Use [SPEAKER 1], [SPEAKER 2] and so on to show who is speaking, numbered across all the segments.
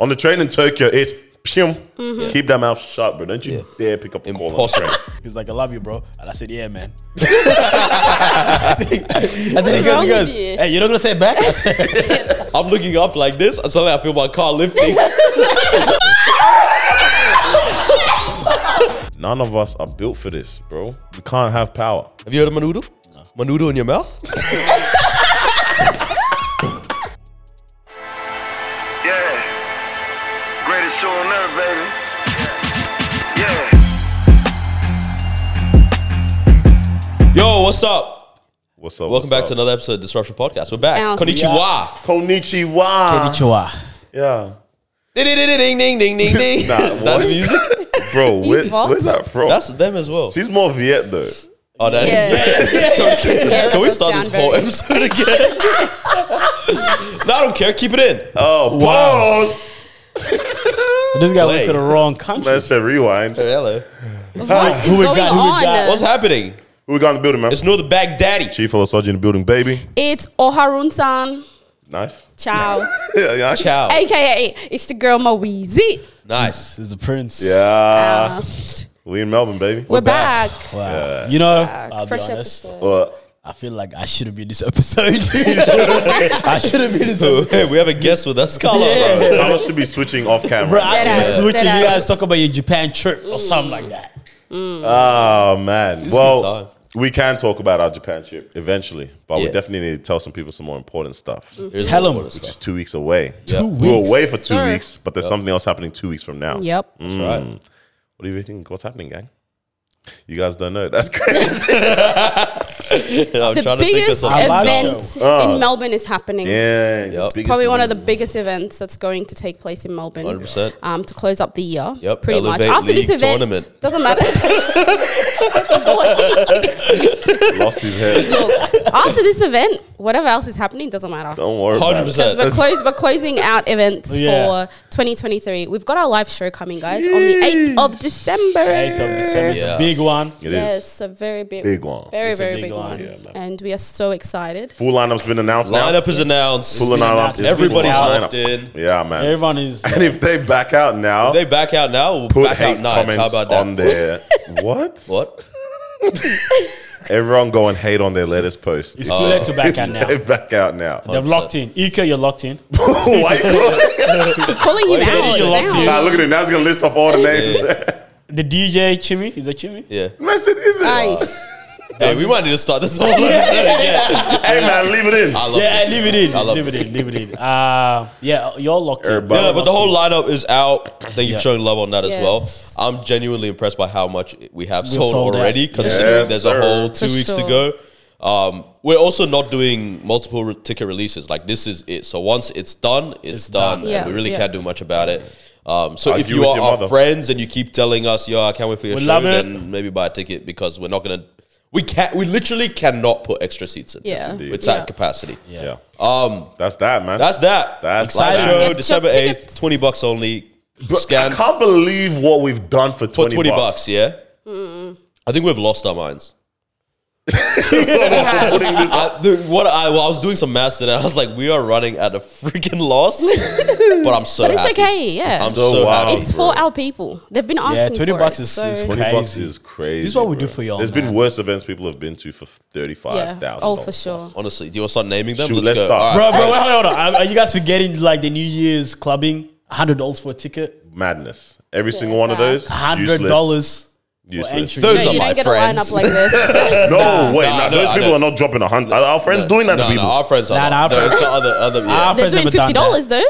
[SPEAKER 1] On the train in Tokyo, it's pyum. Keep that mouth shut, bro. Don't you dare pick up the call. on the
[SPEAKER 2] Mm-hmm. Impossible.
[SPEAKER 1] train.
[SPEAKER 3] He was like, I love you, bro. And I said, Yeah, man. and then he goes,
[SPEAKER 4] wrong
[SPEAKER 3] he goes,
[SPEAKER 4] with you?
[SPEAKER 3] Hey, you're not gonna say it back? I said,
[SPEAKER 2] I'm looking up like this, and suddenly I feel my car lifting.
[SPEAKER 1] None of us are built for this, bro. We can't have power.
[SPEAKER 2] Have you heard of manudo? Manudo in your mouth?
[SPEAKER 5] Yeah. Greatest show on earth, baby. Yeah.
[SPEAKER 2] Yo, what's up?
[SPEAKER 1] What's up?
[SPEAKER 2] Welcome
[SPEAKER 1] what's
[SPEAKER 2] back
[SPEAKER 1] up?
[SPEAKER 2] to another episode of Disruption Podcast. We're back.
[SPEAKER 4] Bounce.
[SPEAKER 2] Konnichiwa.
[SPEAKER 1] Konnichiwa.
[SPEAKER 3] Chihuahua.
[SPEAKER 1] Yeah.
[SPEAKER 2] Ding, ding, ding, ding, ding, ding, ding, ding.
[SPEAKER 1] Nah,
[SPEAKER 2] Is that the
[SPEAKER 1] what?
[SPEAKER 2] music?
[SPEAKER 1] Bro, where,
[SPEAKER 4] Evox?
[SPEAKER 1] where's that from?
[SPEAKER 2] That's them as well.
[SPEAKER 1] She's more Viet, though.
[SPEAKER 2] Oh, that is.
[SPEAKER 4] Yeah,
[SPEAKER 2] Can we
[SPEAKER 4] that
[SPEAKER 2] start
[SPEAKER 4] does
[SPEAKER 2] this
[SPEAKER 4] sound
[SPEAKER 2] whole
[SPEAKER 4] very-
[SPEAKER 2] episode again? no, I don't care. Keep it in.
[SPEAKER 1] Oh,
[SPEAKER 3] Wow.
[SPEAKER 1] pause.
[SPEAKER 3] This guy
[SPEAKER 2] Play.
[SPEAKER 3] went to the wrong country.
[SPEAKER 1] Let's say rewind.
[SPEAKER 2] Hello.
[SPEAKER 4] What is
[SPEAKER 3] who we
[SPEAKER 4] going
[SPEAKER 3] got, who we got?
[SPEAKER 4] on?
[SPEAKER 2] What's happening?
[SPEAKER 1] Who we got in the building, man?
[SPEAKER 2] It's Noor the Bag Daddy.
[SPEAKER 1] Chief Olasoji in the building, baby.
[SPEAKER 4] It's Oharun-san.
[SPEAKER 1] Nice.
[SPEAKER 4] Ciao.
[SPEAKER 1] Yeah, nice.
[SPEAKER 2] Ciao.
[SPEAKER 4] AKA, it's the girl Moeezy.
[SPEAKER 2] Nice.
[SPEAKER 3] This is a prince.
[SPEAKER 1] Yeah.
[SPEAKER 4] Oust.
[SPEAKER 1] We in Melbourne, baby.
[SPEAKER 4] We're
[SPEAKER 2] back.
[SPEAKER 4] back.
[SPEAKER 3] Wow. You know, I'll
[SPEAKER 4] Fresh
[SPEAKER 3] be honest.
[SPEAKER 4] episode.
[SPEAKER 1] What?
[SPEAKER 3] I feel like I shouldn't be in this episode. I shouldn't be in this episode.
[SPEAKER 2] Hey, we have a guest with us, Carla.
[SPEAKER 3] Yeah.
[SPEAKER 1] Carlos should be switching off camera.
[SPEAKER 3] Bro, I
[SPEAKER 4] Dead
[SPEAKER 3] should be
[SPEAKER 4] eyes,
[SPEAKER 3] switching.
[SPEAKER 4] dead
[SPEAKER 3] You
[SPEAKER 4] eyes.
[SPEAKER 3] guys talk about your Japan trip or something like that.
[SPEAKER 1] Oh man.
[SPEAKER 2] a
[SPEAKER 1] well,
[SPEAKER 2] good time.
[SPEAKER 1] we can talk about our Japan trip eventually, but we
[SPEAKER 2] Yeah.
[SPEAKER 1] definitely need to tell some people some more important stuff.
[SPEAKER 2] Here's
[SPEAKER 3] Tell
[SPEAKER 2] the
[SPEAKER 3] 'em.
[SPEAKER 2] water stuff.
[SPEAKER 1] It's two weeks away.
[SPEAKER 2] Yeah. Two
[SPEAKER 1] We We're away for two
[SPEAKER 4] Mm. Sir.
[SPEAKER 1] weeks, but there's something else happening two weeks from now.
[SPEAKER 4] Yep.
[SPEAKER 3] Mm.
[SPEAKER 2] That's right.
[SPEAKER 1] What do you think? What's happening, gang? You guys don't know. That's crazy.
[SPEAKER 2] Yeah, I'm
[SPEAKER 4] The
[SPEAKER 2] trying to think of
[SPEAKER 4] biggest
[SPEAKER 2] something.
[SPEAKER 3] like that.
[SPEAKER 4] event in Melbourne is happening.
[SPEAKER 1] yeah.
[SPEAKER 2] Yep.
[SPEAKER 4] Probably one of the biggest events that's going to take place in Melbourne.
[SPEAKER 2] 100%.
[SPEAKER 4] Um, to close up the year.
[SPEAKER 2] Yep,
[SPEAKER 4] Pretty
[SPEAKER 2] Elevate
[SPEAKER 4] much. After this
[SPEAKER 2] League
[SPEAKER 4] event,
[SPEAKER 2] tournament.
[SPEAKER 4] doesn't matter.
[SPEAKER 1] lost his head.
[SPEAKER 4] Look, after this event, whatever else is happening doesn't matter.
[SPEAKER 1] Don't worry. Hundred
[SPEAKER 2] 100%.
[SPEAKER 1] percent.
[SPEAKER 4] Because we're, close, we're closing out events
[SPEAKER 3] Yeah.
[SPEAKER 4] for 2023. We've got our live show coming, guys, on the 8th of December.
[SPEAKER 3] 8th of December. It's
[SPEAKER 2] Yeah.
[SPEAKER 3] a big one.
[SPEAKER 1] It is
[SPEAKER 4] Yes, a very big,
[SPEAKER 1] big one.
[SPEAKER 4] very,
[SPEAKER 3] It's a
[SPEAKER 4] very
[SPEAKER 3] big
[SPEAKER 4] big,
[SPEAKER 3] one,
[SPEAKER 4] one.
[SPEAKER 3] yeah,
[SPEAKER 4] and we are so excited.
[SPEAKER 1] Full lineup's been announced now.
[SPEAKER 2] Lineup is announced.
[SPEAKER 1] Full lineup. is full
[SPEAKER 2] Everybody's
[SPEAKER 1] lineup.
[SPEAKER 2] locked in.
[SPEAKER 1] Yeah, man.
[SPEAKER 3] Everyone is.
[SPEAKER 1] and if they back out now,
[SPEAKER 2] They back out now. We'll
[SPEAKER 1] put
[SPEAKER 2] back
[SPEAKER 1] hate
[SPEAKER 2] out knives. How
[SPEAKER 1] comments
[SPEAKER 2] about
[SPEAKER 1] on
[SPEAKER 2] that?
[SPEAKER 1] their what?
[SPEAKER 2] What?
[SPEAKER 1] Everyone go and hate on their latest post.
[SPEAKER 3] It's too late to back out now.
[SPEAKER 1] They back out now.
[SPEAKER 3] They've locked in. Ika, you're locked in.
[SPEAKER 1] Why?
[SPEAKER 4] Calling him
[SPEAKER 3] did
[SPEAKER 4] out.
[SPEAKER 3] you lock
[SPEAKER 4] it's
[SPEAKER 3] to?
[SPEAKER 4] out.
[SPEAKER 1] nah, look at him. Now he's gonna list off all the names.
[SPEAKER 3] The DJ Chimmy. Is that Chimmy?
[SPEAKER 2] Yeah.
[SPEAKER 1] man said, is it?
[SPEAKER 4] Nice.
[SPEAKER 2] Hey, we might need to start this whole episode again.
[SPEAKER 1] Hey man, leave it in.
[SPEAKER 2] I love
[SPEAKER 3] Yeah,
[SPEAKER 2] this.
[SPEAKER 3] leave it in.
[SPEAKER 2] I love
[SPEAKER 3] Leave it in. Leave it in. Uh, yeah, you're locked in.
[SPEAKER 1] Everybody.
[SPEAKER 2] No, no, but the whole lineup is out. Thank you for
[SPEAKER 3] Yeah.
[SPEAKER 2] showing love on that as
[SPEAKER 4] Yes.
[SPEAKER 2] well. I'm genuinely impressed by how much we have sold,
[SPEAKER 3] sold out.
[SPEAKER 2] already, considering
[SPEAKER 1] Yes,
[SPEAKER 2] there's
[SPEAKER 1] sir.
[SPEAKER 2] a whole two
[SPEAKER 4] For
[SPEAKER 2] weeks to
[SPEAKER 4] sure.
[SPEAKER 2] go. Um, we're also not doing multiple re- ticket releases. Like this is it. So once it's done, it's, done,
[SPEAKER 4] Yeah,
[SPEAKER 2] and we really
[SPEAKER 4] yeah.
[SPEAKER 2] can't do much about it. Um, so if
[SPEAKER 1] Argue
[SPEAKER 2] you
[SPEAKER 1] with
[SPEAKER 2] are
[SPEAKER 1] your
[SPEAKER 2] our
[SPEAKER 1] mother.
[SPEAKER 2] friends and you keep telling us, "Yo, I can't wait for your
[SPEAKER 3] We
[SPEAKER 2] show,"
[SPEAKER 3] love it.
[SPEAKER 2] then maybe buy a ticket because we're not gonna. We can't. We literally cannot put extra seats in.
[SPEAKER 4] Yeah.
[SPEAKER 2] It's
[SPEAKER 1] indeed.
[SPEAKER 2] it's at
[SPEAKER 4] Yeah.
[SPEAKER 2] capacity.
[SPEAKER 1] Yeah,
[SPEAKER 2] Um,
[SPEAKER 1] that's that, man.
[SPEAKER 2] that's that.
[SPEAKER 1] That's
[SPEAKER 2] Live
[SPEAKER 1] that.
[SPEAKER 2] show
[SPEAKER 4] Get your
[SPEAKER 2] December eighth,
[SPEAKER 4] tickets.
[SPEAKER 2] twenty bucks only.
[SPEAKER 1] But
[SPEAKER 2] Scan
[SPEAKER 1] I can't believe what we've done for
[SPEAKER 2] for
[SPEAKER 1] twenty,
[SPEAKER 2] twenty bucks. Yeah, I think we've lost our minds.
[SPEAKER 4] Yeah.
[SPEAKER 2] I, the, what I, well, I was doing some maths today. I was like, we are running at a freaking loss, but I'm so.
[SPEAKER 4] But it's
[SPEAKER 2] happy.
[SPEAKER 4] okay, yeah.
[SPEAKER 2] I'm
[SPEAKER 1] So
[SPEAKER 2] so,
[SPEAKER 1] wild.
[SPEAKER 2] happy.
[SPEAKER 4] It's for our people. They've been asking
[SPEAKER 3] Yeah, 20
[SPEAKER 4] for
[SPEAKER 3] bucks
[SPEAKER 4] it,
[SPEAKER 3] is-
[SPEAKER 4] so-
[SPEAKER 3] is
[SPEAKER 1] Twenty bucks
[SPEAKER 3] Crazy.
[SPEAKER 1] is crazy.
[SPEAKER 3] This is what we do
[SPEAKER 1] bro.
[SPEAKER 3] for y'all,
[SPEAKER 1] There's been
[SPEAKER 3] man.
[SPEAKER 1] worse events people have been to for thirty-five
[SPEAKER 4] yeah.
[SPEAKER 1] thousand.
[SPEAKER 4] Oh, for sure.
[SPEAKER 2] Honestly, do you want to start naming them?
[SPEAKER 1] Shoot,
[SPEAKER 2] let's,
[SPEAKER 1] let's
[SPEAKER 2] go.
[SPEAKER 1] start.
[SPEAKER 2] All
[SPEAKER 3] Bro, bro, wait, hold on. Are, are you guys forgetting like the New Year's clubbing? Hundred dollars for a ticket.
[SPEAKER 1] Madness. Every single one of those.
[SPEAKER 3] Hundred
[SPEAKER 1] useless,
[SPEAKER 3] dollars.
[SPEAKER 1] Useless.
[SPEAKER 3] entry.
[SPEAKER 4] No,
[SPEAKER 2] Those
[SPEAKER 4] you
[SPEAKER 2] are
[SPEAKER 4] don't
[SPEAKER 2] my
[SPEAKER 4] get a
[SPEAKER 2] friends.
[SPEAKER 4] lineup like this.
[SPEAKER 1] No, wait,
[SPEAKER 2] Nah,
[SPEAKER 1] nah,
[SPEAKER 2] no,
[SPEAKER 1] those
[SPEAKER 2] I
[SPEAKER 1] people are
[SPEAKER 2] don't.
[SPEAKER 1] not dropping a hundred. Are our friends doing that
[SPEAKER 2] no,
[SPEAKER 1] to
[SPEAKER 2] no,
[SPEAKER 1] people?
[SPEAKER 2] our friends are
[SPEAKER 3] Nah,
[SPEAKER 2] not. No,
[SPEAKER 3] nah, our
[SPEAKER 2] it's the other, other. Yeah.
[SPEAKER 3] Our
[SPEAKER 4] They're
[SPEAKER 3] friends
[SPEAKER 4] doing
[SPEAKER 3] never done
[SPEAKER 4] fifty
[SPEAKER 3] that.
[SPEAKER 4] dollars though.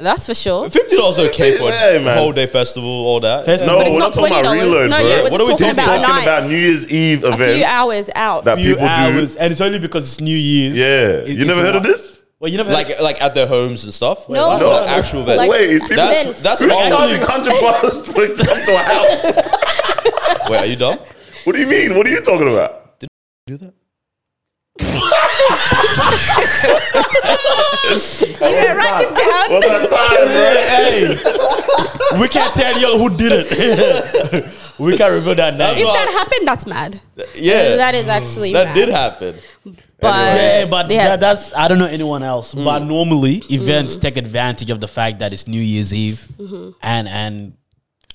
[SPEAKER 4] That's for sure.
[SPEAKER 2] Fifty dollars okay for
[SPEAKER 1] Hey,
[SPEAKER 2] a
[SPEAKER 1] man.
[SPEAKER 2] whole day festival, all that.
[SPEAKER 3] Fest-
[SPEAKER 1] no,
[SPEAKER 3] But
[SPEAKER 4] it's
[SPEAKER 1] we're not
[SPEAKER 4] not
[SPEAKER 1] talking about
[SPEAKER 4] $20.
[SPEAKER 1] reload,
[SPEAKER 4] No,
[SPEAKER 1] bro.
[SPEAKER 4] yeah, we're
[SPEAKER 1] what
[SPEAKER 4] just
[SPEAKER 1] are we
[SPEAKER 4] talking
[SPEAKER 1] talking
[SPEAKER 4] about a night.
[SPEAKER 1] about? New Year's Eve
[SPEAKER 4] A
[SPEAKER 1] events.
[SPEAKER 4] few hours out.
[SPEAKER 1] That
[SPEAKER 3] Few
[SPEAKER 1] people
[SPEAKER 3] hours,
[SPEAKER 1] do.
[SPEAKER 3] and it's only because it's New Year's.
[SPEAKER 1] Yeah,
[SPEAKER 3] It-
[SPEAKER 1] you
[SPEAKER 3] it's
[SPEAKER 1] never heard of
[SPEAKER 3] wild.
[SPEAKER 1] this?
[SPEAKER 3] Well, you never heard.
[SPEAKER 2] like, like at their homes and stuff.
[SPEAKER 4] No.
[SPEAKER 2] Like,
[SPEAKER 4] No.
[SPEAKER 2] like actual event.
[SPEAKER 4] Like-
[SPEAKER 1] Wait, is people
[SPEAKER 2] That's-
[SPEAKER 4] events.
[SPEAKER 2] that's
[SPEAKER 1] who's
[SPEAKER 2] actually-
[SPEAKER 1] charging hundred dollars to come to a house?
[SPEAKER 2] Wait, are you dumb?
[SPEAKER 1] What do you mean? What are you talking about?
[SPEAKER 2] Do that.
[SPEAKER 4] Yeah, write this down.
[SPEAKER 1] What's that time,
[SPEAKER 3] Hey, we can't tell y'all who did it. we can't reveal that now.
[SPEAKER 2] That's
[SPEAKER 4] If
[SPEAKER 2] what-
[SPEAKER 4] that happened, that's mad.
[SPEAKER 2] Yeah,
[SPEAKER 4] uh, that is actually
[SPEAKER 2] that
[SPEAKER 4] mad.
[SPEAKER 2] did happen.
[SPEAKER 4] But
[SPEAKER 3] Yeah, but
[SPEAKER 4] yeah,
[SPEAKER 3] that, that's I don't know anyone else. But normally events take advantage of the fact that it's New Year's Eve, and and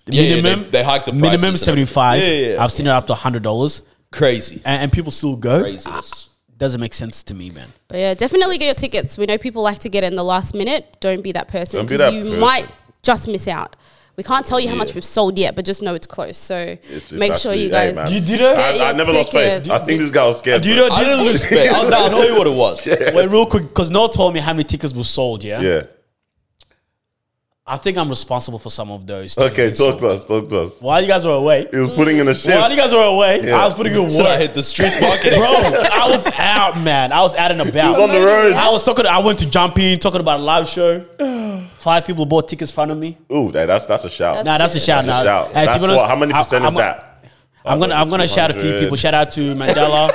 [SPEAKER 2] Yeah, yeah, they-
[SPEAKER 3] minimum
[SPEAKER 2] they hike the prices
[SPEAKER 3] minimum
[SPEAKER 2] and
[SPEAKER 3] seventy five.
[SPEAKER 2] everything. Yeah, yeah, yeah.
[SPEAKER 3] I've seen it up to hundred dollars,
[SPEAKER 2] Crazy.
[SPEAKER 3] and, and people still go.
[SPEAKER 2] Craziness.
[SPEAKER 3] Doesn't make sense to me, man.
[SPEAKER 4] but yeah, definitely get your tickets. We know people like to get in the last minute. Don't be that person
[SPEAKER 1] Don't be
[SPEAKER 4] because
[SPEAKER 1] that
[SPEAKER 4] you
[SPEAKER 1] person.
[SPEAKER 4] might just miss out. We can't tell you how much
[SPEAKER 2] Yeah.
[SPEAKER 4] we've sold yet, but just know it's close. So
[SPEAKER 1] It's- it's
[SPEAKER 4] make sure
[SPEAKER 1] actually-
[SPEAKER 4] you
[SPEAKER 1] hey,
[SPEAKER 4] guys.
[SPEAKER 1] man.
[SPEAKER 3] You did it?
[SPEAKER 4] Get
[SPEAKER 1] I, I
[SPEAKER 4] your
[SPEAKER 1] never lost faith.
[SPEAKER 4] tickets.
[SPEAKER 1] I think this guy was scared.
[SPEAKER 3] Do you
[SPEAKER 1] bro.
[SPEAKER 3] know?
[SPEAKER 2] I didn't lose faith. I'll, no, I'll tell you what it was.
[SPEAKER 3] Wait, real quick, because Noah told me how many tickets were sold. Yeah,
[SPEAKER 1] Yeah.
[SPEAKER 3] I think I'm responsible for some of those.
[SPEAKER 1] Okay,
[SPEAKER 3] tickets.
[SPEAKER 1] talk to us. Talk to us.
[SPEAKER 3] While you guys were away,
[SPEAKER 1] He was putting in a
[SPEAKER 3] while
[SPEAKER 1] shift.
[SPEAKER 3] you guys were away, I was putting in
[SPEAKER 2] So I
[SPEAKER 3] work,
[SPEAKER 2] hit the streets marketing.
[SPEAKER 3] bro. I was out, man. I was out and about.
[SPEAKER 1] He was on the road.
[SPEAKER 3] I was talking. I went to jump in talking about a live show. Five people bought tickets in front of me.
[SPEAKER 1] Ooh, that- that's that's a shout.
[SPEAKER 3] Nah, that's a shout.
[SPEAKER 1] That's
[SPEAKER 3] nah.
[SPEAKER 1] a shout.
[SPEAKER 3] Hey, to
[SPEAKER 1] That's
[SPEAKER 3] be honest,
[SPEAKER 1] what. How many
[SPEAKER 3] I-
[SPEAKER 1] percent
[SPEAKER 3] I'm
[SPEAKER 1] is
[SPEAKER 3] a-
[SPEAKER 1] that?
[SPEAKER 3] I'm gonna I'm gonna shout a few
[SPEAKER 1] 200.
[SPEAKER 3] people. Shout out to Mandela.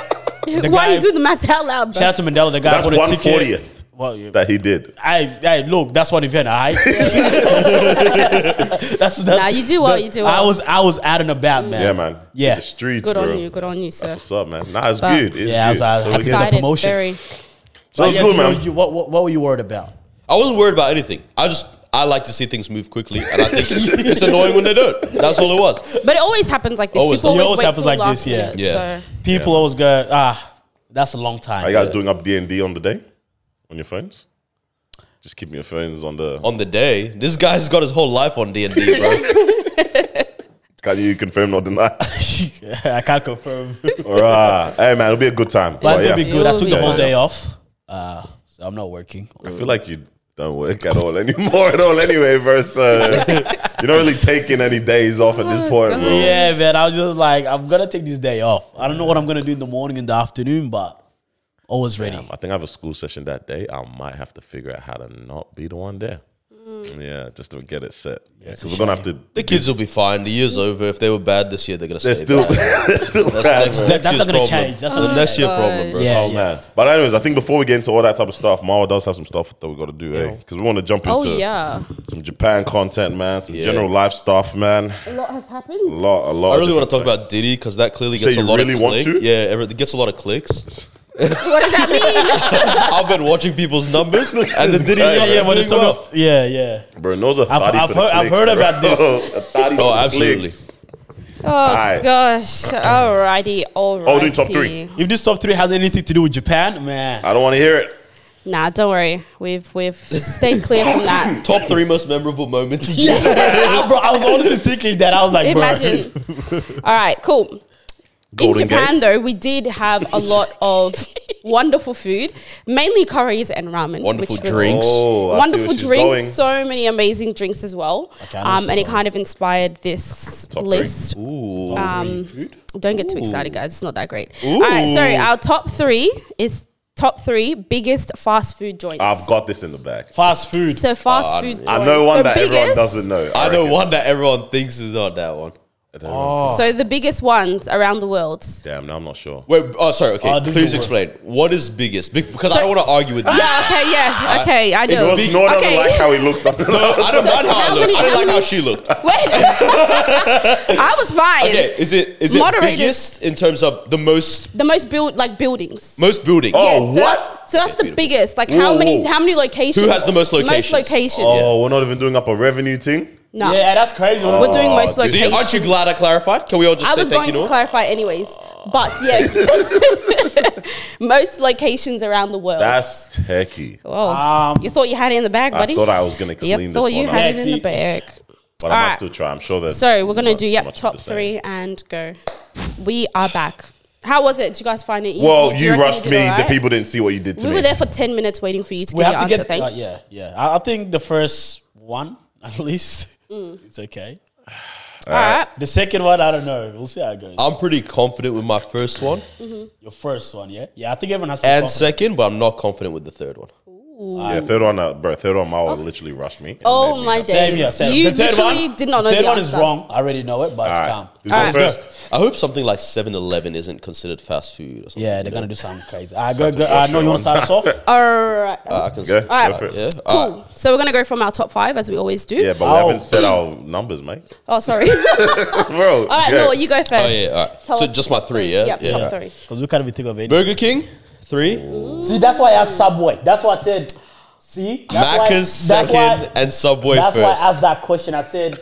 [SPEAKER 4] Why are
[SPEAKER 3] The guy-
[SPEAKER 4] you doing the math out loud, bro?
[SPEAKER 3] Shout out to Mandela. The guy
[SPEAKER 1] That's
[SPEAKER 3] bought a
[SPEAKER 1] one
[SPEAKER 3] ticket.
[SPEAKER 1] fortieth
[SPEAKER 3] Well, yeah.
[SPEAKER 1] that he did.
[SPEAKER 3] Hey, hey, look, that's one event. I. that's, that's
[SPEAKER 4] Nah, you do well, you do
[SPEAKER 3] I
[SPEAKER 4] well.
[SPEAKER 3] was I was out and about, man.
[SPEAKER 1] Mm. Yeah, man.
[SPEAKER 3] Yeah.
[SPEAKER 1] the streets.
[SPEAKER 4] Good
[SPEAKER 1] bro.
[SPEAKER 4] on you. Good on you, sir.
[SPEAKER 1] That's what's up, man. Nah, it's
[SPEAKER 4] But-
[SPEAKER 1] good. It's
[SPEAKER 3] Yeah, I was-
[SPEAKER 1] good.
[SPEAKER 3] I was
[SPEAKER 1] so
[SPEAKER 3] happy
[SPEAKER 1] we can,
[SPEAKER 3] about that.
[SPEAKER 4] Excited.
[SPEAKER 3] promotion.
[SPEAKER 4] Very.
[SPEAKER 1] so it's
[SPEAKER 3] Yeah,
[SPEAKER 1] cool,
[SPEAKER 3] so
[SPEAKER 1] man.
[SPEAKER 3] you- what, what, what were you worried about?
[SPEAKER 2] I wasn't worried about anything. I just I like to see things move quickly, and I think it's annoying when they don't. That's all it was.
[SPEAKER 4] But it always happens like this.
[SPEAKER 2] Always.
[SPEAKER 4] People
[SPEAKER 2] It
[SPEAKER 4] always,
[SPEAKER 3] always
[SPEAKER 4] wait
[SPEAKER 3] happens
[SPEAKER 4] till
[SPEAKER 3] like
[SPEAKER 4] last
[SPEAKER 3] this, yeah.
[SPEAKER 4] minute,
[SPEAKER 2] Yeah.
[SPEAKER 4] So.
[SPEAKER 3] People always go, ah, that's a long time.
[SPEAKER 1] Are you guys doing up D and D on the day, on your phones? Just keeping your phones on the.
[SPEAKER 2] On the day, this guy's got his whole life on D and D, bro.
[SPEAKER 1] Can you confirm or deny?
[SPEAKER 3] I can't confirm.
[SPEAKER 1] All right, hey man, it'll be a good time.
[SPEAKER 3] But it's
[SPEAKER 1] yeah.
[SPEAKER 3] gonna be good. I took
[SPEAKER 4] It'll
[SPEAKER 3] the
[SPEAKER 4] be
[SPEAKER 3] whole
[SPEAKER 4] fun.
[SPEAKER 3] day off, uh, so I'm not working.
[SPEAKER 1] I feel like you don't work at all anymore at all anyway, bro. So you're not really taking any days off at
[SPEAKER 3] Oh,
[SPEAKER 1] this point, bro.
[SPEAKER 3] Yeah, man. I was just like, I'm gonna take this day off. I don't know what I'm gonna do in the morning and the afternoon, but always ready.
[SPEAKER 1] Damn, Um, I think I have a school session that day. I might have to figure out how to not be the one there.
[SPEAKER 3] Mm.
[SPEAKER 1] Yeah, just to get it set. Because we're gonna have to.
[SPEAKER 2] The kids will be fine. The year's over. If they were bad this year, they're gonna
[SPEAKER 1] They're
[SPEAKER 2] stay
[SPEAKER 1] still.
[SPEAKER 2] bad.
[SPEAKER 1] they're still
[SPEAKER 2] That's
[SPEAKER 1] bad,
[SPEAKER 2] next,
[SPEAKER 1] bro.
[SPEAKER 2] next
[SPEAKER 3] That's
[SPEAKER 2] year's
[SPEAKER 3] not gonna
[SPEAKER 2] problem.
[SPEAKER 3] change. That's not
[SPEAKER 2] the
[SPEAKER 3] gonna
[SPEAKER 2] next year
[SPEAKER 4] change.
[SPEAKER 2] problem, bro.
[SPEAKER 3] Yeah.
[SPEAKER 1] oh man! But anyways, I think before we get into all that type of stuff, Mara does have some stuff that we got to do, eh? Because we want to jump into
[SPEAKER 4] Oh yeah.
[SPEAKER 1] some Japan content, man. Some
[SPEAKER 2] Yeah.
[SPEAKER 1] general life stuff, man.
[SPEAKER 4] A lot has happened.
[SPEAKER 1] A lot, a lot.
[SPEAKER 2] I really want to talk about Diddy because that clearly
[SPEAKER 1] So
[SPEAKER 2] gets a
[SPEAKER 1] you
[SPEAKER 2] lot
[SPEAKER 1] really
[SPEAKER 2] of
[SPEAKER 1] want
[SPEAKER 2] clicks.
[SPEAKER 1] to?
[SPEAKER 2] Yeah, every- it gets a lot of clicks.
[SPEAKER 4] What does that mean?
[SPEAKER 2] I've been watching people's numbers, and the Diddy's
[SPEAKER 1] guy,
[SPEAKER 3] Yeah,
[SPEAKER 2] numbers
[SPEAKER 3] yeah, when
[SPEAKER 2] doing
[SPEAKER 3] it's talking
[SPEAKER 2] well.
[SPEAKER 3] about- yeah, yeah.
[SPEAKER 1] Bro, knows a
[SPEAKER 3] I've-
[SPEAKER 1] thotty
[SPEAKER 3] I've
[SPEAKER 1] for the
[SPEAKER 3] heard- I've
[SPEAKER 1] clicks,
[SPEAKER 3] heard
[SPEAKER 1] bro.
[SPEAKER 3] about this.
[SPEAKER 1] A thotty for
[SPEAKER 2] Oh,
[SPEAKER 1] the
[SPEAKER 2] absolutely.
[SPEAKER 1] clicks.
[SPEAKER 4] Oh
[SPEAKER 1] Aight.
[SPEAKER 4] gosh. Alrighty. Alrighty.
[SPEAKER 1] Oh, we're doing top three.
[SPEAKER 3] If this top three has anything to do with Japan, man,
[SPEAKER 1] I don't want to hear it.
[SPEAKER 4] Nah, don't worry. We've we've stayed clear from that.
[SPEAKER 2] Top three most memorable moments. in Japan.
[SPEAKER 3] Ah, bro, I was honestly thinking that I was like, bro,
[SPEAKER 4] Imagine. All right. Cool.
[SPEAKER 1] Golden
[SPEAKER 4] In Japan,
[SPEAKER 1] Gate.
[SPEAKER 4] though, we did have a lot of wonderful food, mainly curries and ramen.
[SPEAKER 2] Wonderful
[SPEAKER 4] which was
[SPEAKER 2] drinks.
[SPEAKER 1] Oh, I see
[SPEAKER 4] wonderful
[SPEAKER 1] where she's
[SPEAKER 4] drinks,
[SPEAKER 1] going.
[SPEAKER 4] so many amazing drinks as well.
[SPEAKER 3] Okay, I know
[SPEAKER 4] um,
[SPEAKER 3] she's
[SPEAKER 4] and it
[SPEAKER 3] going.
[SPEAKER 4] kind of inspired this
[SPEAKER 1] Top three.
[SPEAKER 4] list.
[SPEAKER 2] Ooh.
[SPEAKER 4] Um, don't get too excited, guys. It's not that great. All right, so our top three is top three biggest fast food joints.
[SPEAKER 1] I've got this in the bag.
[SPEAKER 3] fast food.
[SPEAKER 4] so fast
[SPEAKER 1] ah,
[SPEAKER 4] food. Joints.
[SPEAKER 1] I know one
[SPEAKER 4] So
[SPEAKER 1] that everyone
[SPEAKER 4] biggest-
[SPEAKER 1] doesn't know.
[SPEAKER 2] I know one that everyone thinks is not that one.
[SPEAKER 1] Oh.
[SPEAKER 4] So the biggest ones around the world.
[SPEAKER 1] Damn, now I'm not sure.
[SPEAKER 2] Wait, oh, sorry. Okay,
[SPEAKER 3] Oh, this
[SPEAKER 2] please
[SPEAKER 3] is
[SPEAKER 2] explain. What is biggest? Be- Because I don't want to argue with you.
[SPEAKER 4] Yeah. Okay.
[SPEAKER 1] Uh,
[SPEAKER 4] Yeah. Okay. I
[SPEAKER 2] It's
[SPEAKER 4] know.
[SPEAKER 2] big-
[SPEAKER 1] No, doesn't
[SPEAKER 4] okay.
[SPEAKER 1] like how he looked.
[SPEAKER 2] I don't
[SPEAKER 4] So
[SPEAKER 2] mind how, I
[SPEAKER 4] how
[SPEAKER 2] look.
[SPEAKER 4] many-
[SPEAKER 2] I don't
[SPEAKER 4] how
[SPEAKER 2] like how
[SPEAKER 4] many-
[SPEAKER 2] she looked.
[SPEAKER 4] Wait. I was fine.
[SPEAKER 2] Okay, is it is it
[SPEAKER 4] Moderators-
[SPEAKER 2] biggest in terms of the most
[SPEAKER 4] The most build like buildings.
[SPEAKER 2] most building?
[SPEAKER 1] Oh,
[SPEAKER 4] Yes, so
[SPEAKER 1] what?
[SPEAKER 4] That's, so that's the biggest. Like how
[SPEAKER 1] Whoa,
[SPEAKER 4] many?
[SPEAKER 1] whoa.
[SPEAKER 4] How many locations?
[SPEAKER 2] Who has the most locations?
[SPEAKER 4] Most locations.
[SPEAKER 1] oh, we're not even doing up a revenue thing.
[SPEAKER 4] No.
[SPEAKER 3] Yeah, that's crazy. When I-
[SPEAKER 4] We're doing most
[SPEAKER 1] Oh,
[SPEAKER 2] See,
[SPEAKER 4] locations.
[SPEAKER 2] aren't you glad I clarified? Can we all just
[SPEAKER 4] I
[SPEAKER 2] say
[SPEAKER 4] was
[SPEAKER 2] thank
[SPEAKER 4] going
[SPEAKER 2] you?
[SPEAKER 4] to
[SPEAKER 2] Noor?
[SPEAKER 4] clarify anyways, but yes, most locations around the world.
[SPEAKER 1] That's techie.
[SPEAKER 4] Whoa.
[SPEAKER 3] Um,
[SPEAKER 4] you thought you had it in the bag,
[SPEAKER 1] I
[SPEAKER 4] buddy?
[SPEAKER 1] thought I was gonna clean
[SPEAKER 4] you
[SPEAKER 1] this
[SPEAKER 4] thought you
[SPEAKER 1] one up,
[SPEAKER 4] had it in the
[SPEAKER 3] Petty.
[SPEAKER 4] bag.
[SPEAKER 1] but I might
[SPEAKER 4] Alright.
[SPEAKER 1] still try. I'm sure that.
[SPEAKER 4] So we're gonna
[SPEAKER 1] not
[SPEAKER 4] do
[SPEAKER 1] so
[SPEAKER 4] yep
[SPEAKER 1] much of
[SPEAKER 4] top
[SPEAKER 1] the same.
[SPEAKER 4] three and go. We are back. How was it? Did you guys find it easy?
[SPEAKER 1] Well,
[SPEAKER 4] Do
[SPEAKER 1] you
[SPEAKER 4] reckon
[SPEAKER 1] rushed
[SPEAKER 4] did
[SPEAKER 1] me. The
[SPEAKER 4] alright?
[SPEAKER 1] people didn't see what you did to
[SPEAKER 4] We
[SPEAKER 1] me.
[SPEAKER 4] were there for ten minutes waiting for you to
[SPEAKER 3] we
[SPEAKER 4] give
[SPEAKER 3] have
[SPEAKER 4] your
[SPEAKER 3] to
[SPEAKER 4] answer.
[SPEAKER 3] get.
[SPEAKER 4] thanks.
[SPEAKER 3] uh, yeah, yeah. I, I think the first one, at least,
[SPEAKER 4] Mm.
[SPEAKER 3] it's okay.
[SPEAKER 4] All right.
[SPEAKER 3] The second one, I don't know. We'll see how it goes.
[SPEAKER 2] I'm pretty confident with my first one
[SPEAKER 3] Your first one, yeah, yeah. I think everyone has to.
[SPEAKER 2] and
[SPEAKER 3] go.
[SPEAKER 2] second, but I'm not confident with the third one.
[SPEAKER 1] yeah, third one, uh, bro. Third one, Mao literally rushed me. and made
[SPEAKER 4] Oh
[SPEAKER 1] me
[SPEAKER 4] my
[SPEAKER 1] upset.
[SPEAKER 3] Same,
[SPEAKER 4] days.
[SPEAKER 3] yeah, same.
[SPEAKER 4] You
[SPEAKER 3] the third
[SPEAKER 4] literally
[SPEAKER 3] one,
[SPEAKER 4] did not know
[SPEAKER 3] the third
[SPEAKER 4] the
[SPEAKER 3] one
[SPEAKER 4] answer.
[SPEAKER 3] is wrong. I already know it, but it's
[SPEAKER 1] Alright,
[SPEAKER 3] calm.
[SPEAKER 1] who's going
[SPEAKER 4] Alright.
[SPEAKER 1] first?
[SPEAKER 2] I hope something like 7-Eleven isn't considered fast food. Or something,
[SPEAKER 3] Yeah,
[SPEAKER 2] you
[SPEAKER 3] they're
[SPEAKER 2] know?
[SPEAKER 3] gonna do something crazy. I go, go.
[SPEAKER 1] a
[SPEAKER 3] I know you want to
[SPEAKER 1] bullshit
[SPEAKER 3] start us off.
[SPEAKER 4] All right.
[SPEAKER 2] Uh, I can.
[SPEAKER 1] Go,
[SPEAKER 2] Yeah,
[SPEAKER 1] go for it.
[SPEAKER 2] yeah.
[SPEAKER 4] cool.
[SPEAKER 2] All right.
[SPEAKER 4] So we're gonna go from our top five as we always do.
[SPEAKER 1] Yeah, but
[SPEAKER 3] Ow.
[SPEAKER 1] we haven't said our numbers, mate.
[SPEAKER 4] Oh, sorry.
[SPEAKER 1] Bro,
[SPEAKER 4] All right,
[SPEAKER 1] yeah.
[SPEAKER 4] no, you go first.
[SPEAKER 2] Oh yeah. All right.
[SPEAKER 4] Tell
[SPEAKER 2] so
[SPEAKER 4] us
[SPEAKER 2] just my three. Yeah.
[SPEAKER 4] Yep,
[SPEAKER 2] yeah.
[SPEAKER 4] top three.
[SPEAKER 3] Because we can't even think of any.
[SPEAKER 2] Burger King, Three.
[SPEAKER 3] See, that's why I asked Subway. That's why I said, see, that's why-
[SPEAKER 2] Macca's
[SPEAKER 3] that's
[SPEAKER 2] second
[SPEAKER 3] why-
[SPEAKER 2] and Subway
[SPEAKER 3] That's why
[SPEAKER 2] first.
[SPEAKER 3] I asked that question. I said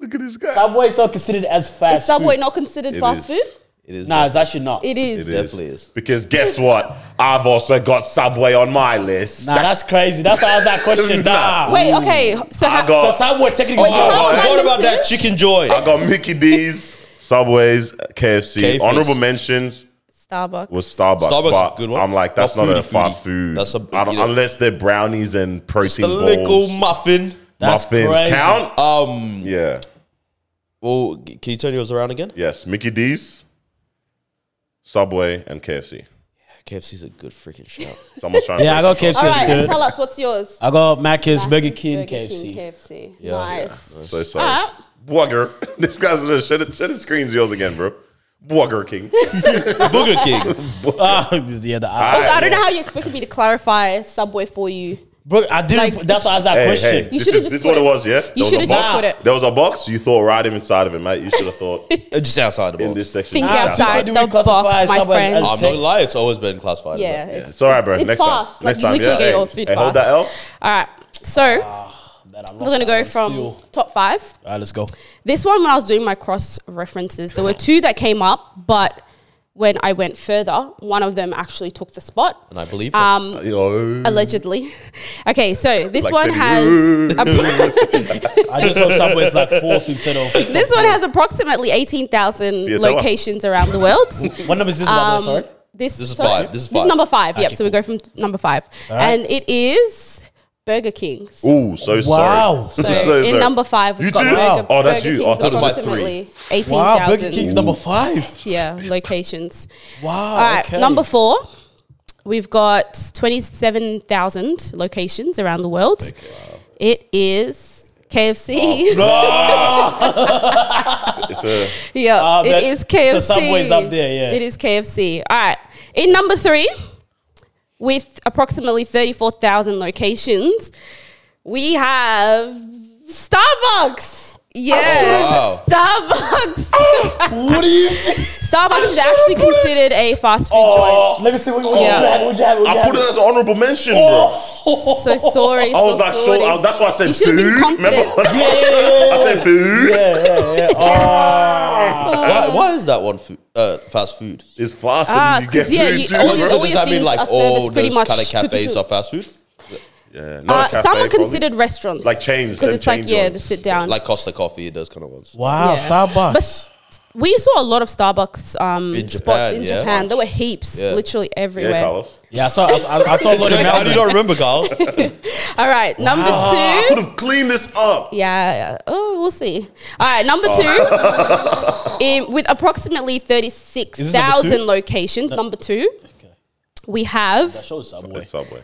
[SPEAKER 1] Look at this guy.
[SPEAKER 3] Subway is not considered as fast.
[SPEAKER 4] Is Subway
[SPEAKER 3] food.
[SPEAKER 4] not considered
[SPEAKER 1] It is.
[SPEAKER 4] fast food?
[SPEAKER 2] it is.
[SPEAKER 3] Nah,
[SPEAKER 2] not.
[SPEAKER 3] it's actually not.
[SPEAKER 4] It is.
[SPEAKER 1] It
[SPEAKER 2] Definitely is.
[SPEAKER 1] Because guess what? I've also got Subway on my list.
[SPEAKER 3] Nah, that's crazy. That's why I asked that question. Nah.
[SPEAKER 4] Wait, okay. So
[SPEAKER 1] I
[SPEAKER 4] how,
[SPEAKER 1] got-
[SPEAKER 3] So Subway technically.
[SPEAKER 4] Wait, so
[SPEAKER 1] how
[SPEAKER 2] Oh,
[SPEAKER 1] was
[SPEAKER 2] I
[SPEAKER 1] I
[SPEAKER 2] forgot about
[SPEAKER 4] considered?
[SPEAKER 2] that chicken joy.
[SPEAKER 1] I got Mickey D's, Subway's, KFC.
[SPEAKER 2] KFC.
[SPEAKER 1] Honorable mentions
[SPEAKER 4] Starbucks.
[SPEAKER 1] was Starbucks.
[SPEAKER 2] Starbucks is
[SPEAKER 1] but
[SPEAKER 2] a good one.
[SPEAKER 1] I'm like, that's
[SPEAKER 2] Not
[SPEAKER 1] not,
[SPEAKER 2] foodie,
[SPEAKER 1] a fast
[SPEAKER 2] foodie.
[SPEAKER 1] food.
[SPEAKER 2] That's a-
[SPEAKER 1] I don't,
[SPEAKER 2] you know.
[SPEAKER 1] unless they're brownies and protein
[SPEAKER 2] the little
[SPEAKER 1] balls,
[SPEAKER 2] muffin.
[SPEAKER 3] That's
[SPEAKER 1] muffins
[SPEAKER 3] crazy.
[SPEAKER 1] count.
[SPEAKER 2] Um.
[SPEAKER 1] yeah,
[SPEAKER 2] Well, g- can you turn yours around again?
[SPEAKER 1] yes, Mickey D's, Subway, and KFC.
[SPEAKER 2] KFC's a good freaking shout.
[SPEAKER 1] Someone's trying
[SPEAKER 3] yeah, I
[SPEAKER 1] to.
[SPEAKER 3] got KFC.
[SPEAKER 4] All right, and
[SPEAKER 3] instead.
[SPEAKER 4] tell us what's yours.
[SPEAKER 3] I got Macca's, Burger King,
[SPEAKER 4] Burger
[SPEAKER 3] KFC.
[SPEAKER 4] King, KFC. nice.
[SPEAKER 1] So
[SPEAKER 4] All
[SPEAKER 1] sorry.
[SPEAKER 4] right.
[SPEAKER 1] Booger. This guy's gonna shut it, shut his screens yours again, bro. Booger King.
[SPEAKER 2] Burger King.
[SPEAKER 3] Ah, yeah, the
[SPEAKER 1] All
[SPEAKER 4] Also,
[SPEAKER 1] right.
[SPEAKER 4] I don't know how you expected me to clarify Subway for you.
[SPEAKER 3] bro. I didn't.
[SPEAKER 4] Like-
[SPEAKER 3] that's why I asked that
[SPEAKER 1] Hey,
[SPEAKER 3] question.
[SPEAKER 1] hey,
[SPEAKER 4] You
[SPEAKER 1] this
[SPEAKER 4] should've
[SPEAKER 1] is
[SPEAKER 4] just
[SPEAKER 1] this is
[SPEAKER 4] put
[SPEAKER 1] what it
[SPEAKER 4] it.
[SPEAKER 1] was, yeah?
[SPEAKER 4] You
[SPEAKER 1] There was a
[SPEAKER 4] should've just
[SPEAKER 1] box.
[SPEAKER 4] put it.
[SPEAKER 1] There was a box. You thought right inside of it, mate. You should have thought
[SPEAKER 2] Just outside the
[SPEAKER 1] in
[SPEAKER 2] box.
[SPEAKER 1] this section.
[SPEAKER 4] Think
[SPEAKER 1] Nah,
[SPEAKER 3] outside.
[SPEAKER 1] it's
[SPEAKER 4] outside
[SPEAKER 3] Ah, do
[SPEAKER 4] the
[SPEAKER 3] we classify
[SPEAKER 4] box, my
[SPEAKER 3] Subway
[SPEAKER 4] friend.
[SPEAKER 3] as-
[SPEAKER 2] I'm not gonna lie, it's always been classified. as
[SPEAKER 4] yeah,
[SPEAKER 2] that.
[SPEAKER 1] fine.
[SPEAKER 4] it's,
[SPEAKER 1] It's all right, bro.
[SPEAKER 4] it's
[SPEAKER 1] next
[SPEAKER 4] fast.
[SPEAKER 1] time. Next
[SPEAKER 4] like
[SPEAKER 1] time.
[SPEAKER 4] you literally
[SPEAKER 1] yeah.
[SPEAKER 4] get your
[SPEAKER 1] Hey,
[SPEAKER 4] food
[SPEAKER 1] hey,
[SPEAKER 4] fast.
[SPEAKER 1] Hold that L.
[SPEAKER 4] All right. So
[SPEAKER 3] That I lost
[SPEAKER 4] we're gonna
[SPEAKER 3] that
[SPEAKER 4] go
[SPEAKER 3] one
[SPEAKER 4] from
[SPEAKER 3] still.
[SPEAKER 4] top five.
[SPEAKER 3] All right, let's go.
[SPEAKER 4] This one, when I was doing my cross references, there were two that came up, but when I went further, one of them actually took the spot.
[SPEAKER 2] And I believe her.
[SPEAKER 4] Um,
[SPEAKER 1] Yo.
[SPEAKER 4] allegedly. Okay, so this
[SPEAKER 1] Like
[SPEAKER 4] one
[SPEAKER 1] Teddy.
[SPEAKER 4] has appro-
[SPEAKER 3] I just hope Subway's like fourth instead of.
[SPEAKER 4] this one has approximately eighteen thousand
[SPEAKER 1] Yeah, tell her.
[SPEAKER 4] locations around the world.
[SPEAKER 3] What number is this? by the way,
[SPEAKER 4] Um,
[SPEAKER 3] sorry.
[SPEAKER 4] This,
[SPEAKER 2] This is
[SPEAKER 4] sorry?
[SPEAKER 2] five. This is five.
[SPEAKER 4] number five. yep.
[SPEAKER 3] Okay,
[SPEAKER 4] So we go from number five,
[SPEAKER 3] right.
[SPEAKER 4] and it is Burger King. So
[SPEAKER 1] Ooh, so
[SPEAKER 3] Wow.
[SPEAKER 1] sorry.
[SPEAKER 4] in number five, we've
[SPEAKER 1] You
[SPEAKER 4] got
[SPEAKER 1] too?
[SPEAKER 4] Burger,
[SPEAKER 1] Oh, that's
[SPEAKER 4] Burger
[SPEAKER 1] you.
[SPEAKER 4] King's
[SPEAKER 1] I thought it was my
[SPEAKER 4] approximately
[SPEAKER 3] Wow, Burger
[SPEAKER 4] 18,000
[SPEAKER 3] King's number five.
[SPEAKER 4] yeah, locations.
[SPEAKER 3] Wow.
[SPEAKER 4] All right,
[SPEAKER 3] okay.
[SPEAKER 4] number four. We've got 27,000 locations around the world. It is KFC.
[SPEAKER 1] It's a
[SPEAKER 4] yeah,
[SPEAKER 3] Ah, that-
[SPEAKER 4] it is
[SPEAKER 3] so
[SPEAKER 4] KFC.
[SPEAKER 3] Subway's up there, yeah.
[SPEAKER 4] It is KFC. All right. In number three, with approximately 34,000 locations, we have Starbucks. Yeah,
[SPEAKER 1] Oh,
[SPEAKER 2] wow.
[SPEAKER 4] Starbucks.
[SPEAKER 3] What do you?
[SPEAKER 4] Starbucks is actually considered a fast food joint.
[SPEAKER 3] Let me see. What, what
[SPEAKER 4] Oh. Yeah.
[SPEAKER 3] you have? What you have? What you
[SPEAKER 1] I
[SPEAKER 3] have?
[SPEAKER 1] put it as an honorable mention, bro.
[SPEAKER 4] So sorry.
[SPEAKER 1] I was
[SPEAKER 4] Oh, so
[SPEAKER 1] like, sure.
[SPEAKER 4] sorry.
[SPEAKER 3] oh,
[SPEAKER 1] I- that's why I said
[SPEAKER 4] You
[SPEAKER 1] food.
[SPEAKER 4] should've been confident.
[SPEAKER 1] Remember?
[SPEAKER 3] yeah, yeah, yeah,
[SPEAKER 1] I said food.
[SPEAKER 3] yeah, yeah, yeah. Oh.
[SPEAKER 2] why, why is that one food, uh, fast food?
[SPEAKER 1] It's faster
[SPEAKER 4] Ah,
[SPEAKER 1] than you get
[SPEAKER 4] 'cause, yeah,
[SPEAKER 1] food
[SPEAKER 4] you-
[SPEAKER 1] too,
[SPEAKER 4] all
[SPEAKER 1] bro.
[SPEAKER 4] your-
[SPEAKER 2] so does that mean
[SPEAKER 4] things
[SPEAKER 2] like
[SPEAKER 4] are serviced
[SPEAKER 2] all
[SPEAKER 4] pretty
[SPEAKER 2] those
[SPEAKER 4] much
[SPEAKER 2] kind of
[SPEAKER 4] to- to-
[SPEAKER 2] cafes
[SPEAKER 4] to-
[SPEAKER 2] are fast food?
[SPEAKER 1] Yeah, not
[SPEAKER 4] Uh,
[SPEAKER 1] a cafe,
[SPEAKER 4] some are
[SPEAKER 1] probably.
[SPEAKER 4] considered restaurants,
[SPEAKER 1] Like chains,
[SPEAKER 4] because
[SPEAKER 1] them
[SPEAKER 4] it's like
[SPEAKER 1] chain
[SPEAKER 4] yeah, the
[SPEAKER 1] joints.
[SPEAKER 4] sit down.
[SPEAKER 2] Like Costa Coffee, those kind of ones.
[SPEAKER 3] Wow,
[SPEAKER 4] Yeah. But we saw a lot of Starbucks um,
[SPEAKER 2] In
[SPEAKER 4] spots
[SPEAKER 2] Japan,
[SPEAKER 4] in
[SPEAKER 2] yeah.
[SPEAKER 4] Japan. There were heaps,
[SPEAKER 2] Yeah.
[SPEAKER 4] literally
[SPEAKER 1] Yeah,
[SPEAKER 4] everywhere.
[SPEAKER 1] Carlos.
[SPEAKER 3] yeah, I saw. I, saw- I saw a lot of
[SPEAKER 2] How do you
[SPEAKER 3] Melbourne.
[SPEAKER 2] not remember, Carl?
[SPEAKER 4] All right, number
[SPEAKER 3] Ah.
[SPEAKER 1] Could
[SPEAKER 4] two.
[SPEAKER 1] have cleaned this up.
[SPEAKER 4] Yeah, yeah. Oh, we'll see. All right, number
[SPEAKER 2] Oh.
[SPEAKER 4] two. in, with approximately
[SPEAKER 3] Is this number
[SPEAKER 4] 36,000
[SPEAKER 3] two?
[SPEAKER 4] locations, number two, we have
[SPEAKER 3] Show Subway.
[SPEAKER 1] It's Subway.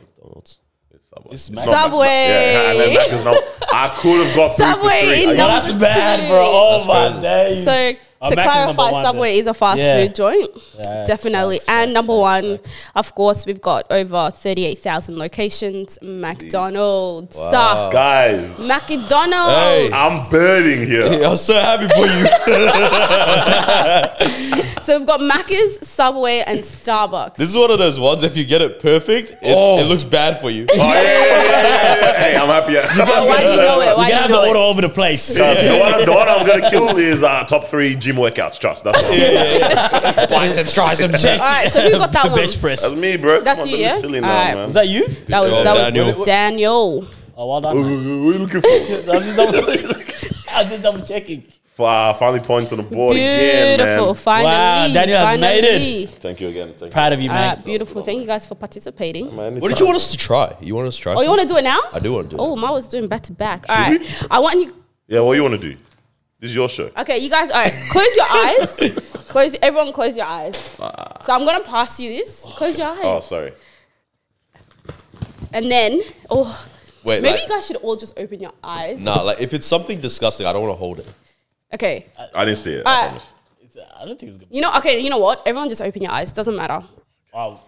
[SPEAKER 1] It's Subway. not
[SPEAKER 3] mad.
[SPEAKER 1] Mac-
[SPEAKER 4] Subway.
[SPEAKER 1] Yeah, and then Mac is not- I could have got
[SPEAKER 4] Subway
[SPEAKER 1] Subway.
[SPEAKER 4] in
[SPEAKER 1] Three for three.
[SPEAKER 3] No,
[SPEAKER 1] I-
[SPEAKER 4] number-
[SPEAKER 3] that's bad, bro. Oh my days.
[SPEAKER 4] So
[SPEAKER 3] Oh,
[SPEAKER 4] to
[SPEAKER 3] Mac is number
[SPEAKER 4] clarify,
[SPEAKER 3] one
[SPEAKER 4] Subway
[SPEAKER 3] then.
[SPEAKER 4] is a fast
[SPEAKER 3] Yeah.
[SPEAKER 4] food joint,
[SPEAKER 3] Yeah,
[SPEAKER 4] definitely.
[SPEAKER 3] facts,
[SPEAKER 4] and
[SPEAKER 3] facts,
[SPEAKER 4] number
[SPEAKER 3] facts,
[SPEAKER 4] one, of course, we've got over thirty-eight thousand locations. McDonald's, uh,
[SPEAKER 1] Guys,
[SPEAKER 4] McDonald's.
[SPEAKER 1] I'm burning here.
[SPEAKER 2] I'm so happy for you.
[SPEAKER 4] So we've got Macca's, Subway, and Starbucks.
[SPEAKER 2] this is one of those ones. If you get it perfect, it,
[SPEAKER 3] Oh.
[SPEAKER 2] it looks bad for you.
[SPEAKER 1] Oh, yeah, yeah, yeah, yeah, yeah. Hey, I'm happy.
[SPEAKER 4] But why do you know it? Why
[SPEAKER 3] You
[SPEAKER 4] do
[SPEAKER 3] gotta
[SPEAKER 4] you
[SPEAKER 3] have the
[SPEAKER 4] know
[SPEAKER 3] order
[SPEAKER 4] it?
[SPEAKER 3] all over the place.
[SPEAKER 1] Uh, the, one, the one I'm gonna kill is uh, top three gym workouts. Trust that's what I'm
[SPEAKER 2] Biceps, triceps, check.
[SPEAKER 4] All right, so who got that
[SPEAKER 3] The
[SPEAKER 4] one?
[SPEAKER 3] bench press.
[SPEAKER 1] That's
[SPEAKER 3] Was
[SPEAKER 1] me, bro.
[SPEAKER 4] That's
[SPEAKER 1] Come on,
[SPEAKER 4] you,
[SPEAKER 1] don't be
[SPEAKER 4] yeah?
[SPEAKER 1] Silly now,
[SPEAKER 4] Alright.
[SPEAKER 1] man.
[SPEAKER 3] that you?
[SPEAKER 4] That was
[SPEAKER 2] job,
[SPEAKER 4] that
[SPEAKER 2] Oh, Daniel.
[SPEAKER 4] was Daniel.
[SPEAKER 3] Oh, well done. man.
[SPEAKER 1] What are you looking for?
[SPEAKER 3] I'm just double. I'm just double checking.
[SPEAKER 1] Fi- finally, points on the board again,
[SPEAKER 4] Beautiful.
[SPEAKER 1] man.
[SPEAKER 4] Finally,
[SPEAKER 3] Wow, Daniel has
[SPEAKER 4] finally.
[SPEAKER 3] made it.
[SPEAKER 1] Thank you again. Thank
[SPEAKER 3] Proud of you,
[SPEAKER 4] All
[SPEAKER 3] man.
[SPEAKER 4] right, beautiful. Thank you guys for participating.
[SPEAKER 1] you. Man,
[SPEAKER 2] What did you want us to try? You want us to try?
[SPEAKER 4] Oh, you want to do it now?
[SPEAKER 2] I do wanna do it.
[SPEAKER 4] Oh, Ma was doing back to back. All
[SPEAKER 1] Should
[SPEAKER 4] right.
[SPEAKER 1] we?
[SPEAKER 4] I want you.
[SPEAKER 1] Yeah, what you want to do? This is your show.
[SPEAKER 4] Okay, you guys. All right. Close your eyes. Close. Everyone, close your eyes. So I'm gonna pass you this. Close your eyes.
[SPEAKER 1] Oh, sorry.
[SPEAKER 4] And then, oh,
[SPEAKER 2] Wait,
[SPEAKER 4] maybe
[SPEAKER 2] like,
[SPEAKER 4] you guys should all just open your eyes.
[SPEAKER 2] nah. Like if it's something disgusting, I don't want to hold it.
[SPEAKER 4] Okay.
[SPEAKER 1] I didn't see it. I
[SPEAKER 4] Alright.
[SPEAKER 1] promise.
[SPEAKER 3] It's- I don't think it's good.
[SPEAKER 4] You know. Okay. You know what? Everyone, just open your eyes. Doesn't matter.
[SPEAKER 3] Wow.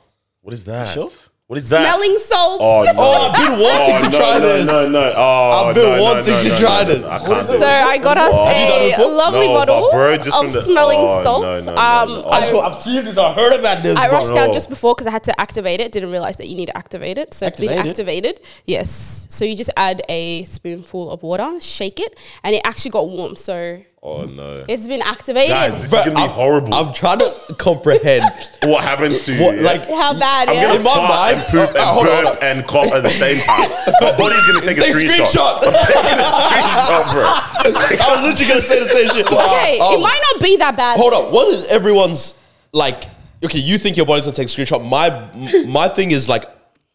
[SPEAKER 1] What is that?
[SPEAKER 3] Sure?
[SPEAKER 1] What is that?
[SPEAKER 4] Smelling salts.
[SPEAKER 1] Oh, no.
[SPEAKER 2] Oh, I've been wanting
[SPEAKER 1] Oh,
[SPEAKER 2] to
[SPEAKER 1] no,
[SPEAKER 2] try
[SPEAKER 1] no,
[SPEAKER 2] this.
[SPEAKER 1] No, no, Oh,
[SPEAKER 2] I've been
[SPEAKER 1] no, no,
[SPEAKER 2] wanting
[SPEAKER 1] no,
[SPEAKER 2] to
[SPEAKER 1] no,
[SPEAKER 2] try
[SPEAKER 1] no,
[SPEAKER 2] this.
[SPEAKER 1] no, I can't do
[SPEAKER 4] So
[SPEAKER 1] it.
[SPEAKER 4] I got us
[SPEAKER 2] you done
[SPEAKER 4] a
[SPEAKER 2] before?
[SPEAKER 4] lovely
[SPEAKER 1] No, but
[SPEAKER 4] bottle
[SPEAKER 1] bro, just
[SPEAKER 4] of
[SPEAKER 1] from the-
[SPEAKER 4] smelling
[SPEAKER 1] oh, no,
[SPEAKER 4] salts.
[SPEAKER 1] no, no,
[SPEAKER 4] Um,
[SPEAKER 1] no.
[SPEAKER 4] I-
[SPEAKER 3] I've seen this. I heard about this.
[SPEAKER 4] I rushed out
[SPEAKER 1] no.
[SPEAKER 4] just before because I had to activate it. Didn't realize that you need to activate it. So it's been activated. Yes. So you just add a spoonful of water, shake it, and it actually got warm. So
[SPEAKER 1] Oh no,
[SPEAKER 4] it's been activated.
[SPEAKER 1] guys, this
[SPEAKER 2] Bruh,
[SPEAKER 1] is gonna be
[SPEAKER 2] I'm-
[SPEAKER 1] horrible.
[SPEAKER 2] I'm trying to comprehend
[SPEAKER 1] what happens to you?
[SPEAKER 2] what,
[SPEAKER 1] yeah?
[SPEAKER 2] like,
[SPEAKER 4] How bad,
[SPEAKER 1] I'm
[SPEAKER 4] yeah?
[SPEAKER 1] gonna
[SPEAKER 2] In my
[SPEAKER 1] fart
[SPEAKER 2] mind-
[SPEAKER 1] and poop and
[SPEAKER 2] Uh, hold on,
[SPEAKER 1] burp
[SPEAKER 2] hold on.
[SPEAKER 1] and cough at the same time. My body's gonna take,
[SPEAKER 2] take
[SPEAKER 1] a screenshot.
[SPEAKER 2] screenshot. I
[SPEAKER 1] screenshot, bro.
[SPEAKER 2] was literally gonna say the same shit.
[SPEAKER 4] okay,
[SPEAKER 2] Um,
[SPEAKER 1] Oh.
[SPEAKER 4] it might not be that bad.
[SPEAKER 2] Hold on. What is everyone's like? Okay, you think your body's gonna take a screenshot. My m- my thing is like,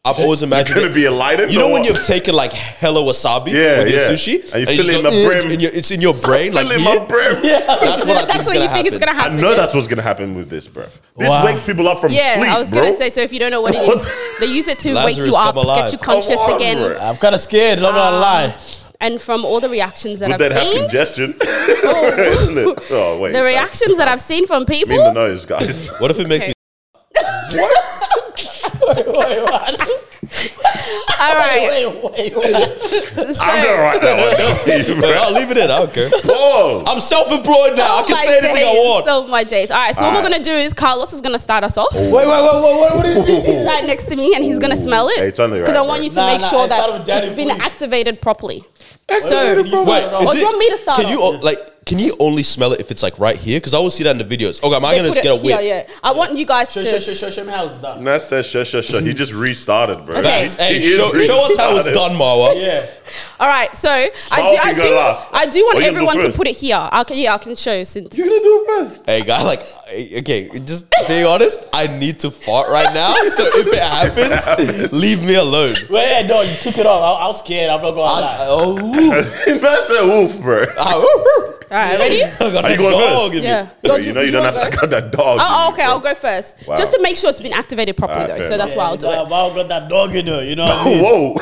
[SPEAKER 2] I've always imagined
[SPEAKER 1] Gonna
[SPEAKER 2] it-
[SPEAKER 1] be a lighter.
[SPEAKER 2] You know
[SPEAKER 1] or
[SPEAKER 2] when
[SPEAKER 1] what?
[SPEAKER 2] you've taken like hella wasabi
[SPEAKER 1] Yeah,
[SPEAKER 2] with your
[SPEAKER 1] yeah.
[SPEAKER 2] sushi,
[SPEAKER 1] And you feel it
[SPEAKER 2] just go,
[SPEAKER 1] in the
[SPEAKER 2] "Ugh,"
[SPEAKER 1] brim.
[SPEAKER 2] and you- it's in your brain, like
[SPEAKER 1] Fill in
[SPEAKER 2] here.
[SPEAKER 1] my brim.
[SPEAKER 2] That's what I
[SPEAKER 4] That's what you think is gonna
[SPEAKER 1] I
[SPEAKER 4] happen.
[SPEAKER 1] know
[SPEAKER 4] yeah.
[SPEAKER 1] that's what's gonna happen with this, bruv. This
[SPEAKER 3] Wow.
[SPEAKER 1] wakes people up from
[SPEAKER 4] Yeah,
[SPEAKER 1] sleep,
[SPEAKER 4] I was
[SPEAKER 1] bro.
[SPEAKER 4] gonna say. So if you don't know what it
[SPEAKER 1] What?
[SPEAKER 4] is, they use it to wake
[SPEAKER 2] Lazarus
[SPEAKER 4] you up,
[SPEAKER 2] come alive.
[SPEAKER 4] get you
[SPEAKER 1] Come
[SPEAKER 4] conscious
[SPEAKER 1] on,
[SPEAKER 4] again.
[SPEAKER 1] bro.
[SPEAKER 3] I'm kind of scared. Not gonna
[SPEAKER 4] um,
[SPEAKER 3] lie.
[SPEAKER 4] And from all the reactions that
[SPEAKER 1] Would that
[SPEAKER 4] I've
[SPEAKER 1] have
[SPEAKER 4] seen,
[SPEAKER 1] congestion? Isn't it? Oh wait,
[SPEAKER 4] the
[SPEAKER 1] that's-
[SPEAKER 4] reactions that I've seen from
[SPEAKER 1] Me in the
[SPEAKER 4] people,
[SPEAKER 1] nose, guys.
[SPEAKER 2] What if it makes me?
[SPEAKER 4] all right.
[SPEAKER 3] Wait, wait, wait.
[SPEAKER 4] So,
[SPEAKER 1] I'm gonna write that one.
[SPEAKER 2] Wait,
[SPEAKER 1] bro.
[SPEAKER 2] I'll leave it in. I don't care.
[SPEAKER 1] Whoa.
[SPEAKER 2] I'm self-employed now. I
[SPEAKER 4] Oh
[SPEAKER 2] can
[SPEAKER 4] my
[SPEAKER 2] say anything I
[SPEAKER 4] days.
[SPEAKER 2] want.
[SPEAKER 4] Oh my days. All right. So what we're
[SPEAKER 1] Alright.
[SPEAKER 4] gonna do is Carlos is gonna start us off.
[SPEAKER 3] Wait, wait, wait, wait, wait, what is this?
[SPEAKER 4] He's right next to me, and he's gonna
[SPEAKER 1] Ooh.
[SPEAKER 4] smell it
[SPEAKER 1] Hey, it's only
[SPEAKER 4] because I
[SPEAKER 1] right,
[SPEAKER 4] want
[SPEAKER 1] bro.
[SPEAKER 4] you to
[SPEAKER 3] Nah,
[SPEAKER 4] make
[SPEAKER 3] nah,
[SPEAKER 4] sure
[SPEAKER 3] I started
[SPEAKER 4] that
[SPEAKER 3] with Daddy,
[SPEAKER 4] it's been
[SPEAKER 3] please.
[SPEAKER 4] activated properly. So
[SPEAKER 3] Wait,
[SPEAKER 2] Wait,
[SPEAKER 3] wait,
[SPEAKER 2] is
[SPEAKER 4] Oh, do you want me to start
[SPEAKER 2] Can you
[SPEAKER 4] off?
[SPEAKER 2] o- like? Can you only smell it if it's like right here? Because I always see that in the videos. Okay, am I
[SPEAKER 4] they
[SPEAKER 2] gonna
[SPEAKER 4] put
[SPEAKER 2] just
[SPEAKER 4] it
[SPEAKER 2] get a
[SPEAKER 4] here,
[SPEAKER 2] whiff?
[SPEAKER 4] yeah. I want you guys
[SPEAKER 3] Show,
[SPEAKER 4] to.
[SPEAKER 3] show, show, show, show me how it's done.
[SPEAKER 1] Nas says, "Sure, sure, sure." He just restarted, bro.
[SPEAKER 4] Okay.
[SPEAKER 1] He
[SPEAKER 2] Hey,
[SPEAKER 1] is
[SPEAKER 2] show, show us how it's
[SPEAKER 1] restarted.
[SPEAKER 2] done, Marwa.
[SPEAKER 3] Yeah.
[SPEAKER 4] All right. So I do. I
[SPEAKER 1] you go
[SPEAKER 4] do.
[SPEAKER 1] last.
[SPEAKER 4] I do want
[SPEAKER 1] Or you can go
[SPEAKER 4] everyone to
[SPEAKER 1] first.
[SPEAKER 4] put it here. I can, yeah, I can show since.
[SPEAKER 2] Hey, guy, like, I- okay, just being honest, I need to fart right now. So if it happens, leave me alone.
[SPEAKER 3] Wait, no, you kick it off. I, I was scared. I'm not gonna
[SPEAKER 2] I,
[SPEAKER 3] lie.
[SPEAKER 4] uh,
[SPEAKER 2] oh, ooh.
[SPEAKER 1] Nas said, "Oof, bro."
[SPEAKER 2] Ah, ooh, ooh.
[SPEAKER 4] All right. Ready?
[SPEAKER 2] I got
[SPEAKER 1] Are you going
[SPEAKER 2] that
[SPEAKER 1] first?
[SPEAKER 2] dog in me.
[SPEAKER 4] Yeah.
[SPEAKER 1] Bro,
[SPEAKER 4] Go-
[SPEAKER 1] you know you don't
[SPEAKER 4] wanna
[SPEAKER 1] have to
[SPEAKER 4] go?
[SPEAKER 1] cut that dog.
[SPEAKER 4] Oh, oh, okay,
[SPEAKER 1] bro.
[SPEAKER 4] I'll go first.
[SPEAKER 1] Wow.
[SPEAKER 4] Just to make sure it's been activated properly,
[SPEAKER 1] Alright,
[SPEAKER 4] though.
[SPEAKER 1] fair
[SPEAKER 4] So that's why I'll do
[SPEAKER 3] Wow,
[SPEAKER 4] it.
[SPEAKER 3] wow, got that dog in her, you know what I mean?
[SPEAKER 1] Oh,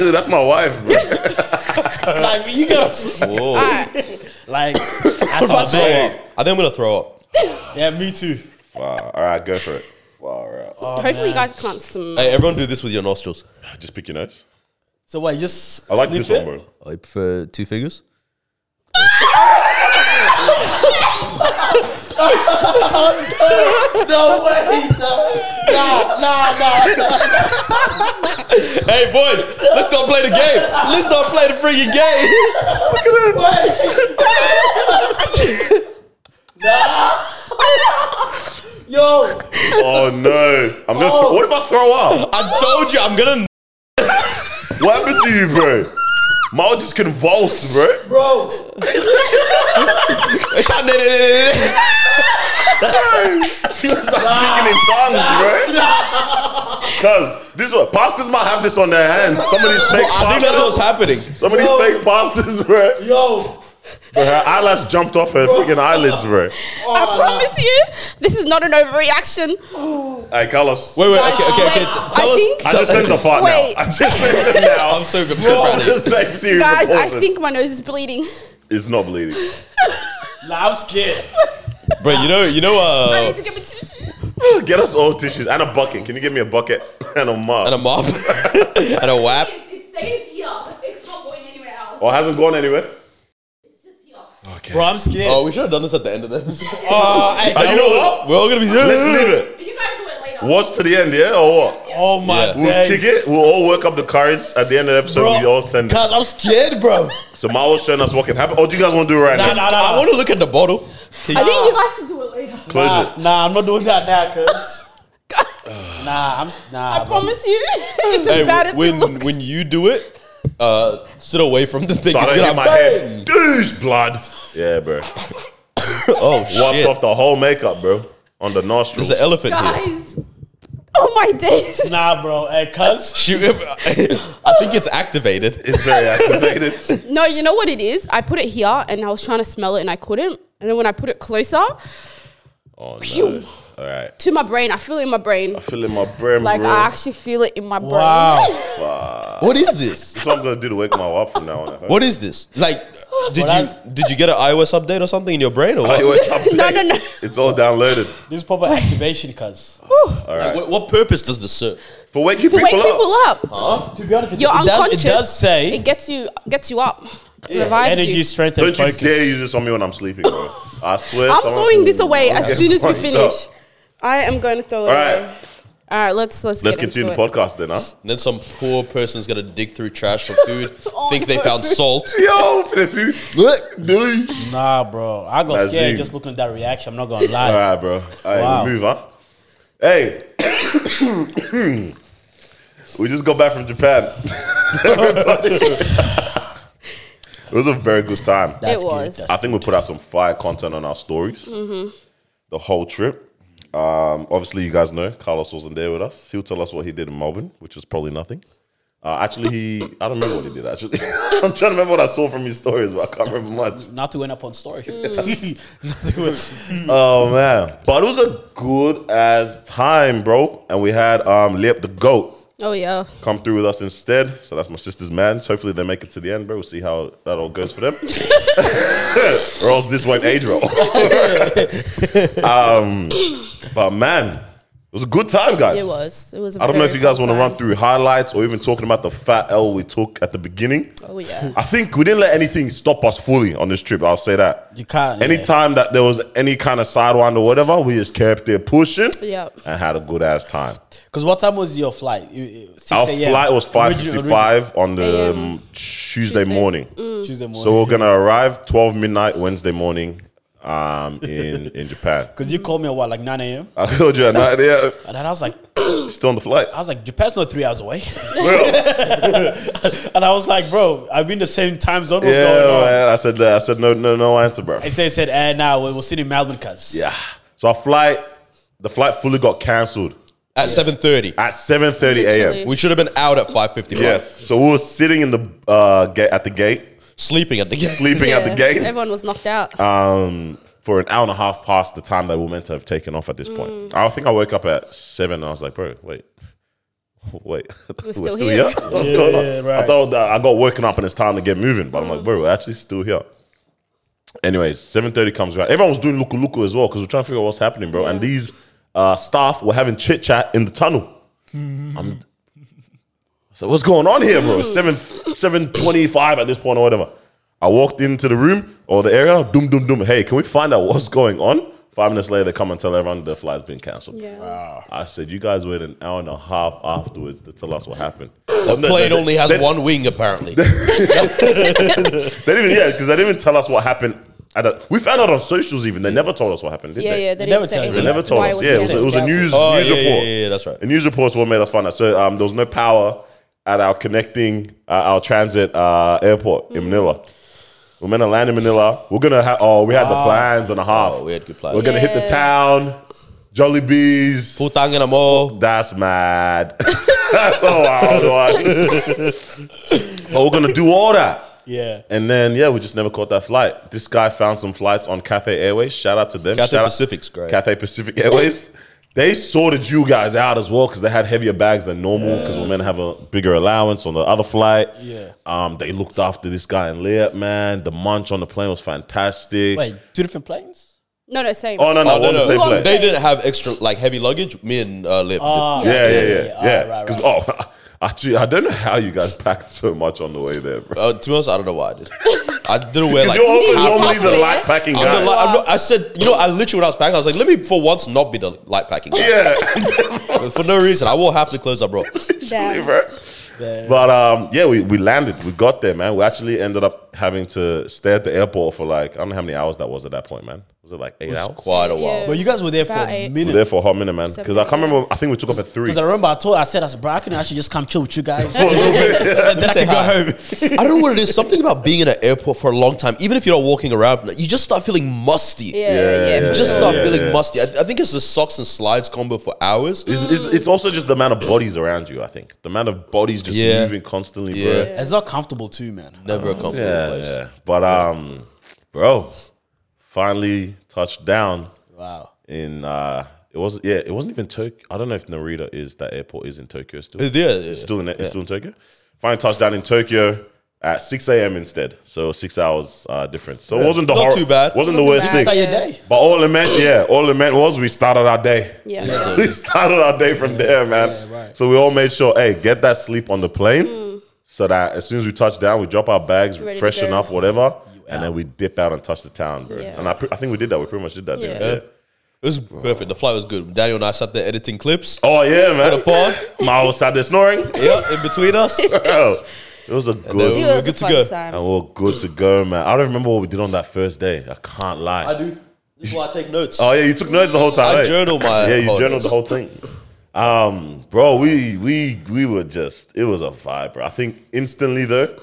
[SPEAKER 1] whoa, that's my wife, bro.
[SPEAKER 3] It's like, you gotta,
[SPEAKER 2] Whoa.
[SPEAKER 3] like, that's
[SPEAKER 2] If I
[SPEAKER 3] my
[SPEAKER 2] throw
[SPEAKER 3] bag.
[SPEAKER 2] up, I think I'm gonna throw up.
[SPEAKER 3] Yeah, me too.
[SPEAKER 1] wow. All right, go for it. Wow, all right.
[SPEAKER 4] Hopefully, you guys can't smell.
[SPEAKER 2] Hey, everyone, do this with your nostrils.
[SPEAKER 1] Just pick your nose.
[SPEAKER 3] So what, you just
[SPEAKER 1] I like
[SPEAKER 3] sniff
[SPEAKER 1] this
[SPEAKER 3] it?
[SPEAKER 1] one, bro.
[SPEAKER 2] I prefer two fingers.
[SPEAKER 3] No way, no. Nah, nah, nah, nah.
[SPEAKER 2] Hey, boys, let's not play the game. Let's not play the freaking game.
[SPEAKER 3] Yo,
[SPEAKER 1] Oh no! I'm gonna. what if I throw up?
[SPEAKER 2] I told you, I'm gonna.
[SPEAKER 1] What happened to you, bro? Mal just convulsed, bro.
[SPEAKER 3] bro.
[SPEAKER 1] She was like speaking in tongues, bro. Cause this one, pastors might have this on their hands. Somebody's fake
[SPEAKER 2] I think that's
[SPEAKER 1] pastors.
[SPEAKER 2] what's happening.
[SPEAKER 1] Somebody's fake pastors, bro.
[SPEAKER 3] Yo,
[SPEAKER 1] But her eyelash jumped off her freaking eyelids, bro.
[SPEAKER 4] I promise you, this is not an overreaction.
[SPEAKER 1] Hey, Carlos.
[SPEAKER 2] Wait, wait,
[SPEAKER 4] Guys,
[SPEAKER 2] okay, okay, okay.
[SPEAKER 4] wait,
[SPEAKER 2] t-
[SPEAKER 4] I
[SPEAKER 2] Tell us.
[SPEAKER 4] think-
[SPEAKER 1] I just sent the fart
[SPEAKER 4] Wait.
[SPEAKER 1] now. I just sent it now.
[SPEAKER 2] I'm so good. I'm
[SPEAKER 1] Just
[SPEAKER 2] so
[SPEAKER 1] for
[SPEAKER 2] proud of you.
[SPEAKER 1] the Oh. safety
[SPEAKER 4] Guys, I
[SPEAKER 1] precautions.
[SPEAKER 4] think my nose is bleeding.
[SPEAKER 1] it's not bleeding.
[SPEAKER 3] nah, I'm scared.
[SPEAKER 2] Bro, you know, you know,
[SPEAKER 4] I
[SPEAKER 2] uh,
[SPEAKER 4] need to get my tissue.
[SPEAKER 1] Get us all tissues and a bucket. Can you give me a bucket and a mop?
[SPEAKER 2] and a mop and a wap.
[SPEAKER 4] It stays here. It's not going anywhere else.
[SPEAKER 1] or hasn't gone anywhere.
[SPEAKER 4] It's just here.
[SPEAKER 3] Bro, I'm scared.
[SPEAKER 2] Oh, we should have done this at the end of this.
[SPEAKER 3] Oh, hey,
[SPEAKER 1] And you know what?
[SPEAKER 2] We're all gonna be.
[SPEAKER 1] Let's leave it.
[SPEAKER 4] But you guys do it later.
[SPEAKER 1] Watch to the end, yeah, or what?
[SPEAKER 3] oh my
[SPEAKER 2] Yeah.
[SPEAKER 3] yeah.
[SPEAKER 1] We'll kick it. We'll all work up the courage at the end of the episode.
[SPEAKER 3] Bro,
[SPEAKER 1] we all send it.
[SPEAKER 3] Cause I'm scared, bro.
[SPEAKER 1] So Mao's showing us what can happen. Or do you guys want to do it right
[SPEAKER 3] Nah,
[SPEAKER 1] now?
[SPEAKER 3] nah,
[SPEAKER 2] I
[SPEAKER 3] nah.
[SPEAKER 2] want to look at the bottle. Can
[SPEAKER 4] I
[SPEAKER 2] you-
[SPEAKER 4] think you guys should do it later.
[SPEAKER 1] Close
[SPEAKER 3] nah,
[SPEAKER 1] it.
[SPEAKER 3] nah, I'm not doing that now, cause. nah, I'm s- nah.
[SPEAKER 4] I promise you, it's
[SPEAKER 2] Hey,
[SPEAKER 4] as bad as
[SPEAKER 2] when
[SPEAKER 4] it looks.
[SPEAKER 2] when you do it, uh, sit away from the thing.
[SPEAKER 1] So I
[SPEAKER 2] It's
[SPEAKER 1] don't hit
[SPEAKER 2] gonna
[SPEAKER 1] my head. Douche blood. Yeah, bro. Wiped
[SPEAKER 2] Oh shit!
[SPEAKER 1] off the whole makeup, bro. On the
[SPEAKER 2] There's
[SPEAKER 1] nostrils.
[SPEAKER 2] an elephant here.
[SPEAKER 4] guys, oh my days.
[SPEAKER 3] Nah, bro. Uh, Hey, cause.
[SPEAKER 2] Shoot him. I think it's activated.
[SPEAKER 1] It's very activated.
[SPEAKER 4] No, you know what it is? I put it here and I was trying to smell it and I couldn't. And then when I put it closer
[SPEAKER 1] oh no.
[SPEAKER 4] Phew.
[SPEAKER 1] All right.
[SPEAKER 4] to my brain, I feel it in my brain.
[SPEAKER 1] I'm feeling my brain,
[SPEAKER 4] Like
[SPEAKER 1] bro.
[SPEAKER 4] I actually feel it in my brain.
[SPEAKER 3] Wow.
[SPEAKER 2] What is this?
[SPEAKER 1] That's what I'm gonna do to wake my wife up from now on.
[SPEAKER 2] What is this? Like, Did you did you get an iOS update or something in your brain or what?
[SPEAKER 1] iOS update.
[SPEAKER 4] No, no, no.
[SPEAKER 1] It's all downloaded.
[SPEAKER 3] This is proper activation, cuz.
[SPEAKER 1] All
[SPEAKER 2] Like,
[SPEAKER 1] right.
[SPEAKER 2] what, what purpose does this serve?
[SPEAKER 1] For waking
[SPEAKER 4] to
[SPEAKER 1] people
[SPEAKER 4] wake
[SPEAKER 1] up.
[SPEAKER 4] people up.
[SPEAKER 3] To be honest, it,
[SPEAKER 4] You're
[SPEAKER 3] it
[SPEAKER 4] unconscious.
[SPEAKER 3] Does, it does say
[SPEAKER 4] it gets you gets you up. It revives
[SPEAKER 3] energy,
[SPEAKER 4] you.
[SPEAKER 3] strength, and
[SPEAKER 1] Don't you
[SPEAKER 3] focus.
[SPEAKER 1] dare use this on me when I'm sleeping, bro. I swear.
[SPEAKER 4] I'm
[SPEAKER 1] someone-
[SPEAKER 4] throwing this away as
[SPEAKER 1] Okay,
[SPEAKER 4] soon as we
[SPEAKER 1] fine,
[SPEAKER 4] finish.
[SPEAKER 1] stop.
[SPEAKER 4] I am going to throw it
[SPEAKER 1] All
[SPEAKER 4] away.
[SPEAKER 1] right.
[SPEAKER 4] All right, let's let's,
[SPEAKER 1] Let's
[SPEAKER 4] get into
[SPEAKER 1] continue the
[SPEAKER 4] it.
[SPEAKER 1] podcast then, huh?
[SPEAKER 2] And then some poor person's gonna dig through trash for food,
[SPEAKER 4] Oh,
[SPEAKER 2] think they
[SPEAKER 4] no.
[SPEAKER 2] found salt.
[SPEAKER 1] Yo, for the food. Look.
[SPEAKER 3] Nah, bro. I got
[SPEAKER 1] Lazim.
[SPEAKER 3] scared just looking at that reaction. I'm not gonna lie.
[SPEAKER 1] All right, bro. All right,
[SPEAKER 3] Wow.
[SPEAKER 1] we move, huh? Hey. we just got back from Japan. Everybody. it was a very good time.
[SPEAKER 3] That's
[SPEAKER 4] It
[SPEAKER 3] good. Mm-hmm.
[SPEAKER 4] was.
[SPEAKER 1] I
[SPEAKER 3] That's-
[SPEAKER 1] think we put out some fire content on our stories the whole trip. Um, obviously, you guys know Carlos wasn't there with us. He'll tell us what he did in Melbourne, which was probably nothing. Uh, actually, he I don't remember what he did. Actually, I'm trying to remember what I saw from his stories, but I can't remember much.
[SPEAKER 3] Not to end up on story.
[SPEAKER 4] Mm.
[SPEAKER 3] Not to end-
[SPEAKER 1] Oh man, but it was a good as time, bro. And we had um Leop the goat
[SPEAKER 4] Oh yeah.
[SPEAKER 1] come through with us instead. So that's my sister's man. So hopefully they make it to the end, bro. We'll see how that all goes for them. or else this won't age well. um, but man, it was a good time, guys.
[SPEAKER 4] It was. It was. I
[SPEAKER 1] I don't know if you guys want to run through highlights or even talking about the fat L we took at the beginning.
[SPEAKER 4] Oh yeah.
[SPEAKER 1] I think we didn't let anything stop us fully on this trip. I'll say that.
[SPEAKER 3] You can't, yeah.
[SPEAKER 1] Anytime that there was any kind of sidewind or whatever, we just kept it pushing
[SPEAKER 4] Yep.
[SPEAKER 1] and had a good ass time.
[SPEAKER 3] Because what time was your flight? It- it- 6
[SPEAKER 1] Our
[SPEAKER 3] a.m.
[SPEAKER 1] flight was five
[SPEAKER 3] Original-
[SPEAKER 1] fifty
[SPEAKER 3] original
[SPEAKER 1] five on the
[SPEAKER 4] AM.
[SPEAKER 1] um, Tuesday,
[SPEAKER 4] Tuesday. Mm.
[SPEAKER 1] morning.
[SPEAKER 3] Tuesday morning.
[SPEAKER 1] So we're gonna arrive twelve midnight Wednesday morning um, in in Japan.
[SPEAKER 3] Because you called me at what, like 9 a.m.?
[SPEAKER 1] I told you at night, yeah,
[SPEAKER 3] And then I was like,
[SPEAKER 1] still on the flight.
[SPEAKER 3] I was like, Japan's not three hours away.
[SPEAKER 1] Well,
[SPEAKER 3] and I was like, bro, I've been the same time zone. What's
[SPEAKER 1] yeah,
[SPEAKER 3] going on?
[SPEAKER 1] man. I said that. I said no, no, no answer, bro.
[SPEAKER 3] I said, I said, eh, nah, we- we'll sit in Melbourne, cuz.
[SPEAKER 1] Yeah. So our flight, the flight fully got cancelled
[SPEAKER 2] At seven thirty.
[SPEAKER 1] at seven thirty a.m.
[SPEAKER 4] Literally.
[SPEAKER 2] We should have been out at five fifty.
[SPEAKER 1] Yes. So we were sitting in the uh, gate at the gate,
[SPEAKER 2] Sleeping at the gate.
[SPEAKER 1] sleeping at the
[SPEAKER 4] Yeah.
[SPEAKER 1] gate.
[SPEAKER 4] Everyone was knocked out.
[SPEAKER 1] um, for an hour and a half past the time that we were meant to have taken off at this
[SPEAKER 4] Mm.
[SPEAKER 1] point. I think I woke up at seven and I was like, bro, wait. Wait, we're
[SPEAKER 4] still here.
[SPEAKER 1] What's going on?
[SPEAKER 3] Yeah, right.
[SPEAKER 1] I thought that I got woken up and it's time to get moving, but I'm like, bro, we're
[SPEAKER 4] Mm.
[SPEAKER 1] actually still here. Anyways, seven thirty comes around. Everyone was doing luku luku as well because we're trying to figure out what's happening, bro. And these uh, staff were having chit chat in the tunnel. I'm, so what's going on here,
[SPEAKER 4] Mm.
[SPEAKER 1] bro? Seven seven twenty five at this point or whatever. I walked into the room or the area. Doom doom doom. Hey, can we find out what's going on? Five minutes later, they come and tell everyone the flight's been cancelled.
[SPEAKER 4] yeah.
[SPEAKER 1] I said, you guys wait an hour and a half afterwards to tell us what happened.
[SPEAKER 2] The plane only has
[SPEAKER 1] they,
[SPEAKER 2] one wing apparently.
[SPEAKER 1] They didn't, yeah, because they didn't even tell us what happened. At a, we found out on socials even. They never told us what happened, did
[SPEAKER 4] Yeah,
[SPEAKER 1] they?
[SPEAKER 4] yeah. They
[SPEAKER 3] never
[SPEAKER 4] didn't say
[SPEAKER 3] tell you.
[SPEAKER 1] They
[SPEAKER 4] anything.
[SPEAKER 1] never told
[SPEAKER 4] why
[SPEAKER 1] us.
[SPEAKER 4] was
[SPEAKER 1] yeah, it was,
[SPEAKER 4] cancelled.
[SPEAKER 1] it was a news
[SPEAKER 2] Oh
[SPEAKER 1] news
[SPEAKER 2] yeah, yeah,
[SPEAKER 1] report.
[SPEAKER 2] yeah, yeah, that's right.
[SPEAKER 1] The news reports what made us find out. So um, there was no power at our connecting uh, our transit uh, airport
[SPEAKER 2] Mm.
[SPEAKER 1] in Manila. We're gonna land in Manila. We're gonna have. Oh, we had the plans and a half.
[SPEAKER 2] Ah. Oh, we had good plans.
[SPEAKER 1] We're gonna hit the town. Jolly bees.
[SPEAKER 2] Putang and Amo.
[SPEAKER 1] That's mad. That's a wild one. but we're gonna do all that.
[SPEAKER 3] Yeah.
[SPEAKER 1] And then yeah, we just never caught that flight. This guy found some flights on Cathay Airways. Shout out to them.
[SPEAKER 2] Cathay
[SPEAKER 1] Shout out-
[SPEAKER 2] Pacific's great.
[SPEAKER 1] Cathay Pacific Airways. They sorted you guys out as well because they had heavier bags than normal because we're meant to have a bigger allowance on the other flight.
[SPEAKER 3] Yeah.
[SPEAKER 1] Um, they looked after this guy in layup, man. The munch on the plane was fantastic.
[SPEAKER 3] Wait, two different planes?
[SPEAKER 4] No, no, same.
[SPEAKER 1] Oh no, no,
[SPEAKER 2] Oh, no,
[SPEAKER 1] we're on the
[SPEAKER 2] no.
[SPEAKER 1] same
[SPEAKER 4] We're on the
[SPEAKER 1] plane.
[SPEAKER 2] They didn't have extra like heavy luggage. Me and uh, Lip.
[SPEAKER 3] Ah.
[SPEAKER 1] yeah,
[SPEAKER 2] did.
[SPEAKER 1] yeah, yeah,
[SPEAKER 3] Yeah, yeah, yeah.
[SPEAKER 1] yeah.
[SPEAKER 3] Alright,
[SPEAKER 1] Because oh, actually, I don't know how you guys packed so much on the way there, bro.
[SPEAKER 2] Uh, to be honest, I don't know why I did. I didn't wear
[SPEAKER 1] Because
[SPEAKER 2] like.
[SPEAKER 1] you're also
[SPEAKER 4] half
[SPEAKER 1] normally the
[SPEAKER 4] halfway,
[SPEAKER 1] light
[SPEAKER 4] yeah?
[SPEAKER 1] packing
[SPEAKER 2] I'm the
[SPEAKER 1] guy.
[SPEAKER 2] li- I'm not- i said, you know, I literally when I was packing, I was like, let me for once not be the light packing guy.
[SPEAKER 1] yeah,
[SPEAKER 2] For no reason, I wore half the clothes I brought.
[SPEAKER 4] Damn.
[SPEAKER 1] bro. But um, yeah, we, we landed. We got there, man. We actually ended up having to stay at the airport for like I don't know how many hours that was at that point, man. Was it like eight hours?
[SPEAKER 2] Quite a while.
[SPEAKER 4] Yeah.
[SPEAKER 3] But you guys were there for
[SPEAKER 4] About
[SPEAKER 3] a
[SPEAKER 4] eight.
[SPEAKER 1] We
[SPEAKER 3] minute.
[SPEAKER 1] were there for a hot minute, man. Because I can't remember. I think we took off at three.
[SPEAKER 3] Because I remember I told, I said, I said, bro, I can actually just come chill with you guys.
[SPEAKER 1] For a little bit.
[SPEAKER 3] then I can go
[SPEAKER 2] hi.
[SPEAKER 3] home.
[SPEAKER 2] I don't know what it is. Something about being in an airport for a long time, even if you're not walking around, like, you just start feeling musty.
[SPEAKER 4] Yeah,
[SPEAKER 1] Yeah,
[SPEAKER 4] yeah.
[SPEAKER 1] yeah,
[SPEAKER 4] for
[SPEAKER 1] yeah.
[SPEAKER 4] sure.
[SPEAKER 2] Just start
[SPEAKER 1] Yeah,
[SPEAKER 2] feeling
[SPEAKER 1] yeah.
[SPEAKER 2] musty. I, I think it's the socks and slides combo for hours.
[SPEAKER 1] It's, it's, it's also just the amount of bodies around you. I think the amount of bodies just
[SPEAKER 2] Yeah.
[SPEAKER 1] moving constantly,
[SPEAKER 2] Yeah.
[SPEAKER 1] bro.
[SPEAKER 3] It's not comfortable too, man.
[SPEAKER 2] Never a comfortable
[SPEAKER 1] Yeah,
[SPEAKER 2] place.
[SPEAKER 1] yeah. But um, bro, finally touched down.
[SPEAKER 3] Wow.
[SPEAKER 1] in uh it was yeah it wasn't even Tokyo. I don't know if Narita is that airport is in Tokyo still.
[SPEAKER 2] Yeah, yeah.
[SPEAKER 1] It's still in it's still in Tokyo. Finally touched down in Tokyo. at 6 a.m. instead. So six hours uh, difference. So it wasn't the
[SPEAKER 2] Not
[SPEAKER 1] hor-
[SPEAKER 2] too bad.
[SPEAKER 1] Wasn't, the
[SPEAKER 4] Wasn't
[SPEAKER 1] worst
[SPEAKER 4] bad.
[SPEAKER 1] thing.
[SPEAKER 3] Start your
[SPEAKER 4] Yeah.
[SPEAKER 3] day.
[SPEAKER 1] But all it meant, yeah, all it meant was we started our day.
[SPEAKER 4] Yeah.
[SPEAKER 1] we started our day from there, man. So we all made sure, hey, get that sleep on the plane, so that as soon as we touch down, we drop our bags,
[SPEAKER 4] Hmm. Ready to
[SPEAKER 1] freshen
[SPEAKER 4] go.
[SPEAKER 1] up, whatever, and then we dip out and touch the town, bro.
[SPEAKER 4] Yeah.
[SPEAKER 1] And I, pre- I think we did that. We pretty much did that. didn't we?
[SPEAKER 4] Yeah.
[SPEAKER 1] Yeah.
[SPEAKER 2] It was perfect. The flight was good. Daniel and I sat there editing clips.
[SPEAKER 1] Oh yeah, man.
[SPEAKER 2] The pod.
[SPEAKER 1] My was sat there snoring.
[SPEAKER 2] yeah, in between us.
[SPEAKER 1] Bro, it was a
[SPEAKER 2] then
[SPEAKER 1] good.
[SPEAKER 4] It
[SPEAKER 2] We're
[SPEAKER 4] was a
[SPEAKER 2] good to
[SPEAKER 4] fun
[SPEAKER 2] go.
[SPEAKER 4] time.
[SPEAKER 1] And we are good to go, man. I don't remember what we did on that first day. I can't lie.
[SPEAKER 2] I do. This is why I take notes.
[SPEAKER 1] Oh yeah, you took notes the whole time.
[SPEAKER 2] I
[SPEAKER 1] right?
[SPEAKER 2] journaled my
[SPEAKER 1] Yeah, you
[SPEAKER 2] whole
[SPEAKER 1] journaled
[SPEAKER 2] notes.
[SPEAKER 1] the whole thing. Um, bro, we we we were just it was a vibe, bro. I think instantly though,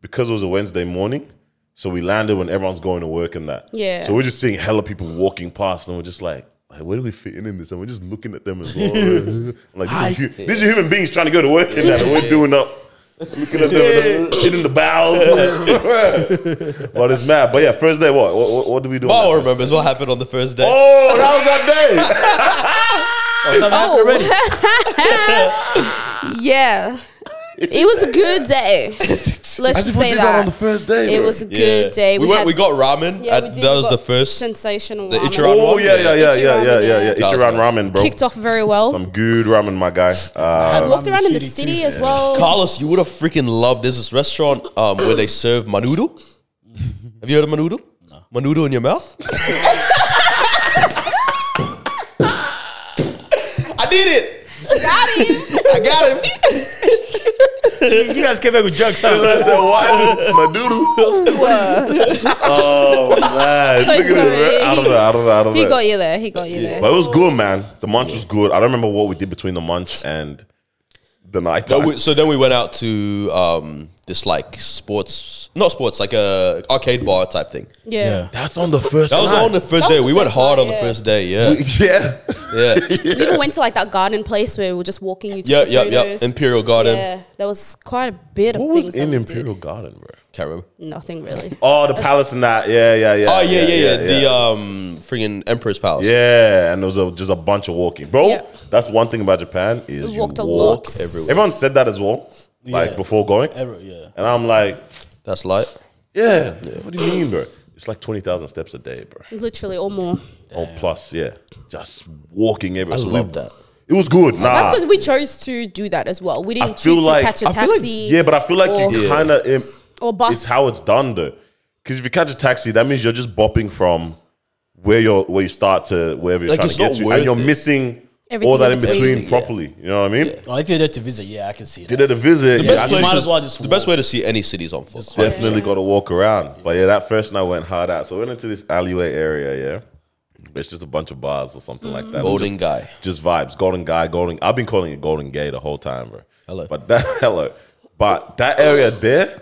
[SPEAKER 1] because it was a Wednesday morning, so we landed when everyone's going to work and that.
[SPEAKER 4] Yeah.
[SPEAKER 1] So we're just seeing hella people walking past, and we're just like. Like, where do we fit in in this? And we're just looking at them as well. I'm like, these are, hu- these are human beings trying to go to work and that, and we're doing up, looking at them, hitting the bowels. but it's mad. But yeah, first day, what? What, what, what do we do? on that
[SPEAKER 2] Mao
[SPEAKER 1] first day?
[SPEAKER 2] remembers what happened on the first day.
[SPEAKER 1] Oh, that was that day.
[SPEAKER 4] Oh,
[SPEAKER 3] Something happened already.
[SPEAKER 2] Oh.
[SPEAKER 4] Yeah. It was a good day. Let's just say that.
[SPEAKER 1] first day.
[SPEAKER 4] it was a good day.
[SPEAKER 2] We, went.
[SPEAKER 4] had-
[SPEAKER 2] we got ramen.
[SPEAKER 4] Yeah,
[SPEAKER 2] at-
[SPEAKER 4] we did.
[SPEAKER 2] that
[SPEAKER 4] We
[SPEAKER 2] was
[SPEAKER 4] got
[SPEAKER 2] the first.
[SPEAKER 4] sensational.
[SPEAKER 2] The
[SPEAKER 4] ramen.
[SPEAKER 2] Ichiran
[SPEAKER 1] Oh yeah, yeah, yeah, yeah, yeah,
[SPEAKER 4] Ichiran,
[SPEAKER 1] yeah,
[SPEAKER 4] yeah.
[SPEAKER 1] yeah.
[SPEAKER 2] That was
[SPEAKER 1] Ichiran
[SPEAKER 2] nice.
[SPEAKER 1] ramen, bro.
[SPEAKER 4] Kicked off very well.
[SPEAKER 1] Some good ramen, my guy. Uh,
[SPEAKER 3] Had
[SPEAKER 4] Walked
[SPEAKER 3] ramen
[SPEAKER 4] around in the
[SPEAKER 3] too.
[SPEAKER 4] city as well.
[SPEAKER 2] Carlos, you would have freaking loved. There's this restaurant um, where they serve manudo. Have you heard of manudo? No. Manudo in your mouth? I did it. I got him.
[SPEAKER 3] You guys came back with jokes. huh?
[SPEAKER 1] I said, "Why did my doodle?" oh man,
[SPEAKER 4] So
[SPEAKER 1] Look at this,
[SPEAKER 4] sorry.
[SPEAKER 1] bro. I don't know. I don't know. I don't
[SPEAKER 4] He
[SPEAKER 1] know.
[SPEAKER 4] got you there. He got you there.
[SPEAKER 1] But it was good, man. The munch was good. I don't remember what we did between the munch and the night
[SPEAKER 2] So,
[SPEAKER 1] time.
[SPEAKER 2] we, so then we went out to um, this like sports, not sports, like a arcade bar type thing.
[SPEAKER 4] Yeah.
[SPEAKER 1] That's on the first.
[SPEAKER 2] That was
[SPEAKER 1] night.
[SPEAKER 2] on the first
[SPEAKER 4] That
[SPEAKER 2] day.
[SPEAKER 4] was
[SPEAKER 2] We
[SPEAKER 4] the
[SPEAKER 2] went
[SPEAKER 4] first
[SPEAKER 2] hard
[SPEAKER 4] night,
[SPEAKER 2] on the
[SPEAKER 4] yeah.
[SPEAKER 2] first day. Yeah,
[SPEAKER 1] yeah.
[SPEAKER 2] yeah,
[SPEAKER 4] We even went to like that garden place where we were just walking you to
[SPEAKER 2] yeah,
[SPEAKER 4] the
[SPEAKER 2] yeah, yeah.
[SPEAKER 4] photos.
[SPEAKER 2] Imperial Garden.
[SPEAKER 4] Yeah, there was quite a bit of
[SPEAKER 1] What
[SPEAKER 4] things
[SPEAKER 1] was in
[SPEAKER 4] that we
[SPEAKER 1] Imperial Garden, bro?
[SPEAKER 2] Can't remember.
[SPEAKER 4] Did. Nothing really.
[SPEAKER 1] Oh, the palace and that. Yeah, yeah, yeah.
[SPEAKER 2] Oh yeah, yeah, yeah. The um, friggin' Emperor's Palace.
[SPEAKER 1] Yeah, and there was a, just a bunch of walking, bro.
[SPEAKER 4] Yeah.
[SPEAKER 1] That's one thing about Japan is
[SPEAKER 4] We
[SPEAKER 1] you
[SPEAKER 4] walked a
[SPEAKER 1] walk
[SPEAKER 4] lot.
[SPEAKER 1] everywhere. Everyone said that as well, like
[SPEAKER 3] Yeah.
[SPEAKER 1] before going,
[SPEAKER 3] Error, yeah.
[SPEAKER 1] and I'm like,
[SPEAKER 2] that's light.
[SPEAKER 1] yeah, what do you mean, bro? It's like twenty thousand steps a day, bro,
[SPEAKER 4] Literally, or more.
[SPEAKER 1] or plus, yeah, just walking everywhere.
[SPEAKER 2] I
[SPEAKER 1] So we-
[SPEAKER 2] love that.
[SPEAKER 1] It was good. Nah,
[SPEAKER 4] That's because we chose to do that as well. We didn't
[SPEAKER 1] feel
[SPEAKER 4] choose
[SPEAKER 1] like-
[SPEAKER 4] to catch a
[SPEAKER 1] Ah. I
[SPEAKER 2] feel like-
[SPEAKER 4] taxi.
[SPEAKER 1] yeah, but I feel like you
[SPEAKER 4] or,
[SPEAKER 1] kind of
[SPEAKER 4] or bus.
[SPEAKER 1] it's how it's done though, because if you catch a taxi, that means you're just bopping from where you're where you start to wherever you're
[SPEAKER 2] Like,
[SPEAKER 1] trying
[SPEAKER 2] it's
[SPEAKER 1] to get
[SPEAKER 2] not
[SPEAKER 1] to, and
[SPEAKER 2] worth
[SPEAKER 1] you're
[SPEAKER 2] it.
[SPEAKER 1] missing. all
[SPEAKER 4] Everything
[SPEAKER 1] that
[SPEAKER 4] in
[SPEAKER 1] in between
[SPEAKER 2] between, yeah.
[SPEAKER 1] properly, you know what I mean?
[SPEAKER 3] Oh, if you're there to visit, yeah, I can see
[SPEAKER 1] If
[SPEAKER 3] that.
[SPEAKER 1] you did a visit, yeah,
[SPEAKER 2] Best
[SPEAKER 1] I just
[SPEAKER 3] might
[SPEAKER 2] place
[SPEAKER 3] as well just
[SPEAKER 2] the best
[SPEAKER 3] walk.
[SPEAKER 2] way to see any cities on foot.
[SPEAKER 1] definitely got to walk around. But yeah, that first night went hard out. So we went into this alleyway area, yeah. It's just a bunch of bars or something like that.
[SPEAKER 2] Golden guy.
[SPEAKER 1] Just vibes. Golden guy, golden. I've been calling it golden gay the whole time, bro.
[SPEAKER 2] Hello.
[SPEAKER 1] But that hello. But that area there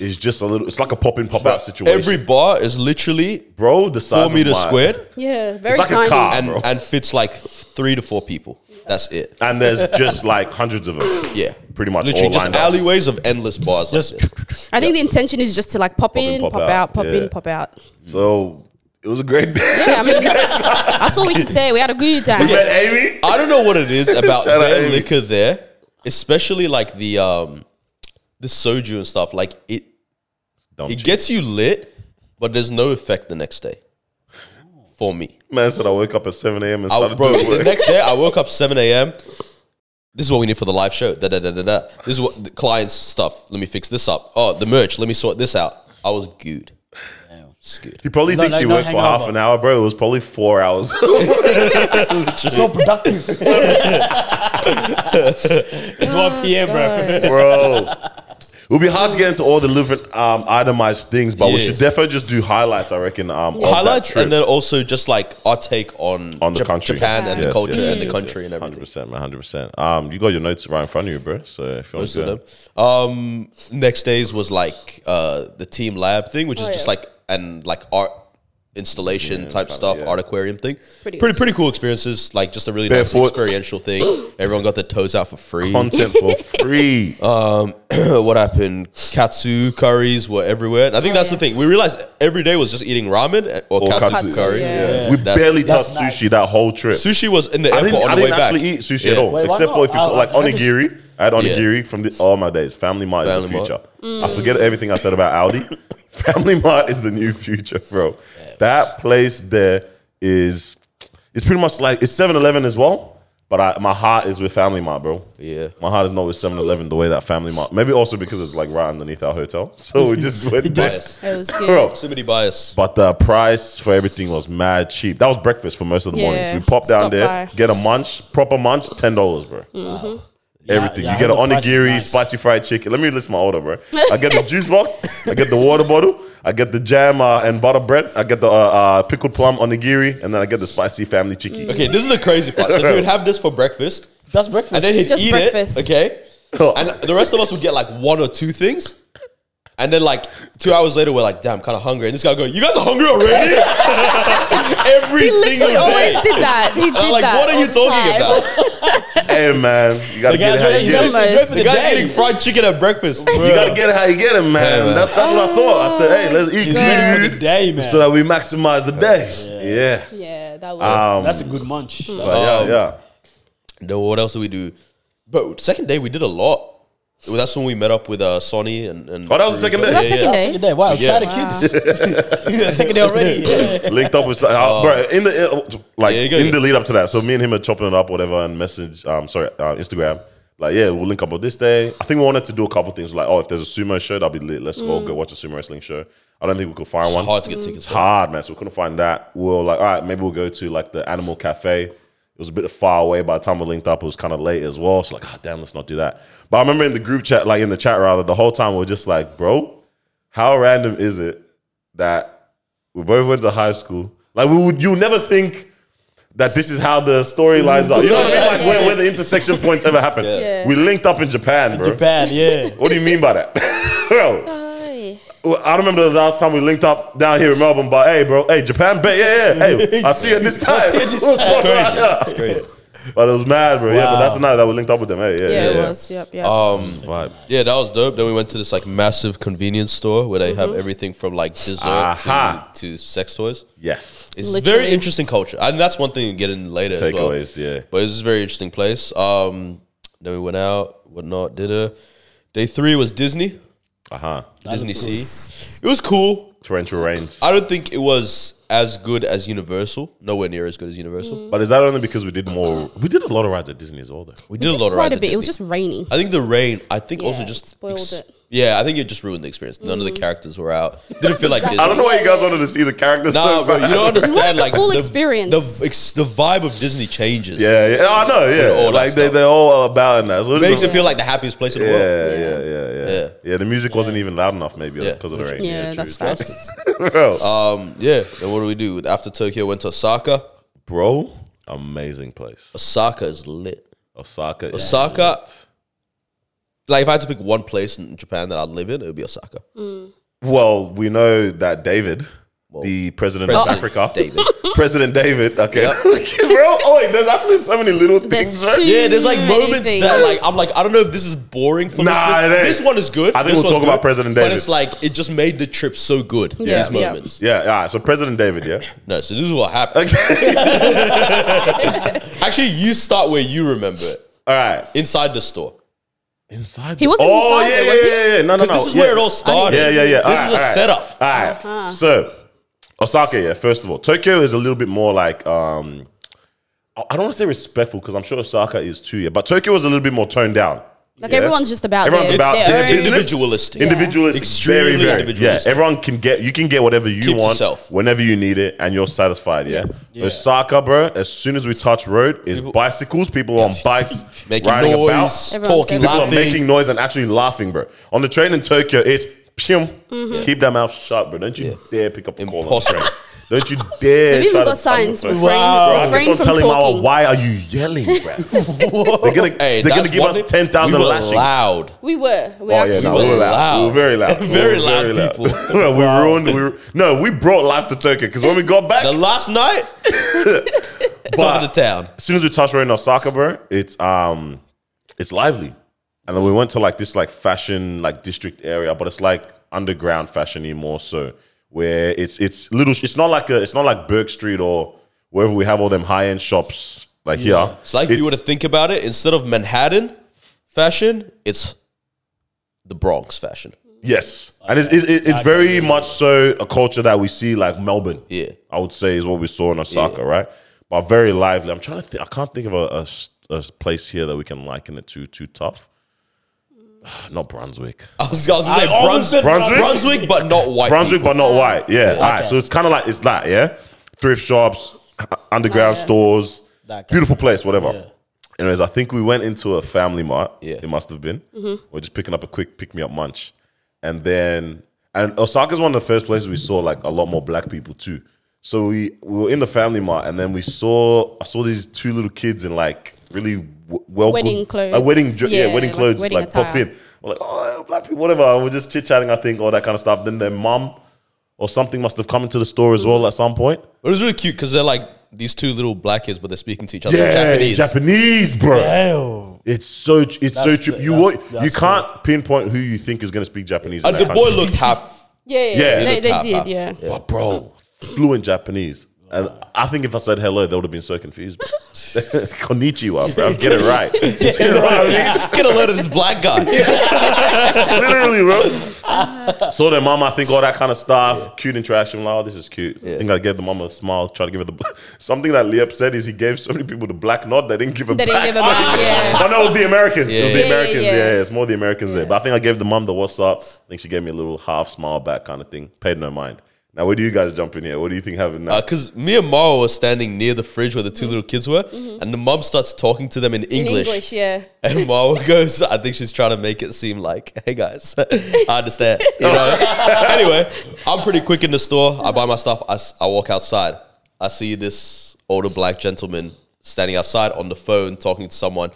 [SPEAKER 1] is just a little it's like a pop in, pop out situation.
[SPEAKER 2] Every bar is literally
[SPEAKER 1] bro, the size
[SPEAKER 2] four
[SPEAKER 1] of
[SPEAKER 2] meters
[SPEAKER 1] my-
[SPEAKER 2] squared
[SPEAKER 4] yeah, very
[SPEAKER 1] It's like
[SPEAKER 4] tiny.
[SPEAKER 1] a car,
[SPEAKER 2] and,
[SPEAKER 1] bro.
[SPEAKER 2] and fits like three to four people. That's it.
[SPEAKER 1] And there's just like hundreds of them.
[SPEAKER 2] Yeah.
[SPEAKER 1] Pretty much
[SPEAKER 2] Literally
[SPEAKER 1] all
[SPEAKER 2] just
[SPEAKER 1] lined up.
[SPEAKER 2] alleyways of endless bars.
[SPEAKER 3] Just
[SPEAKER 2] like this.
[SPEAKER 4] I think the intention is just to like pop, in, pop, out, pop
[SPEAKER 1] yeah.
[SPEAKER 4] in, pop out.
[SPEAKER 1] So it was a great day.
[SPEAKER 4] Yeah, I mean, that's all we can say. We had a good time.
[SPEAKER 1] We met Amy.
[SPEAKER 2] I don't know what it is about
[SPEAKER 1] Shout out
[SPEAKER 2] their
[SPEAKER 1] Amy.
[SPEAKER 2] liquor there, especially like the um the soju and stuff. Like it
[SPEAKER 1] Dumb
[SPEAKER 2] it
[SPEAKER 1] chick.
[SPEAKER 2] gets you lit, but there's no effect the next day. For me.
[SPEAKER 1] man said I wake up at 7 a.m. and
[SPEAKER 2] I,
[SPEAKER 1] started
[SPEAKER 2] bro,
[SPEAKER 1] doing work.
[SPEAKER 2] the next day I woke up 7 a.m. This is what we need for the live show. Da, da, da, da, da. This is what the clients stuff. Let me fix this up. Oh, the merch. Let me sort this out. I was good. It's good.
[SPEAKER 1] He probably
[SPEAKER 3] No,
[SPEAKER 1] thinks
[SPEAKER 3] no,
[SPEAKER 1] he
[SPEAKER 3] no
[SPEAKER 1] worked for
[SPEAKER 3] hangover.
[SPEAKER 1] half an hour, bro. It was probably four hours.
[SPEAKER 3] so productive. it's
[SPEAKER 4] Oh,
[SPEAKER 3] 1 p.m., bro.
[SPEAKER 1] bro. It would be hard to get into all the different um, itemized things, but we
[SPEAKER 2] Yeah.
[SPEAKER 1] should definitely just do highlights. I reckon. Um, of that
[SPEAKER 2] Highlights
[SPEAKER 1] trip.
[SPEAKER 2] and then also just like our take on,
[SPEAKER 1] on the
[SPEAKER 2] Jap-
[SPEAKER 1] country,
[SPEAKER 2] Japan and the
[SPEAKER 1] Yes,
[SPEAKER 2] culture
[SPEAKER 1] yes, yes,
[SPEAKER 2] and
[SPEAKER 1] yes,
[SPEAKER 2] the country
[SPEAKER 1] yes.
[SPEAKER 2] and everything.
[SPEAKER 1] 100%, man, 100%. Um, you got your notes right in front of you, bro. So if you want
[SPEAKER 2] Most
[SPEAKER 1] to,
[SPEAKER 2] of them. Um, next days was like uh, the team lab thing, which is
[SPEAKER 4] Oh,
[SPEAKER 2] just
[SPEAKER 4] yeah.
[SPEAKER 2] like an like art installation type stuff,
[SPEAKER 1] yeah.
[SPEAKER 2] art aquarium thing. Pretty
[SPEAKER 4] Pretty
[SPEAKER 2] pretty, cool experiences. Like just a really
[SPEAKER 1] Barefoot.
[SPEAKER 2] nice experiential thing. Everyone got their toes out for free.
[SPEAKER 1] content for free.
[SPEAKER 2] Oh, what happened? Katsu curries were everywhere. And I
[SPEAKER 4] Oh,
[SPEAKER 2] think that's the thing. We realized every day was just eating ramen or,
[SPEAKER 1] Or
[SPEAKER 2] katsu,
[SPEAKER 1] katsu,
[SPEAKER 2] curry.
[SPEAKER 4] yeah.
[SPEAKER 1] we
[SPEAKER 2] That's-
[SPEAKER 1] barely
[SPEAKER 3] that's
[SPEAKER 1] touched
[SPEAKER 3] nice.
[SPEAKER 1] sushi that whole trip.
[SPEAKER 2] Sushi was in the
[SPEAKER 1] I
[SPEAKER 2] airport
[SPEAKER 1] didn't,
[SPEAKER 2] on
[SPEAKER 1] I
[SPEAKER 2] the way
[SPEAKER 1] didn't
[SPEAKER 2] back.
[SPEAKER 1] actually eat sushi
[SPEAKER 2] Yeah.
[SPEAKER 1] at all,
[SPEAKER 3] Wait, why
[SPEAKER 1] except for
[SPEAKER 3] not?
[SPEAKER 1] if you
[SPEAKER 3] I-
[SPEAKER 1] like
[SPEAKER 3] I- I just-
[SPEAKER 1] onigiri I had onigiri from the, all my days. Family Mart is the
[SPEAKER 2] Family Mart.
[SPEAKER 1] future. I
[SPEAKER 3] Mm.
[SPEAKER 1] forget everything I said about Audi. Family Mart is the new future, bro. That place there is, it's pretty much like, it's 7 Eleven as well, but I, my heart is with Family Mart, bro.
[SPEAKER 2] Yeah.
[SPEAKER 1] My heart is not with 7 Eleven the way that Family Mart, maybe also because it's like right underneath our hotel. So we just went there.
[SPEAKER 2] Bias.
[SPEAKER 4] It was good.
[SPEAKER 1] Bro,
[SPEAKER 2] Proximity bias.
[SPEAKER 1] but the price for everything was mad cheap. That was breakfast for most of the
[SPEAKER 4] Yeah.
[SPEAKER 1] mornings. We pop down
[SPEAKER 4] Stop
[SPEAKER 1] there,
[SPEAKER 4] by. Mm-hmm.
[SPEAKER 1] get a munch, proper munch, ten dollars, bro. Everything.
[SPEAKER 3] yeah,
[SPEAKER 1] you get
[SPEAKER 3] I
[SPEAKER 1] an
[SPEAKER 3] heard the price is
[SPEAKER 1] onigiri,
[SPEAKER 3] nice.
[SPEAKER 1] spicy fried chicken. Let me list my order, bro. I get the juice box, I get the water bottle, I get the jam uh, and butter bread, I get the uh, uh, pickled plum onigiri, and then I get the spicy family chicken.
[SPEAKER 4] Mm.
[SPEAKER 2] Okay, this is the crazy part. So he would have this for breakfast,
[SPEAKER 3] That's breakfast.
[SPEAKER 2] and then he'd
[SPEAKER 4] Just
[SPEAKER 2] eat
[SPEAKER 4] breakfast.
[SPEAKER 2] it. Okay, and the rest of us would get like one or two things. And then, like two hours later, we're like, "Damn, kind of hungry." And this guy go, "You guys are hungry already?" Every
[SPEAKER 4] He literally
[SPEAKER 2] single
[SPEAKER 4] always
[SPEAKER 2] day.
[SPEAKER 4] did that. He did
[SPEAKER 2] I'm like,
[SPEAKER 4] that.
[SPEAKER 2] "What are you
[SPEAKER 4] all the
[SPEAKER 2] talking
[SPEAKER 4] time.
[SPEAKER 2] about?"
[SPEAKER 1] Hey man, you gotta get it
[SPEAKER 3] guy's
[SPEAKER 1] how
[SPEAKER 3] ready
[SPEAKER 1] you
[SPEAKER 3] to
[SPEAKER 1] get
[SPEAKER 3] go.
[SPEAKER 1] it.
[SPEAKER 4] Almost.
[SPEAKER 3] Breakfast for the
[SPEAKER 2] The guy's
[SPEAKER 3] day.
[SPEAKER 2] eating fried chicken at breakfast.
[SPEAKER 1] You gotta get it how you get it, man.
[SPEAKER 2] man.
[SPEAKER 1] That's that's what I thought. I said, hey, let's eat
[SPEAKER 3] Ready for the
[SPEAKER 1] good
[SPEAKER 3] day, man.
[SPEAKER 1] so that we maximize the day. Yeah.
[SPEAKER 4] Yeah, that was.
[SPEAKER 1] Um,
[SPEAKER 3] That's a good munch.
[SPEAKER 4] Hmm.
[SPEAKER 1] but yeah,
[SPEAKER 2] Um,
[SPEAKER 1] yeah.
[SPEAKER 2] No, what else did we do? But second day we did a lot. Well, That's when we met up with uh, Sonny and, and
[SPEAKER 1] Oh, that was the second day?
[SPEAKER 4] Was that second day?
[SPEAKER 3] Second day. Wow,
[SPEAKER 2] Yeah.
[SPEAKER 3] excited kids. Second day already. Yeah.
[SPEAKER 1] linked up with uh, bro in the uh, like
[SPEAKER 2] Oh. Yeah, you go,
[SPEAKER 1] in
[SPEAKER 2] yeah.
[SPEAKER 1] the lead up to that. So me and him are chopping it up, whatever, and message. Um, sorry, uh, Instagram. Like, yeah, we'll link up on this day. I think we wanted to do a couple things. Like, oh, if there's a sumo show, that'll be lit. Let's go go watch a sumo wrestling show. I don't think we could find
[SPEAKER 2] Mm. It's
[SPEAKER 1] one.
[SPEAKER 2] hard to get
[SPEAKER 1] It's
[SPEAKER 2] tickets.
[SPEAKER 1] hard, man. So we couldn't find that. We were like, all right, maybe we'll go to like the Animal Cafe. It was a bit far away. By the time we linked up, it was kind of late as well. So like, ah, damn, let's not do that. But I remember in the group chat, like in the chat rather, the whole time we were just like, bro, how random is it that we both went to high school? Like we would, you never think that this is how the storylines are. You know what I mean? Like where, where the intersection points ever happen.
[SPEAKER 4] Yeah.
[SPEAKER 1] We linked up in Japan, bro.
[SPEAKER 3] Japan, yeah.
[SPEAKER 1] What do you mean by that, bro?
[SPEAKER 4] Aye.
[SPEAKER 1] Well, I don't remember the last time we linked up down here in Melbourne, but hey, bro, hey, Japan, bet, yeah, yeah, hey, I see you this time.
[SPEAKER 2] It's great.
[SPEAKER 1] but it was mad, bro. Yeah, but
[SPEAKER 3] Wow.
[SPEAKER 1] that's the night that we linked up with them. Hey, yeah,
[SPEAKER 4] yeah,
[SPEAKER 1] yeah,
[SPEAKER 4] it
[SPEAKER 1] yeah.
[SPEAKER 4] was. Yep, yeah.
[SPEAKER 2] Um,
[SPEAKER 1] Vibe.
[SPEAKER 2] yeah, that was dope. Then we went to this like massive convenience store where they
[SPEAKER 4] Mm-hmm.
[SPEAKER 2] have everything from like dessert to,
[SPEAKER 1] Aha.
[SPEAKER 2] to sex toys.
[SPEAKER 1] Yes,
[SPEAKER 2] It's
[SPEAKER 4] Literally.
[SPEAKER 2] very interesting culture, and that's one thing you get in later. as well.
[SPEAKER 1] Takeaways, yeah.
[SPEAKER 2] But it's a very interesting place. Um, then we went out, whatnot, dinner. Day three was Disney,
[SPEAKER 1] uh huh.
[SPEAKER 2] Disney Sea. It was cool.
[SPEAKER 1] Torrential rains.
[SPEAKER 2] I don't think it was as good as Universal. Nowhere near as good as Universal.
[SPEAKER 4] Mm.
[SPEAKER 1] But is that only because we did more? We did a lot of rides at Disney as well, though.
[SPEAKER 2] We did a lot of
[SPEAKER 4] Quite
[SPEAKER 2] rides.
[SPEAKER 4] a
[SPEAKER 2] at
[SPEAKER 4] bit. It was
[SPEAKER 2] Disney.
[SPEAKER 4] just raining.
[SPEAKER 2] I think the rain. I think
[SPEAKER 4] Yeah,
[SPEAKER 2] also
[SPEAKER 4] it
[SPEAKER 2] just
[SPEAKER 4] spoiled it. Mm.
[SPEAKER 2] Yeah, I think it just ruined the experience. None of the characters were out. Didn't feel like Disney.
[SPEAKER 1] I don't know why you guys wanted to see the characters.
[SPEAKER 2] Nah,
[SPEAKER 1] so
[SPEAKER 2] bro,
[SPEAKER 1] bad.
[SPEAKER 2] you don't understand.
[SPEAKER 4] wanted the
[SPEAKER 2] Like
[SPEAKER 4] full experience.
[SPEAKER 2] The, ex- the vibe of Disney changes.
[SPEAKER 1] Yeah, yeah, I know.
[SPEAKER 2] all
[SPEAKER 1] Yeah,
[SPEAKER 2] that
[SPEAKER 1] like they,
[SPEAKER 2] stuff.
[SPEAKER 1] they're all about in that. So it
[SPEAKER 2] It makes
[SPEAKER 1] doesn't-
[SPEAKER 2] it feel like the happiest place in the
[SPEAKER 1] yeah,
[SPEAKER 2] world.
[SPEAKER 1] yeah, yeah, yeah,
[SPEAKER 2] Yeah.
[SPEAKER 1] yeah. the music wasn't even loud enough, maybe,
[SPEAKER 2] Yeah.
[SPEAKER 1] because of the rain.
[SPEAKER 4] yeah, that's
[SPEAKER 1] true.
[SPEAKER 4] facts.
[SPEAKER 1] bro.
[SPEAKER 2] Um, yeah. Then what do we do after Tokyo? Went to Osaka.
[SPEAKER 1] bro, amazing place.
[SPEAKER 2] Osaka is lit.
[SPEAKER 1] Osaka. is
[SPEAKER 2] Osaka.
[SPEAKER 1] lit.
[SPEAKER 2] Like if I had to pick one place in Japan that I'd live in, it would be Osaka.
[SPEAKER 1] Well, we know that David, the president of
[SPEAKER 2] President
[SPEAKER 1] Africa,
[SPEAKER 2] David.
[SPEAKER 1] president David. Okay, Okay, bro. Oh wait, there's actually so many little
[SPEAKER 4] There's
[SPEAKER 1] things. Right?
[SPEAKER 4] two-
[SPEAKER 2] Yeah, there's like
[SPEAKER 4] Many
[SPEAKER 2] moments
[SPEAKER 4] things.
[SPEAKER 2] that like I'm like I don't know if this is boring for
[SPEAKER 1] Nah,
[SPEAKER 2] me.
[SPEAKER 1] it ain't.
[SPEAKER 2] This one is good.
[SPEAKER 1] I think
[SPEAKER 2] This
[SPEAKER 1] we'll
[SPEAKER 2] one's
[SPEAKER 1] talk about
[SPEAKER 2] good,
[SPEAKER 1] President
[SPEAKER 2] But
[SPEAKER 1] David.
[SPEAKER 2] it's like it just made the trip so good.
[SPEAKER 4] Yeah,
[SPEAKER 2] These
[SPEAKER 4] yeah.
[SPEAKER 2] moments.
[SPEAKER 1] Yeah. All right. So President David. Yeah.
[SPEAKER 2] No, so this is what happened. Actually, you start where you remember it
[SPEAKER 1] All right.
[SPEAKER 2] inside the store.
[SPEAKER 1] Inside.
[SPEAKER 4] He wasn't
[SPEAKER 1] Oh
[SPEAKER 4] inside
[SPEAKER 1] yeah,
[SPEAKER 4] it,
[SPEAKER 1] yeah,
[SPEAKER 4] was he?
[SPEAKER 1] yeah, yeah. No, no, no.
[SPEAKER 2] 'Cause this is
[SPEAKER 1] yeah.
[SPEAKER 2] where it all started.
[SPEAKER 1] Yeah, yeah, yeah.
[SPEAKER 2] This is a setup.
[SPEAKER 1] All right.
[SPEAKER 4] Uh-huh.
[SPEAKER 1] So Osaka. Yeah. First of all, Tokyo is a little bit more like. um I I don't want to say respectful because I'm sure Osaka is too, yeah. But Tokyo was a little bit more toned down.
[SPEAKER 4] Like
[SPEAKER 1] Yeah.
[SPEAKER 4] everyone's just about
[SPEAKER 1] Everyone's
[SPEAKER 4] their,
[SPEAKER 1] about
[SPEAKER 4] their
[SPEAKER 1] their
[SPEAKER 4] own-
[SPEAKER 1] business.
[SPEAKER 2] Individualistic.
[SPEAKER 1] Individualistic,
[SPEAKER 2] Extremely
[SPEAKER 1] very, very,
[SPEAKER 2] individualistic.
[SPEAKER 1] Yeah, everyone can get you can get whatever you
[SPEAKER 2] Keep to
[SPEAKER 1] want,
[SPEAKER 2] self.
[SPEAKER 1] whenever you need it, and you're satisfied. Yeah? Osaka, bro. As soon as we touch road, is bicycles. People on bikes,
[SPEAKER 2] Making
[SPEAKER 1] riding
[SPEAKER 2] noise,
[SPEAKER 1] about.
[SPEAKER 4] Everyone's
[SPEAKER 2] talking,
[SPEAKER 4] everywhere.
[SPEAKER 1] People
[SPEAKER 2] laughing.
[SPEAKER 1] are making noise and actually laughing, bro. On the train in Tokyo, it's pium. Keep that mouth shut, bro. Don't you dare pick up a call on the
[SPEAKER 2] Mm-hmm. Impossible.
[SPEAKER 1] train. Don't you dare.
[SPEAKER 4] They've even
[SPEAKER 1] try
[SPEAKER 4] got
[SPEAKER 1] to talk on the
[SPEAKER 4] signs
[SPEAKER 1] phone.
[SPEAKER 4] refrain,
[SPEAKER 1] Bro, I kept
[SPEAKER 4] refrain
[SPEAKER 1] on
[SPEAKER 4] from
[SPEAKER 1] telling Mama,
[SPEAKER 4] talking.
[SPEAKER 1] why are you yelling, bro? they're gonna,
[SPEAKER 2] Hey,
[SPEAKER 1] they're gonna
[SPEAKER 2] that's
[SPEAKER 1] give
[SPEAKER 2] one
[SPEAKER 1] us
[SPEAKER 2] thing-
[SPEAKER 1] ten thousand
[SPEAKER 2] we were
[SPEAKER 1] lashings.
[SPEAKER 2] Loud.
[SPEAKER 4] We were. We
[SPEAKER 1] Oh yeah,
[SPEAKER 4] actually
[SPEAKER 1] no,
[SPEAKER 2] were
[SPEAKER 1] we were loud. We were
[SPEAKER 2] loud.
[SPEAKER 1] very loud. We were
[SPEAKER 2] Very loud people.
[SPEAKER 1] Well, we ruined. We were, no, we brought life to Turkey because when we got back,
[SPEAKER 2] The last night,
[SPEAKER 1] but
[SPEAKER 2] top of the town.
[SPEAKER 1] as soon as we touched right in Osaka, bro, it's um, it's lively. And then we went to like this like fashion like district area, but it's like underground fashiony more so, where it's it's little. It's not like a. It's not like Burke Street or wherever
[SPEAKER 2] Mm.
[SPEAKER 1] we have all them high end shops like here.
[SPEAKER 2] It's like you were to think about it. Instead of Manhattan, fashion, it's the Bronx fashion.
[SPEAKER 1] Yes, and it's it's, it's very much so a culture that we see like Melbourne.
[SPEAKER 2] Yeah.
[SPEAKER 1] I would say is what we saw in Osaka, right? But very lively. I'm trying to think. I can't think of a, a s- a s- place here that we can liken it to too tough. Not Brunswick.
[SPEAKER 2] I was, I was gonna say
[SPEAKER 3] almost
[SPEAKER 2] Bruns-
[SPEAKER 3] said
[SPEAKER 1] Brunswick?
[SPEAKER 2] Brunswick, but not white.
[SPEAKER 1] Brunswick, but not white. Yeah. All right. So it's kind of like it's that. Yeah. Thrift shops, h- underground stores,
[SPEAKER 3] That kind
[SPEAKER 1] beautiful place, whatever. Anyways, I think we went into a family mart.
[SPEAKER 2] Yeah.
[SPEAKER 1] It must have been.
[SPEAKER 4] Mm-hmm.
[SPEAKER 1] We're just picking up a quick pick me up munch, and then and Osaka's one of the first places we saw like a lot more black people too. So we, we were in the family mart, and then we saw I saw these two little kids in like really w- well
[SPEAKER 4] Wedding clothes.
[SPEAKER 1] like wedding dr- yeah,
[SPEAKER 4] Yeah,
[SPEAKER 1] wedding
[SPEAKER 4] like
[SPEAKER 1] clothes
[SPEAKER 4] wedding
[SPEAKER 1] like pop
[SPEAKER 4] attire.
[SPEAKER 1] in. We're like oh black people whatever. We're just chit chatting, I think, all that kind of stuff. Then their mum or something must have come into the store as well at some point.
[SPEAKER 2] But it was really cute because they're like these two little black kids, but they're speaking to each other in
[SPEAKER 1] Yeah,
[SPEAKER 2] Japanese.
[SPEAKER 1] Japanese, bro.
[SPEAKER 3] Damn.
[SPEAKER 1] It's so ch- it's so
[SPEAKER 3] That's
[SPEAKER 1] cheap.
[SPEAKER 3] the-
[SPEAKER 1] You
[SPEAKER 3] that's-
[SPEAKER 1] what you
[SPEAKER 3] that's
[SPEAKER 1] can't pinpoint who you think is going to speak Japanese. in
[SPEAKER 2] and the
[SPEAKER 1] that
[SPEAKER 2] boy
[SPEAKER 1] country.
[SPEAKER 2] looked half.
[SPEAKER 4] Yeah, yeah,
[SPEAKER 1] Yeah.
[SPEAKER 4] they, they
[SPEAKER 2] Half,
[SPEAKER 4] did,
[SPEAKER 2] half.
[SPEAKER 4] yeah.
[SPEAKER 1] but bro, fluent Japanese. And I think if I said hello, they would have been so confused. bro. Konnichiwa, bro. Get it right. You know what I mean?
[SPEAKER 2] Get a load of this black guy.
[SPEAKER 1] Literally, bro. so their mom, I think all that kind of stuff, cute interaction. Like, oh, this is cute. I think I gave the mom a smile, try to give her the something that Liep said is he gave so many people the black nod they didn't give a
[SPEAKER 4] They
[SPEAKER 1] back.
[SPEAKER 4] didn't give a back, yeah.
[SPEAKER 1] Oh no, it was the Americans. It was the
[SPEAKER 4] Yeah, yeah,
[SPEAKER 1] Americans. Yeah,
[SPEAKER 4] yeah.
[SPEAKER 1] yeah, it's more the Americans there. But I think I gave the mom the what's up. I think she gave me a little half smile back kind of thing. Paid no mind. Now, where do you guys jump in here? What do you think happened now?
[SPEAKER 2] Because Uh, me and Mara were standing near the fridge where the two little kids were, and the mum starts talking to them in
[SPEAKER 4] In
[SPEAKER 2] English.
[SPEAKER 4] English, yeah.
[SPEAKER 2] And Mara goes, I think she's trying to make it seem like, hey guys, I understand. You know? anyway, I'm pretty quick in the store. I buy my stuff. I, s- I walk outside. I see this older black gentleman standing outside on the phone talking to someone.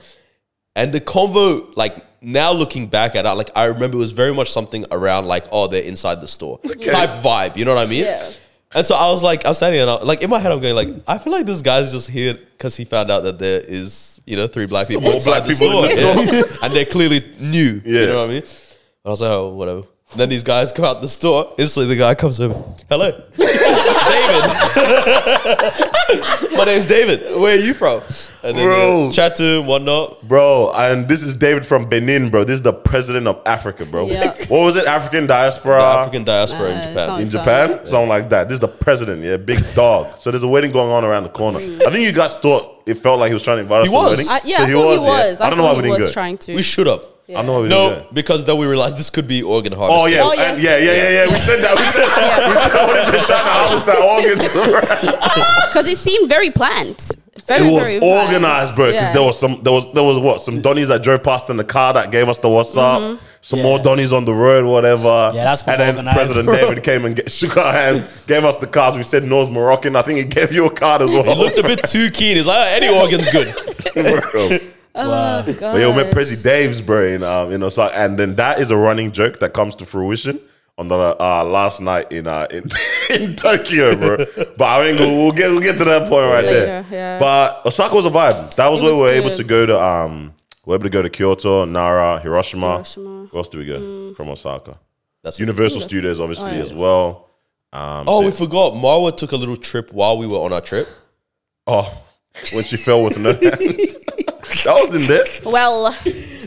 [SPEAKER 2] And the convo, like now looking back at it, like I remember it was very much something around like, oh, they're inside the store type vibe. You know what I mean?
[SPEAKER 4] Yeah.
[SPEAKER 2] And so I was like, I was standing and I, like in my head, I'm going like, I feel like this guy's just here because he found out that there is, you know, three black people
[SPEAKER 1] more black
[SPEAKER 2] inside the
[SPEAKER 1] people in
[SPEAKER 2] store.
[SPEAKER 1] the
[SPEAKER 2] Yeah. and they're clearly new.
[SPEAKER 1] Yeah.
[SPEAKER 2] You know what I mean? And I was like, oh, whatever. And then these guys come out the store. Instantly, the guy comes over. Hello, David. my name's David. Where are you from? And then
[SPEAKER 1] Bro.
[SPEAKER 2] yeah, chat to him, whatnot.
[SPEAKER 1] Bro, and this is David from Benin, bro. This is the president of Africa, bro.
[SPEAKER 4] Yeah.
[SPEAKER 1] What was it? African diaspora.
[SPEAKER 2] The African diaspora in
[SPEAKER 4] Uh,
[SPEAKER 2] Japan.
[SPEAKER 4] sounds-
[SPEAKER 1] in Japan, something like that. This is the president, yeah, big dog. So there's a wedding going on around the corner. I think you guys thought it felt like he was trying to invite us
[SPEAKER 2] He
[SPEAKER 1] to the
[SPEAKER 2] was.
[SPEAKER 1] wedding.
[SPEAKER 4] I, yeah,
[SPEAKER 1] So
[SPEAKER 4] I thought he was.
[SPEAKER 1] yeah.
[SPEAKER 4] I,
[SPEAKER 1] I don't know why we
[SPEAKER 4] thought he
[SPEAKER 1] didn't
[SPEAKER 4] was
[SPEAKER 1] go.
[SPEAKER 4] trying to.
[SPEAKER 2] We should have.
[SPEAKER 1] I don't know why we
[SPEAKER 2] No,
[SPEAKER 1] didn't go.
[SPEAKER 2] because then we realized this could be organ harvesting.
[SPEAKER 1] Oh yeah,
[SPEAKER 4] Oh,
[SPEAKER 1] and- yeah,
[SPEAKER 4] yes.
[SPEAKER 1] yeah, yeah, yeah. We said that. We said, we said that when they trying to harvest that organ.
[SPEAKER 4] Because it seemed very planned.
[SPEAKER 1] It
[SPEAKER 4] Very, very
[SPEAKER 1] was
[SPEAKER 4] planned.
[SPEAKER 1] organized, bro. Because
[SPEAKER 4] Yeah.
[SPEAKER 1] there was some, there was, there was what some Donnies that drove past in the car that gave us the what's up.
[SPEAKER 4] Mm-hmm.
[SPEAKER 1] Some more
[SPEAKER 3] Yeah.
[SPEAKER 1] Donnies on the road, whatever.
[SPEAKER 3] Yeah, that's
[SPEAKER 1] And then
[SPEAKER 3] organized,
[SPEAKER 1] President
[SPEAKER 3] bro.
[SPEAKER 1] David came and get, shook our hands, gave us the cards. We said Nor's Moroccan. I think he gave you a card as well.
[SPEAKER 2] He looked a bit too keen. He's like, "Ah, any organ's good.
[SPEAKER 1] Bro.
[SPEAKER 3] Wow.
[SPEAKER 4] Oh, God.
[SPEAKER 1] But yo, met Prezi Dave's bro in um in Osaka, and then that is a running joke that comes to fruition on the uh, last night in uh in, in Tokyo, bro. but I ain't gonna, we'll get we'll get to that point right
[SPEAKER 4] Later,
[SPEAKER 1] there.
[SPEAKER 4] yeah.
[SPEAKER 1] But Osaka was a vibe. That was
[SPEAKER 4] It
[SPEAKER 1] where we
[SPEAKER 4] was
[SPEAKER 1] were able
[SPEAKER 4] good.
[SPEAKER 1] to go to um we were able to go to Kyoto, Nara, Hiroshima.
[SPEAKER 4] Hiroshima. Mm. Oh,
[SPEAKER 1] Where else do we go from Osaka?
[SPEAKER 2] That's
[SPEAKER 1] Universal Studios, obviously as well. Um,
[SPEAKER 2] Oh, we forgot. Marwa took a little trip while we were on our trip.
[SPEAKER 1] Oh, when she fell with no hands. that was in there.
[SPEAKER 4] Well,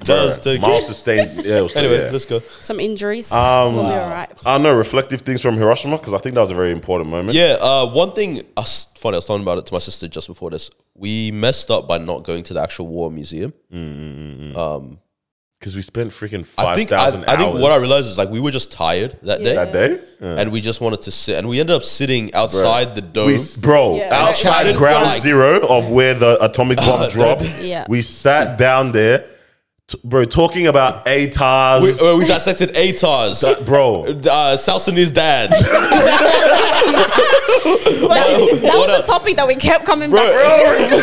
[SPEAKER 2] Does Tokyo.
[SPEAKER 1] Miles sustained. Yeah, it was
[SPEAKER 2] Anyway,
[SPEAKER 1] yeah.
[SPEAKER 2] let's go.
[SPEAKER 4] some injuries. Um, we'll be all right.
[SPEAKER 1] I know reflective things from Hiroshima because I think that was a very important moment.
[SPEAKER 2] Yeah, uh, one thing. I s funny, I was talking about it to my sister just before this. We messed up by not going to the actual war museum.
[SPEAKER 1] Mm,
[SPEAKER 2] Um,
[SPEAKER 1] because we spent freaking
[SPEAKER 2] I
[SPEAKER 1] five
[SPEAKER 2] think I,
[SPEAKER 1] thousand hours.
[SPEAKER 2] I think what I realized is like we were just tired that day,
[SPEAKER 1] that day, Yeah.
[SPEAKER 2] and we just wanted to sit, and we ended up sitting outside the dome.
[SPEAKER 1] we s- bro
[SPEAKER 4] Yeah.
[SPEAKER 1] Um, outside
[SPEAKER 2] Chatted for
[SPEAKER 1] ground Uh,
[SPEAKER 2] like-
[SPEAKER 1] zero of where the atomic bomb
[SPEAKER 2] dude.
[SPEAKER 1] dropped.
[SPEAKER 4] Yeah.
[SPEAKER 1] we sat down there, t- bro, talking about ATARs,
[SPEAKER 2] we, uh, we dissected ATARs,
[SPEAKER 1] bro.
[SPEAKER 2] uh, South Sudanese dads.
[SPEAKER 4] That, that
[SPEAKER 2] What
[SPEAKER 4] was
[SPEAKER 2] up?
[SPEAKER 4] a topic that we kept coming
[SPEAKER 2] Bro,
[SPEAKER 4] back to.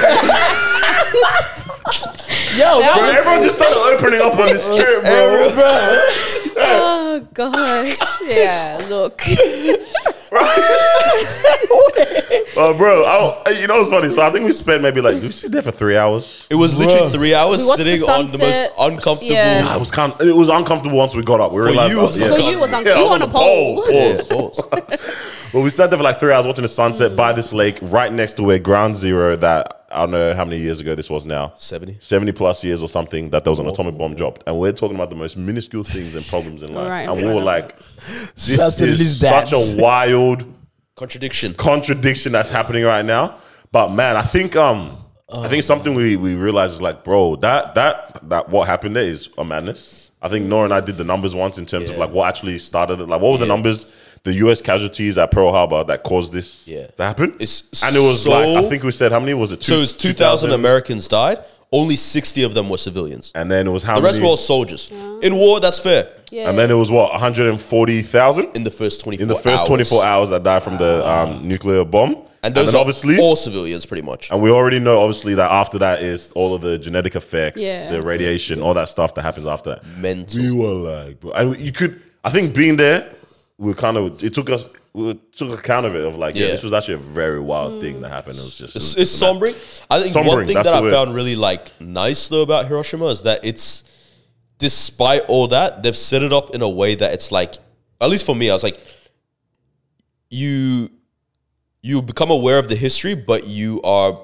[SPEAKER 3] Yo,
[SPEAKER 4] That
[SPEAKER 1] Bro,
[SPEAKER 4] was-
[SPEAKER 1] everyone just started opening up on this trip, bro.
[SPEAKER 4] Oh gosh, yeah. Look,
[SPEAKER 1] Uh, bro, I, you know what's funny? So I think we spent maybe like we sit there for three hours.
[SPEAKER 2] It was literally three hours
[SPEAKER 4] We watched
[SPEAKER 2] sitting
[SPEAKER 4] the
[SPEAKER 2] on the most
[SPEAKER 4] sunset.
[SPEAKER 2] uncomfortable.
[SPEAKER 4] Yeah.
[SPEAKER 1] Nah, it was com- it was uncomfortable once we got up. We realized
[SPEAKER 2] you,
[SPEAKER 1] that-
[SPEAKER 2] was
[SPEAKER 4] for you was on
[SPEAKER 1] Yeah, I
[SPEAKER 4] you
[SPEAKER 1] was
[SPEAKER 4] on a pole.
[SPEAKER 2] Yeah,
[SPEAKER 1] Pause.
[SPEAKER 2] pause.
[SPEAKER 1] But we sat there for like three hours watching the sunset by this lake right next to where Ground Zero that I don't know how many years ago this was now.
[SPEAKER 2] 70?
[SPEAKER 1] 70 plus years or something that there was an atomic bomb dropped. And we're talking about the most minuscule things and problems in life.
[SPEAKER 4] Right,
[SPEAKER 1] and we
[SPEAKER 4] right.
[SPEAKER 1] were like, this
[SPEAKER 6] That's the
[SPEAKER 1] is
[SPEAKER 6] least
[SPEAKER 1] such
[SPEAKER 6] dads.
[SPEAKER 1] a wild
[SPEAKER 2] Contradiction.
[SPEAKER 1] contradiction that's happening right now. But man, I think um I think something we we realize is like, bro, that that that what happened there is a madness. I think Nora and I did the numbers once in terms of
[SPEAKER 2] Yeah.
[SPEAKER 1] like what actually started it. Like what were the numbers? The US casualties at Pearl Harbor that caused this
[SPEAKER 2] Yeah.
[SPEAKER 1] to happen.
[SPEAKER 2] It's
[SPEAKER 1] and it was like I
[SPEAKER 2] so-
[SPEAKER 1] think we said how many was it? Two,
[SPEAKER 2] So it was 2,000 Americans died. Only 60 of them were civilians.
[SPEAKER 1] and then it was how
[SPEAKER 2] The rest
[SPEAKER 1] many?
[SPEAKER 2] were all soldiers. In war, that's fair.
[SPEAKER 4] Yeah.
[SPEAKER 1] and then it was what 140,000
[SPEAKER 2] In the first 24
[SPEAKER 1] in the first 24 hours that died from the um, nuclear bomb.
[SPEAKER 2] Ah. And those
[SPEAKER 1] then
[SPEAKER 2] are all civilians, pretty much.
[SPEAKER 1] And we already know, obviously, that after that is all of the genetic effects,
[SPEAKER 4] Yeah.
[SPEAKER 1] the radiation, all that stuff that happens after that.
[SPEAKER 2] Mental.
[SPEAKER 1] We were like, bro, and you could. I think being there, we kind of it took us we took account of it of like, yeah,
[SPEAKER 2] Yeah.
[SPEAKER 1] this was actually a very wild thing that happened. It was just it
[SPEAKER 2] It's,
[SPEAKER 1] was
[SPEAKER 2] it's
[SPEAKER 1] just a mad-
[SPEAKER 2] sombering. I think
[SPEAKER 1] Sombering,
[SPEAKER 2] one thing
[SPEAKER 1] that's
[SPEAKER 2] that
[SPEAKER 1] the
[SPEAKER 2] I
[SPEAKER 1] word.
[SPEAKER 2] found really like nice though about Hiroshima is that it's despite all that they've set it up in a way that it's like at least for me I was like you you become aware of the history but you are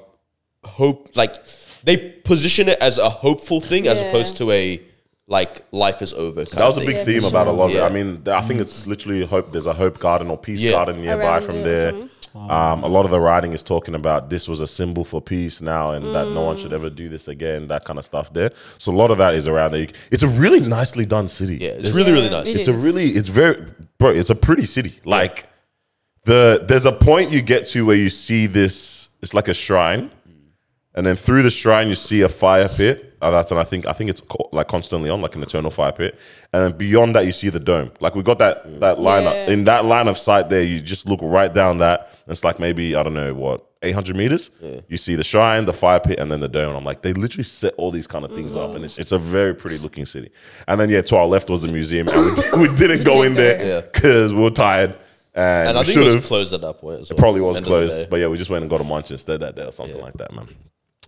[SPEAKER 2] hope like they position it as a hopeful thing as
[SPEAKER 4] Yeah.
[SPEAKER 2] opposed to a like life is over kind
[SPEAKER 1] That was
[SPEAKER 2] of
[SPEAKER 1] a
[SPEAKER 2] thing.
[SPEAKER 1] big
[SPEAKER 4] Yeah,
[SPEAKER 1] theme
[SPEAKER 4] for
[SPEAKER 1] about a lot of it.
[SPEAKER 2] Yeah.
[SPEAKER 1] I mean, th- I think it's literally hope. There's a hope garden or peace
[SPEAKER 2] Yeah.
[SPEAKER 1] garden nearby
[SPEAKER 4] Around
[SPEAKER 1] from
[SPEAKER 4] it mm-hmm. or
[SPEAKER 1] there. Um, a lot of the writing is talking about this was a symbol for peace now, and that no one
[SPEAKER 4] Mm.
[SPEAKER 1] should ever do this again. That kind of stuff there. So a lot of that is around there. It's a really nicely done city.
[SPEAKER 2] yeah it's really really
[SPEAKER 4] Yeah,
[SPEAKER 2] nice
[SPEAKER 4] it
[SPEAKER 1] it's a
[SPEAKER 4] is.
[SPEAKER 1] really it's very bro it's a pretty city like the there's a point you get to where you see this it's like a shrine and then through the shrine you see a fire pit and that's and i think i think it's co- like constantly on like an eternal fire pit and then beyond that you see the dome like we got that that line up
[SPEAKER 4] Yeah.
[SPEAKER 1] in that line of sight there you just look right down that and it's like maybe i don't know what 800 meters you see the shrine the fire pit and then the dome and i'm like they literally set all these kind of things up and it's, it's a very pretty looking city and then yeah to our left was the museum and we, we didn't go in
[SPEAKER 2] Yeah.
[SPEAKER 1] there because we were tired and,
[SPEAKER 2] and I
[SPEAKER 1] we
[SPEAKER 2] think it
[SPEAKER 1] should
[SPEAKER 2] was
[SPEAKER 1] have
[SPEAKER 2] closed at that point as well.
[SPEAKER 1] probably was
[SPEAKER 2] end of the
[SPEAKER 1] closed.
[SPEAKER 2] day.
[SPEAKER 1] But yeah, we just went and got a munch instead that day or something
[SPEAKER 2] Yeah.
[SPEAKER 1] like that, man.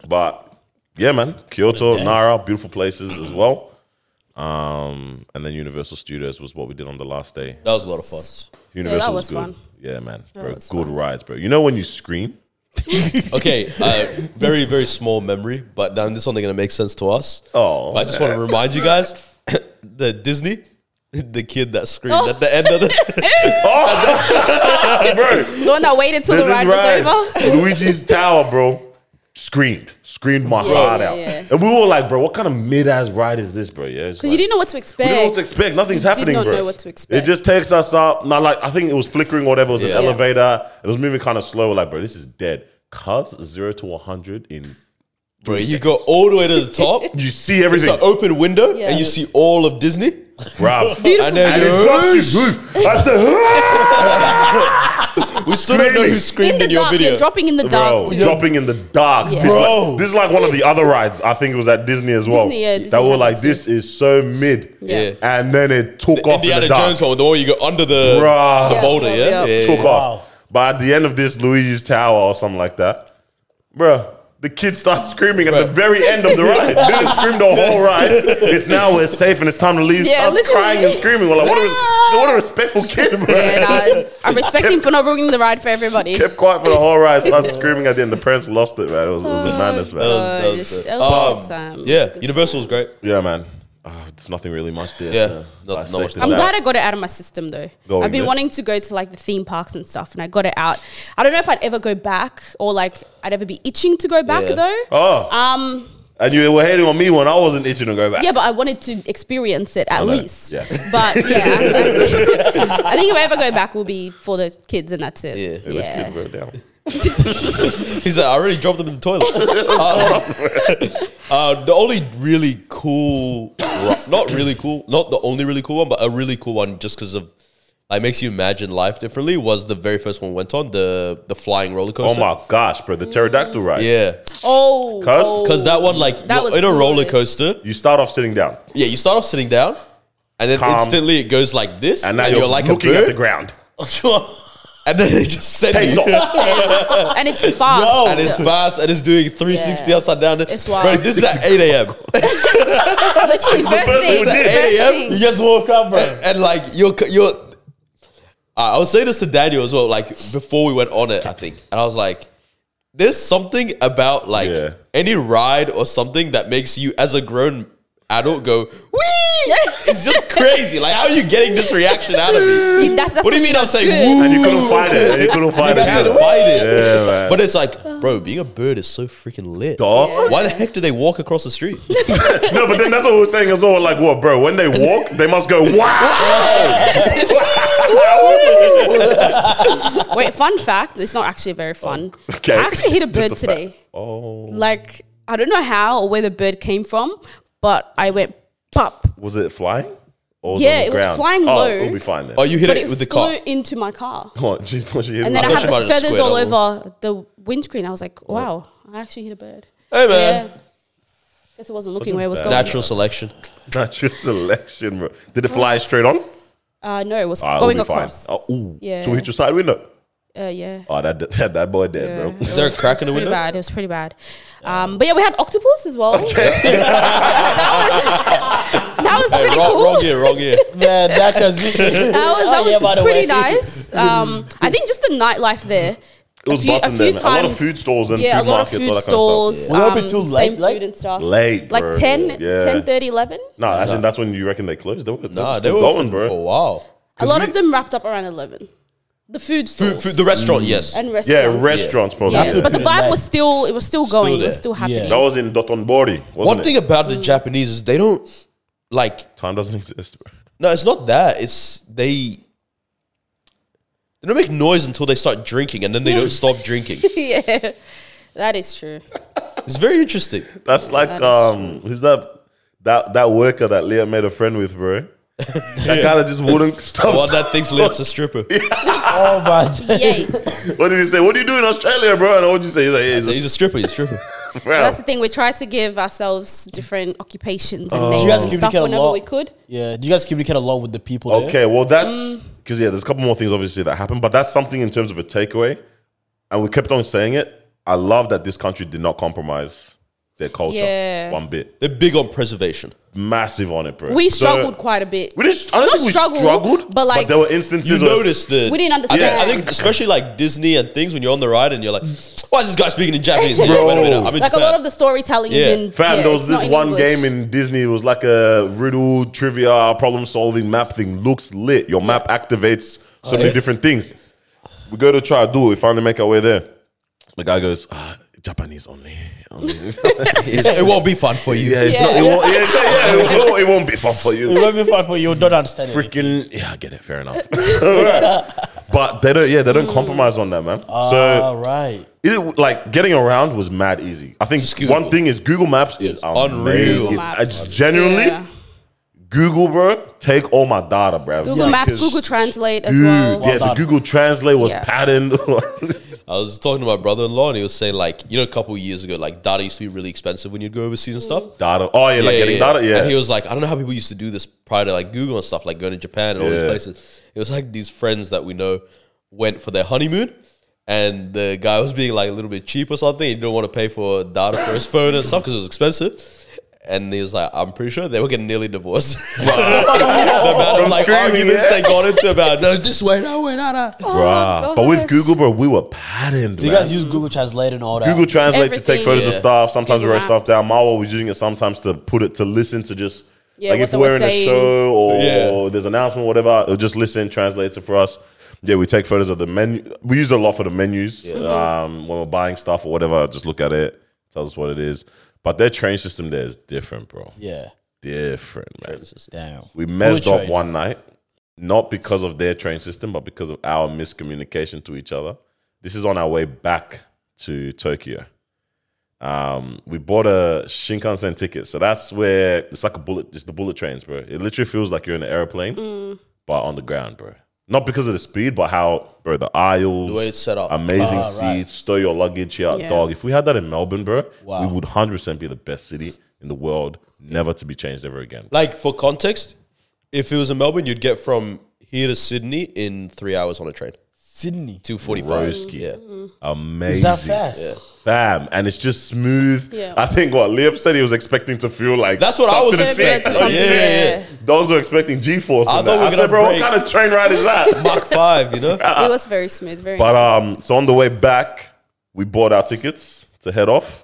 [SPEAKER 1] But yeah, man, Kyoto, Nara, beautiful places as well. Um, and then Universal Studios was what we did on the last day.
[SPEAKER 2] that was a lot of fun
[SPEAKER 1] Universal
[SPEAKER 4] that
[SPEAKER 1] was,
[SPEAKER 4] was
[SPEAKER 1] good.
[SPEAKER 4] fun.
[SPEAKER 1] Yeah, man, bro, good
[SPEAKER 4] was fun.
[SPEAKER 1] rides, bro. You know when you scream?
[SPEAKER 2] Okay, uh, very very small memory, but then this only gonna make sense to us.
[SPEAKER 1] Oh,
[SPEAKER 2] But I just want to remind you guys the Disney, the kid that screamed at the end of the.
[SPEAKER 4] the one that waited till the ride was over.
[SPEAKER 1] Luigi's Tower, bro. Screamed, screamed my
[SPEAKER 4] Yeah,
[SPEAKER 1] heart
[SPEAKER 4] yeah,
[SPEAKER 1] out,
[SPEAKER 4] yeah.
[SPEAKER 1] and we were like, "Bro, what kind of mid-ass ride is this, bro?" Yeah,
[SPEAKER 4] Because you didn't know what to expect.
[SPEAKER 1] We didn't know what to expect. Nothing's
[SPEAKER 4] We did
[SPEAKER 1] happening,
[SPEAKER 4] not
[SPEAKER 1] bro.
[SPEAKER 4] know what to expect.
[SPEAKER 1] It just takes us up. Now, like I think it was flickering or whatever. It was
[SPEAKER 2] Yeah.
[SPEAKER 1] an
[SPEAKER 2] Yeah.
[SPEAKER 1] elevator. It was moving kind of slow. We're Like, bro, this is dead. Cuz zero to one hundred in.
[SPEAKER 2] Bro, you go all the way to the top.
[SPEAKER 1] You see
[SPEAKER 2] It's
[SPEAKER 1] everything,
[SPEAKER 2] an open window,
[SPEAKER 4] Yeah.
[SPEAKER 2] and you see all of Disney.
[SPEAKER 1] bruv.
[SPEAKER 2] And then
[SPEAKER 1] And it drops you, roof. I said, "Ah!"
[SPEAKER 2] we still don't know who
[SPEAKER 1] Screaming.
[SPEAKER 2] screamed in,
[SPEAKER 4] in the
[SPEAKER 2] your
[SPEAKER 4] dark,
[SPEAKER 2] video.
[SPEAKER 4] you're dropping in the
[SPEAKER 1] bro,
[SPEAKER 4] dark too.
[SPEAKER 1] dropping in the dark,
[SPEAKER 4] Yeah.
[SPEAKER 1] bitch. Like,
[SPEAKER 2] Bro.
[SPEAKER 1] this is like one of the other rides. I think it was at Disney as well.
[SPEAKER 4] Disney, yeah, Disney
[SPEAKER 1] that we were
[SPEAKER 4] had
[SPEAKER 1] like,
[SPEAKER 4] that too.
[SPEAKER 1] this is so mid,
[SPEAKER 4] Yeah. Yeah.
[SPEAKER 1] and then it took off in
[SPEAKER 2] Indiana
[SPEAKER 1] the dark.
[SPEAKER 2] Jones one, the one you go under the,
[SPEAKER 1] Bruh.
[SPEAKER 2] the
[SPEAKER 1] Yeah,
[SPEAKER 2] boulder,
[SPEAKER 4] yeah,
[SPEAKER 2] yeah.
[SPEAKER 4] yeah.
[SPEAKER 2] Yeah,
[SPEAKER 1] took
[SPEAKER 2] yeah.
[SPEAKER 1] off. But at the end of this Luigi's Tower or something like that, bruh, the kid starts screaming at the very end of the ride. Didn't scream the whole ride. It's now we're safe and it's time to leave.
[SPEAKER 4] Yeah,
[SPEAKER 1] starts
[SPEAKER 4] literally.
[SPEAKER 1] crying and screaming. We're like, what a, res- so what a respectful kid, bruh.
[SPEAKER 4] And I, I respect him for not ruining the ride for everybody.
[SPEAKER 1] Kept quiet for the whole ride. Starts screaming at the end. The parents lost it, man. It was, it was a madness, man.
[SPEAKER 2] That was- that was
[SPEAKER 4] Gosh,
[SPEAKER 2] good.
[SPEAKER 4] Oh. that was a good
[SPEAKER 2] Um,
[SPEAKER 4] time. That was a
[SPEAKER 2] Yeah,
[SPEAKER 4] good
[SPEAKER 2] Universal was great.
[SPEAKER 1] Yeah, man. Oh, it's nothing really much there.
[SPEAKER 2] Yeah,
[SPEAKER 1] to
[SPEAKER 2] not- not much
[SPEAKER 1] dissect
[SPEAKER 2] to
[SPEAKER 1] it
[SPEAKER 2] talk
[SPEAKER 4] I'm
[SPEAKER 1] out.
[SPEAKER 4] glad I got it out of my system though.
[SPEAKER 1] Go on,
[SPEAKER 4] I've been
[SPEAKER 1] yeah.
[SPEAKER 4] wanting to go to like the theme parks and stuff, and I got it out. I don't know if I'd ever go back or like I'd ever be itching to go back
[SPEAKER 2] Yeah.
[SPEAKER 4] though.
[SPEAKER 1] Oh,
[SPEAKER 4] Um,
[SPEAKER 1] and you were hating on me when I wasn't itching to go back.
[SPEAKER 4] yeah, but I wanted to experience it at
[SPEAKER 1] know.
[SPEAKER 4] least.
[SPEAKER 1] Yeah.
[SPEAKER 4] But yeah, I, I think if I ever go back, will be for the kids, and that's it.
[SPEAKER 2] Yeah.
[SPEAKER 1] Those kids were down.
[SPEAKER 2] He's like, I already dropped them in the toilet. Uh, uh, the only really cool, not really cool, not the only really cool one, but a really cool one just because of like makes you imagine life differently was the very first one we went on the the flying roller
[SPEAKER 1] Oh
[SPEAKER 2] coaster.
[SPEAKER 1] my gosh, bro. The pterodactyl ride.
[SPEAKER 2] Yeah,
[SPEAKER 4] Oh,
[SPEAKER 1] Cuz?
[SPEAKER 4] oh.
[SPEAKER 2] because that one like
[SPEAKER 4] That
[SPEAKER 2] you're
[SPEAKER 4] was
[SPEAKER 2] in a
[SPEAKER 4] good.
[SPEAKER 2] roller coaster.
[SPEAKER 1] You start off sitting down.
[SPEAKER 2] Yeah, you start off sitting down, and then
[SPEAKER 1] Calm.
[SPEAKER 2] instantly it goes like this,
[SPEAKER 1] and now you're,
[SPEAKER 2] like
[SPEAKER 1] looking
[SPEAKER 2] a
[SPEAKER 1] at the
[SPEAKER 2] bird,
[SPEAKER 1] ground.
[SPEAKER 2] and then they just send
[SPEAKER 1] Takes
[SPEAKER 2] you.
[SPEAKER 1] off.
[SPEAKER 4] oh, and it's fast.
[SPEAKER 2] And it's fast and it's doing 360
[SPEAKER 4] Yeah.
[SPEAKER 2] upside down.
[SPEAKER 4] It's
[SPEAKER 2] Bro,
[SPEAKER 4] wild.
[SPEAKER 2] this is at 8 a.m.
[SPEAKER 4] Literally, first
[SPEAKER 1] first
[SPEAKER 4] thing,
[SPEAKER 1] thing we did.
[SPEAKER 4] first
[SPEAKER 2] 8 a.m.
[SPEAKER 4] thing.
[SPEAKER 6] You just woke up, bro.
[SPEAKER 2] and, and, like you're c- you're I I was saying this to Daniel as well like before we went on it I think and I was like there's something about like
[SPEAKER 1] Yeah.
[SPEAKER 2] any ride or something that makes you as a grown adult go wee. It's just crazy. Like how are you getting this reaction out of me?
[SPEAKER 4] that's, that's
[SPEAKER 2] What do you
[SPEAKER 4] when
[SPEAKER 2] mean I'm
[SPEAKER 4] look
[SPEAKER 2] saying
[SPEAKER 4] good.
[SPEAKER 1] And you couldn't find it. And you couldn't find it.
[SPEAKER 2] Can't
[SPEAKER 1] either.
[SPEAKER 2] fight it.
[SPEAKER 1] Yeah, man.
[SPEAKER 2] But it's like, bro, being a bird is so freaking lit.
[SPEAKER 1] Dog.
[SPEAKER 2] Why the heck do they walk across the street?
[SPEAKER 1] No, but then that's what we we're saying as well. Like, what, bro? When they walk, they must go, wow.
[SPEAKER 4] Wait, fun fact. It's not actually
[SPEAKER 2] Oh,
[SPEAKER 4] very fun.
[SPEAKER 1] Okay.
[SPEAKER 4] I actually hit a
[SPEAKER 1] Just
[SPEAKER 4] bird
[SPEAKER 1] a fact.
[SPEAKER 4] today. Oh. Like, I don't know how or where the bird came from, but I went pop.
[SPEAKER 1] was it flying? Or
[SPEAKER 4] Yeah,
[SPEAKER 1] on the
[SPEAKER 4] it was
[SPEAKER 1] ground?
[SPEAKER 4] flying
[SPEAKER 1] oh,
[SPEAKER 4] low.
[SPEAKER 1] It'll be fine then.
[SPEAKER 2] Oh, you hit
[SPEAKER 4] But
[SPEAKER 2] it,
[SPEAKER 4] it
[SPEAKER 2] with the
[SPEAKER 4] flew
[SPEAKER 2] car. Oh,
[SPEAKER 4] into my car.
[SPEAKER 1] Come on, she, she hit
[SPEAKER 4] And then
[SPEAKER 1] it.
[SPEAKER 4] I,
[SPEAKER 2] thought she
[SPEAKER 4] had
[SPEAKER 2] might
[SPEAKER 4] the
[SPEAKER 2] have
[SPEAKER 4] feathers
[SPEAKER 2] squared up.
[SPEAKER 4] all over the windscreen. I was like, wow, I actually hit a bird.
[SPEAKER 2] Hey, man.
[SPEAKER 4] Yeah. Guess I wasn't looking
[SPEAKER 1] a
[SPEAKER 4] where it was
[SPEAKER 1] bad-
[SPEAKER 4] going.
[SPEAKER 2] Natural selection.
[SPEAKER 1] Natural selection, bro. Did it fly straight on?
[SPEAKER 4] Uh, no, it was
[SPEAKER 1] Ah, it'll
[SPEAKER 4] going
[SPEAKER 1] be
[SPEAKER 4] across.
[SPEAKER 1] Fine. Oh, ooh.
[SPEAKER 4] Yeah.
[SPEAKER 1] So we hit your side window.
[SPEAKER 4] Uh, yeah.
[SPEAKER 1] Oh, that that, that boy dead,
[SPEAKER 4] Yeah.
[SPEAKER 1] bro.
[SPEAKER 2] Is there a crack in the
[SPEAKER 4] Pretty
[SPEAKER 2] window?
[SPEAKER 4] bad. It was pretty bad. Um, but yeah, we had octopus as well. that was that was
[SPEAKER 2] Hey,
[SPEAKER 4] pretty
[SPEAKER 2] wrong,
[SPEAKER 4] cool.
[SPEAKER 2] wrong year, wrong year.
[SPEAKER 3] Man, that transition.
[SPEAKER 4] That was that
[SPEAKER 3] Oh, yeah, by
[SPEAKER 4] was
[SPEAKER 3] the
[SPEAKER 4] pretty
[SPEAKER 3] way.
[SPEAKER 4] nice. Um, I think just the nightlife there.
[SPEAKER 1] It was busting there, man. A lot of food stalls and
[SPEAKER 4] yeah,
[SPEAKER 1] food
[SPEAKER 4] a lot
[SPEAKER 1] markets,
[SPEAKER 4] of
[SPEAKER 1] all
[SPEAKER 4] food
[SPEAKER 1] that kind of stuff.
[SPEAKER 4] stalls.
[SPEAKER 3] Yeah. Were you open
[SPEAKER 4] um,
[SPEAKER 3] till
[SPEAKER 4] same
[SPEAKER 3] late,
[SPEAKER 4] food
[SPEAKER 3] late?
[SPEAKER 4] and stuff.
[SPEAKER 1] Late,
[SPEAKER 4] like
[SPEAKER 1] bro.
[SPEAKER 4] 10,
[SPEAKER 1] Yeah.
[SPEAKER 4] 10:30, 11.
[SPEAKER 1] No, nah, actually, that's when you reckon they closed. They were, they
[SPEAKER 2] Nah,
[SPEAKER 1] were
[SPEAKER 2] Ah, they
[SPEAKER 1] still
[SPEAKER 2] were
[SPEAKER 1] going, bro.
[SPEAKER 2] going, for a while.
[SPEAKER 4] A lot of them wrapped up around eleven. The food stalls
[SPEAKER 2] Food, food, the restaurant, yes.
[SPEAKER 4] and
[SPEAKER 1] Yeah,
[SPEAKER 4] restaurants.
[SPEAKER 1] restaurants, probably.
[SPEAKER 3] That's
[SPEAKER 1] Yeah.
[SPEAKER 3] a
[SPEAKER 4] But the
[SPEAKER 3] Pretty
[SPEAKER 4] vibe
[SPEAKER 3] nice.
[SPEAKER 4] was still it was still going. it was
[SPEAKER 2] there.
[SPEAKER 4] still happening.
[SPEAKER 1] That was in Dotonbori, wasn't
[SPEAKER 2] One
[SPEAKER 1] it?
[SPEAKER 2] thing about the Japanese is they don't like.
[SPEAKER 1] Time doesn't exist, bro.
[SPEAKER 2] No, it's not that. It's they. They don't make noise until they start drinking, and then they don't stop drinking.
[SPEAKER 4] yeah. That is true.
[SPEAKER 2] It's very interesting.
[SPEAKER 1] That's like um, who's that? That that worker that Leah made a friend with, bro. That kind of just wouldn't stop.
[SPEAKER 2] Well, that thing's lips a stripper.
[SPEAKER 3] oh my days.
[SPEAKER 4] Yay.
[SPEAKER 1] what did he say? What do you do in Australia, bro? And what did you say? He's like, yeah, he's
[SPEAKER 2] So he's a stripper. He's a stripper.
[SPEAKER 1] a
[SPEAKER 4] That's the
[SPEAKER 1] friend.
[SPEAKER 4] thing. We tried to give ourselves different occupations and
[SPEAKER 3] Oh. You guys
[SPEAKER 4] names and stuff
[SPEAKER 3] communicate a
[SPEAKER 4] whenever
[SPEAKER 3] lot.
[SPEAKER 4] we could.
[SPEAKER 3] Yeah, do you guys communicate a lot with the people? there?
[SPEAKER 1] Okay, well that's because yeah, there's a couple more things obviously that happened, but that's something in terms of a takeaway, and we kept on saying it. I love that this country did not compromise their culture
[SPEAKER 4] Yeah.
[SPEAKER 1] one bit.
[SPEAKER 2] They're big on preservation.
[SPEAKER 1] Massive on it, bro.
[SPEAKER 4] We
[SPEAKER 1] So-
[SPEAKER 4] struggled quite a bit.
[SPEAKER 1] We didn't. I don't
[SPEAKER 4] Not
[SPEAKER 1] think we struggled,
[SPEAKER 4] struggled, but, like,
[SPEAKER 1] there were instances.
[SPEAKER 2] You
[SPEAKER 1] where-
[SPEAKER 2] notice the.
[SPEAKER 4] We didn't
[SPEAKER 2] I think,
[SPEAKER 4] understand.
[SPEAKER 2] I think especially like Disney and things when you're on the ride and you're like, why is this guy speaking in Japanese? Wait a
[SPEAKER 1] Bro.
[SPEAKER 2] minute, I'm in
[SPEAKER 4] like a
[SPEAKER 2] Japan.
[SPEAKER 4] lot of the storytelling
[SPEAKER 2] Yeah.
[SPEAKER 4] is in.
[SPEAKER 1] Fam,
[SPEAKER 4] yeah,
[SPEAKER 1] there was
[SPEAKER 4] it's not
[SPEAKER 1] this one
[SPEAKER 4] English.
[SPEAKER 1] game in Disney. It was like a riddle, trivia, problem solving map thing. Looks lit. Your map activates
[SPEAKER 4] Oh,
[SPEAKER 1] so many different things. We go to try to do it. We finally make our way there. The guy goes, ah, Japanese only. Only."
[SPEAKER 2] It's- it won't be fun for you.
[SPEAKER 1] yeah, it's Not, it, won't, yeah, it's not- yeah, it won't- it won't be fun for you.
[SPEAKER 3] It won't be fun for you. Don't understand it.
[SPEAKER 1] freaking yeah, I get it. Fair enough. but they don't. Yeah, they
[SPEAKER 4] Mm.
[SPEAKER 1] don't compromise on that, man. so
[SPEAKER 3] All right.
[SPEAKER 1] it, like getting around was mad easy. I think
[SPEAKER 2] Google.
[SPEAKER 1] one thing is Google Maps is
[SPEAKER 2] unreal.
[SPEAKER 1] unreal.
[SPEAKER 2] Google
[SPEAKER 1] It's,
[SPEAKER 4] Maps.
[SPEAKER 1] it's genuinely
[SPEAKER 4] Yeah.
[SPEAKER 1] Google, bro. Take all my data, bro.
[SPEAKER 4] Google Maps, Google Translate as
[SPEAKER 1] Dude,
[SPEAKER 4] well.
[SPEAKER 1] yeah, the
[SPEAKER 3] done.
[SPEAKER 1] Google Translate was
[SPEAKER 4] Yeah.
[SPEAKER 1] patterned.
[SPEAKER 2] I was talking to my brother-in-law and he was saying like, you know, a couple of years ago, like data used to be really expensive when you'd go overseas and stuff.
[SPEAKER 1] data. Oh yeah, like getting data. Yeah,
[SPEAKER 2] And he was like, I don't know how people used to do this prior to like Google and stuff, like going to Japan and all these
[SPEAKER 1] Yeah.
[SPEAKER 2] places. It was like these friends that we know went for their honeymoon, and the guy was being like a little bit cheap or something. He didn't want to pay for data for his phone and stuff because it was expensive. And he was like, I'm pretty sure they were getting nearly divorced. the amount of
[SPEAKER 1] From
[SPEAKER 2] like
[SPEAKER 1] screaming,
[SPEAKER 2] arguments
[SPEAKER 1] yeah.
[SPEAKER 2] they got into about no, this way, no way, no, no.
[SPEAKER 4] Oh,
[SPEAKER 1] Bruh. But with Google, bro, we were patterned.
[SPEAKER 3] Do you
[SPEAKER 1] man.
[SPEAKER 3] guys use Google Translate and all that?
[SPEAKER 1] Google Translate to take
[SPEAKER 4] Everything.
[SPEAKER 1] photos of
[SPEAKER 2] Yeah.
[SPEAKER 1] stuff. Sometimes we
[SPEAKER 4] Google
[SPEAKER 1] write stuff
[SPEAKER 4] Maps.
[SPEAKER 1] down. Marwa was using it sometimes to put it to listen to just
[SPEAKER 4] Yeah,
[SPEAKER 1] like
[SPEAKER 4] what
[SPEAKER 1] if
[SPEAKER 4] they
[SPEAKER 1] we're
[SPEAKER 4] were
[SPEAKER 1] in a
[SPEAKER 4] saying.
[SPEAKER 1] show or
[SPEAKER 2] Yeah.
[SPEAKER 1] there's an announcement, whatever. It'll just listen, translate it for us. Yeah, we take photos of the menu. We use it a lot for the menus
[SPEAKER 4] Mm-hmm.
[SPEAKER 1] um, when we're buying stuff or whatever. Just look at it, tells us what it is. But their train system there is different, bro.
[SPEAKER 3] Yeah.
[SPEAKER 1] Different, man.
[SPEAKER 3] Damn.
[SPEAKER 1] We messed up
[SPEAKER 3] train.
[SPEAKER 1] one night, not because of their train system, but because of our miscommunication to each other. This is on our way back to Tokyo. Um, we bought a Shinkansen ticket, so that's where it's like a bullet. It's the bullet trains, bro. It literally feels like you're in an airplane,
[SPEAKER 3] Mm.
[SPEAKER 1] but on the ground, bro. Not because of the speed, but how, bro, the aisles,
[SPEAKER 2] The way it's set up.
[SPEAKER 1] amazing
[SPEAKER 3] Ah,
[SPEAKER 1] seats,
[SPEAKER 3] right.
[SPEAKER 1] stow your luggage here,
[SPEAKER 4] Yeah.
[SPEAKER 1] dog. If we had that in Melbourne, bro,
[SPEAKER 3] Wow.
[SPEAKER 1] we would hundred percent be the best city in the world, never to be changed ever again.
[SPEAKER 2] Like for context, if it was in Melbourne, you'd get from here to Sydney in three hours on a train.
[SPEAKER 3] Sydney.
[SPEAKER 2] Two forty-five.
[SPEAKER 1] Broski.
[SPEAKER 2] Yeah.
[SPEAKER 1] Amazing.
[SPEAKER 3] Is that fast?
[SPEAKER 1] Bam. And it's just smooth.
[SPEAKER 4] Yeah.
[SPEAKER 1] I think what Liam said he was expecting to feel like
[SPEAKER 2] That's what I
[SPEAKER 1] stuck
[SPEAKER 2] was
[SPEAKER 1] to the
[SPEAKER 2] expecting.
[SPEAKER 1] seat.
[SPEAKER 4] Yeah,
[SPEAKER 2] Yeah, yeah, yeah.
[SPEAKER 1] Those were expecting G force.
[SPEAKER 2] I
[SPEAKER 1] I,
[SPEAKER 2] thought we were
[SPEAKER 1] I said,
[SPEAKER 2] gonna
[SPEAKER 1] bro,
[SPEAKER 2] break.
[SPEAKER 1] what kind of train ride is that?
[SPEAKER 2] Mark five, you know?
[SPEAKER 4] It was very smooth. Very.
[SPEAKER 1] but um, so on the way back, We bought our tickets to head off.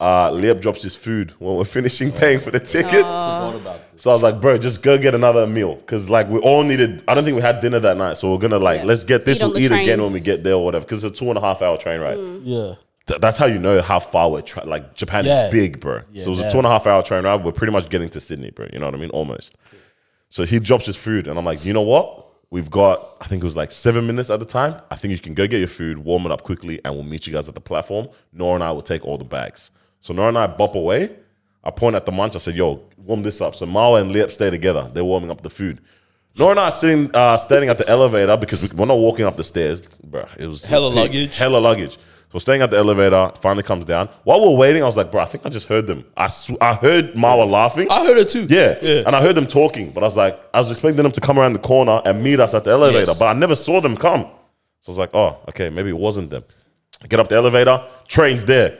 [SPEAKER 1] Uh, Leop drops his food when we're finishing paying for the tickets.
[SPEAKER 6] What about this?
[SPEAKER 1] So I was like, bro, just go get another meal. Cause like we all needed, I don't think we had dinner that night. So we're gonna like,
[SPEAKER 4] Yeah.
[SPEAKER 1] let's get this,
[SPEAKER 4] Eat on
[SPEAKER 1] we'll
[SPEAKER 4] the
[SPEAKER 1] eat
[SPEAKER 4] train. Mm.
[SPEAKER 1] again when we get there or whatever. Cause it's a two and a half hour train ride.
[SPEAKER 3] Yeah.
[SPEAKER 1] Th- that's how you know how far we're tra- like Japan
[SPEAKER 3] Yeah.
[SPEAKER 1] is big, bro. so it was
[SPEAKER 3] yeah.
[SPEAKER 1] a two and a half hour train ride. We're pretty much getting to Sydney, bro. You know what I mean? Almost. So he drops his food, and I'm like, you know what? We've got, I think it was like seven minutes at the time. I think you can go get your food, warm it up quickly, and we'll meet you guys at the platform. Nora and I will take all the bags. So Nora and I bop away. I point at the munch. I said, yo, warm this up. So Mawa and Leop stay together. They're warming up the food. Nora and I are sitting, uh, standing at the elevator because we- we're not walking up the stairs, bro. It was
[SPEAKER 2] Hella luggage.
[SPEAKER 1] hella luggage. So we're staying at the elevator. Finally comes down. While we're waiting, I was like, bro, I think I just heard them. I sw- I heard Mawa laughing.
[SPEAKER 2] I heard it too.
[SPEAKER 1] Yeah.
[SPEAKER 2] Yeah.
[SPEAKER 1] And I heard them talking, but I was like, I was expecting them to come around the corner and meet us at the elevator,
[SPEAKER 2] Yes.
[SPEAKER 1] but I never saw them come. So I was like, oh, okay, maybe it wasn't them. I get up the elevator, train's there.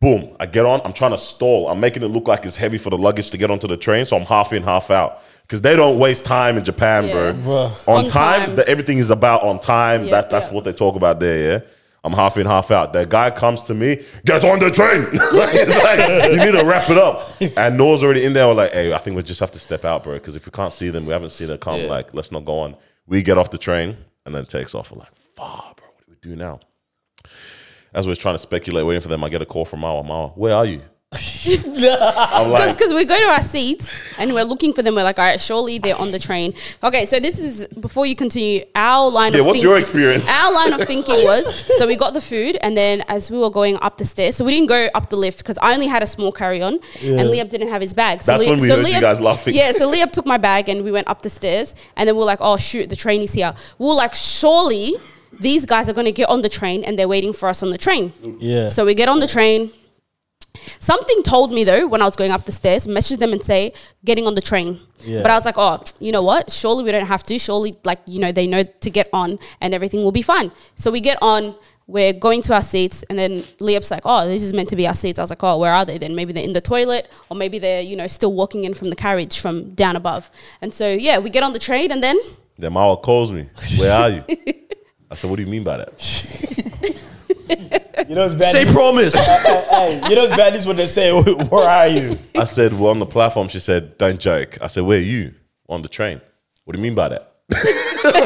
[SPEAKER 1] Boom. I get on, I'm trying to stall. I'm making it look like it's heavy for the luggage to get onto the train, so I'm half in, half out. Because they don't waste time in Japan,
[SPEAKER 4] Yeah.
[SPEAKER 1] bro. On,
[SPEAKER 4] On
[SPEAKER 1] time,
[SPEAKER 4] time.
[SPEAKER 1] the- everything is about on time.
[SPEAKER 4] Yeah.
[SPEAKER 1] that, that's
[SPEAKER 4] Yeah.
[SPEAKER 1] what they talk about there, yeah? I'm half in, half out. That guy comes to me, get on the train. Like, it's like, you need to wrap it up. And Noah's already in there. We're like, hey, I think we just have to step out, bro. Because if we can't see them, we haven't seen them come.
[SPEAKER 2] Yeah.
[SPEAKER 1] Like, let's not go on. We get off the train and then it takes off. We're like, fuck, bro, what do we do now? As we're trying to speculate, waiting for them, I get a call from Mawa. Mawa, where are you? I'm like,
[SPEAKER 4] Because we go to our seats and we're looking for them. We're like, all right, surely they're on the train. Okay, so this is before you continue. Our line
[SPEAKER 1] Yeah,
[SPEAKER 4] of
[SPEAKER 1] what's
[SPEAKER 4] thinking,
[SPEAKER 1] your experience?
[SPEAKER 4] Our line of thinking was so we got the food, and then as we were going up the stairs, so we didn't go up the lift because I only had a small carry on, and Liam didn't have his bag. So
[SPEAKER 1] That's
[SPEAKER 4] Liam-
[SPEAKER 1] when we
[SPEAKER 4] so
[SPEAKER 1] heard you
[SPEAKER 4] Liam-
[SPEAKER 1] guys laughing.
[SPEAKER 4] Yeah, so Liam took my bag and we went up the stairs, and then we are like, oh shoot, the train is here. We are like, surely these guys are going to get on the train, and they're waiting for us on the train.
[SPEAKER 3] Yeah.
[SPEAKER 4] So we get on the train. Something told me though when I was going up the stairs, message them and say getting on the train.
[SPEAKER 3] Yeah.
[SPEAKER 4] But I was like, oh, you know what? Surely we don't have to. Surely, like you know, they know to get on and everything will be fine. So we get on. We're going to our seats, and then Leop's like, "Oh, this is meant to be our seats." I was like, "Oh, where are they? Then maybe they're in the toilet, or maybe they're you know still walking in from the carriage from down above." And so yeah, we get on the train, and then
[SPEAKER 1] then Mawa calls me, where are you? I said, what do you mean by that?
[SPEAKER 3] You know it's bad.
[SPEAKER 2] Say promise.
[SPEAKER 3] hey, you know it's bad. This is what they say. Where are you?
[SPEAKER 1] I said, we're on the platform. She said, don't joke. I said, where are you? On the train. What do you mean by that?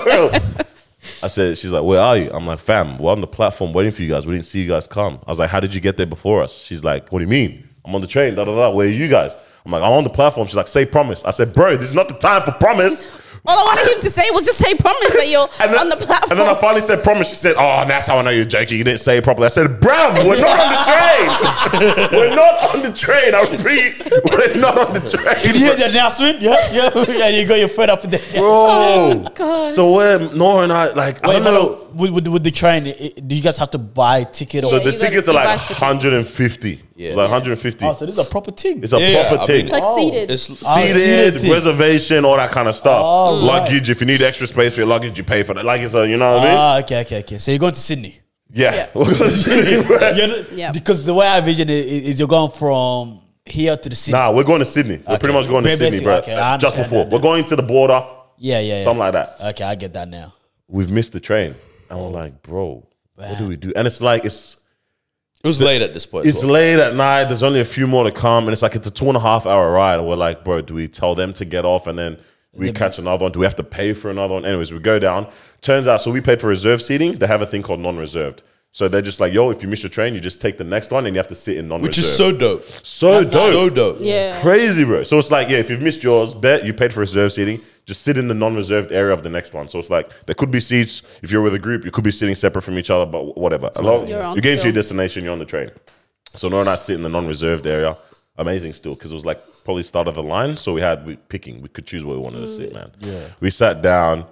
[SPEAKER 1] I said, she's like, where are you? I'm like, fam, we're on the platform waiting for you guys. We didn't see you guys come. I was like, how did you get there before us? She's like, what do you mean? I'm on the train, da da da. Where are you guys? I'm like, I'm on the platform. She's like, say promise. I said, bro, this is not the time for promise.
[SPEAKER 4] all I wanted him to say was just say promise that you're
[SPEAKER 1] And then-
[SPEAKER 4] on the platform.
[SPEAKER 1] And then I finally said promise. She said, oh, that's how I know you're joking. You didn't say it properly. I said, bruv, we're not on the train. we're not on the train. I repeat, we're not on the train.
[SPEAKER 3] Did you hear the announcement? Yeah, yeah, yeah. You got your foot up there.
[SPEAKER 1] Bro,
[SPEAKER 4] gosh.
[SPEAKER 1] Oh, so where Nora and I like I
[SPEAKER 3] Wait,
[SPEAKER 1] don't know.
[SPEAKER 3] no. With, with, with the train, i- i- do you guys have to buy a ticket?
[SPEAKER 1] So
[SPEAKER 3] or,
[SPEAKER 4] Yeah,
[SPEAKER 1] the
[SPEAKER 4] you gotta
[SPEAKER 1] tickets are like
[SPEAKER 4] buy tickets.
[SPEAKER 1] 150. Yeah,
[SPEAKER 2] Yeah.
[SPEAKER 1] like 150.
[SPEAKER 3] oh, so this is a proper thing.
[SPEAKER 1] It's a
[SPEAKER 2] Yeah,
[SPEAKER 1] proper
[SPEAKER 2] I
[SPEAKER 1] ticket.
[SPEAKER 2] mean-
[SPEAKER 4] it's like
[SPEAKER 3] Oh.
[SPEAKER 4] seated.
[SPEAKER 2] It's
[SPEAKER 3] Oh,
[SPEAKER 1] Seated,
[SPEAKER 3] seated.
[SPEAKER 1] reservation, all that kind of stuff.
[SPEAKER 3] Oh, Mm. right.
[SPEAKER 1] luggage, if you need extra space for your luggage, you pay for that. Like it's a, you know what I mean?
[SPEAKER 3] Ah, okay, okay, okay. So you're going to Sydney.
[SPEAKER 1] yeah. We're gonna Sydney, bro.
[SPEAKER 3] You're-
[SPEAKER 4] Yeah.
[SPEAKER 3] Because the way I vision it is, is you're going from here to the city.
[SPEAKER 1] Nah, we're going to Sydney. We're pretty much going to
[SPEAKER 3] We're
[SPEAKER 1] Sydney,
[SPEAKER 3] basically-
[SPEAKER 1] bro.
[SPEAKER 3] okay, I
[SPEAKER 1] Just
[SPEAKER 3] understand
[SPEAKER 1] before.
[SPEAKER 3] that Uh.
[SPEAKER 1] We're going to the border,
[SPEAKER 3] Yeah, yeah, yeah.
[SPEAKER 1] something like that.
[SPEAKER 3] Okay, I get that now.
[SPEAKER 1] We've missed the train. And we're like, bro, what do we do? And it's like, it's
[SPEAKER 2] It was late at this point.
[SPEAKER 1] It's late at night. There's only a few more to come, and it's like it's a two and a half hour ride. And we're like, bro, do we tell them to get off and then we catch another one? Do we have to pay for another one? Anyways, we go down. Turns out, so we paid for reserve seating. They have a thing called non-reserved. So they're just like, yo, if you miss your train, you just take the next one, and you have to sit in non-reserved,
[SPEAKER 2] which is so dope.
[SPEAKER 1] so dope,
[SPEAKER 2] So dope.
[SPEAKER 4] yeah.
[SPEAKER 1] crazy, bro. So it's like, yeah, if you've missed yours, bet you paid for reserve seating. Just sit in the non-reserved area of the next one. So it's like there could be seats. If you're with a group, you could be sitting separate from each other, but whatever. As long-
[SPEAKER 4] You're on
[SPEAKER 1] you're getting to your
[SPEAKER 4] still.
[SPEAKER 1] destination, you're on the train. So Nora and I sit in the non-reserved area. Amazing still, because it was like probably start of the line. So we had we, picking. We could choose where we wanted to
[SPEAKER 4] Mm.
[SPEAKER 1] sit, man. Yeah. We sat down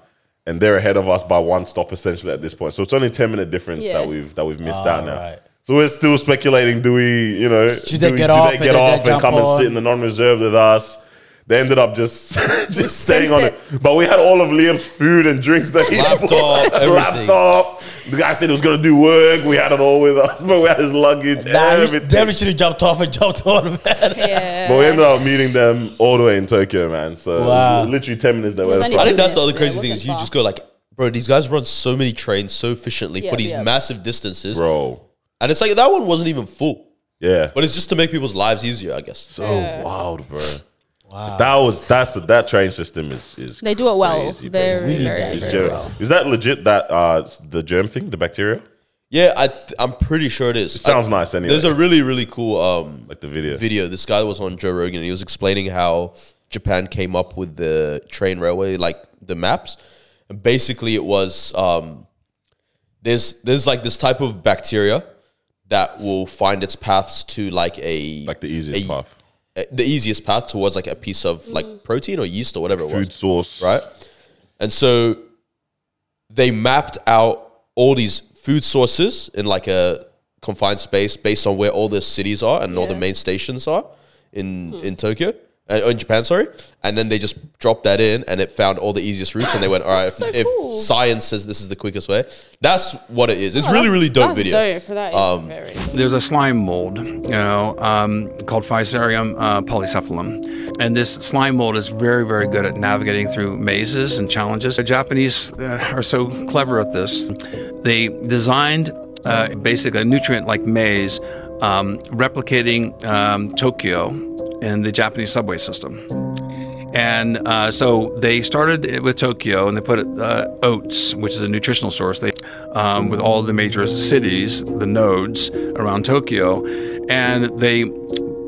[SPEAKER 1] and they're ahead of us by one stop essentially at this point. So it's only 10 minute difference
[SPEAKER 4] Yeah.
[SPEAKER 1] that we've that we've
[SPEAKER 3] Ah,
[SPEAKER 1] missed out now.
[SPEAKER 3] Alright.
[SPEAKER 1] So we're still speculating, do we, you know,
[SPEAKER 3] Should they
[SPEAKER 1] do we-
[SPEAKER 3] get
[SPEAKER 1] do
[SPEAKER 3] off
[SPEAKER 1] they
[SPEAKER 3] and
[SPEAKER 1] get
[SPEAKER 3] then they
[SPEAKER 1] off and
[SPEAKER 3] jump
[SPEAKER 1] come and
[SPEAKER 3] on?
[SPEAKER 1] sit in the non-reserved with us? They ended up just just staying on it.
[SPEAKER 4] sent
[SPEAKER 1] but we had all of Liam's food and drinks that he had bought.
[SPEAKER 2] Laptop, everything.
[SPEAKER 1] laptop. The guy said he was gonna do work. We had it all with us, but we had his luggage,
[SPEAKER 3] Nah, you
[SPEAKER 1] everything.
[SPEAKER 3] definitely should have jumped off and jumped on, man.
[SPEAKER 4] Yeah.
[SPEAKER 1] But we ended up meeting them all the way in Tokyo, man. So it was
[SPEAKER 3] Wow.
[SPEAKER 1] literally ten minutes they
[SPEAKER 4] was
[SPEAKER 1] were.
[SPEAKER 4] only
[SPEAKER 2] I
[SPEAKER 1] from-
[SPEAKER 2] think that's the other
[SPEAKER 4] Yeah, it
[SPEAKER 2] crazy thing
[SPEAKER 4] wasn't
[SPEAKER 2] is you
[SPEAKER 4] far.
[SPEAKER 2] just go like, bro, these guys run so many trains so efficiently
[SPEAKER 4] Yeah,
[SPEAKER 2] for these
[SPEAKER 4] yeah.
[SPEAKER 2] massive distances.
[SPEAKER 1] Bro,
[SPEAKER 2] And it's like that one wasn't even full,
[SPEAKER 1] Yeah.
[SPEAKER 2] but it's just to make people's lives easier, I guess.
[SPEAKER 1] so wild, bro. That was that's that train system is is
[SPEAKER 4] They do it well.
[SPEAKER 1] crazy, bro.
[SPEAKER 4] Very,
[SPEAKER 1] It's-
[SPEAKER 4] very,
[SPEAKER 1] it's
[SPEAKER 4] very
[SPEAKER 1] germ-
[SPEAKER 4] well.
[SPEAKER 1] Is that legit? That uh, s- the germ thing, the bacteria,
[SPEAKER 3] Uh,
[SPEAKER 2] Yeah, I th- I'm pretty sure it is. It
[SPEAKER 1] sounds nice anyway.
[SPEAKER 2] There's a really really cool um
[SPEAKER 1] like the video.
[SPEAKER 2] video. This guy was on Joe Rogan. He was explaining how Japan came up with the train railway, like the maps. And basically, it was um, there's there's like this type of bacteria that will find its paths to like a
[SPEAKER 1] like the easiest
[SPEAKER 2] a-
[SPEAKER 1] path,
[SPEAKER 2] a- the easiest path towards like a piece of like protein or yeast or whatever it was
[SPEAKER 1] food source,
[SPEAKER 2] right? And so they mapped out all these food sources in like a confined space based on where all the cities are and all the
[SPEAKER 4] Yeah. Hmm.
[SPEAKER 2] main stations are in in Tokyo. Uh, in Japan, sorry, and then they just dropped that in, and it found all the easiest routes, and they went, "All right,
[SPEAKER 4] so
[SPEAKER 2] if
[SPEAKER 4] cool.
[SPEAKER 2] science says this is the quickest way, that's what it is." It's
[SPEAKER 4] Oh,
[SPEAKER 2] really,
[SPEAKER 4] that's-
[SPEAKER 2] really dope
[SPEAKER 4] that's
[SPEAKER 2] video.
[SPEAKER 4] Dope. That is
[SPEAKER 1] Um,
[SPEAKER 4] very.
[SPEAKER 6] there's a slime mold, you know, um, called Physarium uh, polycephalum. And this slime mold is very, very good at navigating through mazes and challenges. The Japanese uh, are so clever at this. They designed uh, basically a nutrient like maize, um, replicating um, Tokyo and the Japanese subway system. And uh, so they started it with Tokyo, and they put uh, oats, which is a nutritional source, they, um, with all the major cities, the nodes around Tokyo, and they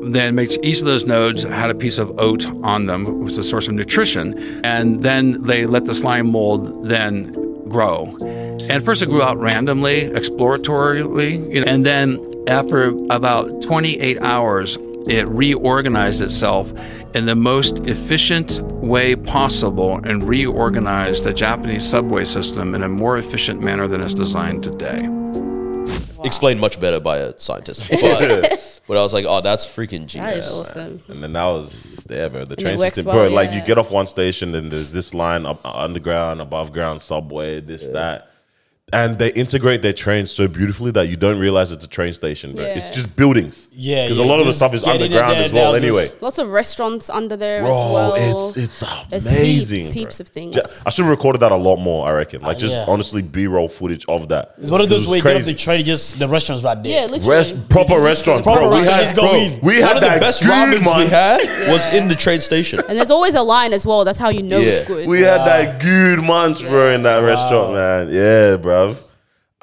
[SPEAKER 6] then made each of those nodes had a piece of oat on them, which was a source of nutrition, and then they let the slime mold then grow. And first it grew out randomly, exploratorily, you know, and then after about 28 hours, it reorganized itself in the most efficient way possible and reorganized the Japanese subway system in a more efficient manner than it's designed today.
[SPEAKER 2] Explained much better by a scientist, but, but I was like, "Oh, that's freaking
[SPEAKER 4] That is
[SPEAKER 2] genius."
[SPEAKER 4] awesome.
[SPEAKER 1] And then that was there, bro. The
[SPEAKER 4] it
[SPEAKER 1] train
[SPEAKER 4] works
[SPEAKER 1] system,
[SPEAKER 4] well,
[SPEAKER 1] bro. Like you
[SPEAKER 4] yeah.
[SPEAKER 1] get off one station, then there's this line up uh, underground, above ground, subway, this that. And they integrate their trains so beautifully that you don't realize it's a train station, bro. It's
[SPEAKER 4] Yeah.
[SPEAKER 1] just buildings.
[SPEAKER 3] Yeah,
[SPEAKER 1] because a
[SPEAKER 3] yeah.
[SPEAKER 1] lot of the
[SPEAKER 3] Just
[SPEAKER 1] stuff is
[SPEAKER 3] get in
[SPEAKER 1] underground
[SPEAKER 3] there,
[SPEAKER 1] as well.
[SPEAKER 3] they'll
[SPEAKER 1] Anyway,
[SPEAKER 3] just-
[SPEAKER 4] Lots of restaurants under there as
[SPEAKER 1] bro,
[SPEAKER 4] well.
[SPEAKER 1] it's it's
[SPEAKER 4] There's
[SPEAKER 1] amazing.
[SPEAKER 4] heaps,
[SPEAKER 1] bro.
[SPEAKER 4] heaps of things.
[SPEAKER 1] Ja- I should have recorded that a lot more. I reckon. Like just
[SPEAKER 3] yeah.
[SPEAKER 1] honestly, B roll footage of that.
[SPEAKER 3] It's one of those
[SPEAKER 1] It
[SPEAKER 3] where
[SPEAKER 1] was
[SPEAKER 3] you get off
[SPEAKER 1] crazy.
[SPEAKER 3] the train, just the restaurants right there.
[SPEAKER 4] yeah, literally.
[SPEAKER 1] Rest, proper restaurant,
[SPEAKER 3] Proper
[SPEAKER 1] bro. We
[SPEAKER 3] restaurant,
[SPEAKER 1] had,
[SPEAKER 3] just go
[SPEAKER 1] bro,
[SPEAKER 3] in.
[SPEAKER 1] we had
[SPEAKER 2] One of the
[SPEAKER 1] that
[SPEAKER 2] best
[SPEAKER 1] good
[SPEAKER 2] ramens we
[SPEAKER 1] man.
[SPEAKER 2] had was in the train station.
[SPEAKER 4] and there's always a line as well. That's how you know
[SPEAKER 2] Yeah.
[SPEAKER 4] it's good.
[SPEAKER 1] We had that good munch, bro, in that restaurant, man. Yeah, bruv.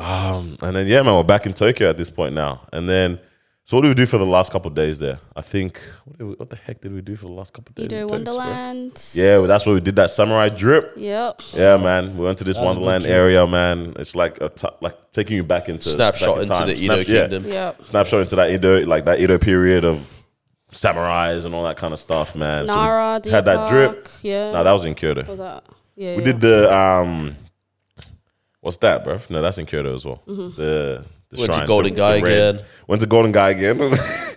[SPEAKER 1] Um, and then yeah, man, we're back in Tokyo at this point now. And then, so what do we do for the last couple of days there? I think what, did we, what the heck did we do for the last couple of days? in
[SPEAKER 4] Edo
[SPEAKER 1] Tokyo, bro?
[SPEAKER 4] Wonderland.
[SPEAKER 1] Yeah, well, that's where we did that samurai drip.
[SPEAKER 4] Yep.
[SPEAKER 1] Yeah, man, we went to this
[SPEAKER 3] was a
[SPEAKER 1] Wonderland
[SPEAKER 3] good trip.
[SPEAKER 1] area, man. It's like a t- like taking you back into
[SPEAKER 2] Snapshot
[SPEAKER 1] back in
[SPEAKER 2] into
[SPEAKER 1] time.
[SPEAKER 2] the Edo
[SPEAKER 1] Snap- yeah.
[SPEAKER 2] kingdom.
[SPEAKER 4] Yep.
[SPEAKER 1] Snapshot into that Edo, like that Edo period of samurais and all that kind of stuff, man. So we
[SPEAKER 4] Nara, Deer
[SPEAKER 1] had that drip.
[SPEAKER 4] Park, yeah.
[SPEAKER 1] No, that was in Kyoto.
[SPEAKER 4] Was that? Yeah.
[SPEAKER 1] We
[SPEAKER 4] yeah.
[SPEAKER 1] did the um, what's that, bro? No, that's in Kyoto as well.
[SPEAKER 4] Mm-hmm.
[SPEAKER 1] The, the
[SPEAKER 2] Went to
[SPEAKER 1] shrine,
[SPEAKER 2] Golden
[SPEAKER 1] the-
[SPEAKER 2] Guy
[SPEAKER 1] the red.
[SPEAKER 2] again.
[SPEAKER 1] Went to Golden Guy again,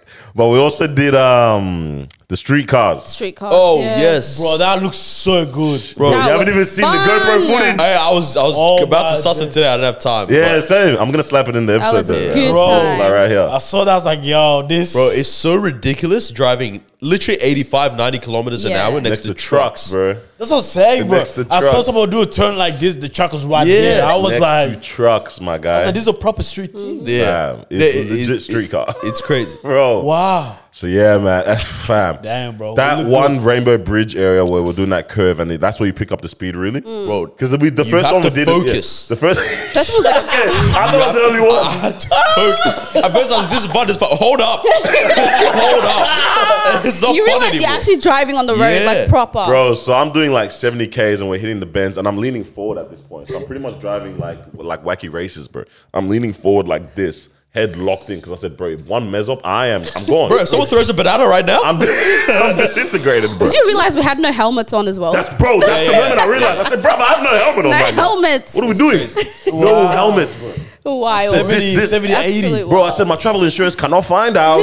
[SPEAKER 1] but we also did um the streetcars.
[SPEAKER 4] street cars.
[SPEAKER 2] Oh
[SPEAKER 4] yeah.
[SPEAKER 2] yes,
[SPEAKER 3] Bro, that looks so good.
[SPEAKER 1] Bro,
[SPEAKER 4] That
[SPEAKER 1] you haven't
[SPEAKER 4] was
[SPEAKER 1] even seen
[SPEAKER 4] fun.
[SPEAKER 1] the GoPro footage.
[SPEAKER 2] Hey, I was I was
[SPEAKER 3] Oh
[SPEAKER 2] about to
[SPEAKER 3] my
[SPEAKER 2] suss it
[SPEAKER 3] God.
[SPEAKER 2] today. I didn't have time.
[SPEAKER 1] Yeah,
[SPEAKER 2] but-
[SPEAKER 1] same. I'm gonna slap it in the
[SPEAKER 4] That
[SPEAKER 1] episode.
[SPEAKER 4] was a
[SPEAKER 1] though.
[SPEAKER 4] good
[SPEAKER 3] Bro.
[SPEAKER 4] time.
[SPEAKER 1] Like right
[SPEAKER 3] I
[SPEAKER 1] here.
[SPEAKER 3] saw that. I was like, yo, this.
[SPEAKER 2] bro, it's so ridiculous driving literally 85, 90 kilometers an
[SPEAKER 4] Yeah.
[SPEAKER 2] hour next,
[SPEAKER 1] Next
[SPEAKER 2] to,
[SPEAKER 1] to
[SPEAKER 2] trucks.
[SPEAKER 1] trucks, bro.
[SPEAKER 3] that's what I'm saying,
[SPEAKER 1] The
[SPEAKER 3] bro.
[SPEAKER 1] next to
[SPEAKER 3] I saw
[SPEAKER 1] trucks.
[SPEAKER 3] someone do a turn like this. The truck was right
[SPEAKER 2] Yeah.
[SPEAKER 3] there. I was
[SPEAKER 1] Next
[SPEAKER 3] like,
[SPEAKER 1] to trucks, my guy.
[SPEAKER 3] I said, this is a proper street
[SPEAKER 4] Mm.
[SPEAKER 3] thing.
[SPEAKER 2] Yeah,
[SPEAKER 1] Fam, it's
[SPEAKER 2] It- it-
[SPEAKER 1] legit
[SPEAKER 2] it-
[SPEAKER 1] streetcar.
[SPEAKER 2] It's crazy.
[SPEAKER 1] bro.
[SPEAKER 3] Wow.
[SPEAKER 1] So yeah, man, fam.
[SPEAKER 3] Damn, bro. We
[SPEAKER 1] That
[SPEAKER 3] looked
[SPEAKER 1] one Rainbow Bridge area where we're doing that curve, and that's where you pick up the speed, really.
[SPEAKER 4] Mm.
[SPEAKER 2] Bro,
[SPEAKER 1] Because the, we- the
[SPEAKER 2] You
[SPEAKER 1] first
[SPEAKER 2] have
[SPEAKER 1] one
[SPEAKER 2] to
[SPEAKER 1] we did,
[SPEAKER 2] focus.
[SPEAKER 1] It, yeah, the first.
[SPEAKER 4] That's what was like,
[SPEAKER 1] I thought I was the only
[SPEAKER 2] I
[SPEAKER 1] one.
[SPEAKER 2] had to focus. At first, I was like, this is fun. This is fun. Hold up. Hold up. It's not
[SPEAKER 4] you
[SPEAKER 2] fun
[SPEAKER 4] realize
[SPEAKER 2] anymore.
[SPEAKER 4] you're actually driving on the road
[SPEAKER 2] Yeah.
[SPEAKER 4] like proper.
[SPEAKER 1] Bro, so I'm doing like 70 Ks and we're hitting the bends and I'm leaning forward at this point. So I'm pretty much driving like like wacky races, bro. I'm leaning forward like this, head locked in, because I said, bro, if one mess up, I am I'm gone.
[SPEAKER 2] bro, if someone throws a banana right now,
[SPEAKER 1] I'm, I'm disintegrated, bro.
[SPEAKER 4] Did you realize we had no helmets on as well?
[SPEAKER 1] That's bro, that's the
[SPEAKER 2] yeah,
[SPEAKER 1] moment I realized. I said, bro, I have no helmet on.
[SPEAKER 4] no
[SPEAKER 1] right now.
[SPEAKER 4] helmets.
[SPEAKER 1] What are we doing? No helmets, bro.
[SPEAKER 4] Wild.
[SPEAKER 1] This- this-
[SPEAKER 3] 70, 80.
[SPEAKER 4] Absolute
[SPEAKER 1] Bro, I
[SPEAKER 4] wild.
[SPEAKER 1] said my travel insurance cannot find out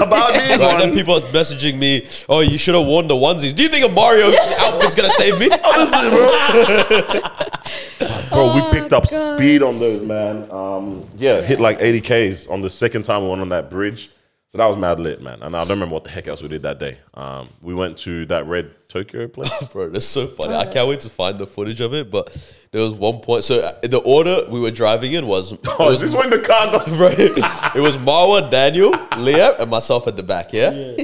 [SPEAKER 1] about this
[SPEAKER 2] Right now,
[SPEAKER 1] one.
[SPEAKER 2] people are messaging me, oh, you should have worn the onesies. Do you think a Mario outfit's going to save me?
[SPEAKER 1] Honestly, bro. bro, we picked up speed on those, man. Um, yeah, hit like 80 Ks on the second time we went on that bridge. So that was mad lit, man. And I don't remember what the heck else we did that day. Um, we went to that red Tokyo place.
[SPEAKER 2] Bro, that's so funny. I can't wait to find the footage of it. But there was one point. So uh, the order we were driving in was it
[SPEAKER 1] Oh, is
[SPEAKER 2] was,
[SPEAKER 1] this when the car got
[SPEAKER 2] bro, it was Marwa, Daniel, Liam, and myself at the back. Yeah,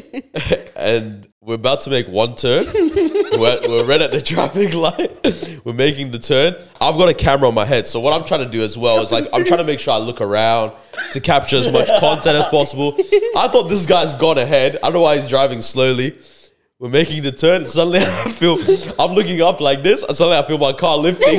[SPEAKER 2] and we're about to make one turn. we're, we're red at the traffic light. We're making the turn. I've got a camera on my head, so what I'm trying to do as well is like I'm trying to make sure I look around to capture as much content as possible. I thought this guy's gone ahead. I don't know why he's driving slowly. We're making the turn. Suddenly, I feel I'm looking up like this. And suddenly, I feel my car lifting.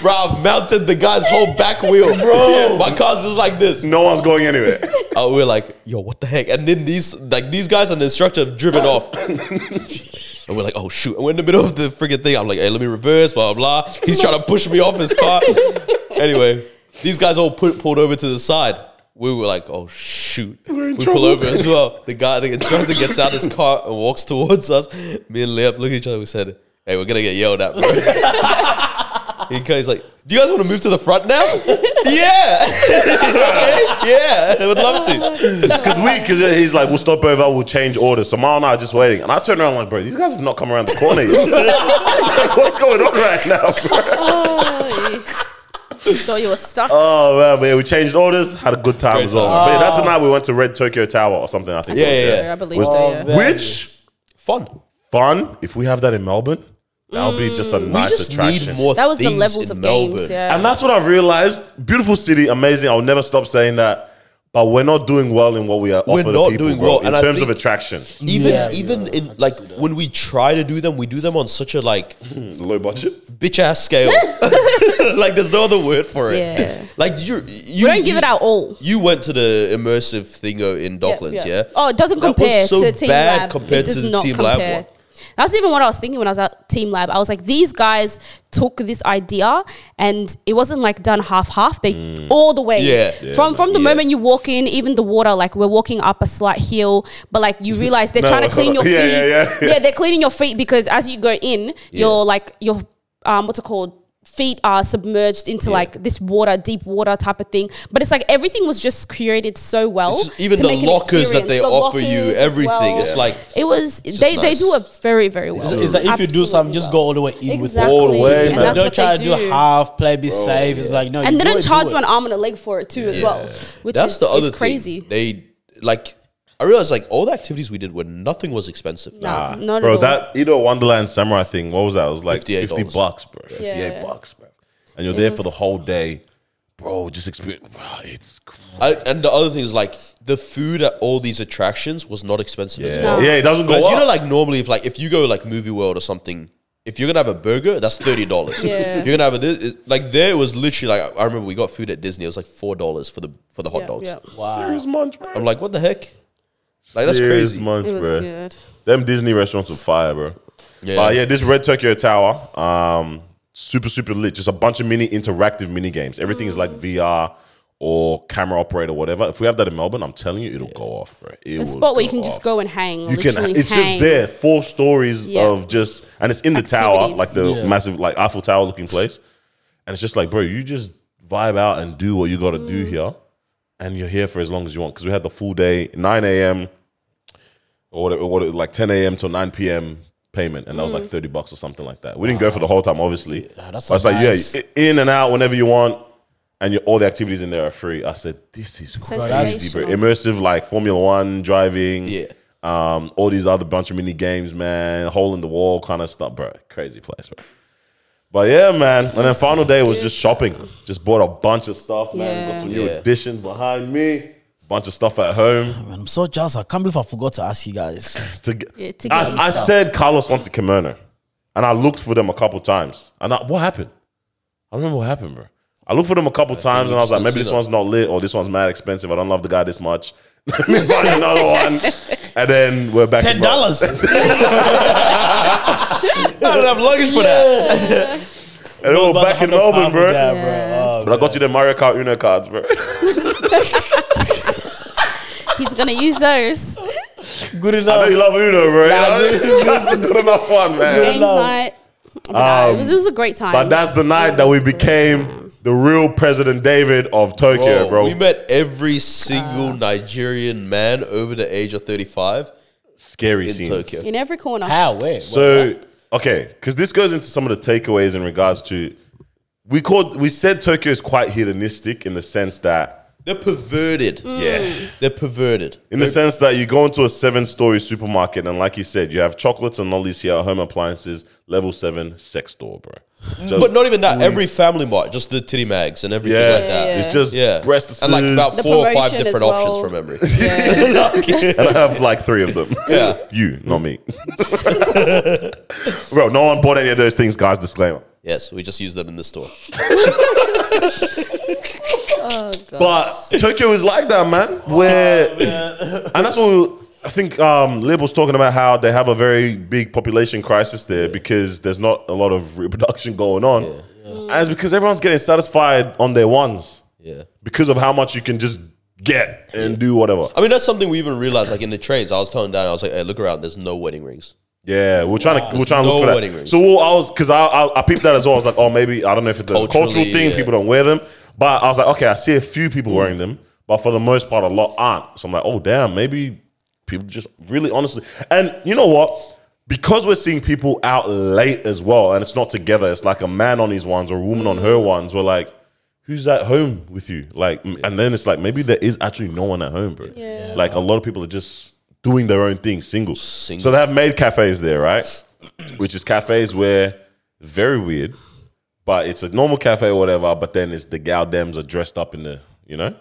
[SPEAKER 2] bro, I've mounted the guy's whole back wheel. Bro, my car's just like this.
[SPEAKER 1] No one's going anywhere.
[SPEAKER 2] Uh, we we're like, yo, what the heck? And then these, like, these guys and the instructor have driven off. and we're like, oh shoot! And we're in the middle of the freaking thing. I'm like, hey, let me reverse, blah blah. blah. He's trying to push me off his car. anyway, these guys all put, pulled over to the side. We were like, oh shoot! we pull over as well. The guy, the instructor, gets out his car and walks towards us. Me and Leop look at each other. We said, hey, we're gonna get yelled at, bro. He goes like, "Do you guys want to move to the front now?" yeah, okay, yeah, I would love to.
[SPEAKER 1] Because we, because he's like, we'll stop over, we'll change orders. So Mao and I are just waiting. And I turn around like, bro, these guys have not come around the corner yet. I was like, what's going on right now, bro?
[SPEAKER 4] Thought you were stuck.
[SPEAKER 1] Oh, man, but yeah, we changed orders, had a good time
[SPEAKER 2] Great
[SPEAKER 1] as well.
[SPEAKER 2] time.
[SPEAKER 1] But yeah, that's the night we went to Red Tokyo Tower or something, I think.
[SPEAKER 2] Ah. Yeah, yeah,
[SPEAKER 4] So I
[SPEAKER 2] yeah.
[SPEAKER 4] believe so. Yeah.
[SPEAKER 1] Which,
[SPEAKER 2] Fun.
[SPEAKER 1] fun, if we have that in Melbourne, that'll be just a
[SPEAKER 2] Mm. We
[SPEAKER 1] nice
[SPEAKER 2] just
[SPEAKER 1] attraction.
[SPEAKER 2] need more.
[SPEAKER 4] That was the
[SPEAKER 2] things
[SPEAKER 4] levels
[SPEAKER 2] in
[SPEAKER 4] of games.
[SPEAKER 2] Melbourne.
[SPEAKER 4] Yeah.
[SPEAKER 1] And that's what I've realized. Beautiful city, amazing. I'll never stop saying that. But we're not doing well in what we are
[SPEAKER 2] We're
[SPEAKER 1] offering
[SPEAKER 2] not
[SPEAKER 1] people,
[SPEAKER 2] doing
[SPEAKER 1] bro,
[SPEAKER 2] well,
[SPEAKER 1] in
[SPEAKER 2] and I
[SPEAKER 1] terms of
[SPEAKER 2] think-
[SPEAKER 1] attractions.
[SPEAKER 2] Even
[SPEAKER 3] Yeah,
[SPEAKER 2] even in like when we try to do them, we do them on such a like
[SPEAKER 1] Low budget.
[SPEAKER 2] bitch ass scale. like there's no other word for it.
[SPEAKER 4] Yeah.
[SPEAKER 2] Like you, you
[SPEAKER 4] we don't give it our all.
[SPEAKER 2] You went to the immersive thingo in Docklands, yeah?
[SPEAKER 4] Oh, it doesn't
[SPEAKER 2] That was
[SPEAKER 4] compare
[SPEAKER 2] so
[SPEAKER 4] to Team
[SPEAKER 2] bad
[SPEAKER 4] Lab.
[SPEAKER 2] compared
[SPEAKER 4] it does
[SPEAKER 2] to the
[SPEAKER 4] not
[SPEAKER 2] Team Lab
[SPEAKER 4] compare.
[SPEAKER 2] one.
[SPEAKER 4] That's even what I was thinking when I was at Team Lab. I was like, these guys took this idea and it wasn't like done half half. They all the way
[SPEAKER 2] Mm. Yeah. Yeah,
[SPEAKER 4] from from the
[SPEAKER 2] yeah.
[SPEAKER 4] moment you walk in, even the water. Like we're walking up a slight hill, but like you realize they're
[SPEAKER 1] No.
[SPEAKER 4] trying to clean your
[SPEAKER 1] Yeah,
[SPEAKER 4] feet.
[SPEAKER 1] yeah, yeah, yeah.
[SPEAKER 4] they're cleaning your feet because as you go in, you're like your um what's it called. Feet are submerged into like this water, deep water type of thing. But it's like everything was just curated so well.
[SPEAKER 2] It's just- even
[SPEAKER 4] Oh, to
[SPEAKER 2] the
[SPEAKER 4] make an
[SPEAKER 2] lockers that they
[SPEAKER 4] experience. The
[SPEAKER 2] offer you,
[SPEAKER 4] lockers as
[SPEAKER 2] everything. It's like-
[SPEAKER 4] it was.
[SPEAKER 2] just
[SPEAKER 4] They they
[SPEAKER 2] nice.
[SPEAKER 4] do it very very well.
[SPEAKER 3] It's, it's like if you do something, just go all the way in with it.
[SPEAKER 4] Exactly. All the way, And man. that's
[SPEAKER 3] don't
[SPEAKER 4] what
[SPEAKER 3] try
[SPEAKER 4] they
[SPEAKER 3] to do
[SPEAKER 4] do.
[SPEAKER 3] half, play, be safe. It's like, no, you
[SPEAKER 4] and they
[SPEAKER 3] do
[SPEAKER 4] don't
[SPEAKER 3] it, do
[SPEAKER 4] charge
[SPEAKER 3] it.
[SPEAKER 4] you an arm and a leg for it too as well, which
[SPEAKER 2] That's
[SPEAKER 4] is,
[SPEAKER 2] the other
[SPEAKER 4] is crazy.
[SPEAKER 2] thing. They like I realized like all the activities we did were nothing was expensive.
[SPEAKER 4] No, not
[SPEAKER 1] Ah. bro,
[SPEAKER 4] at all.
[SPEAKER 1] that Edo Wonderland Samurai thing, what was that? It was like
[SPEAKER 2] 58
[SPEAKER 1] 50
[SPEAKER 2] dollars.
[SPEAKER 1] bucks, bro. 58
[SPEAKER 4] Yeah.
[SPEAKER 1] bucks, bro. And you're there for the
[SPEAKER 4] was-
[SPEAKER 1] whole day. Bro, just experience. Bro, it's crazy.
[SPEAKER 2] I, and the other thing is like the food at all these attractions was not expensive as well.
[SPEAKER 1] Yeah, it doesn't go
[SPEAKER 2] Because
[SPEAKER 1] up.
[SPEAKER 2] you know, like normally, if like if you go like Movie World or something, if you're gonna have a burger, that's thirty dollars.
[SPEAKER 4] Yeah.
[SPEAKER 2] If you're gonna have a di- it- like there it was literally like I remember we got food at Disney. It was like four dollars for the for the hot
[SPEAKER 4] Yeah,
[SPEAKER 2] dogs.
[SPEAKER 4] yeah.
[SPEAKER 1] serious munch, bro.
[SPEAKER 2] I'm like, what the heck? Like that's
[SPEAKER 1] serious
[SPEAKER 2] crazy.
[SPEAKER 1] munch,
[SPEAKER 4] It was
[SPEAKER 1] bro.
[SPEAKER 4] good.
[SPEAKER 1] Them Disney restaurants are fire, bro.
[SPEAKER 2] Yeah.
[SPEAKER 1] But yeah, this Red Tokyo Tower, um, super, super lit. Just a bunch of mini interactive mini games. Everything is like
[SPEAKER 4] Mm.
[SPEAKER 1] VR or camera operator, whatever. If we have that in Melbourne, I'm telling you, it'll go off, bro. It
[SPEAKER 4] The
[SPEAKER 1] will
[SPEAKER 4] spot where you
[SPEAKER 1] go
[SPEAKER 4] can just
[SPEAKER 1] off.
[SPEAKER 4] go and hang.
[SPEAKER 1] you can
[SPEAKER 4] literally
[SPEAKER 1] it's
[SPEAKER 4] hang.
[SPEAKER 1] just there four stories
[SPEAKER 4] Yeah.
[SPEAKER 1] of just and it's in the tower
[SPEAKER 4] Activities.
[SPEAKER 1] like the
[SPEAKER 3] Yeah.
[SPEAKER 1] massive like eiffel tower looking place and it's just like bro you just vibe out and do what you gotta
[SPEAKER 4] Mm.
[SPEAKER 1] do here and you're here for as long as you want because we had the full day 9 a.m or whatever, what it- like 10 a.m till 9 p.m payment and that
[SPEAKER 4] Mm.
[SPEAKER 1] was like 30 bucks or something like that we didn't go for the whole time obviously
[SPEAKER 3] that's
[SPEAKER 1] i was
[SPEAKER 3] nice.
[SPEAKER 1] like yeah i- in and out whenever you want and you all the activities in there are free i said this is crazy bro
[SPEAKER 4] Sensational.
[SPEAKER 1] immersive like formula one driving
[SPEAKER 2] Yeah.
[SPEAKER 1] um, all these other bunch of mini games, man, hole in the wall kind of stuff, bro. Crazy place, bro. But yeah, man. And then final day was just shopping. Just bought a bunch of stuff, man.
[SPEAKER 4] Yeah.
[SPEAKER 1] Got some new
[SPEAKER 2] Yeah.
[SPEAKER 1] additions behind me. Bunch of stuff at home.
[SPEAKER 3] Man, I'm so jealous. I can't believe I forgot to ask you guys.
[SPEAKER 1] To get,
[SPEAKER 4] Yeah, to
[SPEAKER 1] I,
[SPEAKER 4] get
[SPEAKER 1] I
[SPEAKER 4] stuff.
[SPEAKER 1] said Carlos wants a kimono, and I looked for them a couple times. And I, what happened? I don't remember what happened, bro. I looked for them a couple times, and I was like,
[SPEAKER 2] just
[SPEAKER 1] maybe
[SPEAKER 2] see
[SPEAKER 1] this
[SPEAKER 2] them.
[SPEAKER 1] one's not lit, or this one's mad expensive. I don't love the guy this much. Let me find another one, and then we're back. in
[SPEAKER 3] Ten
[SPEAKER 1] Bro-
[SPEAKER 3] dollars.
[SPEAKER 2] I don't have luggage for that.
[SPEAKER 1] And we're back in Melbourne, bro.
[SPEAKER 3] bro.
[SPEAKER 1] But I got you the Mario Kart Uno cards, bro.
[SPEAKER 4] He's gonna use those
[SPEAKER 3] Good
[SPEAKER 1] I know
[SPEAKER 3] enough.
[SPEAKER 1] you love Uno, bro.
[SPEAKER 3] Nah,
[SPEAKER 1] You know? that's a good enough one, man.
[SPEAKER 4] games night. But nah, it, was, it was a great time.
[SPEAKER 1] But that's the night that we became the real President David of
[SPEAKER 2] Oh,
[SPEAKER 1] Tokyo, bro.
[SPEAKER 2] We met every single Nigerian man over the age of 35.
[SPEAKER 1] scary
[SPEAKER 2] in
[SPEAKER 1] scenes.
[SPEAKER 2] Tokyo.
[SPEAKER 4] In every corner.
[SPEAKER 3] Um, How? Where?
[SPEAKER 1] So okay, because this goes into some of the takeaways in regards to we called we said Tokyo is quite hedonistic in the sense that
[SPEAKER 2] They're perverted. Yeah. They're perverted.
[SPEAKER 1] in the sense that you go into a seven story supermarket and like you said, you have chocolates and lollies here, home appliances, level seven sex store, bro. Just-
[SPEAKER 2] But not even that. Every family mart, just the titty mags and everything
[SPEAKER 1] yeah,
[SPEAKER 2] like that.
[SPEAKER 1] it's just
[SPEAKER 2] Yeah.
[SPEAKER 1] breast
[SPEAKER 2] and like about
[SPEAKER 1] suits.
[SPEAKER 4] The
[SPEAKER 2] four or five
[SPEAKER 4] promotion as
[SPEAKER 2] different options
[SPEAKER 4] well.
[SPEAKER 2] from memory.
[SPEAKER 4] Yeah.
[SPEAKER 1] and I have like three of them.
[SPEAKER 2] Yeah.
[SPEAKER 1] you, not me. Bro, no one bought any of those things, guys. Disclaimer.
[SPEAKER 2] yes, we just use them in the store.
[SPEAKER 1] But Tokyo is like that, man. Where
[SPEAKER 2] Oh,
[SPEAKER 1] and that's what we- I think. Um, Lib was talking about how they have a very big population crisis there because there's not a lot of reproduction going on, and it's because everyone's getting satisfied on their ones
[SPEAKER 2] Yeah.
[SPEAKER 1] because of how much you can just get and do whatever.
[SPEAKER 2] I mean, that's something we even realized. Like in the trains, I was telling Dan, I was like, "Hey, look around. There's no wedding rings.
[SPEAKER 1] Yeah, we're trying to we're trying to
[SPEAKER 2] no
[SPEAKER 1] look for
[SPEAKER 2] wedding
[SPEAKER 1] that.
[SPEAKER 2] rings.
[SPEAKER 1] So we'll, I was because I, I I peeped that as well. I was like, oh, maybe I don't know if it's a cultural
[SPEAKER 2] Culturally,
[SPEAKER 1] thing.
[SPEAKER 2] yeah.
[SPEAKER 1] People don't wear them, but I was like, okay, I see a few people wearing them, but for the most part, a lot aren't. So I'm like, oh damn, maybe people just really honestly. And you know what? Because we're seeing people out late as well, and it's not together. It's like a man on his ones or a woman on her ones. We're like. Who's at home with you? Like, m- and then it's like maybe there is actually no one at home, bro.
[SPEAKER 4] Yeah.
[SPEAKER 1] Like a lot of people are just doing their own thing, single. So they have maid cafes there, right? Which is cafes where very weird, but it's a normal cafe or whatever. But then it's the gal dems are dressed up in the you know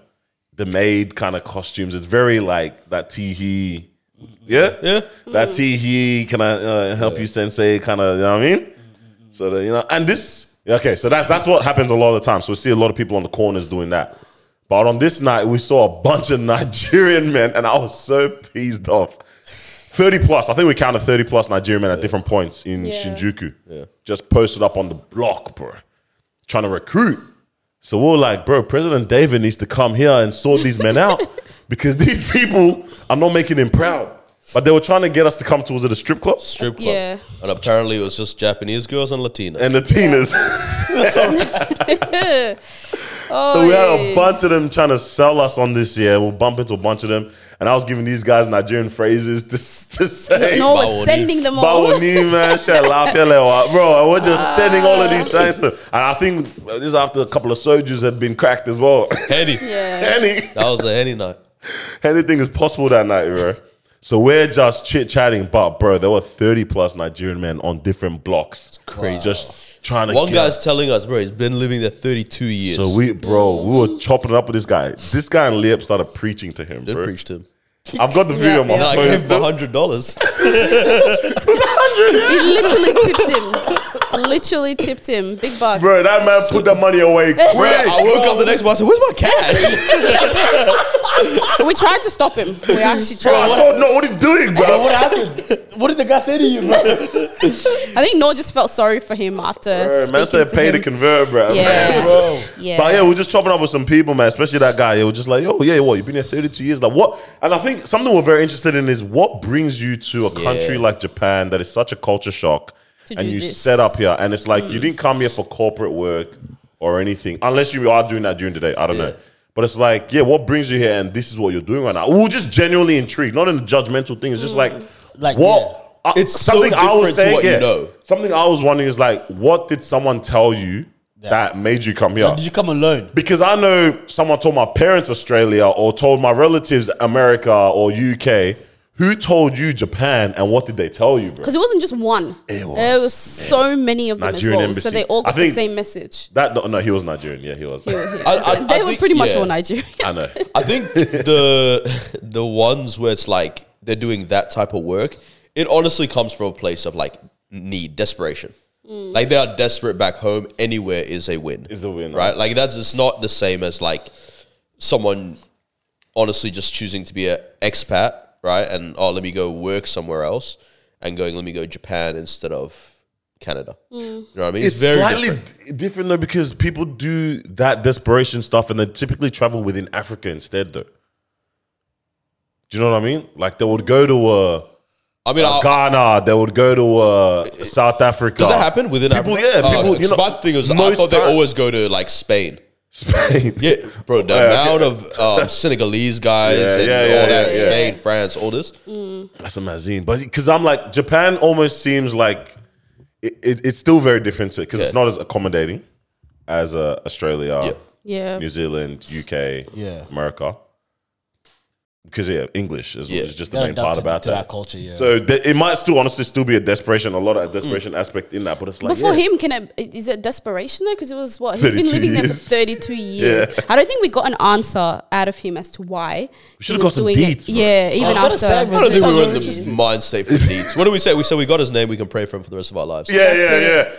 [SPEAKER 1] the maid kind of costumes. It's very like that tee hee, yeah, yeah, that tee hee. Can I uh, help you, sensei? Kind of, you know what I mean? So that, you know, and this okay. So that's that's what happens a lot of the time. So we see a lot of people on the corners doing that. But on this night, we saw a bunch of Nigerian men, and I was so pissed off. 30 plus, I think we counted 30 plus Nigerian men at different points in
[SPEAKER 4] Yeah.
[SPEAKER 1] Shinjuku. Just posted up on the block, bro, trying to recruit. So we we're like, bro, President David needs to come here and sort these men out because these people are not making him proud. But they were trying to get us to come towards the strip club
[SPEAKER 2] Strip club.
[SPEAKER 4] Yeah.
[SPEAKER 2] And apparently, it was just Japanese girls and Latinas.
[SPEAKER 1] and the teeners. So
[SPEAKER 4] Oh,
[SPEAKER 1] we had
[SPEAKER 4] yeah.
[SPEAKER 1] a bunch of them trying to sell us on this year. We'll bump into a bunch of them. And I was giving these guys Nigerian phrases to, to say.
[SPEAKER 4] No,
[SPEAKER 2] Bawoni.
[SPEAKER 4] we're sending them all.
[SPEAKER 1] Bawoni, man, shall laugh, yeah, like, what? Bro, I was just sending all of these
[SPEAKER 4] Ah.
[SPEAKER 1] things. to them. And I think uh, this is after a couple of soldiers had been cracked as well.
[SPEAKER 2] Henny.
[SPEAKER 4] Yeah.
[SPEAKER 1] Any,
[SPEAKER 2] That was a Henny night.
[SPEAKER 1] anything is possible that night, bro. So we're just chit chatting, but bro, there were 30 plus Nigerian men on different blocks.
[SPEAKER 2] crazy.
[SPEAKER 1] Just trying to
[SPEAKER 2] One
[SPEAKER 1] get
[SPEAKER 2] guy's telling us, bro, he's been living there 32 years.
[SPEAKER 1] So we, bro, we were chopping it up with this guy. This guy and Liam started preaching to him,
[SPEAKER 2] Did
[SPEAKER 1] bro.
[SPEAKER 2] preach to him.
[SPEAKER 1] I've got the video
[SPEAKER 4] Yeah,
[SPEAKER 1] on my
[SPEAKER 4] yeah.
[SPEAKER 2] I
[SPEAKER 1] phone.
[SPEAKER 2] gave him
[SPEAKER 1] still.
[SPEAKER 2] hundred dollars.
[SPEAKER 4] He literally tipped him. literally tipped him. Big bucks.
[SPEAKER 1] Bro, that man put that money away
[SPEAKER 2] I
[SPEAKER 1] quick.
[SPEAKER 2] woke up the next morning. I said, "Where's my cash?"
[SPEAKER 4] We tried to stop him. We actually
[SPEAKER 1] Bro, I
[SPEAKER 4] tried.
[SPEAKER 1] told no, what are you doing, bro?
[SPEAKER 3] what happened? What did the guy say to you, bro?
[SPEAKER 4] I think Noor just felt sorry for him after
[SPEAKER 1] Bro,
[SPEAKER 4] speaking
[SPEAKER 1] man said
[SPEAKER 4] to
[SPEAKER 1] pay
[SPEAKER 4] him.
[SPEAKER 1] to convert, bro.
[SPEAKER 4] Yeah.
[SPEAKER 3] bro.
[SPEAKER 4] Yeah.
[SPEAKER 1] But yeah, we we're just chopping up with some people, man. Especially that guy. Yeah, we're just like, yo, yeah, what? You've been here 32 years. Like, what? And I think something we're very interested in is what brings you to a country like Japan that is such a culture shock,
[SPEAKER 4] To
[SPEAKER 1] and
[SPEAKER 4] do
[SPEAKER 1] you
[SPEAKER 4] this. Mm.
[SPEAKER 1] set up here, and it's like you didn't come here for corporate work or anything, unless you are doing that during the day. I don't know. But it's like, yeah, what brings you here, and this is what you're doing right now. We're just genuinely intrigued, not in a judgmental thing. It's just like,
[SPEAKER 4] Mm.
[SPEAKER 3] Like,
[SPEAKER 1] what? I-
[SPEAKER 2] It's so different to what you know.
[SPEAKER 1] Something I was wondering is like, what did someone tell you that made you come here?
[SPEAKER 3] Did you come alone?
[SPEAKER 1] because I know someone told my parents Australia or told my relatives America or UK. Who told you Japan and what did they tell you, bro?
[SPEAKER 4] Because it wasn't just one. It
[SPEAKER 1] was.
[SPEAKER 4] There was so many of them
[SPEAKER 1] Nigerian
[SPEAKER 4] as well.
[SPEAKER 1] embassy.
[SPEAKER 4] So they all
[SPEAKER 1] I
[SPEAKER 4] got
[SPEAKER 1] think-
[SPEAKER 4] the same message.
[SPEAKER 1] That no, no, he was Nigerian. Yeah, he was. I
[SPEAKER 2] I, I-
[SPEAKER 4] they
[SPEAKER 2] I
[SPEAKER 4] were
[SPEAKER 2] think-
[SPEAKER 4] pretty much
[SPEAKER 2] yeah.
[SPEAKER 4] all Nigerian.
[SPEAKER 1] know.
[SPEAKER 2] I think the the ones where it's like they're doing that type of work, it honestly comes from a place of like need, desperation. Like they are desperate back home. Anywhere is a win.
[SPEAKER 1] Is a win,
[SPEAKER 2] right? Like that's it's not the same as like someone honestly just choosing to be an expat, right? And oh, let me go work somewhere else, and going let me go Japan instead of Canada. You know what I mean?
[SPEAKER 1] It's slightly
[SPEAKER 2] different.
[SPEAKER 1] different. different though because people do that desperation stuff and they typically travel within Africa instead, though. Do you know what I mean? Like they would go to uh,
[SPEAKER 2] I mean, I,
[SPEAKER 1] Ghana, they would go to uh, South Africa.
[SPEAKER 2] Oh. Does that happen within
[SPEAKER 1] people?
[SPEAKER 2] Africa?
[SPEAKER 1] Yeah,
[SPEAKER 2] Oh,
[SPEAKER 1] people.
[SPEAKER 2] okay.
[SPEAKER 1] you know,
[SPEAKER 2] So my thing is, I
[SPEAKER 1] most
[SPEAKER 2] thought they
[SPEAKER 1] time-
[SPEAKER 2] always go to like Spain
[SPEAKER 1] Spain.
[SPEAKER 2] Yeah, bro, the
[SPEAKER 1] okay.
[SPEAKER 2] amount of um, Senegalese guys
[SPEAKER 1] Yeah,
[SPEAKER 2] and
[SPEAKER 1] yeah,
[SPEAKER 2] all
[SPEAKER 1] yeah,
[SPEAKER 2] that,
[SPEAKER 1] yeah, yeah.
[SPEAKER 2] Spain, France, all this.
[SPEAKER 1] That's amazing. But because I'm like, Japan almost seems like it, it, it's still very different because it's
[SPEAKER 2] Yeah.
[SPEAKER 1] not as accommodating as uh, Australia,
[SPEAKER 2] Yeah.
[SPEAKER 4] Yeah.
[SPEAKER 1] New Zealand, UK,
[SPEAKER 7] Yeah.
[SPEAKER 1] America. Because yeah, English is,
[SPEAKER 2] Yeah.
[SPEAKER 1] is just the
[SPEAKER 7] They're
[SPEAKER 1] main part
[SPEAKER 7] adapted
[SPEAKER 1] about
[SPEAKER 7] to
[SPEAKER 1] that.
[SPEAKER 7] that culture, yeah.
[SPEAKER 1] So th- it might still honestly still be a desperation, a lot of desperation
[SPEAKER 2] Mm.
[SPEAKER 1] aspect in that. But it's like
[SPEAKER 4] But for
[SPEAKER 1] yeah.
[SPEAKER 4] him, can I, is it desperation though? Because it was what he's been
[SPEAKER 1] 32
[SPEAKER 4] living there for
[SPEAKER 1] years.
[SPEAKER 4] thirty-two years. I don't think we got an answer out of him as to why. We
[SPEAKER 1] should've got some deeds, bro.
[SPEAKER 4] Yeah, even
[SPEAKER 7] gonna
[SPEAKER 4] after.
[SPEAKER 7] say, I
[SPEAKER 2] I
[SPEAKER 7] don't
[SPEAKER 2] don't think we were in the
[SPEAKER 4] Jeez.
[SPEAKER 2] mindset for deeds. What do we say? We said we got his name, we can pray for him for the rest of our lives.
[SPEAKER 1] Yeah, yeah,
[SPEAKER 4] That's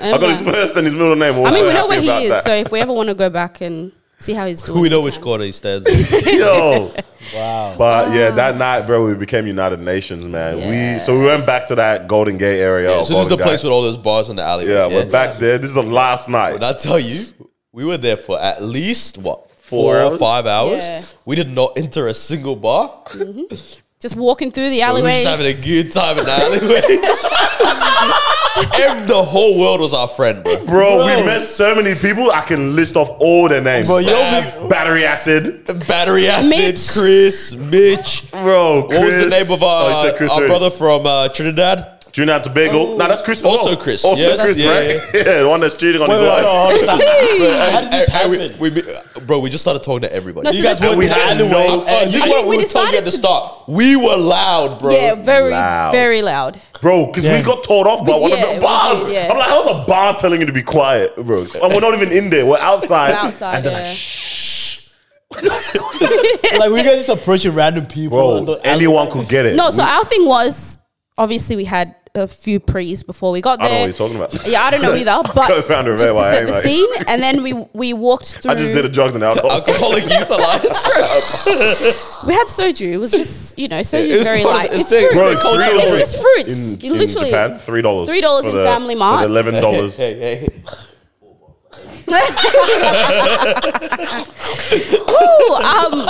[SPEAKER 1] yeah.
[SPEAKER 4] it.
[SPEAKER 1] I got his
[SPEAKER 4] Okay.
[SPEAKER 1] first and his middle name.
[SPEAKER 4] I mean, we know
[SPEAKER 1] where
[SPEAKER 4] where he is, so if we ever want to go back and see how he's doing,
[SPEAKER 2] We know which corner he stands in.
[SPEAKER 1] Yo. Wow. But
[SPEAKER 4] Ah.
[SPEAKER 1] yeah, that night, bro, we became United Nations, man. We so we went back to that Golden Gate area.
[SPEAKER 2] Yeah,
[SPEAKER 1] of
[SPEAKER 2] so this is the
[SPEAKER 1] Golden
[SPEAKER 2] place
[SPEAKER 1] Gate.
[SPEAKER 2] with all those bars and the alleyways.
[SPEAKER 1] Oh, yeah, we're back there. This is the last night.
[SPEAKER 2] And I tell you, we were there for at least what four,
[SPEAKER 1] Four
[SPEAKER 2] or
[SPEAKER 1] hours?
[SPEAKER 2] five hours.
[SPEAKER 4] Yeah.
[SPEAKER 2] We did not enter a single bar.
[SPEAKER 4] Just walking through the
[SPEAKER 2] We were
[SPEAKER 4] alleyways.
[SPEAKER 2] just having a good time in the alleyways. Ev- the whole world was our friend, bro.
[SPEAKER 1] Bro, we met so many people. I can list off all their names.
[SPEAKER 2] Bro, you're
[SPEAKER 1] Sav, battery acid,
[SPEAKER 2] Battery acid,
[SPEAKER 4] Mitch.
[SPEAKER 2] Chris, Mitch.
[SPEAKER 1] bro.
[SPEAKER 2] What was the
[SPEAKER 1] Chris-
[SPEAKER 2] name of
[SPEAKER 1] Oh,
[SPEAKER 2] our,
[SPEAKER 1] you said Chris
[SPEAKER 2] our
[SPEAKER 1] already.
[SPEAKER 2] brother from uh, Trinidad?
[SPEAKER 1] Junior and Tobago. Nah, that's Chris. as
[SPEAKER 2] Also
[SPEAKER 1] well.
[SPEAKER 2] Chris,
[SPEAKER 1] Also
[SPEAKER 2] yes,
[SPEAKER 1] Chris,
[SPEAKER 2] yeah,
[SPEAKER 1] right? Yeah. the one that's cheating on his wife.
[SPEAKER 3] How did this
[SPEAKER 2] And- and we-
[SPEAKER 3] happen?
[SPEAKER 2] we be- bro, we just started talking to everybody.
[SPEAKER 4] No, so that's-
[SPEAKER 1] And we had no-
[SPEAKER 2] Uh, this is
[SPEAKER 4] I
[SPEAKER 2] what
[SPEAKER 4] think
[SPEAKER 2] we
[SPEAKER 4] we
[SPEAKER 2] were telling you at
[SPEAKER 4] decided
[SPEAKER 2] the
[SPEAKER 4] to-
[SPEAKER 2] start. We were loud, bro.
[SPEAKER 4] yeah, very,
[SPEAKER 1] Loud.
[SPEAKER 4] very loud.
[SPEAKER 1] Bro, because we got told off by
[SPEAKER 4] We-
[SPEAKER 1] one
[SPEAKER 4] yeah,
[SPEAKER 1] of
[SPEAKER 4] we
[SPEAKER 1] the bars.
[SPEAKER 4] did, yeah.
[SPEAKER 1] I'm like, how's a bar telling you to be quiet, bro? And we're not even in there. We're outside.
[SPEAKER 4] We're outside,
[SPEAKER 1] And they're
[SPEAKER 4] yeah.
[SPEAKER 1] like, shh.
[SPEAKER 3] like we guys just approaching random people. on
[SPEAKER 1] Bro,
[SPEAKER 3] the alley.
[SPEAKER 1] anyone could get it.
[SPEAKER 4] No, so our thing was obviously we had a few pre's before we got
[SPEAKER 1] I
[SPEAKER 4] there.
[SPEAKER 1] don't know what you're talking about.
[SPEAKER 4] Yeah, I don't know either. But
[SPEAKER 1] Co-founder of
[SPEAKER 4] just to
[SPEAKER 1] AYA,
[SPEAKER 4] set the
[SPEAKER 1] mate.
[SPEAKER 4] scene, and then we we walked through.
[SPEAKER 1] I just did a drugs and alcohol.
[SPEAKER 2] Alcoholic Youth Alliance.
[SPEAKER 4] We had soju. It was just you know soju
[SPEAKER 2] It
[SPEAKER 4] is
[SPEAKER 2] was
[SPEAKER 4] very
[SPEAKER 2] part of-
[SPEAKER 4] light.
[SPEAKER 2] it's
[SPEAKER 4] It's
[SPEAKER 2] the-
[SPEAKER 4] fruit.
[SPEAKER 2] bro,
[SPEAKER 1] Bro,
[SPEAKER 2] culture
[SPEAKER 1] three
[SPEAKER 2] of
[SPEAKER 1] dollars.
[SPEAKER 4] It's just fruits.
[SPEAKER 1] In,
[SPEAKER 4] You
[SPEAKER 1] in
[SPEAKER 4] literally-
[SPEAKER 1] Japan, three dollars.
[SPEAKER 4] Three dollars
[SPEAKER 1] for
[SPEAKER 4] in
[SPEAKER 1] the-
[SPEAKER 4] Family
[SPEAKER 1] for the
[SPEAKER 4] Mart.
[SPEAKER 1] Eleven dollars.
[SPEAKER 2] hey, hey, hey.
[SPEAKER 4] Ooh, um,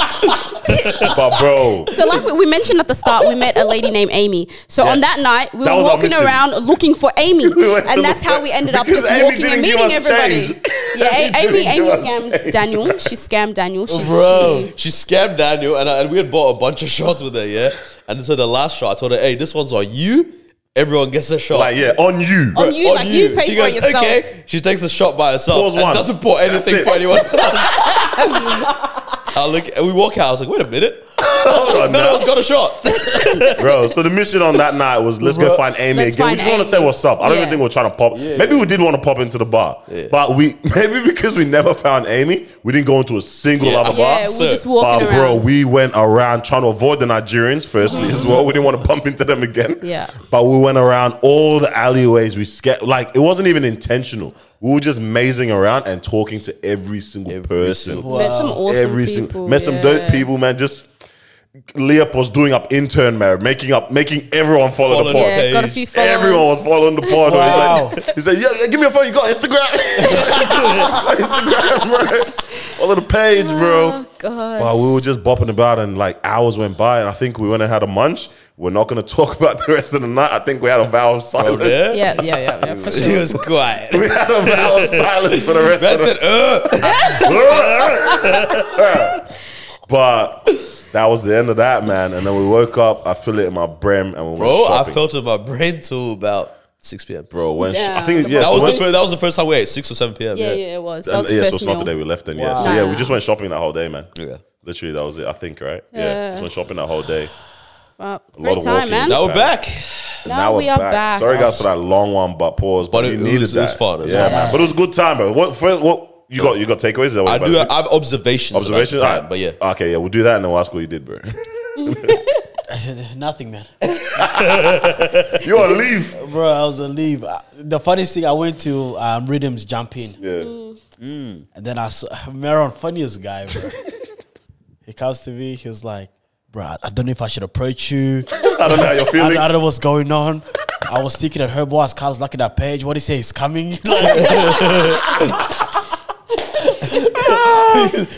[SPEAKER 1] But bro,
[SPEAKER 4] so like we, we mentioned at the start, we met a lady named Amy. So
[SPEAKER 1] Yes.
[SPEAKER 4] on that night, we
[SPEAKER 1] That
[SPEAKER 4] were
[SPEAKER 1] was our
[SPEAKER 4] walking
[SPEAKER 1] mission.
[SPEAKER 4] around looking for Amy,
[SPEAKER 1] We went to
[SPEAKER 4] and that's
[SPEAKER 1] look
[SPEAKER 4] how
[SPEAKER 1] for-
[SPEAKER 4] we ended up
[SPEAKER 1] because
[SPEAKER 4] just
[SPEAKER 1] Amy
[SPEAKER 4] walking
[SPEAKER 1] didn't
[SPEAKER 4] and
[SPEAKER 1] give
[SPEAKER 4] meeting
[SPEAKER 1] us
[SPEAKER 4] everybody.
[SPEAKER 1] change.
[SPEAKER 4] Yeah, A-
[SPEAKER 1] Amy
[SPEAKER 4] Amy,
[SPEAKER 1] didn't give
[SPEAKER 4] Amy
[SPEAKER 1] us
[SPEAKER 4] scammed
[SPEAKER 1] change.
[SPEAKER 4] Daniel. She scammed Daniel. She,
[SPEAKER 2] Bro,
[SPEAKER 4] she-
[SPEAKER 2] she scammed Daniel, and, I, and we had bought a bunch of shots with her, yeah. And so the last shot, I told her, "Hey, this one's on you. Everyone gets a shot."
[SPEAKER 1] like yeah, on you.
[SPEAKER 4] On you, like, you pay
[SPEAKER 2] she
[SPEAKER 4] for it
[SPEAKER 2] goes,
[SPEAKER 4] yourself.
[SPEAKER 2] "Okay." She takes a shot by herself
[SPEAKER 1] Pours
[SPEAKER 2] and
[SPEAKER 1] one.
[SPEAKER 2] doesn't pour
[SPEAKER 1] That's
[SPEAKER 2] anything
[SPEAKER 1] it.
[SPEAKER 2] for anyone else. I look, and we walk out. I was like, "Wait a minute,
[SPEAKER 1] Hold on
[SPEAKER 2] none of us
[SPEAKER 1] now.
[SPEAKER 2] got a shot."
[SPEAKER 1] bro. So the mission on that night was let's go find Amy
[SPEAKER 4] Let's
[SPEAKER 1] again. We
[SPEAKER 4] find
[SPEAKER 1] just want to
[SPEAKER 4] Amy.
[SPEAKER 1] say what's up. I don't
[SPEAKER 4] Yeah.
[SPEAKER 1] even think we're trying to pop. maybe we did want to pop into the bar, but we maybe because we never found Amy, we didn't go into a single
[SPEAKER 2] Yeah.
[SPEAKER 1] other bar.
[SPEAKER 4] yeah,
[SPEAKER 2] so-
[SPEAKER 4] we're just walking
[SPEAKER 1] but
[SPEAKER 4] around.
[SPEAKER 1] bro, we went around trying to avoid the Nigerians firstly as well. We didn't want to bump into them again.
[SPEAKER 4] Yeah.
[SPEAKER 1] But we went around all the alleyways. We scared like it wasn't even intentional. We were just mazing around and talking to every single person.
[SPEAKER 4] Met some awesome
[SPEAKER 1] every
[SPEAKER 4] people.
[SPEAKER 1] single met some dope
[SPEAKER 4] yeah.
[SPEAKER 1] people, man. Just Leop was doing up intern marriage, making up making everyone follow
[SPEAKER 2] Follow
[SPEAKER 1] the pod.
[SPEAKER 2] the
[SPEAKER 4] Yeah, got a few followers.
[SPEAKER 1] Everyone was following the pod.
[SPEAKER 3] Wow.
[SPEAKER 1] He said, he said, yeah, yeah, give me a phone. You got Instagram? Instagram, bro. Follow the page, bro.
[SPEAKER 4] Oh gosh.
[SPEAKER 1] But we were just bopping about, and like hours went by, and I think we went and had a munch. We're not going to talk about the rest of the night. I think we had a vow of silence.
[SPEAKER 2] Oh, Yeah,
[SPEAKER 4] Yeah, yeah, yeah, yeah. For
[SPEAKER 2] she
[SPEAKER 4] sure.
[SPEAKER 2] was quiet.
[SPEAKER 1] We had a vow of silence for the rest
[SPEAKER 2] That's
[SPEAKER 1] of
[SPEAKER 2] it. Uh.
[SPEAKER 1] the But that was the end of that, man. And then we woke up. I feel it in my brain, and we
[SPEAKER 2] Bro,
[SPEAKER 1] went
[SPEAKER 2] I
[SPEAKER 1] shopping.
[SPEAKER 2] felt it in my brain till about six p.m. Bro,
[SPEAKER 1] bro. When sh- I
[SPEAKER 4] Damn.
[SPEAKER 1] think yeah,
[SPEAKER 2] that
[SPEAKER 1] so
[SPEAKER 2] was
[SPEAKER 1] when-
[SPEAKER 2] the, fir- that was the first time we ate six or seven p.m.
[SPEAKER 4] Yeah, yeah, it was. That
[SPEAKER 1] and-
[SPEAKER 4] was the
[SPEAKER 1] yeah, so
[SPEAKER 4] first
[SPEAKER 1] it's not the day
[SPEAKER 4] meal.
[SPEAKER 1] we left then. Yeah, so
[SPEAKER 4] Wow.
[SPEAKER 1] yeah, we just went shopping that whole day, man.
[SPEAKER 2] Yeah.
[SPEAKER 1] Literally, that was it. I think, right? Yeah,
[SPEAKER 4] Yeah.
[SPEAKER 1] just went shopping that whole day.
[SPEAKER 4] Wow.
[SPEAKER 1] lot
[SPEAKER 4] Great
[SPEAKER 1] of
[SPEAKER 4] time,
[SPEAKER 1] walking.
[SPEAKER 4] man.
[SPEAKER 1] That
[SPEAKER 2] Now we're back.
[SPEAKER 4] Now
[SPEAKER 1] we're
[SPEAKER 4] we are back.
[SPEAKER 1] Sorry guys for that long one, but pause. But,
[SPEAKER 2] But
[SPEAKER 1] you
[SPEAKER 2] it- it
[SPEAKER 1] needed
[SPEAKER 2] was- it
[SPEAKER 1] that.
[SPEAKER 2] was fun, it was
[SPEAKER 1] yeah,
[SPEAKER 2] fun.
[SPEAKER 1] man. But it was a good time, bro. What? For, what? You got you got takeaways? Is that what
[SPEAKER 2] I
[SPEAKER 1] you're
[SPEAKER 2] do.
[SPEAKER 1] about
[SPEAKER 2] I have observations.
[SPEAKER 1] to do?
[SPEAKER 2] about
[SPEAKER 1] observations.
[SPEAKER 2] Japan,
[SPEAKER 1] Alright.
[SPEAKER 2] but yeah,
[SPEAKER 1] Okay, yeah, we'll do that, and then we'll ask what you did, bro.
[SPEAKER 3] Nothing, man.
[SPEAKER 1] you on leave?
[SPEAKER 3] Bro, I was on leave. Uh, The funniest thing, I went to um, Rhythms Jump In.
[SPEAKER 1] Yeah.
[SPEAKER 3] And then I saw Meron, funniest guy, bro. he comes to me, he was like, Bro, I- I don't know if I should approach you. I,
[SPEAKER 1] I don't know how you're
[SPEAKER 3] don't-
[SPEAKER 1] feeling.
[SPEAKER 3] I don't know what's going on. I was thinking at her boss, Carl's looking at page. What do you say? He's coming.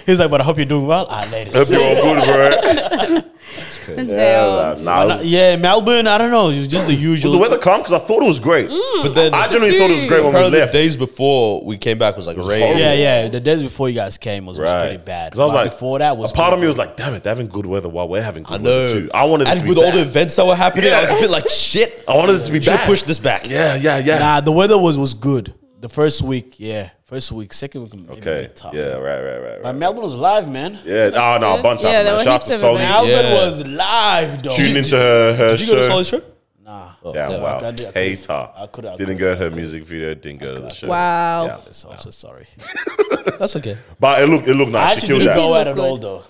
[SPEAKER 3] He's like, but I hope you're doing well. Ah,
[SPEAKER 1] Hope
[SPEAKER 3] ladies.
[SPEAKER 1] you're all good, bro.
[SPEAKER 4] Denzel.
[SPEAKER 1] Nah, was,
[SPEAKER 3] Yeah, Melbourne. I don't know. It's just the usual.
[SPEAKER 1] was the weather calm? Because I thought it was great.
[SPEAKER 4] Mm.
[SPEAKER 2] But then
[SPEAKER 1] I genuinely thought it was great when we
[SPEAKER 2] apparently
[SPEAKER 1] left.
[SPEAKER 2] days before we came back was like rain.
[SPEAKER 1] horrible.
[SPEAKER 3] yeah, yeah. The days before you guys came was, was
[SPEAKER 1] Right.
[SPEAKER 3] pretty bad.
[SPEAKER 1] Because I was
[SPEAKER 3] But
[SPEAKER 1] like,
[SPEAKER 3] before that was
[SPEAKER 1] a part of me
[SPEAKER 3] pretty
[SPEAKER 1] was like, damn it, they're having good weather while we're having good
[SPEAKER 2] I know.
[SPEAKER 1] weather too. I wanted it
[SPEAKER 2] and
[SPEAKER 1] to be
[SPEAKER 2] with all the
[SPEAKER 1] back.
[SPEAKER 2] events that were happening, I was a
[SPEAKER 1] Yeah.
[SPEAKER 2] bit like, shit.
[SPEAKER 1] I wanted it to be
[SPEAKER 2] Should
[SPEAKER 1] bad.
[SPEAKER 2] have pushed this back.
[SPEAKER 1] Yeah, yeah, yeah.
[SPEAKER 3] good. Nah, the weather was was good. The first week, yeah, first week, second week, maybe a
[SPEAKER 1] okay.
[SPEAKER 3] bit tough.
[SPEAKER 1] Yeah, right, right, right.
[SPEAKER 3] But
[SPEAKER 1] right.
[SPEAKER 3] Melbourne was live, man.
[SPEAKER 1] Yeah. Oh, no, a
[SPEAKER 4] good.
[SPEAKER 1] bunch
[SPEAKER 4] Yeah,
[SPEAKER 1] of
[SPEAKER 4] there
[SPEAKER 1] them.
[SPEAKER 4] were
[SPEAKER 1] Shout out
[SPEAKER 4] heaps
[SPEAKER 1] to
[SPEAKER 4] of
[SPEAKER 1] Sony.
[SPEAKER 4] events.
[SPEAKER 3] Melbourne
[SPEAKER 2] Yeah.
[SPEAKER 3] was live, though.
[SPEAKER 1] Tune into her, her
[SPEAKER 2] Did you go to
[SPEAKER 1] show.
[SPEAKER 2] Solly's show?
[SPEAKER 3] Nah,
[SPEAKER 1] Damn,
[SPEAKER 3] Yeah, I
[SPEAKER 1] wow.
[SPEAKER 3] could- I could-
[SPEAKER 1] Hater.
[SPEAKER 3] I could- I
[SPEAKER 1] Didn't
[SPEAKER 3] could-
[SPEAKER 1] go to her music video, didn't go to the show.
[SPEAKER 4] Wow.
[SPEAKER 1] Yeah.
[SPEAKER 3] so I'm so sorry.
[SPEAKER 2] That's okay.
[SPEAKER 1] But it looked, it looked
[SPEAKER 3] I
[SPEAKER 1] nice. She
[SPEAKER 3] actually
[SPEAKER 1] killed
[SPEAKER 3] didn't
[SPEAKER 4] It
[SPEAKER 1] that.
[SPEAKER 4] did
[SPEAKER 3] go at
[SPEAKER 4] look
[SPEAKER 3] it all,
[SPEAKER 4] good.
[SPEAKER 3] though.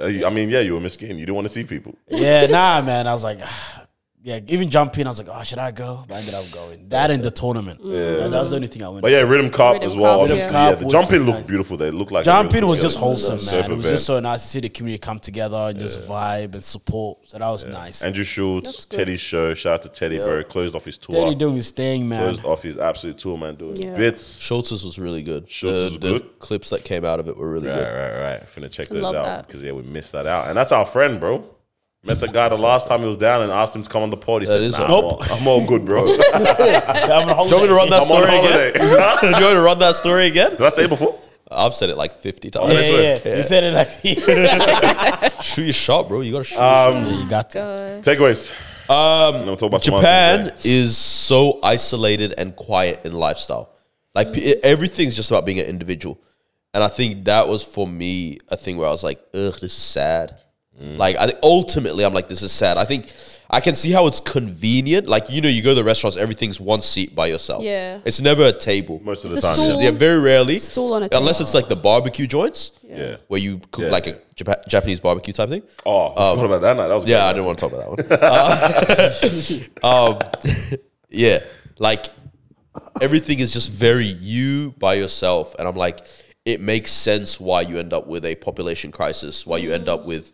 [SPEAKER 1] Yeah. You- I mean, yeah, you were Miss Keen. You didn't want to see people.
[SPEAKER 3] Yeah, nah, man. I was like, yeah, even jumping, I was like, oh, should I go? But I ended up going. That and the tournament. Yeah. That was the only thing I went.
[SPEAKER 1] But
[SPEAKER 3] to.
[SPEAKER 1] yeah, Rhythm Cup
[SPEAKER 4] Rhythm
[SPEAKER 1] as well.
[SPEAKER 4] Cup, yeah.
[SPEAKER 1] obviously, yeah.
[SPEAKER 3] Rhythm Cup
[SPEAKER 1] The
[SPEAKER 3] was
[SPEAKER 1] jumping looked
[SPEAKER 3] nice.
[SPEAKER 1] beauty beautiful. They looked like a
[SPEAKER 3] Jumping
[SPEAKER 1] really
[SPEAKER 3] was
[SPEAKER 1] good
[SPEAKER 3] just wholesome, man.
[SPEAKER 1] dope
[SPEAKER 3] It was
[SPEAKER 1] event.
[SPEAKER 3] just so nice to see the community come together and just vibe and support. So that was nice. And
[SPEAKER 1] Andrew Schultz,
[SPEAKER 4] good.
[SPEAKER 1] Teddy's show. Shout out to Teddy, bro. Closed off his tour.
[SPEAKER 3] Teddy doing his thing, man.
[SPEAKER 1] Closed off his absolute tour, man. Doing
[SPEAKER 4] Yeah.
[SPEAKER 1] bits.
[SPEAKER 2] Schultz's was really good.
[SPEAKER 1] Schultz's was
[SPEAKER 2] the, the
[SPEAKER 1] good?
[SPEAKER 2] clips that came out of it were really
[SPEAKER 1] Right,
[SPEAKER 2] good.
[SPEAKER 1] right, right. Finna check those
[SPEAKER 4] Love
[SPEAKER 1] out
[SPEAKER 4] that.
[SPEAKER 1] because yeah, we missed that out. And that's our friend, bro. Met the guy the last time he was down and asked him to come on the pod. He said,
[SPEAKER 2] is
[SPEAKER 1] nah,
[SPEAKER 2] a-
[SPEAKER 1] I'm, all, I'm all good, bro. I'm
[SPEAKER 2] Do you want me to run that
[SPEAKER 1] on
[SPEAKER 2] story again?
[SPEAKER 1] holiday. Did
[SPEAKER 2] Do you want me to run that story again?
[SPEAKER 1] I say it before?
[SPEAKER 2] I've said it like 50 times.
[SPEAKER 3] yeah, yeah, yeah. He said it like
[SPEAKER 2] Shoot your shot, bro. You got to shoot.
[SPEAKER 3] you got to.
[SPEAKER 1] Um, Takeaways. Um, talk about some other
[SPEAKER 2] Japan
[SPEAKER 1] things,
[SPEAKER 2] is so isolated and quiet in lifestyle. Like p everything's just about being an individual. And I think that was for me a thing where I was like, ugh, this is sad.
[SPEAKER 1] Mm.
[SPEAKER 2] Like I think ultimately I'm like, this is sad. I think I can see how it's convenient. Like, you know, you go to the restaurants, everything's one seat by yourself.
[SPEAKER 4] Yeah.
[SPEAKER 2] It's never a table.
[SPEAKER 1] yeah. Most of the
[SPEAKER 4] It's a
[SPEAKER 1] time.
[SPEAKER 4] stool.
[SPEAKER 1] yeah.
[SPEAKER 2] yeah, very rarely.
[SPEAKER 4] Stool on a
[SPEAKER 2] Unless
[SPEAKER 4] table.
[SPEAKER 2] it's like the barbecue joints.
[SPEAKER 1] Yeah.
[SPEAKER 2] Where you cook
[SPEAKER 1] Yeah,
[SPEAKER 2] like
[SPEAKER 1] yeah.
[SPEAKER 2] a Japa- Japanese barbecue type thing.
[SPEAKER 1] Oh, what about that night? That was
[SPEAKER 2] Yeah,
[SPEAKER 1] great.
[SPEAKER 2] I didn't want to talk about that one. Uh, um, yeah, like everything is just very you by yourself, and I'm like, it makes sense why you end up with a population crisis, why you end up with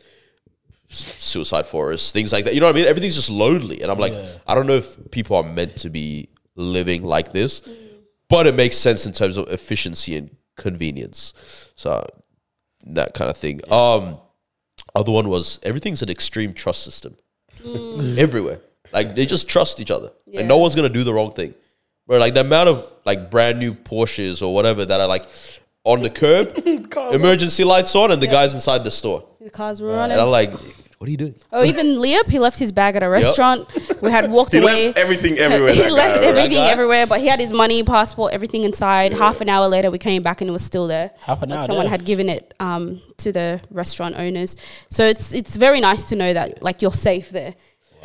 [SPEAKER 2] s- suicide forests, things like that. You know what I mean? Everything's just lonely, and I'm like, I don't know if people are meant to be living like this, but it makes sense in terms of efficiency and convenience. So that kind of thing. Um. Other one was everything's an extreme trust system everywhere. Like they just trust each other.
[SPEAKER 4] Yeah.
[SPEAKER 2] Like no one's gonna do the wrong thing. But like the amount of like brand new Porsches or whatever that are like on the curb, emergency lights on, and the guys inside the store.
[SPEAKER 4] The cars were running.
[SPEAKER 2] And I'm like, what are you doing?
[SPEAKER 4] Oh, even Liam, he left his bag at a restaurant. We had walked
[SPEAKER 1] He
[SPEAKER 4] away.
[SPEAKER 1] left everything everywhere.
[SPEAKER 4] he
[SPEAKER 1] that guy,
[SPEAKER 4] left
[SPEAKER 1] bro.
[SPEAKER 4] everything
[SPEAKER 2] guy?
[SPEAKER 4] everywhere, but he had his money, passport, everything inside. Half an hour later, we came back and it was still there.
[SPEAKER 3] Half an
[SPEAKER 4] Like
[SPEAKER 3] hour,
[SPEAKER 4] Someone
[SPEAKER 3] yeah.
[SPEAKER 4] had given it um, to the restaurant owners, so it's it's very nice to know that like you're safe there.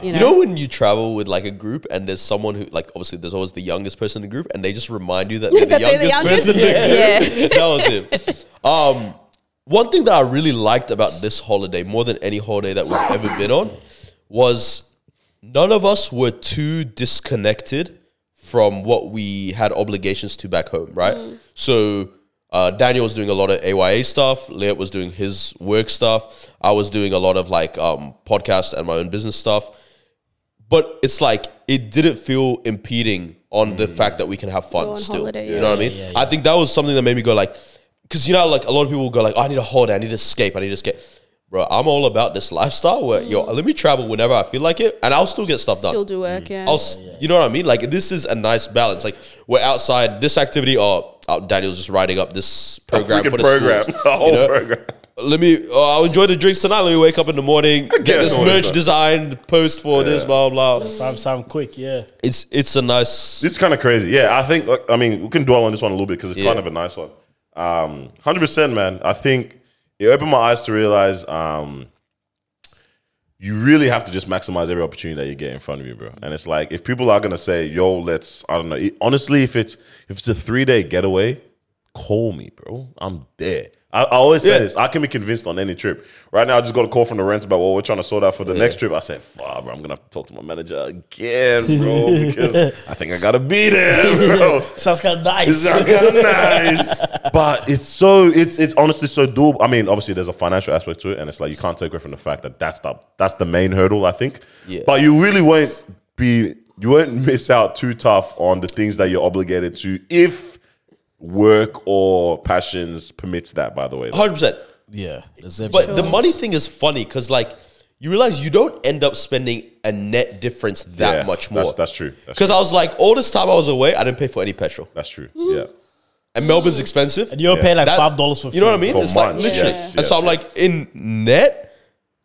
[SPEAKER 4] You
[SPEAKER 2] You
[SPEAKER 4] know,
[SPEAKER 2] know when you travel with like a group and there's someone who like obviously there's always the youngest person in the group and they just remind you that they're the
[SPEAKER 4] That they're the
[SPEAKER 2] youngest
[SPEAKER 4] youngest?
[SPEAKER 2] person in the
[SPEAKER 4] Yeah.
[SPEAKER 2] group. that was it. Um, one thing that I really liked about this holiday more than any holiday that we've ever been on was none of us were too disconnected from what we had obligations to back home, right?
[SPEAKER 4] Mm.
[SPEAKER 2] So uh, Daniel was doing a lot of AYA stuff. Leah was doing his work stuff. I was doing a lot of like um, podcast and my own business stuff but it's like it didn't feel impeding on the fact that we can have
[SPEAKER 4] Mm. Go
[SPEAKER 2] fun
[SPEAKER 4] on
[SPEAKER 2] still.
[SPEAKER 4] holiday,
[SPEAKER 2] you
[SPEAKER 4] yeah.
[SPEAKER 2] know what I mean? I think that was something that made me go like, because you know, like a lot of people go like, oh, I need a holiday, I need to escape, I need to escape. Bro, I'm all about this lifestyle where yo, let me travel whenever I feel like it, and I'll still get stuff done.
[SPEAKER 4] still do work. Yeah,
[SPEAKER 2] I'll, s you know what I mean? Like this is a nice balance. Like we're outside this activity. Oh, oh, Daniel's just writing up this program
[SPEAKER 1] Freaking
[SPEAKER 2] for the
[SPEAKER 1] program.
[SPEAKER 2] schools.
[SPEAKER 1] The
[SPEAKER 2] you
[SPEAKER 1] whole
[SPEAKER 2] know?
[SPEAKER 1] program.
[SPEAKER 2] let me uh, I'll enjoy the drinks tonight. Let me wake up in the morning, get
[SPEAKER 1] guess
[SPEAKER 2] this
[SPEAKER 1] what it
[SPEAKER 2] merch
[SPEAKER 1] is.
[SPEAKER 2] design, post for this, blah blah.
[SPEAKER 3] Some, some quick, yeah.
[SPEAKER 2] It's it's a nice
[SPEAKER 1] This is kind of crazy. Yeah, I think. like, I mean, we can dwell on this one a little bit because it's
[SPEAKER 2] Yeah.
[SPEAKER 1] kind of a nice one. Um, Hundred percent, man. I think it opened my eyes to realize um, you really have to just maximize every opportunity that you get in front of you, bro. And it's like if people are gonna say, "Yo, let's," I don't know. it- honestly, if it's if it's a three day getaway, call me, bro. I'm there. I, I always say
[SPEAKER 2] Yeah.
[SPEAKER 1] this. I can be convinced on any trip. Right now, I just got a call from the rent about what we're trying to sort out for the next trip. I said, "Fuck, bro, I'm gonna have to talk to my manager again, bro, because I think I gotta be there, bro."
[SPEAKER 3] Sounds kind of
[SPEAKER 1] It's
[SPEAKER 3] nice.
[SPEAKER 1] not kinda nice. But it's so it's it's honestly so doable. I mean, obviously there's a financial aspect to it, and it's like you can't take away from the fact that that's the that's the main hurdle, I think.
[SPEAKER 2] Yeah.
[SPEAKER 1] But you really won't be you won't miss out too tough on the things that you're obligated to if work or passions permits that. By the way, Like,
[SPEAKER 2] hundred percent.
[SPEAKER 3] Yeah. There's a-
[SPEAKER 2] But the
[SPEAKER 4] Sure.
[SPEAKER 2] money thing is funny because like you realize you don't end up spending a net difference that
[SPEAKER 1] yeah,
[SPEAKER 2] much more.
[SPEAKER 1] That's, that's true. That's
[SPEAKER 2] Because
[SPEAKER 1] true.
[SPEAKER 2] I was like, all this time I was away, I didn't pay for any petrol,
[SPEAKER 1] that's true. Yeah,
[SPEAKER 2] and Melbourne's expensive.
[SPEAKER 3] and you'll pay like
[SPEAKER 2] That-
[SPEAKER 3] five dollars for
[SPEAKER 2] you know what I
[SPEAKER 3] food.
[SPEAKER 2] mean?
[SPEAKER 1] For
[SPEAKER 2] it's like
[SPEAKER 1] months,
[SPEAKER 2] literally.
[SPEAKER 1] yes,
[SPEAKER 2] and so
[SPEAKER 1] yes,
[SPEAKER 2] I'm like, in net,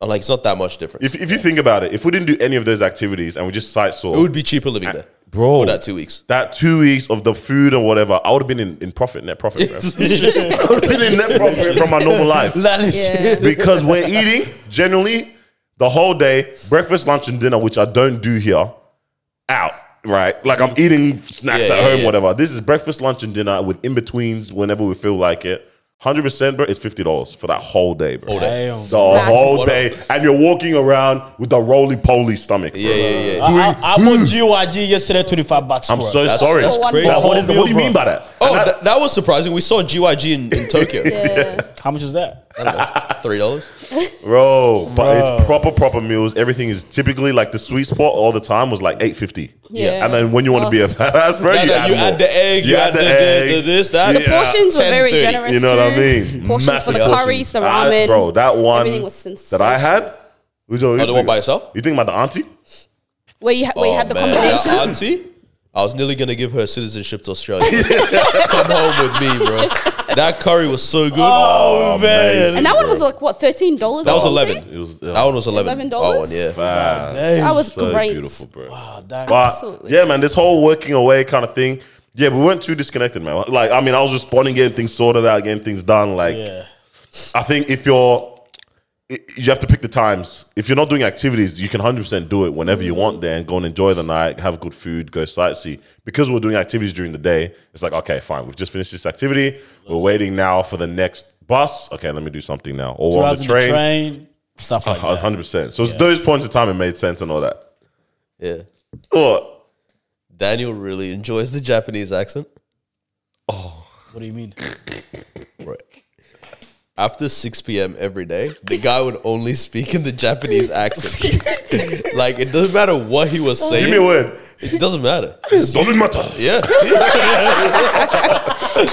[SPEAKER 2] I'm like, it's not that much difference.
[SPEAKER 1] if if you think about it, if we didn't do any of those activities and we just sight saw,
[SPEAKER 2] it would be cheaper living there,
[SPEAKER 1] bro,
[SPEAKER 2] For that two weeks.
[SPEAKER 1] that two weeks of the food and whatever, I would have been in, in profit, net profit, bro. I would have been in net profit from my normal life.
[SPEAKER 3] That is
[SPEAKER 4] Yeah.
[SPEAKER 1] because we're eating generally the whole day, breakfast, lunch, and dinner, which I don't do here, out. Right, like I'm eating snacks
[SPEAKER 2] Yeah,
[SPEAKER 1] at
[SPEAKER 2] yeah,
[SPEAKER 1] home,
[SPEAKER 2] yeah.
[SPEAKER 1] whatever. This is breakfast, lunch, and dinner with in betweens whenever we feel like it. Hundred percent, bro. It's fifty dollars for that whole day, bro.
[SPEAKER 2] Hold on.
[SPEAKER 3] Damn.
[SPEAKER 1] The
[SPEAKER 4] Nice.
[SPEAKER 1] whole day, and you're walking around with the roly poly stomach. bro.
[SPEAKER 2] Yeah, yeah, yeah.
[SPEAKER 3] I, I, I bought GYG yesterday, twenty five bucks.
[SPEAKER 1] I'm
[SPEAKER 3] for
[SPEAKER 1] so
[SPEAKER 3] it.
[SPEAKER 2] That's-
[SPEAKER 1] sorry.
[SPEAKER 2] that's
[SPEAKER 1] But
[SPEAKER 4] crazy.
[SPEAKER 1] what is the- what do you
[SPEAKER 3] Bro.
[SPEAKER 1] mean by that?
[SPEAKER 2] Oh,
[SPEAKER 1] And I-
[SPEAKER 2] that, that was surprising. We saw GYG in, in Tokyo.
[SPEAKER 4] Yeah.
[SPEAKER 3] How much was that?
[SPEAKER 2] I don't know, Three dollars.
[SPEAKER 1] bro, but
[SPEAKER 3] Bro.
[SPEAKER 1] it's proper proper meals. Everything is typically like the sweet spot all the time was like eight fifty.
[SPEAKER 4] Yeah.
[SPEAKER 1] and then when you want to be a
[SPEAKER 4] Awesome.
[SPEAKER 1] badass, bro,
[SPEAKER 2] No,
[SPEAKER 1] you,
[SPEAKER 2] no,
[SPEAKER 1] add
[SPEAKER 2] you
[SPEAKER 1] more.
[SPEAKER 2] add the egg, you add the- the- the this, that. The
[SPEAKER 1] Yeah.
[SPEAKER 4] Portions were very
[SPEAKER 2] 10:30,
[SPEAKER 4] generous.
[SPEAKER 1] You know what I
[SPEAKER 4] too.
[SPEAKER 1] mean?
[SPEAKER 4] Portions for
[SPEAKER 1] Massive
[SPEAKER 4] the curries, the
[SPEAKER 1] I-
[SPEAKER 4] ramen.
[SPEAKER 1] bro, that one
[SPEAKER 4] Everything was
[SPEAKER 1] that I
[SPEAKER 4] sensational.
[SPEAKER 1] had. Which one, you
[SPEAKER 2] the one
[SPEAKER 1] think-
[SPEAKER 2] by yourself?
[SPEAKER 1] You think about the auntie?
[SPEAKER 4] Where you, ha- where you
[SPEAKER 1] Oh,
[SPEAKER 4] had the combination.
[SPEAKER 2] Our Oh, auntie, I was nearly gonna give her citizenship to Australia. Come home with me, bro. That curry was so good.
[SPEAKER 1] Oh man,
[SPEAKER 4] and that one was like, what, $13?
[SPEAKER 2] that was eleven.
[SPEAKER 1] it was
[SPEAKER 2] That one was eleven. That
[SPEAKER 4] $11?
[SPEAKER 2] one, yeah.
[SPEAKER 1] bad.
[SPEAKER 4] That was
[SPEAKER 1] so
[SPEAKER 4] great.
[SPEAKER 1] beautiful, bro.
[SPEAKER 3] Oh, that-
[SPEAKER 1] But
[SPEAKER 4] Absolutely.
[SPEAKER 1] yeah, man, this whole working away kind of thing. Yeah, we weren't too disconnected, man. Like, I mean, I was responding, getting things sorted out, getting things done. Like,
[SPEAKER 3] yeah.
[SPEAKER 1] I think if you're, i- you have to pick the times. If you're not doing activities, you can 100% do it whenever you want there and go and enjoy the night, have good food, go sightsee. Because we're doing activities during the day, it's like, okay, fine, we've just finished this activity. We're waiting now for the next bus. Okay, let me do something now. Or we're on the
[SPEAKER 3] Drugs in the
[SPEAKER 1] train. Uh-huh.
[SPEAKER 3] train, stuff like that.
[SPEAKER 1] 100%. So it's those points of time it made sense and all that.
[SPEAKER 2] Yeah.
[SPEAKER 1] What?
[SPEAKER 2] Daniel really enjoys the Japanese accent.
[SPEAKER 3] What do you mean?
[SPEAKER 2] Right. After 6 p.m. every day, the guy would only speak in the Japanese accent. like, it doesn't matter what he
[SPEAKER 4] Oh.
[SPEAKER 2] was
[SPEAKER 1] Give me a
[SPEAKER 2] saying.
[SPEAKER 1] word.
[SPEAKER 2] It doesn't matter.
[SPEAKER 1] Doesn't matter.
[SPEAKER 2] Yeah.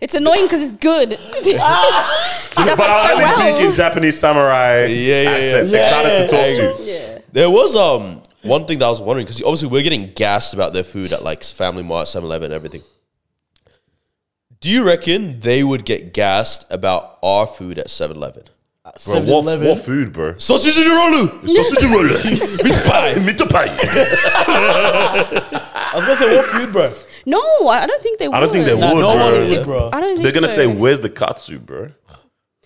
[SPEAKER 4] It's annoying because it's good.
[SPEAKER 1] Ah! But I
[SPEAKER 4] so
[SPEAKER 1] only
[SPEAKER 4] well.
[SPEAKER 1] speak in Japanese samurai.
[SPEAKER 2] Yeah, yeah, yeah.
[SPEAKER 1] accent.
[SPEAKER 2] Yeah.
[SPEAKER 1] Excited to talk to you.
[SPEAKER 4] yeah.
[SPEAKER 2] There was um one thing that I was wondering because obviously we're getting gassed about their food at like Family Mart, 7 Eleven, and everything. Do you reckon they would get gassed about our food at 7 Eleven?
[SPEAKER 1] Bro, what, what food, bro?
[SPEAKER 2] Sausage and roll
[SPEAKER 1] Sausage roll. Meat pie. Meat pie.
[SPEAKER 3] I was gonna say what food, bro?
[SPEAKER 4] No, I I don't think they would.
[SPEAKER 1] I don't think they
[SPEAKER 3] Nah,
[SPEAKER 1] would,
[SPEAKER 3] no one
[SPEAKER 1] bro.
[SPEAKER 3] would, bro.
[SPEAKER 4] I don't think
[SPEAKER 1] They're gonna
[SPEAKER 4] so.
[SPEAKER 1] say, "Where's the katsu, bro?"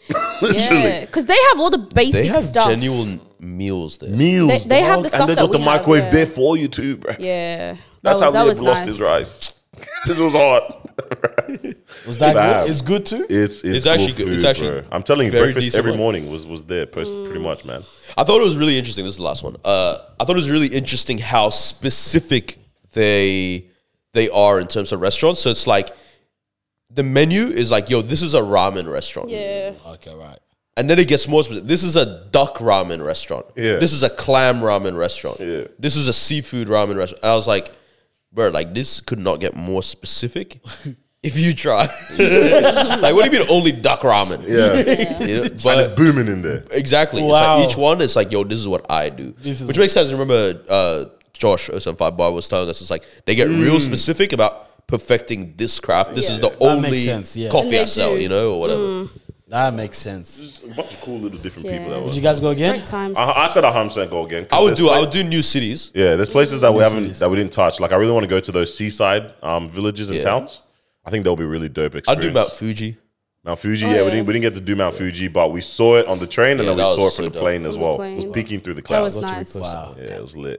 [SPEAKER 4] Yeah,
[SPEAKER 1] Literally.
[SPEAKER 4] because they have all the basic
[SPEAKER 2] They have
[SPEAKER 4] stuff.
[SPEAKER 2] genuine meals there.
[SPEAKER 1] meals.
[SPEAKER 4] They- they have
[SPEAKER 1] dog,
[SPEAKER 4] the stuff
[SPEAKER 1] and they
[SPEAKER 4] that
[SPEAKER 1] got the
[SPEAKER 4] we have,
[SPEAKER 1] microwave
[SPEAKER 4] yeah.
[SPEAKER 1] there for you too, bro.
[SPEAKER 4] yeah, That
[SPEAKER 1] That's
[SPEAKER 4] was-
[SPEAKER 1] how
[SPEAKER 4] that
[SPEAKER 1] we
[SPEAKER 4] was
[SPEAKER 1] have lost
[SPEAKER 4] nice.
[SPEAKER 1] his rice. this was hard.
[SPEAKER 3] Was that
[SPEAKER 1] Bam.
[SPEAKER 3] good? It's good too.
[SPEAKER 1] It's, it's
[SPEAKER 2] It's actually
[SPEAKER 1] good
[SPEAKER 2] good.
[SPEAKER 1] food,
[SPEAKER 2] It's actually
[SPEAKER 1] bro. I'm telling you,
[SPEAKER 2] very
[SPEAKER 1] breakfast
[SPEAKER 2] decent
[SPEAKER 1] every
[SPEAKER 2] one.
[SPEAKER 1] morning was was there, post,
[SPEAKER 4] Mm.
[SPEAKER 1] pretty much, man.
[SPEAKER 2] I thought it was really interesting. This is the last one. Uh, I thought it was really interesting how specific they they are in terms of restaurants. So it's like the menu is like, yo, this is a ramen restaurant.
[SPEAKER 4] Yeah,
[SPEAKER 3] Okay, right.
[SPEAKER 2] And then it gets more specific. This is a duck ramen restaurant.
[SPEAKER 1] Yeah.
[SPEAKER 2] This is a clam ramen restaurant.
[SPEAKER 1] Yeah.
[SPEAKER 2] This is a seafood ramen restaurant. I was like, bro, like this could not get more specific if you try. like, what do you mean only duck ramen?
[SPEAKER 1] Yeah,
[SPEAKER 2] You know,
[SPEAKER 1] and
[SPEAKER 2] Uh, but-
[SPEAKER 1] it's booming in there.
[SPEAKER 2] Exactly. It's
[SPEAKER 3] Wow.
[SPEAKER 2] like each one, it's like, yo, this is what I do.
[SPEAKER 3] This is-
[SPEAKER 2] Which makes sense. Remember, uh, Josh, 075 Bar, was telling us, it's like, they get
[SPEAKER 3] Mm.
[SPEAKER 2] real specific about perfecting this craft. This is the
[SPEAKER 3] makes
[SPEAKER 2] only
[SPEAKER 3] sense, yeah.
[SPEAKER 4] And
[SPEAKER 2] coffee
[SPEAKER 4] they
[SPEAKER 2] I sell,
[SPEAKER 4] do. Mm.
[SPEAKER 2] you know, or whatever.
[SPEAKER 3] That makes sense.
[SPEAKER 1] Just a bunch of cool little different people
[SPEAKER 4] Yeah.
[SPEAKER 1] that were.
[SPEAKER 3] Did you guys go again?
[SPEAKER 4] great times.
[SPEAKER 1] I, I said a home cent go again. 'cause
[SPEAKER 2] I would
[SPEAKER 1] there's
[SPEAKER 2] do, I
[SPEAKER 1] pla-
[SPEAKER 2] would do new cities.
[SPEAKER 1] Yeah, there's places that we haven't that we didn't touch. Like I really want to go to those seaside um, villages and
[SPEAKER 2] Yeah.
[SPEAKER 1] towns. I think that'll be really dope
[SPEAKER 2] I'd
[SPEAKER 1] experience.
[SPEAKER 2] do Mount Fuji.
[SPEAKER 1] Mount Fuji. yeah, we
[SPEAKER 4] Oh, yeah.
[SPEAKER 1] didn't we didn't get to do Mount Fuji, but we saw it on the train and
[SPEAKER 2] Yeah,
[SPEAKER 1] then we
[SPEAKER 2] that
[SPEAKER 1] saw it
[SPEAKER 2] was
[SPEAKER 1] from
[SPEAKER 2] so
[SPEAKER 1] the
[SPEAKER 2] dope.
[SPEAKER 1] plane as
[SPEAKER 4] From the
[SPEAKER 1] well.
[SPEAKER 4] plane.
[SPEAKER 1] It was peeking through the
[SPEAKER 4] that
[SPEAKER 1] clouds.
[SPEAKER 4] was nice.
[SPEAKER 3] Wow.
[SPEAKER 1] yeah, it was lit.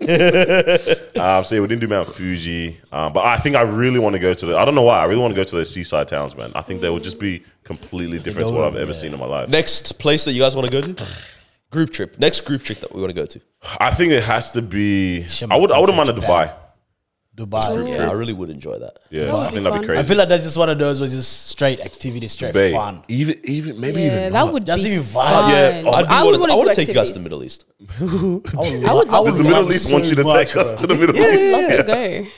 [SPEAKER 1] um, so yeah, we didn't do Mount Fuji, um, but I think I really want to go to the. I don't know why. I really want to go to those seaside towns, man. I think they would just be completely different to what I've ever seen in my life.
[SPEAKER 2] Next place that you guys want to go to? Group trip. Next group trip that we want to go to.
[SPEAKER 1] I think it has to be.
[SPEAKER 3] Shimmer
[SPEAKER 1] I would. I wouldn't mind a
[SPEAKER 3] concept, man.
[SPEAKER 1] Dubai.
[SPEAKER 3] Dubai.
[SPEAKER 2] Yeah, I really would enjoy that.
[SPEAKER 1] Yeah,
[SPEAKER 4] would
[SPEAKER 1] I
[SPEAKER 4] be
[SPEAKER 1] think that'd
[SPEAKER 4] fun.
[SPEAKER 1] be
[SPEAKER 3] I
[SPEAKER 1] crazy.
[SPEAKER 3] feel like that's just one of those was just straight activity, straight
[SPEAKER 1] Babe,
[SPEAKER 3] fun.
[SPEAKER 1] Even even maybe
[SPEAKER 4] yeah,
[SPEAKER 1] even
[SPEAKER 4] that would
[SPEAKER 3] That's
[SPEAKER 4] be
[SPEAKER 3] even vibe.
[SPEAKER 4] fun.
[SPEAKER 1] Yeah,
[SPEAKER 2] I,
[SPEAKER 1] I
[SPEAKER 2] do wanna,
[SPEAKER 4] wanna
[SPEAKER 2] I
[SPEAKER 4] do
[SPEAKER 2] want to take you guys to the
[SPEAKER 4] activities.
[SPEAKER 2] Middle East.
[SPEAKER 4] I would
[SPEAKER 1] Does
[SPEAKER 4] love
[SPEAKER 1] the
[SPEAKER 4] to
[SPEAKER 1] Middle
[SPEAKER 4] go.
[SPEAKER 1] East want you to
[SPEAKER 3] much,
[SPEAKER 1] take us
[SPEAKER 3] bro.
[SPEAKER 1] to the Middle East?
[SPEAKER 4] I'd love to go.
[SPEAKER 1] Wait,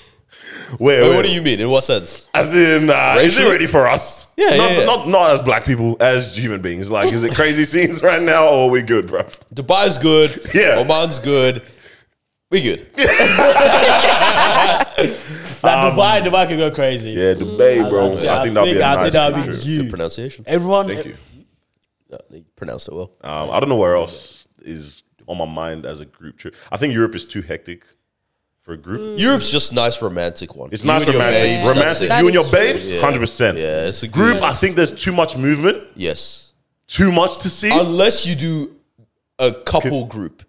[SPEAKER 2] Wait,
[SPEAKER 1] wait.
[SPEAKER 2] what do you mean? In what sense?
[SPEAKER 1] As in, uh, is it
[SPEAKER 2] Racially?
[SPEAKER 1] ready for us? not,
[SPEAKER 2] Yeah, yeah, yeah.
[SPEAKER 1] Not, not as black people, as human beings. Like, is it crazy scenes right now, or are we good, bruv?
[SPEAKER 2] Dubai's good.
[SPEAKER 1] Yeah.
[SPEAKER 2] Oman's good. We good.
[SPEAKER 3] Like Dubai, Dubai can go crazy.
[SPEAKER 1] Um, Yeah,
[SPEAKER 4] Mm,
[SPEAKER 1] debate, bro.
[SPEAKER 3] Yeah,
[SPEAKER 1] I think that'd be a
[SPEAKER 3] I
[SPEAKER 1] nice
[SPEAKER 3] think that'd be
[SPEAKER 1] future.
[SPEAKER 2] Good pronunciation.
[SPEAKER 3] Everyone,
[SPEAKER 1] Thank you.
[SPEAKER 2] Yeah, they pronounced it well.
[SPEAKER 1] Um, I don't know where else is on my mind as a group trip. I think Europe is too hectic for a group.
[SPEAKER 4] Mm.
[SPEAKER 2] Europe's just nice romantic one.
[SPEAKER 1] It's
[SPEAKER 2] You
[SPEAKER 1] nice
[SPEAKER 2] and your
[SPEAKER 1] romantic.
[SPEAKER 2] babes, that's
[SPEAKER 1] romantic.
[SPEAKER 2] it.
[SPEAKER 4] That
[SPEAKER 1] You and
[SPEAKER 4] is
[SPEAKER 1] your
[SPEAKER 4] true.
[SPEAKER 1] babes,
[SPEAKER 2] Yeah.
[SPEAKER 1] hundred percent.
[SPEAKER 2] Yeah, it's a good-
[SPEAKER 1] group. I think there's too much movement,
[SPEAKER 2] Yes.
[SPEAKER 1] too much to see.
[SPEAKER 2] Unless you do a couple group.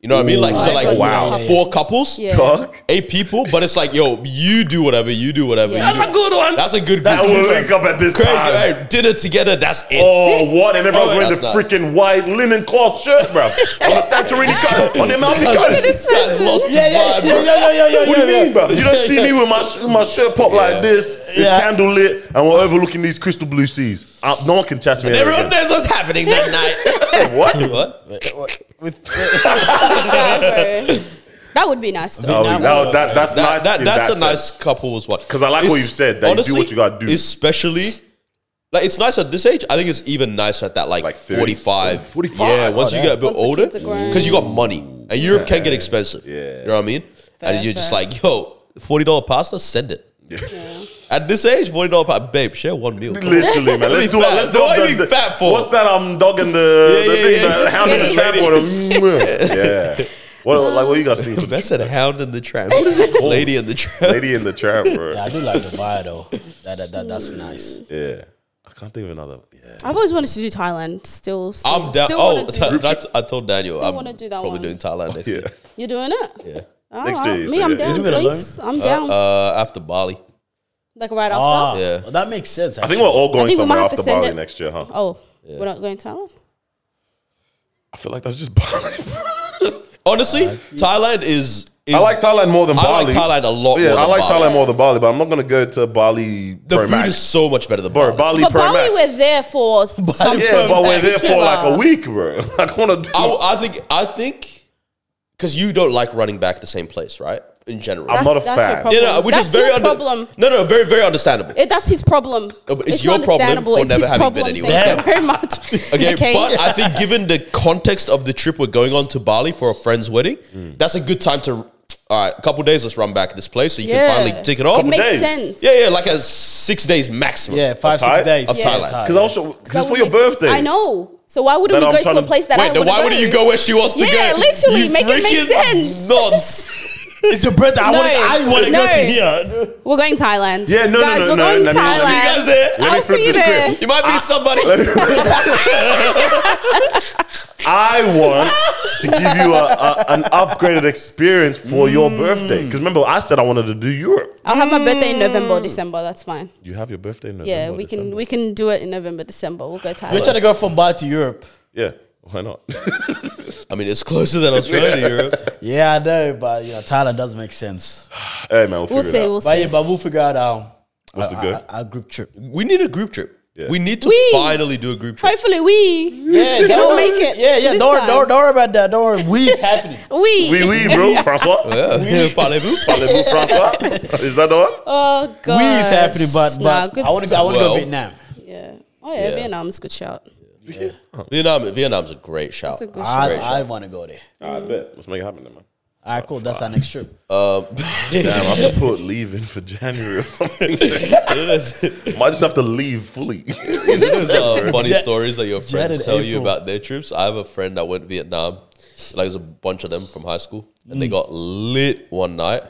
[SPEAKER 2] You know what I mean? Like so
[SPEAKER 4] Oh,
[SPEAKER 2] like
[SPEAKER 4] I got
[SPEAKER 1] Wow.
[SPEAKER 4] you.
[SPEAKER 2] four couples,
[SPEAKER 4] Yeah.
[SPEAKER 1] Dog.
[SPEAKER 2] eight people, but it's like, yo, you do whatever, you do whatever.
[SPEAKER 4] Yeah.
[SPEAKER 2] you
[SPEAKER 1] That's
[SPEAKER 2] do-
[SPEAKER 1] a good one.
[SPEAKER 2] That's a good group.
[SPEAKER 1] that will link up at this
[SPEAKER 2] Crazy,
[SPEAKER 1] time.
[SPEAKER 2] right? Dinner together, that's it.
[SPEAKER 1] Oh, what? And everyone's
[SPEAKER 2] Oh,
[SPEAKER 1] wearing the
[SPEAKER 2] that's not-
[SPEAKER 1] freaking white linen cloth shirt, bro. on the Santorini side, on the Amalfi coast.
[SPEAKER 4] this person.
[SPEAKER 2] lost his vibe, bro.
[SPEAKER 3] yeah, yeah, yeah,
[SPEAKER 1] What do you mean, bro? You don't
[SPEAKER 2] Yeah,
[SPEAKER 1] see
[SPEAKER 2] yeah.
[SPEAKER 1] me with my sh- with my shirt pop like
[SPEAKER 2] Yeah.
[SPEAKER 1] this, it's
[SPEAKER 3] Yeah.
[SPEAKER 1] candle lit, and we're overlooking these crystal blue seas. Uh, no one can chat to me. ever
[SPEAKER 2] Everyone
[SPEAKER 1] again.
[SPEAKER 2] knows what's happening that night.
[SPEAKER 1] What?
[SPEAKER 2] what?
[SPEAKER 4] That would be nice.
[SPEAKER 1] Oh,
[SPEAKER 4] Though.
[SPEAKER 1] no, that, that's
[SPEAKER 2] That-
[SPEAKER 1] nice.
[SPEAKER 2] that-
[SPEAKER 1] in
[SPEAKER 2] that's
[SPEAKER 1] that
[SPEAKER 2] a nice
[SPEAKER 1] sense.
[SPEAKER 2] couple's watch.
[SPEAKER 1] 'Cause I like what you've said, that you do what you gotta do.
[SPEAKER 2] Especially, like it's nice at this age. I think it's even nicer at that like,
[SPEAKER 1] Like Oh, 30s,
[SPEAKER 2] 45.
[SPEAKER 1] 45.
[SPEAKER 2] Yeah, once you get a bit
[SPEAKER 4] Once the
[SPEAKER 2] older,
[SPEAKER 4] kids are grown.
[SPEAKER 2] because you got money. And Europe can get expensive.
[SPEAKER 1] Yeah.
[SPEAKER 2] You know what I mean? and
[SPEAKER 4] Fair,
[SPEAKER 2] you're just
[SPEAKER 4] fair.
[SPEAKER 2] like, yo, $40 pasta, send it. At this age, $40 pasta, babe, share one meal.
[SPEAKER 1] Literally, man. Let's
[SPEAKER 2] be
[SPEAKER 1] do it.
[SPEAKER 2] fat.
[SPEAKER 1] Let's do
[SPEAKER 2] Don't
[SPEAKER 1] it.
[SPEAKER 2] be fat for.
[SPEAKER 1] What's that? I'm dogging the,
[SPEAKER 2] Yeah,
[SPEAKER 1] the
[SPEAKER 2] yeah,
[SPEAKER 1] thing,
[SPEAKER 2] yeah.
[SPEAKER 1] the hound in the
[SPEAKER 4] Yeah.
[SPEAKER 1] tram or the. Yeah. What, like, what you guys think? of
[SPEAKER 2] That's
[SPEAKER 1] the
[SPEAKER 2] said hound in the tram. What is it? Lady in the tram.
[SPEAKER 1] Lady in the tram, bro.
[SPEAKER 3] I do like Dubai though. That, that, that that's nice.
[SPEAKER 1] Yeah. I can't think of another. Yeah.
[SPEAKER 4] I've always wanted to do Thailand. Still, still,
[SPEAKER 2] I'm down.
[SPEAKER 4] still
[SPEAKER 2] Oh,
[SPEAKER 4] wanna do-
[SPEAKER 2] that's, I told Daniel
[SPEAKER 4] Still
[SPEAKER 2] I'm
[SPEAKER 4] wanna do that
[SPEAKER 2] probably
[SPEAKER 4] one.
[SPEAKER 2] doing Thailand next year.
[SPEAKER 4] you're doing it.
[SPEAKER 2] Yeah.
[SPEAKER 4] Oh,
[SPEAKER 1] Next
[SPEAKER 4] wow.
[SPEAKER 1] day,
[SPEAKER 4] me,
[SPEAKER 1] so
[SPEAKER 4] I'm
[SPEAKER 1] yeah.
[SPEAKER 4] down,
[SPEAKER 1] Leave
[SPEAKER 3] it
[SPEAKER 4] please. I'm down.
[SPEAKER 2] Uh, after Bali.
[SPEAKER 4] like right
[SPEAKER 3] Ah,
[SPEAKER 4] after.
[SPEAKER 2] Yeah.
[SPEAKER 3] well, that makes sense.
[SPEAKER 1] I think we're all
[SPEAKER 4] I
[SPEAKER 1] going
[SPEAKER 4] think we might
[SPEAKER 1] somewhere
[SPEAKER 4] have to
[SPEAKER 1] after
[SPEAKER 4] send
[SPEAKER 1] Bali
[SPEAKER 4] it-
[SPEAKER 1] next year, huh?
[SPEAKER 4] Oh, we're not going to Thailand.
[SPEAKER 1] I feel like that's just Bali.
[SPEAKER 2] Honestly, Thailand is, is.
[SPEAKER 1] I like Thailand more than
[SPEAKER 2] I
[SPEAKER 1] Bali.
[SPEAKER 2] like Thailand a lot
[SPEAKER 1] Yeah,
[SPEAKER 2] more
[SPEAKER 1] I
[SPEAKER 2] than
[SPEAKER 1] like
[SPEAKER 2] Bali.
[SPEAKER 1] Thailand more than Bali, but I'm not gonna go to Bali.
[SPEAKER 2] The
[SPEAKER 1] Pro
[SPEAKER 2] food
[SPEAKER 1] Max.
[SPEAKER 2] is so much better than
[SPEAKER 1] bro.
[SPEAKER 2] Bali.
[SPEAKER 1] Bali
[SPEAKER 4] But
[SPEAKER 1] Pro
[SPEAKER 4] Bali,
[SPEAKER 1] Max.
[SPEAKER 4] we're there for something.
[SPEAKER 1] yeah, but we're there for
[SPEAKER 4] particular.
[SPEAKER 1] like a week, bro. I wanna do.
[SPEAKER 2] I, I think. I think. Because you don't like running back the same place, right? In general.
[SPEAKER 1] I'm not a
[SPEAKER 4] that's your
[SPEAKER 1] fan.
[SPEAKER 4] problem.
[SPEAKER 2] yeah, no, which
[SPEAKER 4] that's
[SPEAKER 2] is very
[SPEAKER 4] your
[SPEAKER 2] under-
[SPEAKER 4] problem.
[SPEAKER 2] No, no, very, very understandable.
[SPEAKER 4] It, that's his problem.
[SPEAKER 2] No, but it's your problem
[SPEAKER 4] understandable.
[SPEAKER 2] for
[SPEAKER 4] it's
[SPEAKER 2] never
[SPEAKER 4] his
[SPEAKER 2] having
[SPEAKER 4] problem.
[SPEAKER 2] been anywhere.
[SPEAKER 4] Thank you very much.
[SPEAKER 2] Okay, but I think given the context of the trip we're going on to Bali for a friend's wedding,
[SPEAKER 1] Mm.
[SPEAKER 2] that's a good time to. All right, a couple days. Let's run back at this place so you
[SPEAKER 4] Yeah.
[SPEAKER 2] can finally tick it off.
[SPEAKER 4] it makes
[SPEAKER 1] days.
[SPEAKER 4] sense.
[SPEAKER 2] yeah, yeah, like a six days maximum.
[SPEAKER 3] yeah, five six
[SPEAKER 1] Thai-
[SPEAKER 3] days
[SPEAKER 2] of
[SPEAKER 3] yeah,
[SPEAKER 2] Thailand.
[SPEAKER 3] Thai,
[SPEAKER 1] Because
[SPEAKER 3] yeah.
[SPEAKER 1] also, because it's
[SPEAKER 4] That
[SPEAKER 1] for
[SPEAKER 4] would
[SPEAKER 1] your
[SPEAKER 4] make sense.
[SPEAKER 1] birthday.
[SPEAKER 4] I know. So why wouldn't
[SPEAKER 1] That
[SPEAKER 4] we
[SPEAKER 1] I'm
[SPEAKER 4] go to
[SPEAKER 1] trying
[SPEAKER 4] a
[SPEAKER 1] to-
[SPEAKER 4] place that I
[SPEAKER 2] Wait, then
[SPEAKER 4] wanna
[SPEAKER 2] why wouldn't you go where she wants to go?
[SPEAKER 4] Yeah, literally,
[SPEAKER 2] You
[SPEAKER 4] make it make
[SPEAKER 2] freaking
[SPEAKER 4] sense.
[SPEAKER 2] Nonce.
[SPEAKER 3] it's your birthday. I
[SPEAKER 4] No.
[SPEAKER 3] want I want to go
[SPEAKER 4] No.
[SPEAKER 3] to here.
[SPEAKER 4] We're going Thailand.
[SPEAKER 1] Yeah, no, no,
[SPEAKER 4] guys,
[SPEAKER 1] no, no,
[SPEAKER 4] we're going
[SPEAKER 1] let me-
[SPEAKER 4] Thailand.
[SPEAKER 1] I'll
[SPEAKER 2] See you guys there.
[SPEAKER 1] Let me
[SPEAKER 4] I'll
[SPEAKER 1] flip
[SPEAKER 4] see you
[SPEAKER 1] the script.
[SPEAKER 4] there.
[SPEAKER 2] You might be somebody.
[SPEAKER 1] I want to give you a, a, an upgraded experience for your
[SPEAKER 4] Mm.
[SPEAKER 1] birthday. Because remember, I said I wanted to do Europe.
[SPEAKER 4] I'll have my birthday in November or December. That's fine.
[SPEAKER 1] You have your birthday in November.
[SPEAKER 4] Yeah, we can
[SPEAKER 1] December.
[SPEAKER 4] we can do it in November, December. We'll go to
[SPEAKER 3] We're
[SPEAKER 4] Thailand.
[SPEAKER 3] trying to go from Bali to Europe.
[SPEAKER 1] yeah, why not?
[SPEAKER 2] I mean, it's closer than Australia to Europe.
[SPEAKER 3] Yeah, I know, but you know, Thailand does make sense.
[SPEAKER 1] hey man, we'll, figure
[SPEAKER 4] We'll see.
[SPEAKER 1] it out.
[SPEAKER 4] We'll
[SPEAKER 3] But
[SPEAKER 4] see.
[SPEAKER 3] yeah, but we'll figure out um,
[SPEAKER 1] What's the
[SPEAKER 3] our,
[SPEAKER 1] good?
[SPEAKER 3] our, our group trip.
[SPEAKER 2] We need a group trip.
[SPEAKER 1] Yeah.
[SPEAKER 2] We need to
[SPEAKER 4] We-
[SPEAKER 2] finally do a group trip.
[SPEAKER 4] Hopefully, we
[SPEAKER 3] Yeah,
[SPEAKER 4] They'll make it
[SPEAKER 3] Yeah, yeah.
[SPEAKER 4] this
[SPEAKER 3] Don't,
[SPEAKER 4] time.
[SPEAKER 3] don't, don't worry about that. Don't worry. We's happening.
[SPEAKER 4] we.
[SPEAKER 1] Oui, oui, bro, Francois.
[SPEAKER 2] Yeah. Parlez-vous?
[SPEAKER 1] Parlez-vous, Francois? Is that the one?
[SPEAKER 4] Oh god.
[SPEAKER 3] We's happening, but,
[SPEAKER 4] Nah,
[SPEAKER 3] but
[SPEAKER 4] good
[SPEAKER 3] I want to go, I
[SPEAKER 4] stuff.
[SPEAKER 3] wanna go
[SPEAKER 2] Well-
[SPEAKER 3] Vietnam.
[SPEAKER 4] Yeah. Oh yeah,
[SPEAKER 2] Yeah.
[SPEAKER 4] Vietnam's a good shout.
[SPEAKER 2] Vietnam, Vietnam's a great shout.
[SPEAKER 4] It's a good
[SPEAKER 3] I,
[SPEAKER 4] shout.
[SPEAKER 3] I want to go there.
[SPEAKER 1] I bet. Let's make it happen then, man.
[SPEAKER 3] All right, cool. That's our next trip.
[SPEAKER 2] Um,
[SPEAKER 1] Damn, I have to put leave in for January or something.
[SPEAKER 2] It is-
[SPEAKER 1] Might just have to leave fully.
[SPEAKER 2] There's uh, funny stories that your friends
[SPEAKER 3] in
[SPEAKER 2] tell you
[SPEAKER 3] April.
[SPEAKER 2] about their trips. I have a friend that went Vietnam. Like there's a bunch of them from high school, and they got lit one night.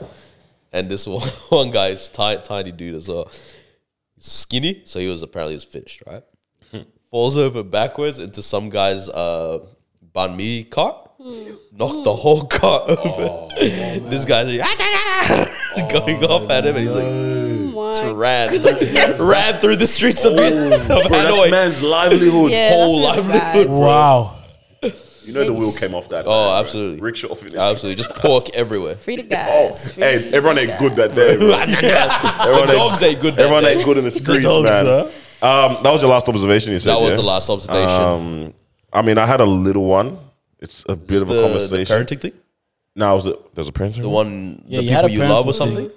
[SPEAKER 2] And this one, one guy's tiny, tiny dude as well, skinny. So he was apparently he was finished, right? Falls over backwards into some guy's uh, banh mi cart. Knocked the whole cart over. this guy's like, "Ah, going off at him, and he's like,
[SPEAKER 4] My
[SPEAKER 2] ran, ran throrough the streets of, of
[SPEAKER 1] That's
[SPEAKER 2] Hanoi.
[SPEAKER 1] man's livelihood.
[SPEAKER 4] yeah,
[SPEAKER 2] whole
[SPEAKER 4] that's really
[SPEAKER 2] livelihood.
[SPEAKER 4] bad.
[SPEAKER 3] Wow.
[SPEAKER 1] You know the wheel came off that.
[SPEAKER 2] Oh,
[SPEAKER 1] night, right?
[SPEAKER 2] absolutely.
[SPEAKER 1] Rickshaw finished.
[SPEAKER 2] Absolutely, just pork everywhere.
[SPEAKER 4] Free the
[SPEAKER 1] Oh,
[SPEAKER 4] guys. Free
[SPEAKER 1] hey, everyone
[SPEAKER 4] the
[SPEAKER 1] ain't
[SPEAKER 4] guys.
[SPEAKER 1] good that day. bro. Everyone
[SPEAKER 2] The dogs ain't good that
[SPEAKER 1] Everyone
[SPEAKER 2] day.
[SPEAKER 1] ain't good in the streets,
[SPEAKER 3] dogs,
[SPEAKER 1] man.
[SPEAKER 3] huh?
[SPEAKER 1] Um, that was your last observation. You said
[SPEAKER 2] That was
[SPEAKER 1] yeah?
[SPEAKER 2] the last observation.
[SPEAKER 1] Um, I mean, I had a little one. It's a bit of a
[SPEAKER 2] the, the
[SPEAKER 1] conversation.
[SPEAKER 2] parenting thing,
[SPEAKER 1] Now, was it? There's a parenting.
[SPEAKER 2] the one,
[SPEAKER 3] Yeah,
[SPEAKER 2] the
[SPEAKER 3] you had
[SPEAKER 2] people
[SPEAKER 3] a
[SPEAKER 2] you love or
[SPEAKER 3] parenting thing.
[SPEAKER 2] something.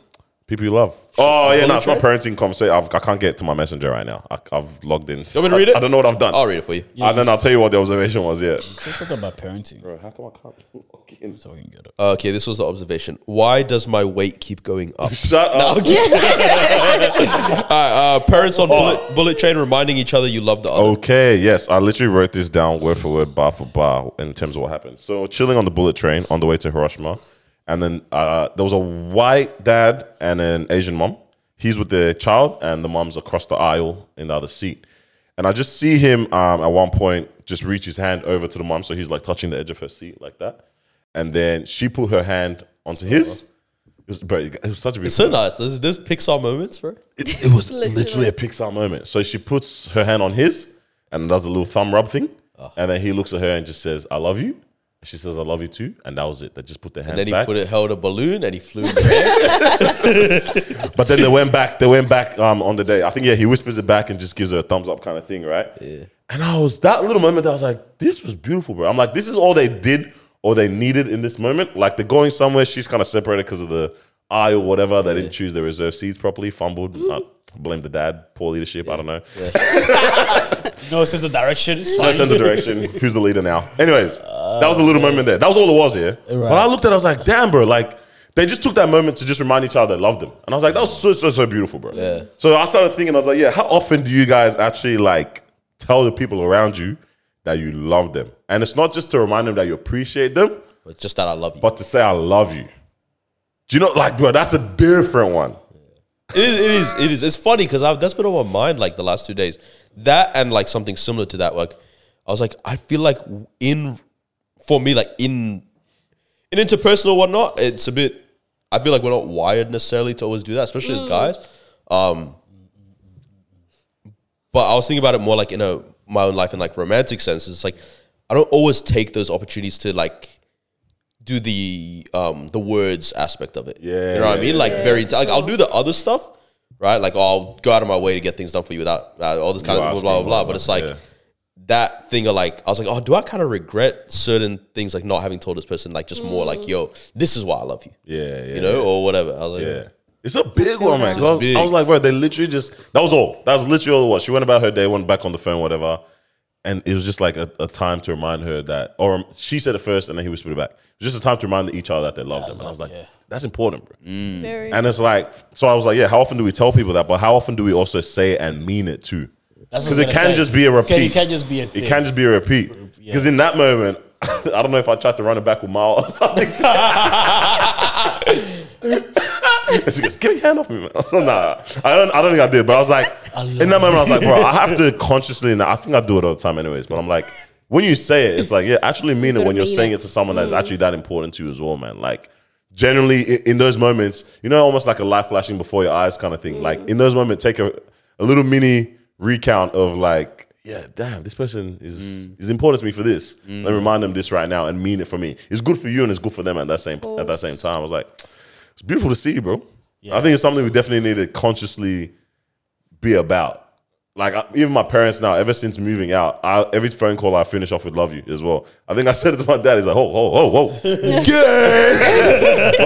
[SPEAKER 1] People you love. Oh yeah, no,
[SPEAKER 2] me
[SPEAKER 1] it's my
[SPEAKER 2] try.
[SPEAKER 1] parenting conversation. I've, I can't get to my messenger right now. I, I've logged in. You
[SPEAKER 2] want me to read it? Oh,
[SPEAKER 1] I, don't know what I've done.
[SPEAKER 2] I'll read it for you.
[SPEAKER 1] And then I'll tell you what the observation was. Yeah.
[SPEAKER 3] Just talk about parenting.
[SPEAKER 1] Bro, how come I can't log in?
[SPEAKER 3] So we can get it.
[SPEAKER 2] Okay, this was the observation. Why does my weight keep going up?
[SPEAKER 1] Shut up.
[SPEAKER 2] Uh, parents on
[SPEAKER 1] Oh.
[SPEAKER 2] bullet, bullet train reminding each other you love the other.
[SPEAKER 1] Okay, yes, I literally wrote this down word for word, bar for bar, in terms of what happened. So, chilling on the bullet train on the way to Hiroshima, and then uh, there was a white dad and an Asian mom. He's with the child, and the mom's across the aisle in the other seat. And I just see him um, at one point just reach his hand over to the mom, so he's like touching the edge of her seat like that, and then she put her hand onto his. It was, bro, it was such a beautiful.
[SPEAKER 2] So nice. There's, there's Pixar moments, bro.
[SPEAKER 1] It, it was literally. a Pixar moment. So she puts her hand on his and does a little thumb rub thing.
[SPEAKER 2] Ah.
[SPEAKER 1] And then he looks at her and just says, I love you. And She says, I love you too. And that was it. They just put their hands
[SPEAKER 2] Then he
[SPEAKER 1] back.
[SPEAKER 2] put it, held a balloon, and he flew. in the air.
[SPEAKER 1] But then they went back. They went back um, on the day. I think, yeah, he whispers it back and just gives her a thumbs up kind of thing, right? Yeah. And I was, that little moment, I was like, this was beautiful, bro. I'm like, this is all they did or they needed in this moment. Like, they're going somewhere. She's kind of separated because of the eye or whatever. They didn't choose the reserve seats properly, fumbled.
[SPEAKER 2] Mm.
[SPEAKER 1] Uh, blame the dad, poor leadership. I don't know.
[SPEAKER 3] No sense of direction. It's
[SPEAKER 1] No
[SPEAKER 3] fine.
[SPEAKER 1] sense of direction. Who's the leader now? Anyways, that was a little moment there. That was all it was, yeah. But I looked at it, I was like, damn, bro, like they just took that moment to just remind each other they loved them. And I was like, that was so, so, so beautiful, bro. Yeah. So I started thinking, I was like, yeah, how often do you guys actually like tell the people around you that you love them? And it's not just to remind them that you appreciate them,
[SPEAKER 2] It's just that I love you.
[SPEAKER 1] but to say I love you. Do you know, like, bro, that's a different one.
[SPEAKER 2] It is, it is. It is. It's funny because that's been on my mind like the last two days. That and like something similar to that. Like I was like, I feel like in for me, like in in interpersonal whatnot, it's a bit. I feel like we're not wired necessarily to always do that, especially as guys. Um, but I was thinking about it more like in a my own life in like romantic sense. It's like I don't always take those opportunities to like do the um the words aspect of it. you know what I mean. Like very like I'll do the other stuff, right? Like I'll go out of my way to get things done for you without uh, all this kind
[SPEAKER 1] You're
[SPEAKER 2] of blah blah
[SPEAKER 1] asking,
[SPEAKER 2] blah.
[SPEAKER 1] blah,
[SPEAKER 2] But it's
[SPEAKER 1] blah,
[SPEAKER 2] like
[SPEAKER 1] yeah.
[SPEAKER 2] that thing of like I was like, oh, do I kind of regret certain things like not having told this person like just more
[SPEAKER 3] Mm.
[SPEAKER 2] like yo, this is why I love you,
[SPEAKER 1] Yeah, yeah.
[SPEAKER 2] you know, or whatever. I was like,
[SPEAKER 1] Yeah. It's a big one, man. 'Cause I was,
[SPEAKER 2] big.
[SPEAKER 1] I was like, bro, they literally just, that was all. That was literally all it was. She went about her day, went back on the phone, whatever. And it was just like a, a time to remind her that, or um, she said it first and then he whispered it back. It was just a time to remind each other that they loved them. And I was like, that's important, bro.
[SPEAKER 4] Very.
[SPEAKER 1] And it's like, so I was like, yeah, how often do we tell people that? But how often do we also say it and mean it too?
[SPEAKER 3] That's what I
[SPEAKER 1] Because
[SPEAKER 3] was
[SPEAKER 1] it
[SPEAKER 3] gonna
[SPEAKER 1] can
[SPEAKER 3] say.
[SPEAKER 1] just be a
[SPEAKER 3] It can-
[SPEAKER 1] repeat.
[SPEAKER 3] It can just be a thing.
[SPEAKER 1] It can just be a repeat. Because in that moment, I don't know if I tried to run it back with Miles or something. she goes, "Get your hand off me, man." I said, "Nah, I don't. I don't think I did." But I was like, in that moment, I was like, "Bro, I have to consciously." And I think I do it all the time, anyways. But I'm like, when you say it, it's like, yeah, actually mean it
[SPEAKER 4] gotta
[SPEAKER 1] when you're
[SPEAKER 4] mean
[SPEAKER 1] saying
[SPEAKER 4] it.
[SPEAKER 1] it to someone that's actually that important to you as well, man. Like, generally, i- in those moments, you know, almost like a light flashing before your eyes kind of thing. Like in those moments, take a, a little mini recount of like. Yeah, damn, this person is is important to me for this. Let me remind them this right now and mean it for me. It's good for you and it's good for them at that same at that same time. I was like, it's beautiful to see, bro. I think it's something we definitely need to consciously be about. Like I, even my parents now, ever since moving out, I, every phone call I finish off with "love you" as well. I think I said it to my dad. He's like, "Oh, oh, oh, oh," but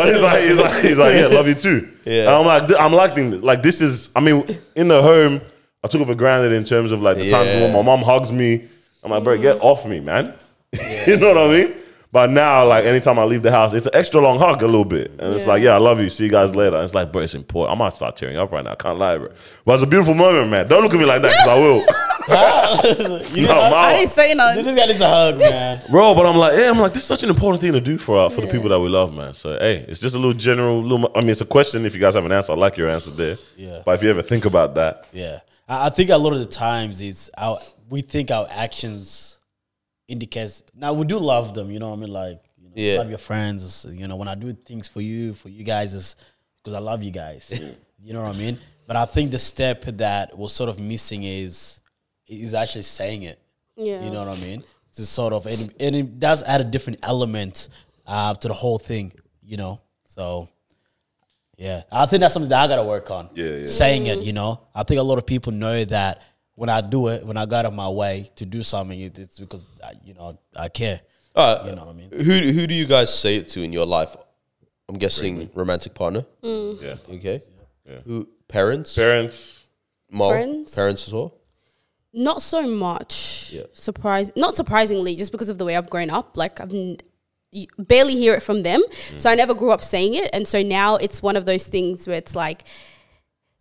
[SPEAKER 1] he's like, he's like, he's like, "Yeah, love you too." Yeah, and I'm like, I'm liking this. Like this is, I mean, in the home, I took it for granted in terms of like the times
[SPEAKER 2] Yeah.
[SPEAKER 1] when my mom hugs me. I'm like, bro, get off me, man. you know what I mean? But now, like, anytime I leave the house, it's an extra long hug a little bit. And it's like, yeah, I love you. See you guys later. And it's like, bro, it's important. I might start tearing up right now. I can't lie, bro. But it's a beautiful moment, man. Don't look at me like that because I will.
[SPEAKER 3] You
[SPEAKER 1] No,
[SPEAKER 3] know,
[SPEAKER 1] my-
[SPEAKER 4] I didn't say nothing.
[SPEAKER 3] this guy needs a hug, man.
[SPEAKER 1] Bro, but I'm like, yeah, I'm like, this is such an important thing to do for uh, for the people that we love, man. So, hey, it's just a little general, little. I mean, it's a question. If you guys have an answer, I like your answer there.
[SPEAKER 3] Yeah.
[SPEAKER 1] But if you ever think about that,
[SPEAKER 3] Yeah, I, I think a lot of the times it's our we think our actions indicates. Now we do love them, you know. what I mean, like you know,
[SPEAKER 2] Yeah.
[SPEAKER 3] love your friends. it's, You know, when I do things for you, for you guys, is because I love you guys. you know what I mean. But I think the step that was sort of missing is is actually saying it.
[SPEAKER 4] Yeah.
[SPEAKER 3] You know what I mean? To sort of and, and it does add a different element uh, to the whole thing. You know, so. Yeah, I think that's something that I gotta work on.
[SPEAKER 1] Yeah, yeah.
[SPEAKER 3] saying
[SPEAKER 4] Mm.
[SPEAKER 3] it, you know. I think a lot of people know that when I do it, when I go out of my way to do something, it, it's because I, you know I care.
[SPEAKER 2] All right.
[SPEAKER 3] You know what I mean?
[SPEAKER 2] Who
[SPEAKER 3] Mm.
[SPEAKER 2] who do you guys say it to in your life? I'm guessing romantic partner.
[SPEAKER 1] yeah,
[SPEAKER 2] Okay. Who parents?
[SPEAKER 1] Parents,
[SPEAKER 2] Mom,
[SPEAKER 4] Friends?
[SPEAKER 2] Parents as well.
[SPEAKER 4] Not so much.
[SPEAKER 2] Yeah.
[SPEAKER 4] Surprise, not surprisingly, just because of the way I've grown up. Like I've n- you barely hear it from them,
[SPEAKER 2] Mm.
[SPEAKER 4] so I never grew up saying it, and so now it's one of those things where it's like.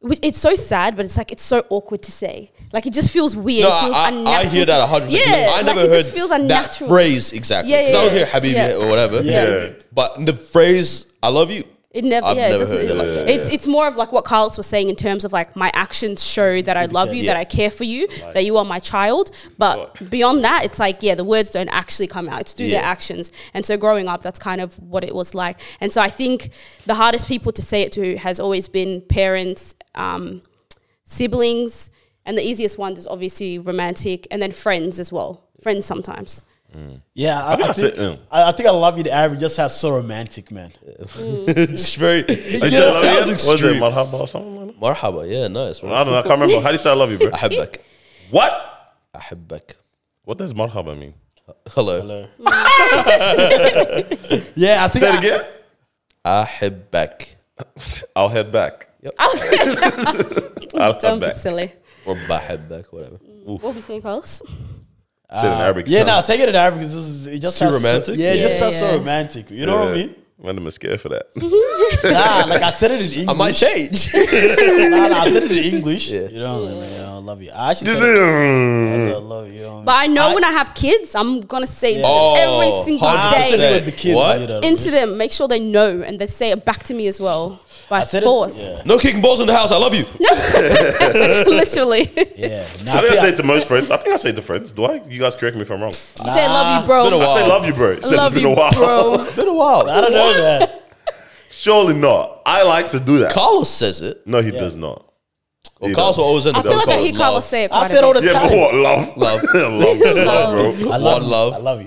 [SPEAKER 4] which- It's so sad, but it's like it's so awkward to say. Like it just feels weird.
[SPEAKER 2] No,
[SPEAKER 4] it feels
[SPEAKER 2] I, I,
[SPEAKER 4] unnatural.
[SPEAKER 2] I hear that
[SPEAKER 4] to-
[SPEAKER 2] 100%.
[SPEAKER 4] Yeah,
[SPEAKER 2] I never
[SPEAKER 4] like
[SPEAKER 2] heard
[SPEAKER 4] it just feels unnatural.
[SPEAKER 2] that phrase exactly.
[SPEAKER 4] Yeah, yeah,
[SPEAKER 2] Because I was
[SPEAKER 4] yeah.
[SPEAKER 2] here, Habibi
[SPEAKER 4] Yeah.
[SPEAKER 2] or whatever.
[SPEAKER 1] Yeah.
[SPEAKER 2] But the phrase, I love you.
[SPEAKER 4] It never,
[SPEAKER 2] I've
[SPEAKER 4] yeah,
[SPEAKER 2] never
[SPEAKER 4] it doesn't.
[SPEAKER 2] heard it like that.
[SPEAKER 4] it's it's more of like what Carlos was saying in terms of like my actions show that I love you,
[SPEAKER 2] Yeah.
[SPEAKER 4] that I care for you, that you are my child. But beyond that, it's like yeah, the words don't actually come out. It's through their
[SPEAKER 2] Yeah.
[SPEAKER 4] actions. And so growing up, that's kind of what it was like. And so I think the hardest people to say it to has always been parents, um, siblings, and the easiest one is obviously romantic, and then friends as well. Friends sometimes.
[SPEAKER 3] Yeah, I,
[SPEAKER 1] think
[SPEAKER 3] I,
[SPEAKER 1] I said,
[SPEAKER 3] think,
[SPEAKER 1] mm.
[SPEAKER 3] I, I think I love you. The Arab just has so romantic, man.
[SPEAKER 2] it's very. It
[SPEAKER 1] you
[SPEAKER 2] just
[SPEAKER 1] say I love
[SPEAKER 2] sounds
[SPEAKER 1] you? What is it,
[SPEAKER 2] extreme.
[SPEAKER 1] Malhaba or something like that?
[SPEAKER 2] Marhaba, yeah, nice.
[SPEAKER 1] I don't know. I can't remember. How do you say I love you, bro?
[SPEAKER 2] Ahibbak.
[SPEAKER 1] What?
[SPEAKER 2] Ahibbak.
[SPEAKER 1] What does marhaba mean?
[SPEAKER 2] Hello.
[SPEAKER 3] Yeah, I think
[SPEAKER 1] Say it
[SPEAKER 3] I-
[SPEAKER 1] again.
[SPEAKER 2] Ahibbak.
[SPEAKER 1] I'll head back. I'll head
[SPEAKER 4] Don't be
[SPEAKER 1] back. Say
[SPEAKER 4] silly.
[SPEAKER 2] Or Bahibbak, whatever.
[SPEAKER 4] What were we saying, Carlos?
[SPEAKER 1] it in
[SPEAKER 4] Uh,
[SPEAKER 1] Arabic.
[SPEAKER 3] Yeah,
[SPEAKER 1] sound.
[SPEAKER 3] no, saying it in Arabic is just, it just
[SPEAKER 2] too
[SPEAKER 3] sounds so-
[SPEAKER 2] romantic?
[SPEAKER 3] yeah, it just
[SPEAKER 4] Yeah,
[SPEAKER 3] sounds so
[SPEAKER 4] yeah.
[SPEAKER 3] romantic. You know what I
[SPEAKER 1] Yeah.
[SPEAKER 3] mean?
[SPEAKER 1] Man, I'm scared for that.
[SPEAKER 3] Nah, like I said it in English.
[SPEAKER 2] I might change.
[SPEAKER 3] Nah, nah, I said it in English. You know, like, you know, I love you. I actually said it. I said, I love you. you know.
[SPEAKER 4] But I know when I have kids, I'm gonna say it
[SPEAKER 2] Oh,
[SPEAKER 4] every single
[SPEAKER 3] I said
[SPEAKER 2] 100%.
[SPEAKER 3] it
[SPEAKER 4] day
[SPEAKER 3] with the kids.
[SPEAKER 2] What?
[SPEAKER 3] You know, what I mean?
[SPEAKER 4] into them. Make sure they know and they say it back to me as well by
[SPEAKER 3] I said
[SPEAKER 4] force.
[SPEAKER 3] it. Yeah,
[SPEAKER 2] no kicking balls in the house. I love you.
[SPEAKER 4] Literally,
[SPEAKER 3] yeah. Nah,
[SPEAKER 1] I think I say
[SPEAKER 3] I-
[SPEAKER 1] it to most friends. I think I say it to friends. Do I? You guys correct me if I'm wrong.
[SPEAKER 4] You say love you, bro.
[SPEAKER 2] been a
[SPEAKER 1] I say
[SPEAKER 2] Wow.
[SPEAKER 1] love you, bro. It's
[SPEAKER 4] Love
[SPEAKER 1] been
[SPEAKER 4] you,
[SPEAKER 1] a while.
[SPEAKER 4] bro.
[SPEAKER 2] Been a while.
[SPEAKER 3] I don't know that.
[SPEAKER 1] Surely not. I like to do that.
[SPEAKER 2] Carlos says it.
[SPEAKER 1] No, he does not.
[SPEAKER 2] Well,
[SPEAKER 1] He
[SPEAKER 2] Carlos
[SPEAKER 1] does.
[SPEAKER 2] will always end
[SPEAKER 4] I
[SPEAKER 2] up
[SPEAKER 4] feel like I hear
[SPEAKER 2] with love.
[SPEAKER 4] Carlos say it.
[SPEAKER 3] I
[SPEAKER 4] Quite
[SPEAKER 3] said all the
[SPEAKER 1] Yeah,
[SPEAKER 3] time.
[SPEAKER 1] but what? Love.
[SPEAKER 2] Love.
[SPEAKER 1] love. Love, bro. Ah,
[SPEAKER 3] I love
[SPEAKER 2] One
[SPEAKER 3] you.
[SPEAKER 2] love.
[SPEAKER 3] I love you.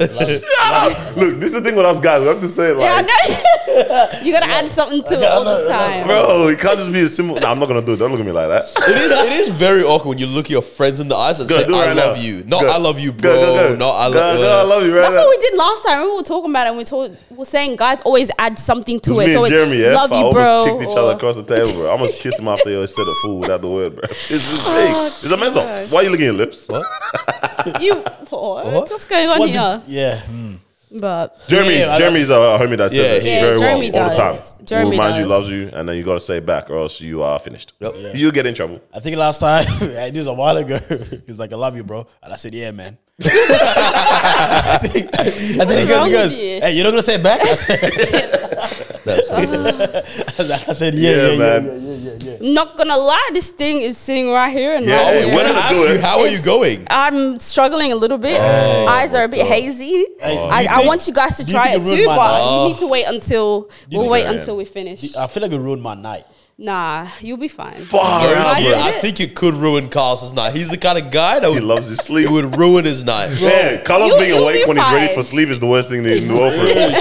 [SPEAKER 3] I love you.
[SPEAKER 1] Look, this is the thing with us guys. We have to say it like,
[SPEAKER 4] Yeah, I know. you gotta add something to it all the time.
[SPEAKER 1] bro, it can't just be a simple. Nah, I'm not going to do it. Don't look at me like that.
[SPEAKER 2] It is, it is very awkward when you look your friends in the eyes and
[SPEAKER 1] Go,
[SPEAKER 2] say,
[SPEAKER 1] do it
[SPEAKER 2] I
[SPEAKER 1] right
[SPEAKER 2] love
[SPEAKER 1] now.
[SPEAKER 2] you. No,
[SPEAKER 1] Go.
[SPEAKER 2] I love you,
[SPEAKER 1] Go,
[SPEAKER 2] bro.
[SPEAKER 1] go, go.
[SPEAKER 2] No, I, uh,
[SPEAKER 1] Go,
[SPEAKER 2] love
[SPEAKER 1] go, I love you. Right
[SPEAKER 4] That's
[SPEAKER 1] now.
[SPEAKER 4] what we did last time. Remember we were talking about it and we told, we were saying guys always add something to
[SPEAKER 1] It was
[SPEAKER 4] it.
[SPEAKER 1] me
[SPEAKER 4] It's
[SPEAKER 1] and
[SPEAKER 4] always
[SPEAKER 1] Jeremy, yeah.
[SPEAKER 4] love
[SPEAKER 1] I
[SPEAKER 4] you,
[SPEAKER 1] almost
[SPEAKER 4] bro.
[SPEAKER 1] kicked each other
[SPEAKER 4] or-
[SPEAKER 1] across the table, bro. I almost kissed him after he always said a fool without the word, bro. It's just
[SPEAKER 4] Oh,
[SPEAKER 1] big. It's a mess up. Why are you licking your lips?
[SPEAKER 4] You, what? What's going on
[SPEAKER 3] What
[SPEAKER 4] here?
[SPEAKER 3] the- yeah. Mm.
[SPEAKER 4] But
[SPEAKER 1] Jeremy,
[SPEAKER 3] Yeah, I
[SPEAKER 1] Jeremy's a homie that says
[SPEAKER 2] Yeah,
[SPEAKER 1] it
[SPEAKER 2] he-
[SPEAKER 4] Yeah,
[SPEAKER 1] very
[SPEAKER 4] Jeremy
[SPEAKER 1] well all the
[SPEAKER 4] does.
[SPEAKER 1] time.
[SPEAKER 4] Jeremy
[SPEAKER 1] Will remind you,
[SPEAKER 4] does.
[SPEAKER 1] loves you, and then you got to say it back, or else you are finished.
[SPEAKER 2] Yep. Yeah.
[SPEAKER 1] You'll get in trouble.
[SPEAKER 3] I think last time, this was a while ago, he was like, I love you, bro. And I said, yeah, man. I think, I think he goes,
[SPEAKER 4] wrong with
[SPEAKER 3] he goes
[SPEAKER 4] you?
[SPEAKER 3] hey, you're not going to say it back? I said,
[SPEAKER 2] That's
[SPEAKER 3] I said yeah, yeah,
[SPEAKER 1] Yeah,
[SPEAKER 3] yeah,
[SPEAKER 1] man.
[SPEAKER 3] yeah, yeah, yeah, yeah.
[SPEAKER 4] not gonna lie, this thing is sitting right here and
[SPEAKER 1] Yeah,
[SPEAKER 4] right
[SPEAKER 1] it's
[SPEAKER 4] here.
[SPEAKER 1] good.
[SPEAKER 2] When I
[SPEAKER 1] gonna
[SPEAKER 2] ask
[SPEAKER 1] do
[SPEAKER 2] you,
[SPEAKER 1] it.
[SPEAKER 2] how are you going?
[SPEAKER 4] I'm struggling a little bit. Eyes are a bit hazy. I,
[SPEAKER 3] you
[SPEAKER 4] I
[SPEAKER 3] think-
[SPEAKER 4] want you guys to
[SPEAKER 3] do you
[SPEAKER 4] try
[SPEAKER 3] think
[SPEAKER 4] it
[SPEAKER 3] it ruined
[SPEAKER 4] too,
[SPEAKER 3] my
[SPEAKER 4] but
[SPEAKER 3] night?
[SPEAKER 4] you need to wait until we'll
[SPEAKER 1] think
[SPEAKER 4] wait
[SPEAKER 1] I am?
[SPEAKER 4] until we finish.
[SPEAKER 3] I feel like it ruined my night.
[SPEAKER 4] Nah, you'll be fine.
[SPEAKER 1] Far
[SPEAKER 2] Bro,
[SPEAKER 1] out,
[SPEAKER 2] you-
[SPEAKER 1] bro.
[SPEAKER 2] I think you could ruin Carlos's night. He's the kind of guy that
[SPEAKER 1] He
[SPEAKER 2] would,
[SPEAKER 1] loves his sleep.
[SPEAKER 2] it would ruin his night.
[SPEAKER 1] Man, Carlos
[SPEAKER 4] You-
[SPEAKER 1] being
[SPEAKER 4] you'll
[SPEAKER 1] awake
[SPEAKER 4] be
[SPEAKER 1] when he's ready
[SPEAKER 4] fine.
[SPEAKER 1] for sleep is the worst thing that you know for him.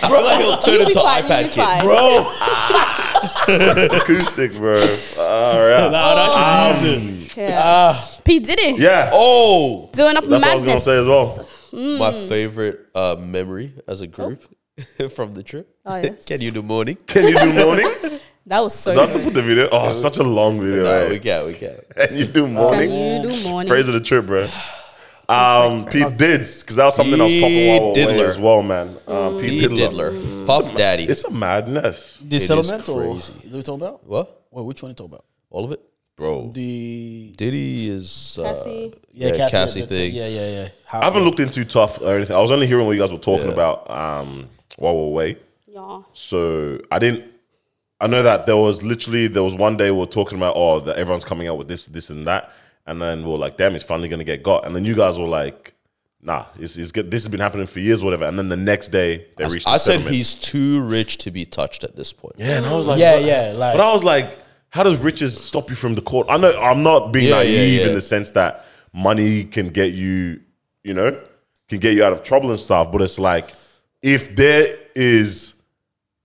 [SPEAKER 2] I feel like he'll turn
[SPEAKER 4] You'll be
[SPEAKER 2] into
[SPEAKER 4] fine.
[SPEAKER 2] an
[SPEAKER 4] You'll be
[SPEAKER 2] iPad kid.
[SPEAKER 4] fine.
[SPEAKER 3] Bro,
[SPEAKER 1] Acoustic, bro. All right.
[SPEAKER 3] nah, Ah, that
[SPEAKER 2] Ah.
[SPEAKER 3] should use it.
[SPEAKER 4] Yeah. P Diddy
[SPEAKER 1] Yeah.
[SPEAKER 2] Oh,
[SPEAKER 4] doing up
[SPEAKER 1] That's what I was
[SPEAKER 4] madness.
[SPEAKER 1] gonna say as well.
[SPEAKER 4] Mm.
[SPEAKER 2] my favorite uh, memory as a group from the trip.
[SPEAKER 4] Oh, yes.
[SPEAKER 2] Can you do morning?
[SPEAKER 1] Can you do morning?
[SPEAKER 4] That was so
[SPEAKER 1] Do I have to
[SPEAKER 4] good.
[SPEAKER 1] put the video? Oh, it's such a long video.
[SPEAKER 2] No,
[SPEAKER 1] right?
[SPEAKER 2] we can't. We can't.
[SPEAKER 1] Can you do
[SPEAKER 4] Can
[SPEAKER 1] morning?
[SPEAKER 4] you do morning?
[SPEAKER 1] Praise of the trip, bro. Um, P Dids, because that was something I was popping while we were away
[SPEAKER 2] Diddler.
[SPEAKER 1] as well, man. Um, P
[SPEAKER 2] He
[SPEAKER 1] Diddler.
[SPEAKER 2] diddler,
[SPEAKER 4] Mm.
[SPEAKER 2] Puff Daddy.
[SPEAKER 1] It's a madness,
[SPEAKER 3] The
[SPEAKER 2] is
[SPEAKER 3] settlement or
[SPEAKER 2] crazy.
[SPEAKER 3] is that what we talking about?
[SPEAKER 2] what?
[SPEAKER 3] Wait, which one you talking about?
[SPEAKER 2] All of it?
[SPEAKER 1] bro.
[SPEAKER 3] The
[SPEAKER 2] Diddy is uh,
[SPEAKER 4] Cassie.
[SPEAKER 2] yeah, Cassie,
[SPEAKER 3] that's it.
[SPEAKER 2] thing.
[SPEAKER 3] Yeah, yeah, yeah. How,
[SPEAKER 1] I haven't looked into tough or anything. I was only hearing what you guys were talking
[SPEAKER 2] Yeah.
[SPEAKER 1] about um, while we were away.
[SPEAKER 4] Yeah.
[SPEAKER 1] So I didn't. I know that there was literally there was one day we were talking about oh that everyone's coming out with this this and that, and then we were like damn it's finally gonna get got, and then you guys were like nah it's, it's good. this has been happening for years whatever, and then the next day they reached.
[SPEAKER 2] I
[SPEAKER 1] the
[SPEAKER 2] said
[SPEAKER 1] settlement.
[SPEAKER 2] he's too rich to be touched at this point.
[SPEAKER 1] yeah, and I was like
[SPEAKER 3] yeah,
[SPEAKER 1] "What?"
[SPEAKER 3] yeah. Like,
[SPEAKER 1] But I was like, how does riches stop you from the court? I know I'm not being
[SPEAKER 2] Yeah, yeah,
[SPEAKER 1] naive
[SPEAKER 2] yeah.
[SPEAKER 1] in the sense that money can get you, you know, can get you out of trouble and stuff. But it's like, if there is,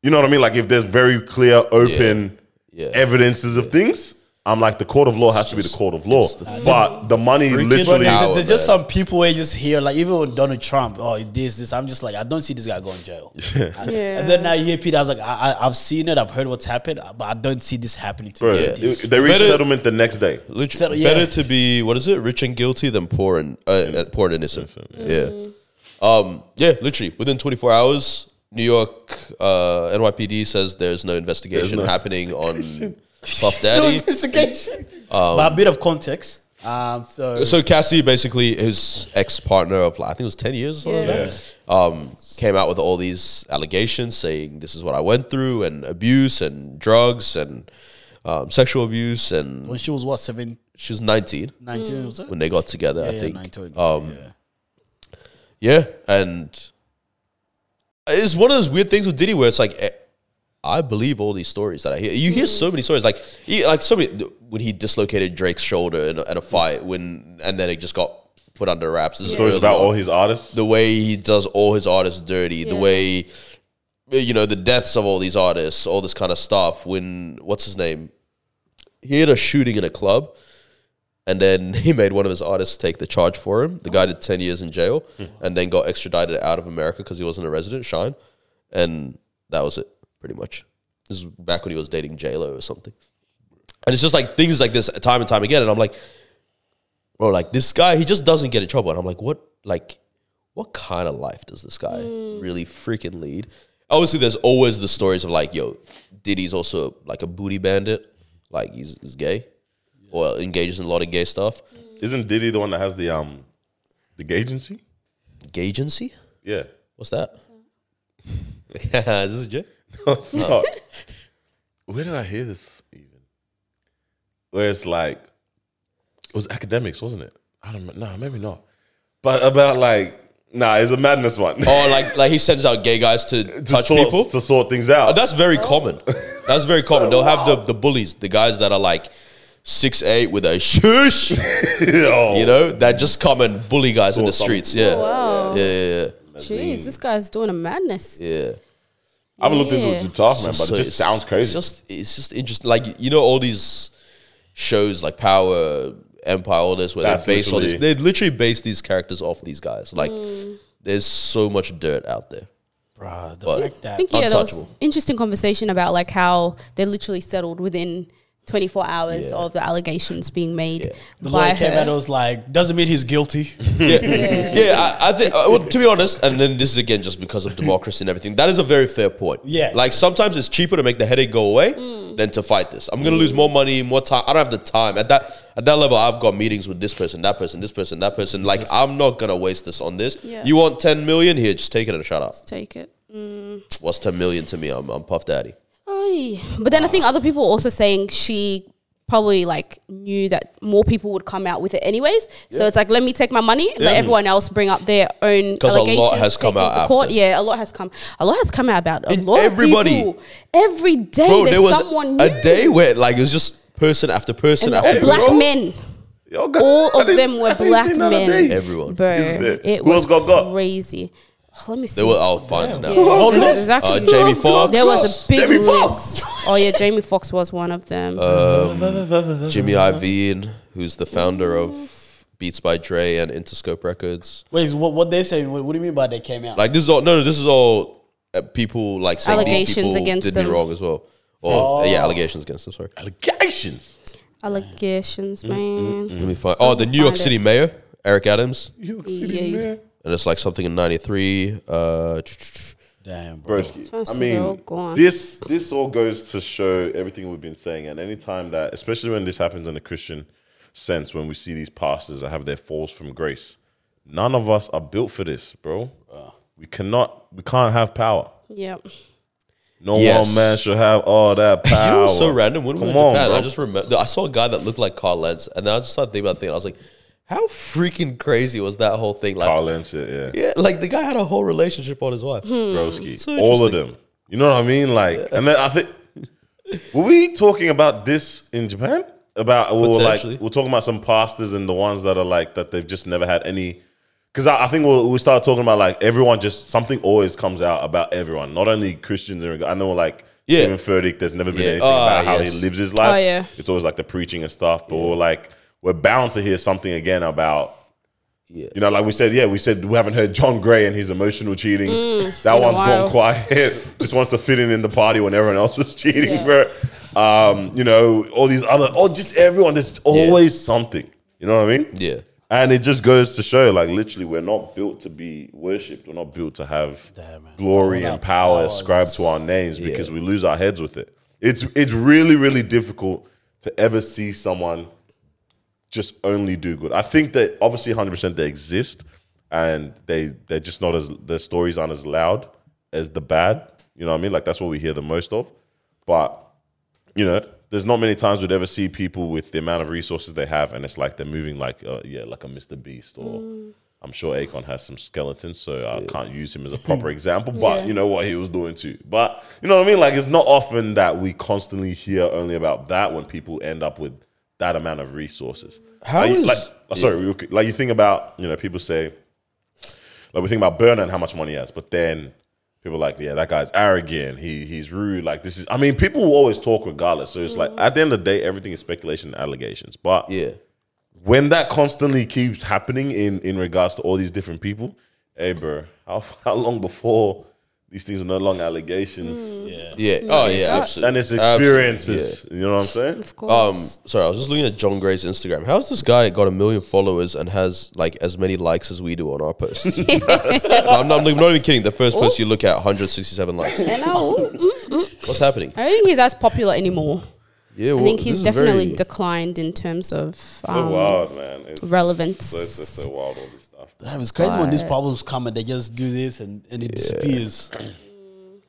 [SPEAKER 1] you know what I mean? Like, if there's very clear, open
[SPEAKER 2] Yeah.
[SPEAKER 1] evidences of things, I'm like, the court of law has to be the court of law. but the money
[SPEAKER 3] But
[SPEAKER 1] literally.
[SPEAKER 2] power.
[SPEAKER 3] there- there's just
[SPEAKER 2] man.
[SPEAKER 3] some people where you just hear like even with Donald Trump, oh this, this. I'm just like I don't see this guy going to jail. And,
[SPEAKER 4] Yeah.
[SPEAKER 3] and then I hear Peter. I was like I, I, I've seen it, I've heard what's happened, but I don't see this happening to
[SPEAKER 1] Bro,
[SPEAKER 3] me.
[SPEAKER 2] Yeah.
[SPEAKER 1] it- They reached
[SPEAKER 2] Better-
[SPEAKER 1] settlement the next day.
[SPEAKER 2] Lit-
[SPEAKER 3] So, yeah.
[SPEAKER 2] Better to be what is it? Rich and guilty than poor and uh, uh, poor and innocent. yeah. Um. Yeah. Literally within 24 hours, New York uh, NYPD says there's no investigation happening on Puff Daddy.
[SPEAKER 3] investigation.
[SPEAKER 2] Um,
[SPEAKER 3] but a bit of context. Um, so,
[SPEAKER 2] so Cassie, basically his ex partner of like, I think it was 10 years. Or something like
[SPEAKER 4] Yeah.
[SPEAKER 2] that, Um. Came out with all these allegations saying this is what I went through and abuse and drugs and um, sexual abuse and
[SPEAKER 3] when she was what seven,
[SPEAKER 2] she was 19
[SPEAKER 3] nineteen, was it?
[SPEAKER 2] when they got together. I
[SPEAKER 3] yeah,
[SPEAKER 2] think.
[SPEAKER 3] 19,
[SPEAKER 2] um.
[SPEAKER 3] yeah.
[SPEAKER 2] Yeah, and it's one of those weird things with Diddy where it's like eh, I believe all these stories that I hear. You hear so many stories, like he, like so many when he dislocated Drake's shoulder in, a- at a fight when, and then it just got put under wraps. This is
[SPEAKER 1] Stories
[SPEAKER 2] early
[SPEAKER 1] about
[SPEAKER 2] on.
[SPEAKER 1] all his artists.
[SPEAKER 2] the way he does all his artists dirty, the
[SPEAKER 4] Yeah.
[SPEAKER 2] way you know the deaths of all these artists, all this kind of stuff. When what's his name? He had a shooting in a club. And then he made one of his artists take the charge for him. The guy did 10 years in jail and then got extradited out of America because he wasn't a resident, Shine. And that was it, pretty much. This is back when he was dating JLo or something. And it's just like things like this time and time again. And I'm like, bro, like this guy, he just doesn't get in trouble. And I'm like, what, like, what kind of life does this guy really freaking lead? Obviously, there's always the stories of like, yo, Diddy's also like a booty bandit, like he's, he's gay or engages in a lot of gay stuff.
[SPEAKER 1] Isn't Diddy the one that has the um, the agency?
[SPEAKER 2] Gay agency?
[SPEAKER 1] Yeah.
[SPEAKER 2] What's that? Is this a joke?
[SPEAKER 1] No, it's not. Where did I hear this even? Where it's like, it was academics, wasn't it? I don't know. Nah, maybe not. But about like, nah, it's a madness one.
[SPEAKER 2] Oh, like like he sends out gay guys to,
[SPEAKER 1] to
[SPEAKER 2] touch
[SPEAKER 1] sort,
[SPEAKER 2] people.
[SPEAKER 1] to sort things out.
[SPEAKER 2] That's very common. That's very common. They'll have the, the bullies, the guys that are like six eight with a shush,
[SPEAKER 1] Yo.
[SPEAKER 2] you know, that just come and bully guys in
[SPEAKER 1] Sort
[SPEAKER 2] the
[SPEAKER 1] Oh. something.
[SPEAKER 2] streets. Yeah.
[SPEAKER 4] Wow.
[SPEAKER 2] yeah, yeah,
[SPEAKER 4] Jeez, this guy's doing a madness.
[SPEAKER 2] yeah, yeah.
[SPEAKER 1] I haven't looked into it
[SPEAKER 4] Yeah.
[SPEAKER 1] too tough, man, but
[SPEAKER 2] So
[SPEAKER 1] it
[SPEAKER 2] it's-
[SPEAKER 1] just sounds
[SPEAKER 2] It's
[SPEAKER 1] crazy.
[SPEAKER 2] just it's just interesting. Like you know, all these shows like Power, Empire, all this, where
[SPEAKER 1] That's
[SPEAKER 2] they base all this.
[SPEAKER 1] literally-
[SPEAKER 2] They literally base these characters off these guys. Like there's so much dirt out there.
[SPEAKER 3] Bruh, the
[SPEAKER 2] But-
[SPEAKER 3] fact that
[SPEAKER 4] I think yeah, there was
[SPEAKER 2] Untouchable.
[SPEAKER 4] interesting conversation about like how they literally settled within 24 hours of the allegations being made by
[SPEAKER 3] the lawyer came out and
[SPEAKER 4] her.
[SPEAKER 3] was like, doesn't mean he's guilty.
[SPEAKER 2] Yeah, I, I think. Uh, well, to be honest, and then this is again just because of democracy and everything. That is a very fair point.
[SPEAKER 3] Yeah.
[SPEAKER 2] like sometimes it's cheaper to make the headache go away than to fight this. I'm gonna lose more money, more time. I don't have the time at that at that level. I've got meetings with this person, that person, this person, that person. Like I'm not gonna waste this on this.
[SPEAKER 4] Yeah.
[SPEAKER 2] You want 10 million here? Just take it and shut up.
[SPEAKER 4] Take it.
[SPEAKER 2] What's 10 million to me? I'm I'm Puff Daddy.
[SPEAKER 4] Aye. But then I think other people were also saying she probably like knew that more people would come out with it anyways. So it's like let me take my money, let everyone else bring up their own
[SPEAKER 2] 'Cause a lot
[SPEAKER 4] allegations.
[SPEAKER 2] has come
[SPEAKER 4] take them
[SPEAKER 2] out
[SPEAKER 4] to court.
[SPEAKER 2] after.
[SPEAKER 4] Yeah, a lot has come. A lot has come out about a
[SPEAKER 2] And
[SPEAKER 4] lot
[SPEAKER 2] everybody-
[SPEAKER 4] of people. Every day
[SPEAKER 2] Bro,
[SPEAKER 4] there's
[SPEAKER 2] there was
[SPEAKER 4] someone new.
[SPEAKER 2] a day where like it was just person after person
[SPEAKER 4] and
[SPEAKER 2] after
[SPEAKER 4] all black
[SPEAKER 2] person.
[SPEAKER 4] men.
[SPEAKER 1] Yo, God,
[SPEAKER 4] all
[SPEAKER 1] I
[SPEAKER 4] of
[SPEAKER 1] didn't-
[SPEAKER 4] them were
[SPEAKER 1] I didn't
[SPEAKER 4] black
[SPEAKER 1] see none of
[SPEAKER 4] men.
[SPEAKER 1] these.
[SPEAKER 2] Everyone.
[SPEAKER 4] Bro,
[SPEAKER 1] Is it?
[SPEAKER 4] it
[SPEAKER 1] Who
[SPEAKER 4] was
[SPEAKER 1] else got got?
[SPEAKER 4] crazy. Let me see.
[SPEAKER 2] They were all fine now.
[SPEAKER 4] Yeah,
[SPEAKER 3] Hold
[SPEAKER 4] this
[SPEAKER 3] on.
[SPEAKER 4] is actually-
[SPEAKER 2] Uh, Jamie Foxx.
[SPEAKER 4] There was a big
[SPEAKER 1] Jamie Foxx.
[SPEAKER 4] list. Oh yeah, Jamie Foxx was one of them.
[SPEAKER 2] Uh, Jimmy Iovine, who's the founder of Beats by Dre and Interscope Records.
[SPEAKER 3] Wait, what what they saying? What, what do you mean by they came out?
[SPEAKER 2] Like this is all no, no this is all uh, people like saying these
[SPEAKER 4] Allegations
[SPEAKER 2] people
[SPEAKER 4] against
[SPEAKER 2] did me
[SPEAKER 4] them.
[SPEAKER 2] wrong as well, or uh, yeah,
[SPEAKER 1] Oh.
[SPEAKER 2] allegations against them. Sorry,
[SPEAKER 1] Allegations.
[SPEAKER 2] mm,
[SPEAKER 4] Allegations, man.
[SPEAKER 2] let me find. Oh, the New York
[SPEAKER 4] Find
[SPEAKER 2] City
[SPEAKER 4] it.
[SPEAKER 2] mayor Eric Adams,
[SPEAKER 4] Yeah, you-
[SPEAKER 2] and it's like something in '93. Uh,
[SPEAKER 3] Damn, bro.
[SPEAKER 1] Broski. I
[SPEAKER 4] First of all, go
[SPEAKER 1] mean,
[SPEAKER 4] on.
[SPEAKER 1] this this all goes to show everything we've been saying. And anytime that, especially when this happens in a Christian sense, when we see these pastors that have their falls from grace, none of us are built for this, bro.
[SPEAKER 2] Ah.
[SPEAKER 1] We cannot, we can't have power.
[SPEAKER 2] Um,
[SPEAKER 4] Yep.
[SPEAKER 1] No
[SPEAKER 2] Yes.
[SPEAKER 1] one man should have all that
[SPEAKER 2] you
[SPEAKER 1] power.
[SPEAKER 2] know what's so random? When we were in
[SPEAKER 1] Come on,
[SPEAKER 2] Japan,
[SPEAKER 1] bro.
[SPEAKER 2] I just remember I saw a guy that looked like Carl Lentz, and I just started thinking about the thing. I was like, how freaking crazy was that whole thing? Like,
[SPEAKER 1] Carl Lentz, yeah, yeah.
[SPEAKER 2] yeah, like the guy had a whole relationship on his wife.
[SPEAKER 4] Hmm.
[SPEAKER 1] Broski.
[SPEAKER 2] So
[SPEAKER 1] all of them. You know what I mean? Like, and then I think were we talking about this in Japan? About we were like
[SPEAKER 2] Potentially.
[SPEAKER 1] we're talking about some pastors and the ones that are like that they've just never had any. Because I, I think we'll, we started talking about like everyone just something always comes out about everyone, not only Christians. And reg- I know like
[SPEAKER 2] Yeah.
[SPEAKER 1] Stephen Furtick, there's never been
[SPEAKER 2] Yeah.
[SPEAKER 1] anything
[SPEAKER 2] Ah,
[SPEAKER 1] about how
[SPEAKER 2] yes.
[SPEAKER 1] he lives his life.
[SPEAKER 4] Oh, yeah.
[SPEAKER 1] It's always like the preaching and stuff, but we're like, we're bound to hear something again about. You know, like we said, yeah, we said we haven't heard John Gray and his emotional cheating. that
[SPEAKER 4] in Mm. a
[SPEAKER 1] one's
[SPEAKER 4] while.
[SPEAKER 1] gone quiet. Just wants to fit in in the party when everyone else was cheating, bro. Um, you know, all these other, oh, just everyone. There's always something. You know what I mean?
[SPEAKER 2] Yeah.
[SPEAKER 1] And it just goes to show, like, literally, we're not built to be worshipped. We're not built to have glory and power ascribed to our names because we lose our heads with it. It's it's really really difficult to ever see someone just only do good. I think that obviously 100% they exist and they they're just not as their stories aren't as loud as the bad. You know what I mean? Like that's what we hear the most of. But you know, there's not many times we'd ever see people with the amount of resources they have, and it's like they're moving like, uh, yeah, like a Mr. Beast, or I'm sure Akon has some skeletons, so I can't use him as a proper example, but you know what he was doing too. But you know what I mean? Like, it's not often that we constantly hear only about that when people end up with that amount of resources.
[SPEAKER 2] How
[SPEAKER 1] like, you-
[SPEAKER 2] is-
[SPEAKER 1] like, oh, sorry, we were- like you think about, you know, people say, like we think about Burner and how much money he has, but then people are like, yeah, that guy's arrogant. He he's rude. Like this is. I mean, people will always talk regardless. So it's like at the end of the day, everything is speculation and allegations. But
[SPEAKER 2] Yeah.
[SPEAKER 1] when that constantly keeps happening in in regards to all these different people, hey, bro, how how long before these things are no longer allegations?
[SPEAKER 2] Yeah. Oh, yeah. Absolutely.
[SPEAKER 1] And it's
[SPEAKER 2] Absolutely.
[SPEAKER 1] experiences. You know what I'm saying?
[SPEAKER 4] Of
[SPEAKER 2] Um,
[SPEAKER 4] course.
[SPEAKER 2] sorry, I was just looking at John Gray's Instagram. How's this guy got a million followers and has like as many likes as we do on our posts? No, I'm, not, I'm not even kidding. The first post you look at, 167 likes.
[SPEAKER 4] and I, ooh, mm,
[SPEAKER 2] What's happening?
[SPEAKER 4] I don't think he's as popular anymore.
[SPEAKER 2] Yeah, well,
[SPEAKER 4] I think
[SPEAKER 2] this
[SPEAKER 4] he's
[SPEAKER 2] is
[SPEAKER 4] definitely
[SPEAKER 2] very- uh,
[SPEAKER 4] declined in terms of
[SPEAKER 1] So
[SPEAKER 4] um,
[SPEAKER 1] wild, man. It's
[SPEAKER 4] relevance.
[SPEAKER 1] So, so, so wild, all this stuff.
[SPEAKER 3] Damn, it's crazy when these problems come and they just do this and, and it disappears.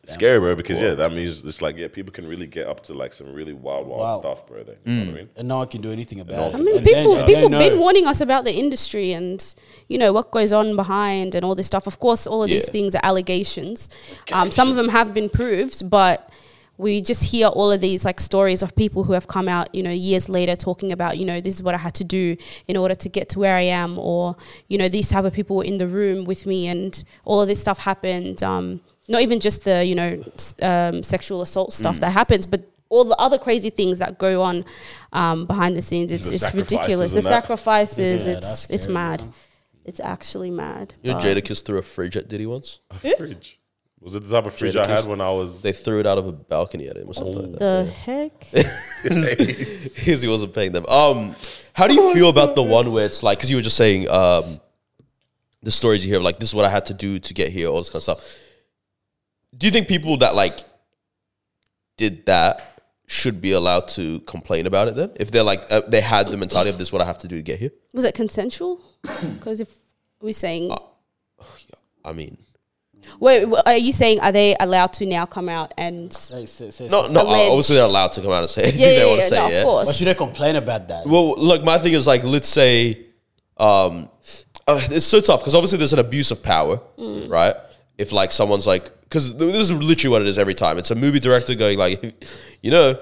[SPEAKER 1] It's scary, bro, because yeah, that means it's like yeah, people can really get up to like some really wild, wild
[SPEAKER 3] Wow.
[SPEAKER 1] stuff, bro. Then you know what I mean?
[SPEAKER 3] And no one can do anything about it.
[SPEAKER 1] one
[SPEAKER 4] I mean,
[SPEAKER 3] And then-
[SPEAKER 4] people
[SPEAKER 3] and
[SPEAKER 4] people
[SPEAKER 3] they
[SPEAKER 4] been
[SPEAKER 3] know.
[SPEAKER 4] warning us about the industry and you know what goes on behind and all this stuff. Of course, all of these
[SPEAKER 2] Yeah.
[SPEAKER 4] things are allegations. Um, some of them have been proved, but we just hear all of these like stories of people who have come out, you know, years later talking about, you know, this is what I had to do in order to get to where I am, or you know, these type of people were in the room with me, and all of this stuff happened. Um, not even just the you know s- um, sexual assault
[SPEAKER 1] Mm.
[SPEAKER 4] stuff that happens, but all the other crazy things that go on um, behind the scenes. It's
[SPEAKER 1] The
[SPEAKER 4] it's
[SPEAKER 1] sacrifices
[SPEAKER 4] ridiculous. The
[SPEAKER 1] and that.
[SPEAKER 4] sacrifices.
[SPEAKER 3] Yeah, that's
[SPEAKER 4] it's it's
[SPEAKER 3] scary,
[SPEAKER 4] mad. It's actually mad.
[SPEAKER 2] You know,
[SPEAKER 4] but-
[SPEAKER 2] Jadakiss threw a fridge at Diddy once.
[SPEAKER 1] fridge. Was it the type of fridge I
[SPEAKER 2] Jadakiss.
[SPEAKER 1] had when I was?
[SPEAKER 2] They threw it out of a balcony at him or
[SPEAKER 1] Oh.
[SPEAKER 2] something like that.
[SPEAKER 4] the heck?
[SPEAKER 2] Because he wasn't paying them. Um, how
[SPEAKER 4] Oh
[SPEAKER 2] do you feel about the one where it's like? Because you were just saying um, the stories you hear, like this is what I had to do to get here, all this kind of stuff. Do you think people that like did that should be allowed to complain about it then, if they're like uh, they had the mentality of this is what I have to do to get here?
[SPEAKER 4] Was it consensual? Because if we're saying,
[SPEAKER 1] Uh,
[SPEAKER 2] I mean,
[SPEAKER 4] wait, wait, are you saying are they allowed to now come out and?
[SPEAKER 3] Say- say- say-
[SPEAKER 2] no, no.
[SPEAKER 4] Alleged.
[SPEAKER 2] Obviously, they're allowed to come out and say anything
[SPEAKER 4] Yeah,
[SPEAKER 2] they
[SPEAKER 4] yeah,
[SPEAKER 2] want
[SPEAKER 4] yeah,
[SPEAKER 2] to say.
[SPEAKER 4] no,
[SPEAKER 2] yeah,
[SPEAKER 4] of course.
[SPEAKER 3] Why should I complain about that?
[SPEAKER 2] Well, look, my thing is like, let's say, um, uh, it's so tough because obviously there's an abuse of power,
[SPEAKER 4] Mm.
[SPEAKER 2] right? If like someone's like, because this is literally what it is every time. It's a movie director going like, you know,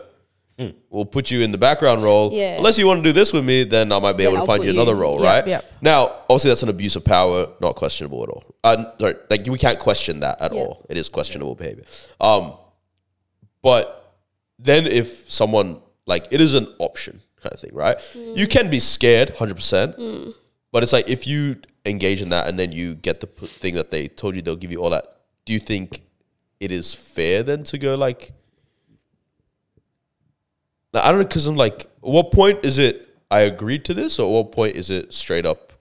[SPEAKER 2] we'll put you in the background role.
[SPEAKER 4] Mm. Yeah.
[SPEAKER 2] Unless you want to do this with me, then I might be
[SPEAKER 4] Then
[SPEAKER 2] able to
[SPEAKER 4] I'll
[SPEAKER 2] find
[SPEAKER 4] put
[SPEAKER 2] you
[SPEAKER 4] you-
[SPEAKER 2] another role,
[SPEAKER 4] yep,
[SPEAKER 2] right?
[SPEAKER 4] yep.
[SPEAKER 2] Now, obviously, that's an abuse of power, not questionable at all. Uh, sorry, like we can't question that at
[SPEAKER 4] Yeah.
[SPEAKER 2] all. It is questionable behavior. Um, but then if someone like it is an option kind of thing, right? You can be scared, hundred percent. But it's like if you engage in that and then you get the p- thing that they told you they'll give you all that. Do you think it is fair then to go like? Like, I don't know because I'm like, what point is it? I agreed to this, or what point is it straight up?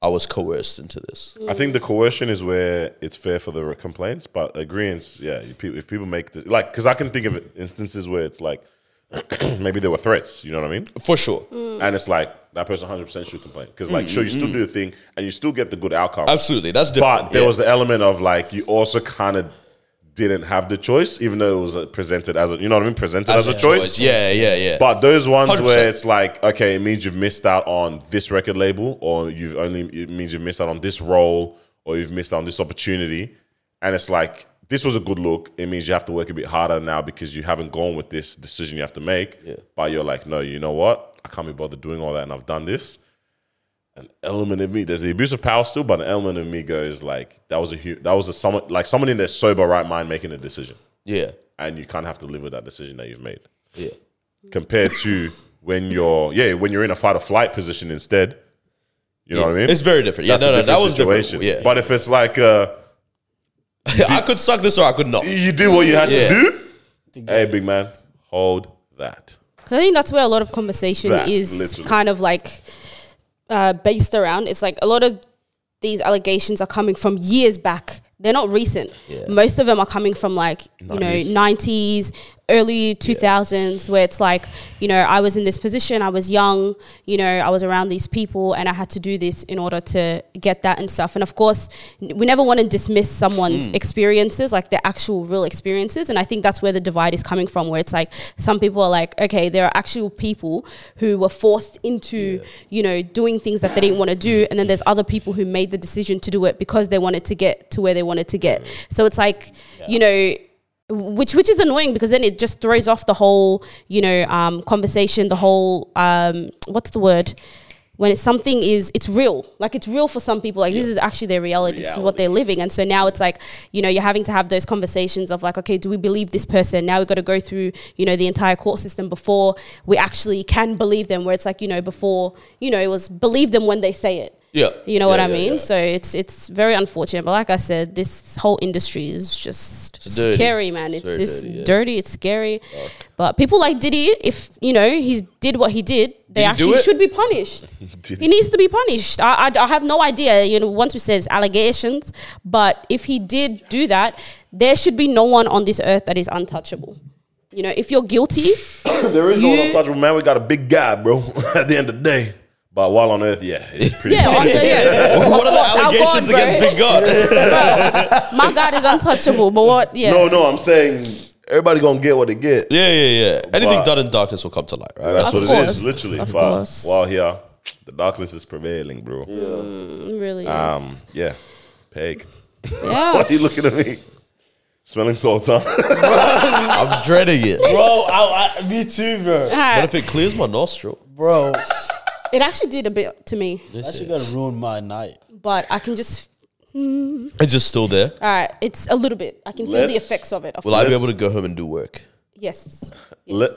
[SPEAKER 2] I was coerced into this.
[SPEAKER 1] I think the coercion is where it's fair for the re- complaints, but agreements, yeah. If people, if people make this, like, because I can think of instances where it's like maybe there were threats. You know what I mean?
[SPEAKER 2] For sure.
[SPEAKER 4] Mm.
[SPEAKER 1] And it's like that person 100 percent should complain because, like, sure, you still do the thing and you still get the good outcome.
[SPEAKER 2] Absolutely. That's different.
[SPEAKER 1] But there
[SPEAKER 2] yeah.
[SPEAKER 1] was the element of like you also kind of didn't have the choice, even though it was uh, presented as a you know what I mean, presented as, a, choice.
[SPEAKER 2] Yeah, yeah, yeah.
[SPEAKER 1] But those ones
[SPEAKER 2] 100%.
[SPEAKER 1] where it's like, okay, it means you've missed out on this record label, or you've only it means you've missed out on this role, or you've missed out on this opportunity, and it's like this was a good look. It means you have to work a bit harder now because you haven't gone with this decision you have to make. But you're like, no, you know what? I can't be bothered doing all that, and I've done this. An element of me, there's the abuse of power still, but an element of me goes like, that was a hu- that was a someone like someone in their sober right mind making a decision.
[SPEAKER 2] Yeah.
[SPEAKER 1] and you can't have to live with that decision that you've made.
[SPEAKER 2] Yeah.
[SPEAKER 1] Compared to when you're yeah when you're in a fight or flight position instead, you know what I mean.
[SPEAKER 2] It's very different. Yeah,
[SPEAKER 1] That's
[SPEAKER 2] no,
[SPEAKER 1] a
[SPEAKER 2] no, that
[SPEAKER 1] different
[SPEAKER 2] was
[SPEAKER 1] situation.
[SPEAKER 2] different. Yeah.
[SPEAKER 1] But if it's like uh,
[SPEAKER 2] I could suck this or I could not.
[SPEAKER 1] you did what you had
[SPEAKER 2] Yeah.
[SPEAKER 1] to do, hey big man, hold that.
[SPEAKER 4] 'Cause I think that's where a lot of conversation
[SPEAKER 1] That,
[SPEAKER 4] is
[SPEAKER 1] literally.
[SPEAKER 4] kind of like uh, based around. It's like a lot of these allegations are coming from years back. They're not recent. Most of them are coming from like, you know, 90s, early 2000s, where it's like, you know, I was in this position, I was young, you know, I was around these people and I had to do this in order to get that and stuff. And of course, n- we never want to dismiss
[SPEAKER 1] Hmm.
[SPEAKER 4] someone's experiences, like their actual real experiences. And I think that's where the divide is coming from, where it's like some people are like, okay, there are actual people who were forced into, you know, doing things that they didn't want to do. And then there's other people who made the decision to do it because they wanted to get to where they wanted to get. So it's like, you know, which which is annoying because then it just throws off the whole you know um, conversation the whole um, what's the word when it's something is it's real like it's real for some people like this is actually their reality, this is what they're living and so now it's like you know you're having to have those conversations of like okay do we believe this person now we've got to go through you know the entire court system before we actually can believe them where it's like you know before you know it was believe them when they say it
[SPEAKER 2] Yeah.
[SPEAKER 4] you know what
[SPEAKER 2] Yeah,
[SPEAKER 4] I
[SPEAKER 2] yeah,
[SPEAKER 4] mean?
[SPEAKER 2] yeah.
[SPEAKER 4] So it's it's very unfortunate. But like I said, this whole industry is just
[SPEAKER 2] dirty.
[SPEAKER 4] scary, man.
[SPEAKER 2] It's
[SPEAKER 4] It's,
[SPEAKER 2] very
[SPEAKER 4] it's
[SPEAKER 2] dirty,
[SPEAKER 4] dirty,
[SPEAKER 2] yeah.
[SPEAKER 4] it's scary. But people like Diddy, if you know he did what he did, they
[SPEAKER 2] Did he do
[SPEAKER 4] actually
[SPEAKER 2] it?
[SPEAKER 4] should be punished.
[SPEAKER 1] Did
[SPEAKER 4] he needs to be punished. I, I I have no idea. You know, once we said it's allegations, but if he did do that, there should be no one on this earth that is untouchable. You know, if you're guilty,
[SPEAKER 1] There is no
[SPEAKER 4] You-
[SPEAKER 1] one untouchable man. We got a big guy, bro. At the end of the day, but while on earth, yeah, it's pretty.
[SPEAKER 2] oh,
[SPEAKER 4] yeah, on the, yeah.
[SPEAKER 2] What are the
[SPEAKER 4] Of course, our
[SPEAKER 2] allegations
[SPEAKER 4] God, bro.
[SPEAKER 2] against Big God?
[SPEAKER 4] My God is untouchable. But what? Yeah.
[SPEAKER 1] No, no, I'm saying everybody gonna get what they get.
[SPEAKER 2] Yeah, yeah, yeah. Anything
[SPEAKER 1] But-
[SPEAKER 2] done in darkness will come to light, right?
[SPEAKER 1] That's
[SPEAKER 4] Of
[SPEAKER 1] what it
[SPEAKER 4] course,
[SPEAKER 1] is, literally.
[SPEAKER 4] of
[SPEAKER 1] But
[SPEAKER 4] course.
[SPEAKER 1] while here, the darkness is prevailing, bro.
[SPEAKER 4] It really is.
[SPEAKER 1] Um, yeah, peg.
[SPEAKER 4] yeah.
[SPEAKER 1] Why are you looking at me? Smelling salt, huh?
[SPEAKER 2] I'm dreading it.
[SPEAKER 3] Bro, I, I, me too, bro.
[SPEAKER 2] What
[SPEAKER 4] Alright.
[SPEAKER 2] if it clears my nostril?
[SPEAKER 3] Bro,
[SPEAKER 4] It actually did a bit to me,
[SPEAKER 3] that shit gonna ruin my night.
[SPEAKER 4] but I can just.
[SPEAKER 2] It's just still there.
[SPEAKER 4] All right, it's a little bit. I can feel the
[SPEAKER 1] Let's-
[SPEAKER 4] effects of it. Of
[SPEAKER 2] Will I be
[SPEAKER 1] Let's-
[SPEAKER 2] able to go home and do work?
[SPEAKER 4] yes.
[SPEAKER 1] Let,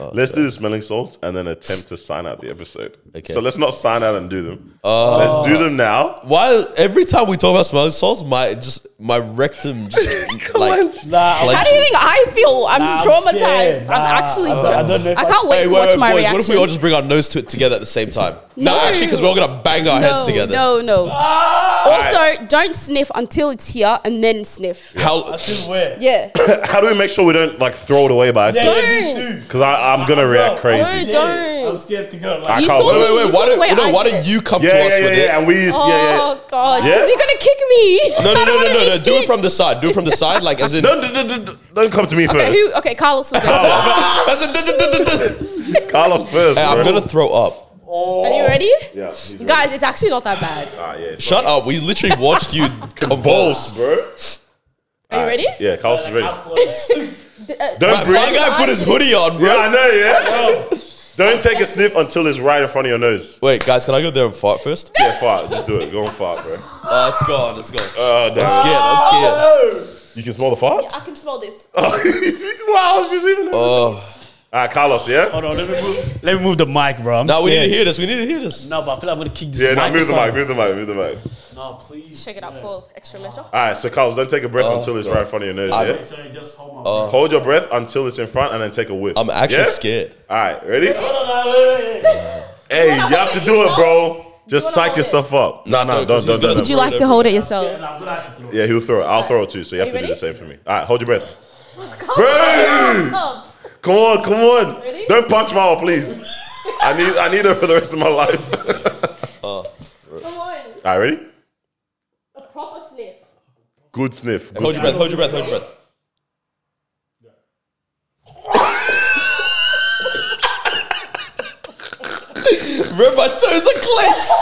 [SPEAKER 2] Oh,
[SPEAKER 1] us do the smelling salts and then attempt to sign out the episode.
[SPEAKER 2] Okay. Oh.
[SPEAKER 1] So let's not sign out and do them. let's do them now.
[SPEAKER 2] Why every time we talk about smelling salts, my just my rectum just like
[SPEAKER 3] Nah,
[SPEAKER 2] Like-
[SPEAKER 4] How do you think I feel? I'm
[SPEAKER 3] Nah, I'm
[SPEAKER 4] traumatized.
[SPEAKER 3] scared.
[SPEAKER 4] I'm,
[SPEAKER 3] Nah,
[SPEAKER 4] actually.
[SPEAKER 3] I don't- I don't know if
[SPEAKER 4] I
[SPEAKER 3] I-
[SPEAKER 4] can't wait
[SPEAKER 2] Hey,
[SPEAKER 4] to
[SPEAKER 2] wait,
[SPEAKER 4] watch
[SPEAKER 2] wait,
[SPEAKER 4] my
[SPEAKER 2] boys,
[SPEAKER 4] reaction.
[SPEAKER 2] what if we all just bring our nose to it together at the same time? No,
[SPEAKER 4] No.
[SPEAKER 2] actually, because we're all gonna bang our heads
[SPEAKER 4] No,
[SPEAKER 2] together.
[SPEAKER 4] No, no.
[SPEAKER 3] Ah!
[SPEAKER 4] also, don't sniff until it's here and then sniff.
[SPEAKER 2] How
[SPEAKER 3] Where?
[SPEAKER 4] Yeah.
[SPEAKER 1] How do we make sure we don't like throw it away by accident?
[SPEAKER 4] me
[SPEAKER 3] too.
[SPEAKER 1] Because I'm gonna react
[SPEAKER 3] bro, I'm
[SPEAKER 1] crazy.
[SPEAKER 4] No, don't.
[SPEAKER 3] I'm scared to go.
[SPEAKER 1] I
[SPEAKER 3] Like,
[SPEAKER 4] You
[SPEAKER 1] can't-
[SPEAKER 4] saw
[SPEAKER 1] wait,
[SPEAKER 4] me.
[SPEAKER 2] Wait, wait,
[SPEAKER 4] you
[SPEAKER 2] why
[SPEAKER 4] saw the
[SPEAKER 2] don't,
[SPEAKER 4] way
[SPEAKER 2] no,
[SPEAKER 4] I
[SPEAKER 2] why
[SPEAKER 4] did
[SPEAKER 2] don't
[SPEAKER 4] it.
[SPEAKER 2] you come to
[SPEAKER 1] Yeah,
[SPEAKER 2] us
[SPEAKER 1] yeah, yeah,
[SPEAKER 2] with
[SPEAKER 1] yeah.
[SPEAKER 2] it?
[SPEAKER 1] And we,
[SPEAKER 4] Oh
[SPEAKER 1] yeah, yeah.
[SPEAKER 4] gosh,
[SPEAKER 1] Yeah?
[SPEAKER 4] because you're gonna kick
[SPEAKER 2] No,
[SPEAKER 4] me.
[SPEAKER 2] no,
[SPEAKER 4] I
[SPEAKER 2] no,
[SPEAKER 4] don't
[SPEAKER 2] no,
[SPEAKER 4] wanna
[SPEAKER 2] no,
[SPEAKER 4] be
[SPEAKER 2] no. Do it
[SPEAKER 4] kicked.
[SPEAKER 2] from the side. Do it from the side, like as in.
[SPEAKER 1] Don't, don't, don't- don't, don't come to me
[SPEAKER 4] Okay,
[SPEAKER 1] first.
[SPEAKER 4] who? Okay, Carlos was there.
[SPEAKER 2] As in hey,
[SPEAKER 1] Carlos first.
[SPEAKER 2] I'm
[SPEAKER 1] bro.
[SPEAKER 2] gonna throw up.
[SPEAKER 4] Are
[SPEAKER 2] Oh.
[SPEAKER 4] you ready?
[SPEAKER 1] Yeah, he's ready.
[SPEAKER 4] Guys, it's actually not that bad.
[SPEAKER 1] Ah, yeah, it's
[SPEAKER 2] Shut up. We literally watched you
[SPEAKER 1] Balls,
[SPEAKER 2] convulse.
[SPEAKER 1] bro. Ah,
[SPEAKER 4] Are you ready?
[SPEAKER 1] Yeah, Carlos is ready.
[SPEAKER 3] how close?
[SPEAKER 1] Don't
[SPEAKER 2] Right, my
[SPEAKER 1] breathe.
[SPEAKER 2] guy put his hoodie on, bro.
[SPEAKER 1] Yeah, I know, yeah. Don't take a sniff until it's right in front of your nose.
[SPEAKER 2] Wait, guys, can I go there and fart first?
[SPEAKER 1] Yeah, fart. Just do it. Go and fart, bro.
[SPEAKER 2] Uh, it's gone. It's gone.
[SPEAKER 1] Oh, damn.
[SPEAKER 2] I'm scared. I'm scared.
[SPEAKER 1] You can smell the fart?
[SPEAKER 4] I can smell this.
[SPEAKER 1] wow, she's even. All
[SPEAKER 2] Oh.
[SPEAKER 1] right, Carlos, yeah?
[SPEAKER 3] Hold on, let me move. Let me move the mic, bro. I'm
[SPEAKER 2] Now we need to
[SPEAKER 3] scared.
[SPEAKER 2] hear this. We need to hear this.
[SPEAKER 3] No, but I feel like I'm gonna kick this.
[SPEAKER 1] Yeah,
[SPEAKER 3] mic
[SPEAKER 1] now
[SPEAKER 3] or
[SPEAKER 1] move the mic,
[SPEAKER 3] something.
[SPEAKER 1] move the mic, move the mic.
[SPEAKER 3] No, please.
[SPEAKER 4] Shake it up for extra measure.
[SPEAKER 1] All right, so Carlos, don't take a breath
[SPEAKER 2] Oh,
[SPEAKER 1] until it's right in front of your nose,
[SPEAKER 2] I'm-
[SPEAKER 1] yeah?
[SPEAKER 3] Sorry, just hold my.
[SPEAKER 1] Hold your breath until it's in front and then take a whiff.
[SPEAKER 2] I'm actually
[SPEAKER 1] Yeah?
[SPEAKER 2] scared.
[SPEAKER 1] All right, ready?
[SPEAKER 3] breath.
[SPEAKER 1] Hey, you
[SPEAKER 4] wanna
[SPEAKER 1] have
[SPEAKER 4] hold
[SPEAKER 1] to
[SPEAKER 4] it
[SPEAKER 1] do it,
[SPEAKER 4] yourself?
[SPEAKER 1] bro. Just
[SPEAKER 4] wanna
[SPEAKER 1] psych
[SPEAKER 4] hold it?
[SPEAKER 1] yourself up. No, no,
[SPEAKER 2] no,
[SPEAKER 1] don't,
[SPEAKER 2] 'cause
[SPEAKER 1] don't, don't.
[SPEAKER 2] he's gonna
[SPEAKER 4] Would
[SPEAKER 1] don't.
[SPEAKER 4] you like to hold it yourself?
[SPEAKER 3] I'm gonna actually throw. it.
[SPEAKER 1] Yeah, he'll throw it. I'll throw it too, so you have
[SPEAKER 4] Are
[SPEAKER 1] to
[SPEAKER 4] you
[SPEAKER 1] do the same
[SPEAKER 4] ready?
[SPEAKER 1] for me. All right, hold your breath. Bro! Come on, come on.
[SPEAKER 4] Ready?
[SPEAKER 1] Don't punch me out, please. I need I need her for the rest of my life. All
[SPEAKER 4] Come on,
[SPEAKER 1] right, ready?
[SPEAKER 4] a proper sniff.
[SPEAKER 1] Good sniff. Good
[SPEAKER 2] Hold your breath. Hold your breath. Hold your breath. Bro, my toes are clenched.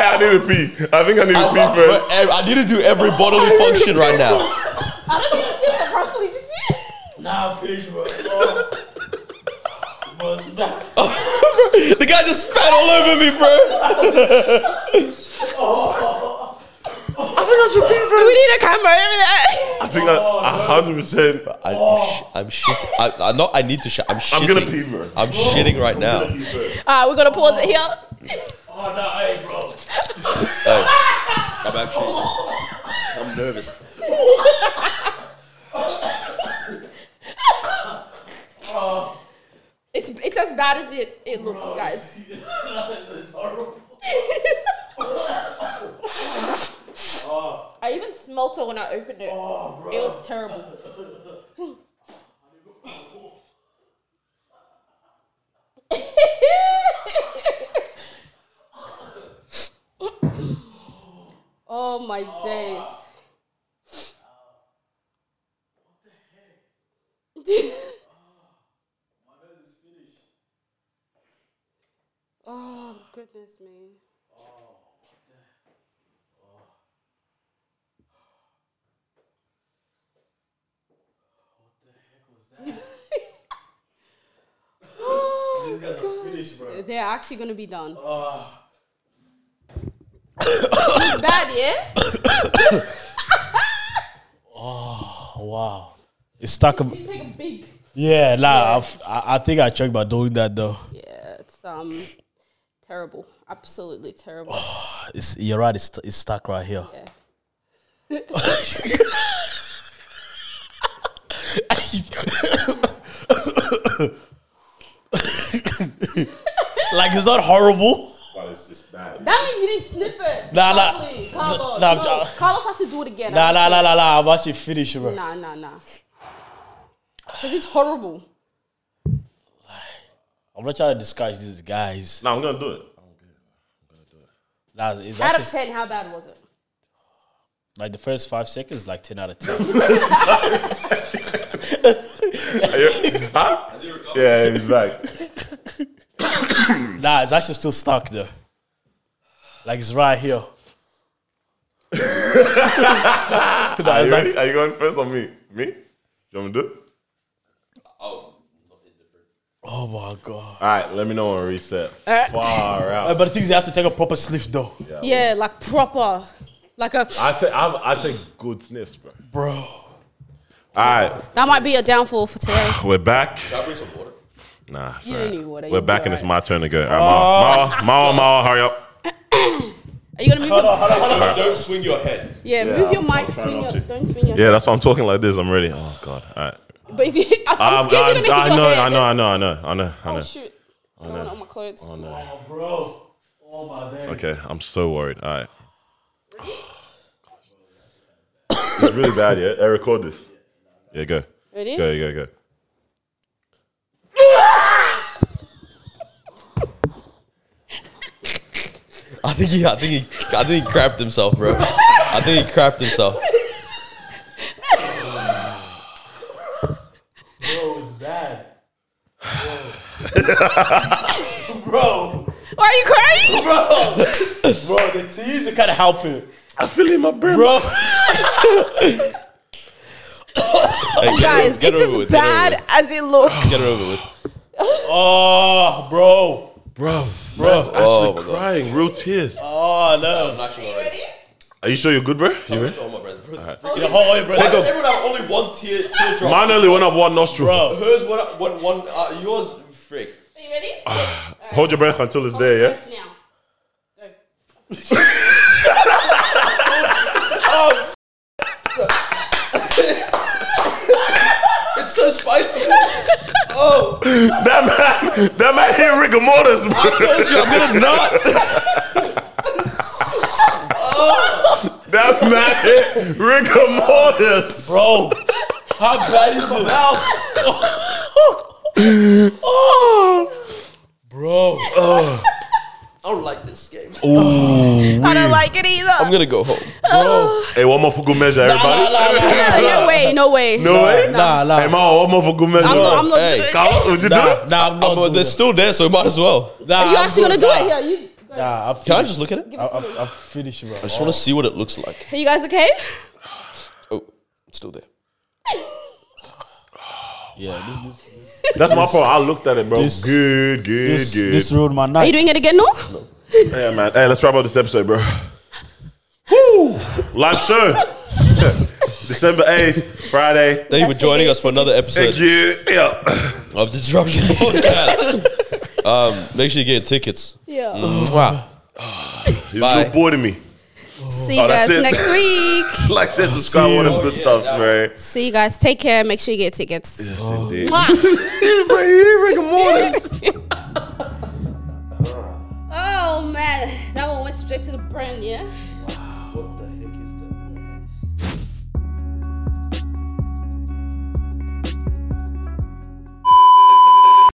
[SPEAKER 1] I need to pee. I think I need to
[SPEAKER 2] Bro,
[SPEAKER 1] pee first.
[SPEAKER 2] I need to do every bodily function right now.
[SPEAKER 4] I don't think you sniffed it properly, did you?
[SPEAKER 3] Nah, I'm finished, bro. Oh. Bro, it's back.
[SPEAKER 2] The guy just spat all over me, bro.
[SPEAKER 4] We need a camera over there.
[SPEAKER 1] think that hundred percent.
[SPEAKER 2] I'm, sh- I'm shit. I, I'm not. I need to shit. I'm shitting.
[SPEAKER 1] I'm gonna pee, bro.
[SPEAKER 2] I'm shitting right now.
[SPEAKER 4] All right, we're gonna pause it here.
[SPEAKER 2] I'm actually. I'm nervous.
[SPEAKER 4] It's it's as bad as it it looks, guys. I even smelt it when I opened it. it was terrible. oh my days. Oh goodness me. Oh, God. They're actually gonna be done.
[SPEAKER 3] Ah.
[SPEAKER 4] It's bad, yeah?
[SPEAKER 3] Wow. It's stuck. ab-
[SPEAKER 4] You take a big.
[SPEAKER 3] Yeah, nah, I've- I, I think I choked by doing that though.
[SPEAKER 4] Yeah, it's um terrible. Absolutely terrible.
[SPEAKER 3] Ah. It's, you're right, it's, it's stuck right here.
[SPEAKER 4] Yeah.
[SPEAKER 3] Like, it's not horrible.
[SPEAKER 1] It's just bad.
[SPEAKER 4] That means you didn't sniff it.
[SPEAKER 3] Nah, nah.
[SPEAKER 4] Probably. Carlos.
[SPEAKER 3] Nah,
[SPEAKER 4] no,
[SPEAKER 3] nah.
[SPEAKER 4] Carlos has to do it again.
[SPEAKER 3] Nah, nah, nah, nah, nah. I'm actually finished, bro.
[SPEAKER 4] Nah, nah, nah. Because it's horrible.
[SPEAKER 3] I'm not trying to discourage these guys.
[SPEAKER 1] No, I'm gonna do it.
[SPEAKER 3] Nah, it's
[SPEAKER 4] Out
[SPEAKER 3] actually
[SPEAKER 4] of 10, how bad was it?
[SPEAKER 3] like the first five seconds, like 10 out of 10.
[SPEAKER 1] Huh? Yeah, he's like,
[SPEAKER 3] Nah, it's actually still stuck though. Like it's right here. nah,
[SPEAKER 1] are
[SPEAKER 3] it's
[SPEAKER 1] you ready?
[SPEAKER 3] like,
[SPEAKER 1] Are you going first or me? Me? You want me to do it?
[SPEAKER 3] oh my god.
[SPEAKER 1] All right, let me know when we reset. Far out.
[SPEAKER 3] Uh, But the thing is, you have to take a proper sniff though,
[SPEAKER 4] Yeah, like proper. Like a.
[SPEAKER 1] I take I, I take good sniffs, bro.
[SPEAKER 3] bro.
[SPEAKER 1] All right,
[SPEAKER 4] That might be a downfall for today.
[SPEAKER 1] we're back.
[SPEAKER 2] Can I bring some water?
[SPEAKER 1] Nah, it's
[SPEAKER 4] You
[SPEAKER 1] all
[SPEAKER 4] don't
[SPEAKER 1] right.
[SPEAKER 4] need water,
[SPEAKER 1] We're
[SPEAKER 4] you'll
[SPEAKER 1] back,
[SPEAKER 4] be
[SPEAKER 1] and it's
[SPEAKER 4] all
[SPEAKER 1] my turn to go. All right, Mawa, Mawa, Mawa, Mawa, hurry up.
[SPEAKER 4] Are you going to move your.
[SPEAKER 2] Don't swing your head.
[SPEAKER 4] Yeah,
[SPEAKER 1] Yeah,
[SPEAKER 4] move your
[SPEAKER 1] I'll- I'll
[SPEAKER 4] mic.
[SPEAKER 1] try
[SPEAKER 4] Swing
[SPEAKER 1] not
[SPEAKER 4] your,
[SPEAKER 1] to.
[SPEAKER 4] don't swing your.
[SPEAKER 1] Yeah, that's why I'm talking like this. I'm ready. Oh God. All right.
[SPEAKER 4] But if you. I'm,
[SPEAKER 1] I'm-
[SPEAKER 4] I'm scared you're
[SPEAKER 1] I'm-
[SPEAKER 4] going to hit
[SPEAKER 1] I
[SPEAKER 4] your
[SPEAKER 1] know,
[SPEAKER 4] head.
[SPEAKER 1] I know, I know, I know, I know, I
[SPEAKER 4] Oh,
[SPEAKER 1] know.
[SPEAKER 4] shoot. Going on my clothes.
[SPEAKER 1] I know.
[SPEAKER 3] Oh, bro. Oh my day.
[SPEAKER 1] Okay, I'm so worried. All right. it's really bad, yeah? I record this. Yeah, go.
[SPEAKER 4] Ready?
[SPEAKER 1] Go, go, go.
[SPEAKER 2] I think he. I think he. I think he crapped himself, bro. I think he crapped himself.
[SPEAKER 3] Bro, Oh, it's bad. Bro.
[SPEAKER 4] Why are you crying?
[SPEAKER 3] bro. Bro. Bro, the tears are kind of helping.
[SPEAKER 1] I feel in my brain.
[SPEAKER 3] Bro.
[SPEAKER 2] Hey, get it-
[SPEAKER 4] Guys,
[SPEAKER 2] get
[SPEAKER 4] it's
[SPEAKER 2] it over
[SPEAKER 4] as
[SPEAKER 2] with, get it over
[SPEAKER 4] bad as it looks.
[SPEAKER 2] with, Get it over with.
[SPEAKER 3] Oh, bro.
[SPEAKER 1] Bro,
[SPEAKER 3] Bro.
[SPEAKER 2] Oh my
[SPEAKER 1] actually
[SPEAKER 2] God.
[SPEAKER 1] crying, real tears.
[SPEAKER 3] Oh, no.
[SPEAKER 2] I'm actually alright.
[SPEAKER 1] Are you sure you're good, bro? You ready?
[SPEAKER 2] Oh my brother. Bro.
[SPEAKER 3] You know, hold on, bro.
[SPEAKER 2] Does everyone have only one tear, teardrop?
[SPEAKER 1] Mine only went up one nostril.
[SPEAKER 3] Bro.
[SPEAKER 2] Hers one, one, one. Uh, yours, frick.
[SPEAKER 4] Are you ready?
[SPEAKER 1] Hold your breath until it's there, yeah?
[SPEAKER 4] Now. Go.
[SPEAKER 2] It's so spicy. Oh.
[SPEAKER 1] That man, that man hit rigor mortis, bro.
[SPEAKER 2] told you, I'm gonna not.
[SPEAKER 1] That man hit rigor mortis.
[SPEAKER 3] Bro. How bad is it? Bro.
[SPEAKER 2] I don't like this game.
[SPEAKER 4] I don't like it either. Oh.
[SPEAKER 2] I'm gonna go home.
[SPEAKER 1] Hey, one more for good measure, everybody.
[SPEAKER 4] no, no way, no way.
[SPEAKER 1] No way.
[SPEAKER 3] Nah, nah.
[SPEAKER 1] Hey, man, one more for good measure.
[SPEAKER 4] I'm not, I'm not
[SPEAKER 2] Hey,
[SPEAKER 4] doing
[SPEAKER 1] Come on,
[SPEAKER 4] it.
[SPEAKER 1] Would you do
[SPEAKER 3] Nah,
[SPEAKER 1] it?
[SPEAKER 3] nah, I'm
[SPEAKER 2] I'm,
[SPEAKER 3] not.
[SPEAKER 2] uh,
[SPEAKER 3] doing
[SPEAKER 2] they're
[SPEAKER 3] that.
[SPEAKER 2] still there, so we might as well.
[SPEAKER 3] Nah,
[SPEAKER 4] Are you
[SPEAKER 3] I'm
[SPEAKER 4] actually going to do
[SPEAKER 3] good. Nah.
[SPEAKER 4] it? Yeah, you. Go.
[SPEAKER 3] Nah, I've
[SPEAKER 2] Can I
[SPEAKER 3] finished.
[SPEAKER 2] just look at it? I
[SPEAKER 3] I've, I've, I've finished, bro.
[SPEAKER 2] just want to see what it looks like.
[SPEAKER 4] Are you guys okay?
[SPEAKER 2] Oh, it's still there.
[SPEAKER 3] yeah, this, this,
[SPEAKER 1] That's my problem. I looked at it, bro.
[SPEAKER 3] This-
[SPEAKER 1] good, good,
[SPEAKER 3] this,
[SPEAKER 1] good.
[SPEAKER 3] this ruined my night.
[SPEAKER 4] Are you doing it again, no?
[SPEAKER 1] yeah, man. Hey, let's wrap up this episode, bro. Woo! Live show. this December 8th, Friday.
[SPEAKER 2] Thank you for
[SPEAKER 4] That's
[SPEAKER 2] joining
[SPEAKER 4] it.
[SPEAKER 2] us for another episode
[SPEAKER 1] Thank you. Yeah.
[SPEAKER 2] of Disruption Podcast. um, make sure you get tickets.
[SPEAKER 4] Yeah.
[SPEAKER 1] Mm.
[SPEAKER 7] Wow.
[SPEAKER 1] You're bored of me.
[SPEAKER 4] See you
[SPEAKER 1] Oh, that's
[SPEAKER 4] guys
[SPEAKER 1] it.
[SPEAKER 4] next week.
[SPEAKER 1] Like, share, subscribe, all them good stuffs, man.
[SPEAKER 4] See you guys. Take care. Make sure you get tickets.
[SPEAKER 1] Yes, indeed.
[SPEAKER 4] Mwah.
[SPEAKER 1] Right here, rigor mortis.
[SPEAKER 4] oh man, that one went straight to the brain. Yeah.
[SPEAKER 2] What the heck?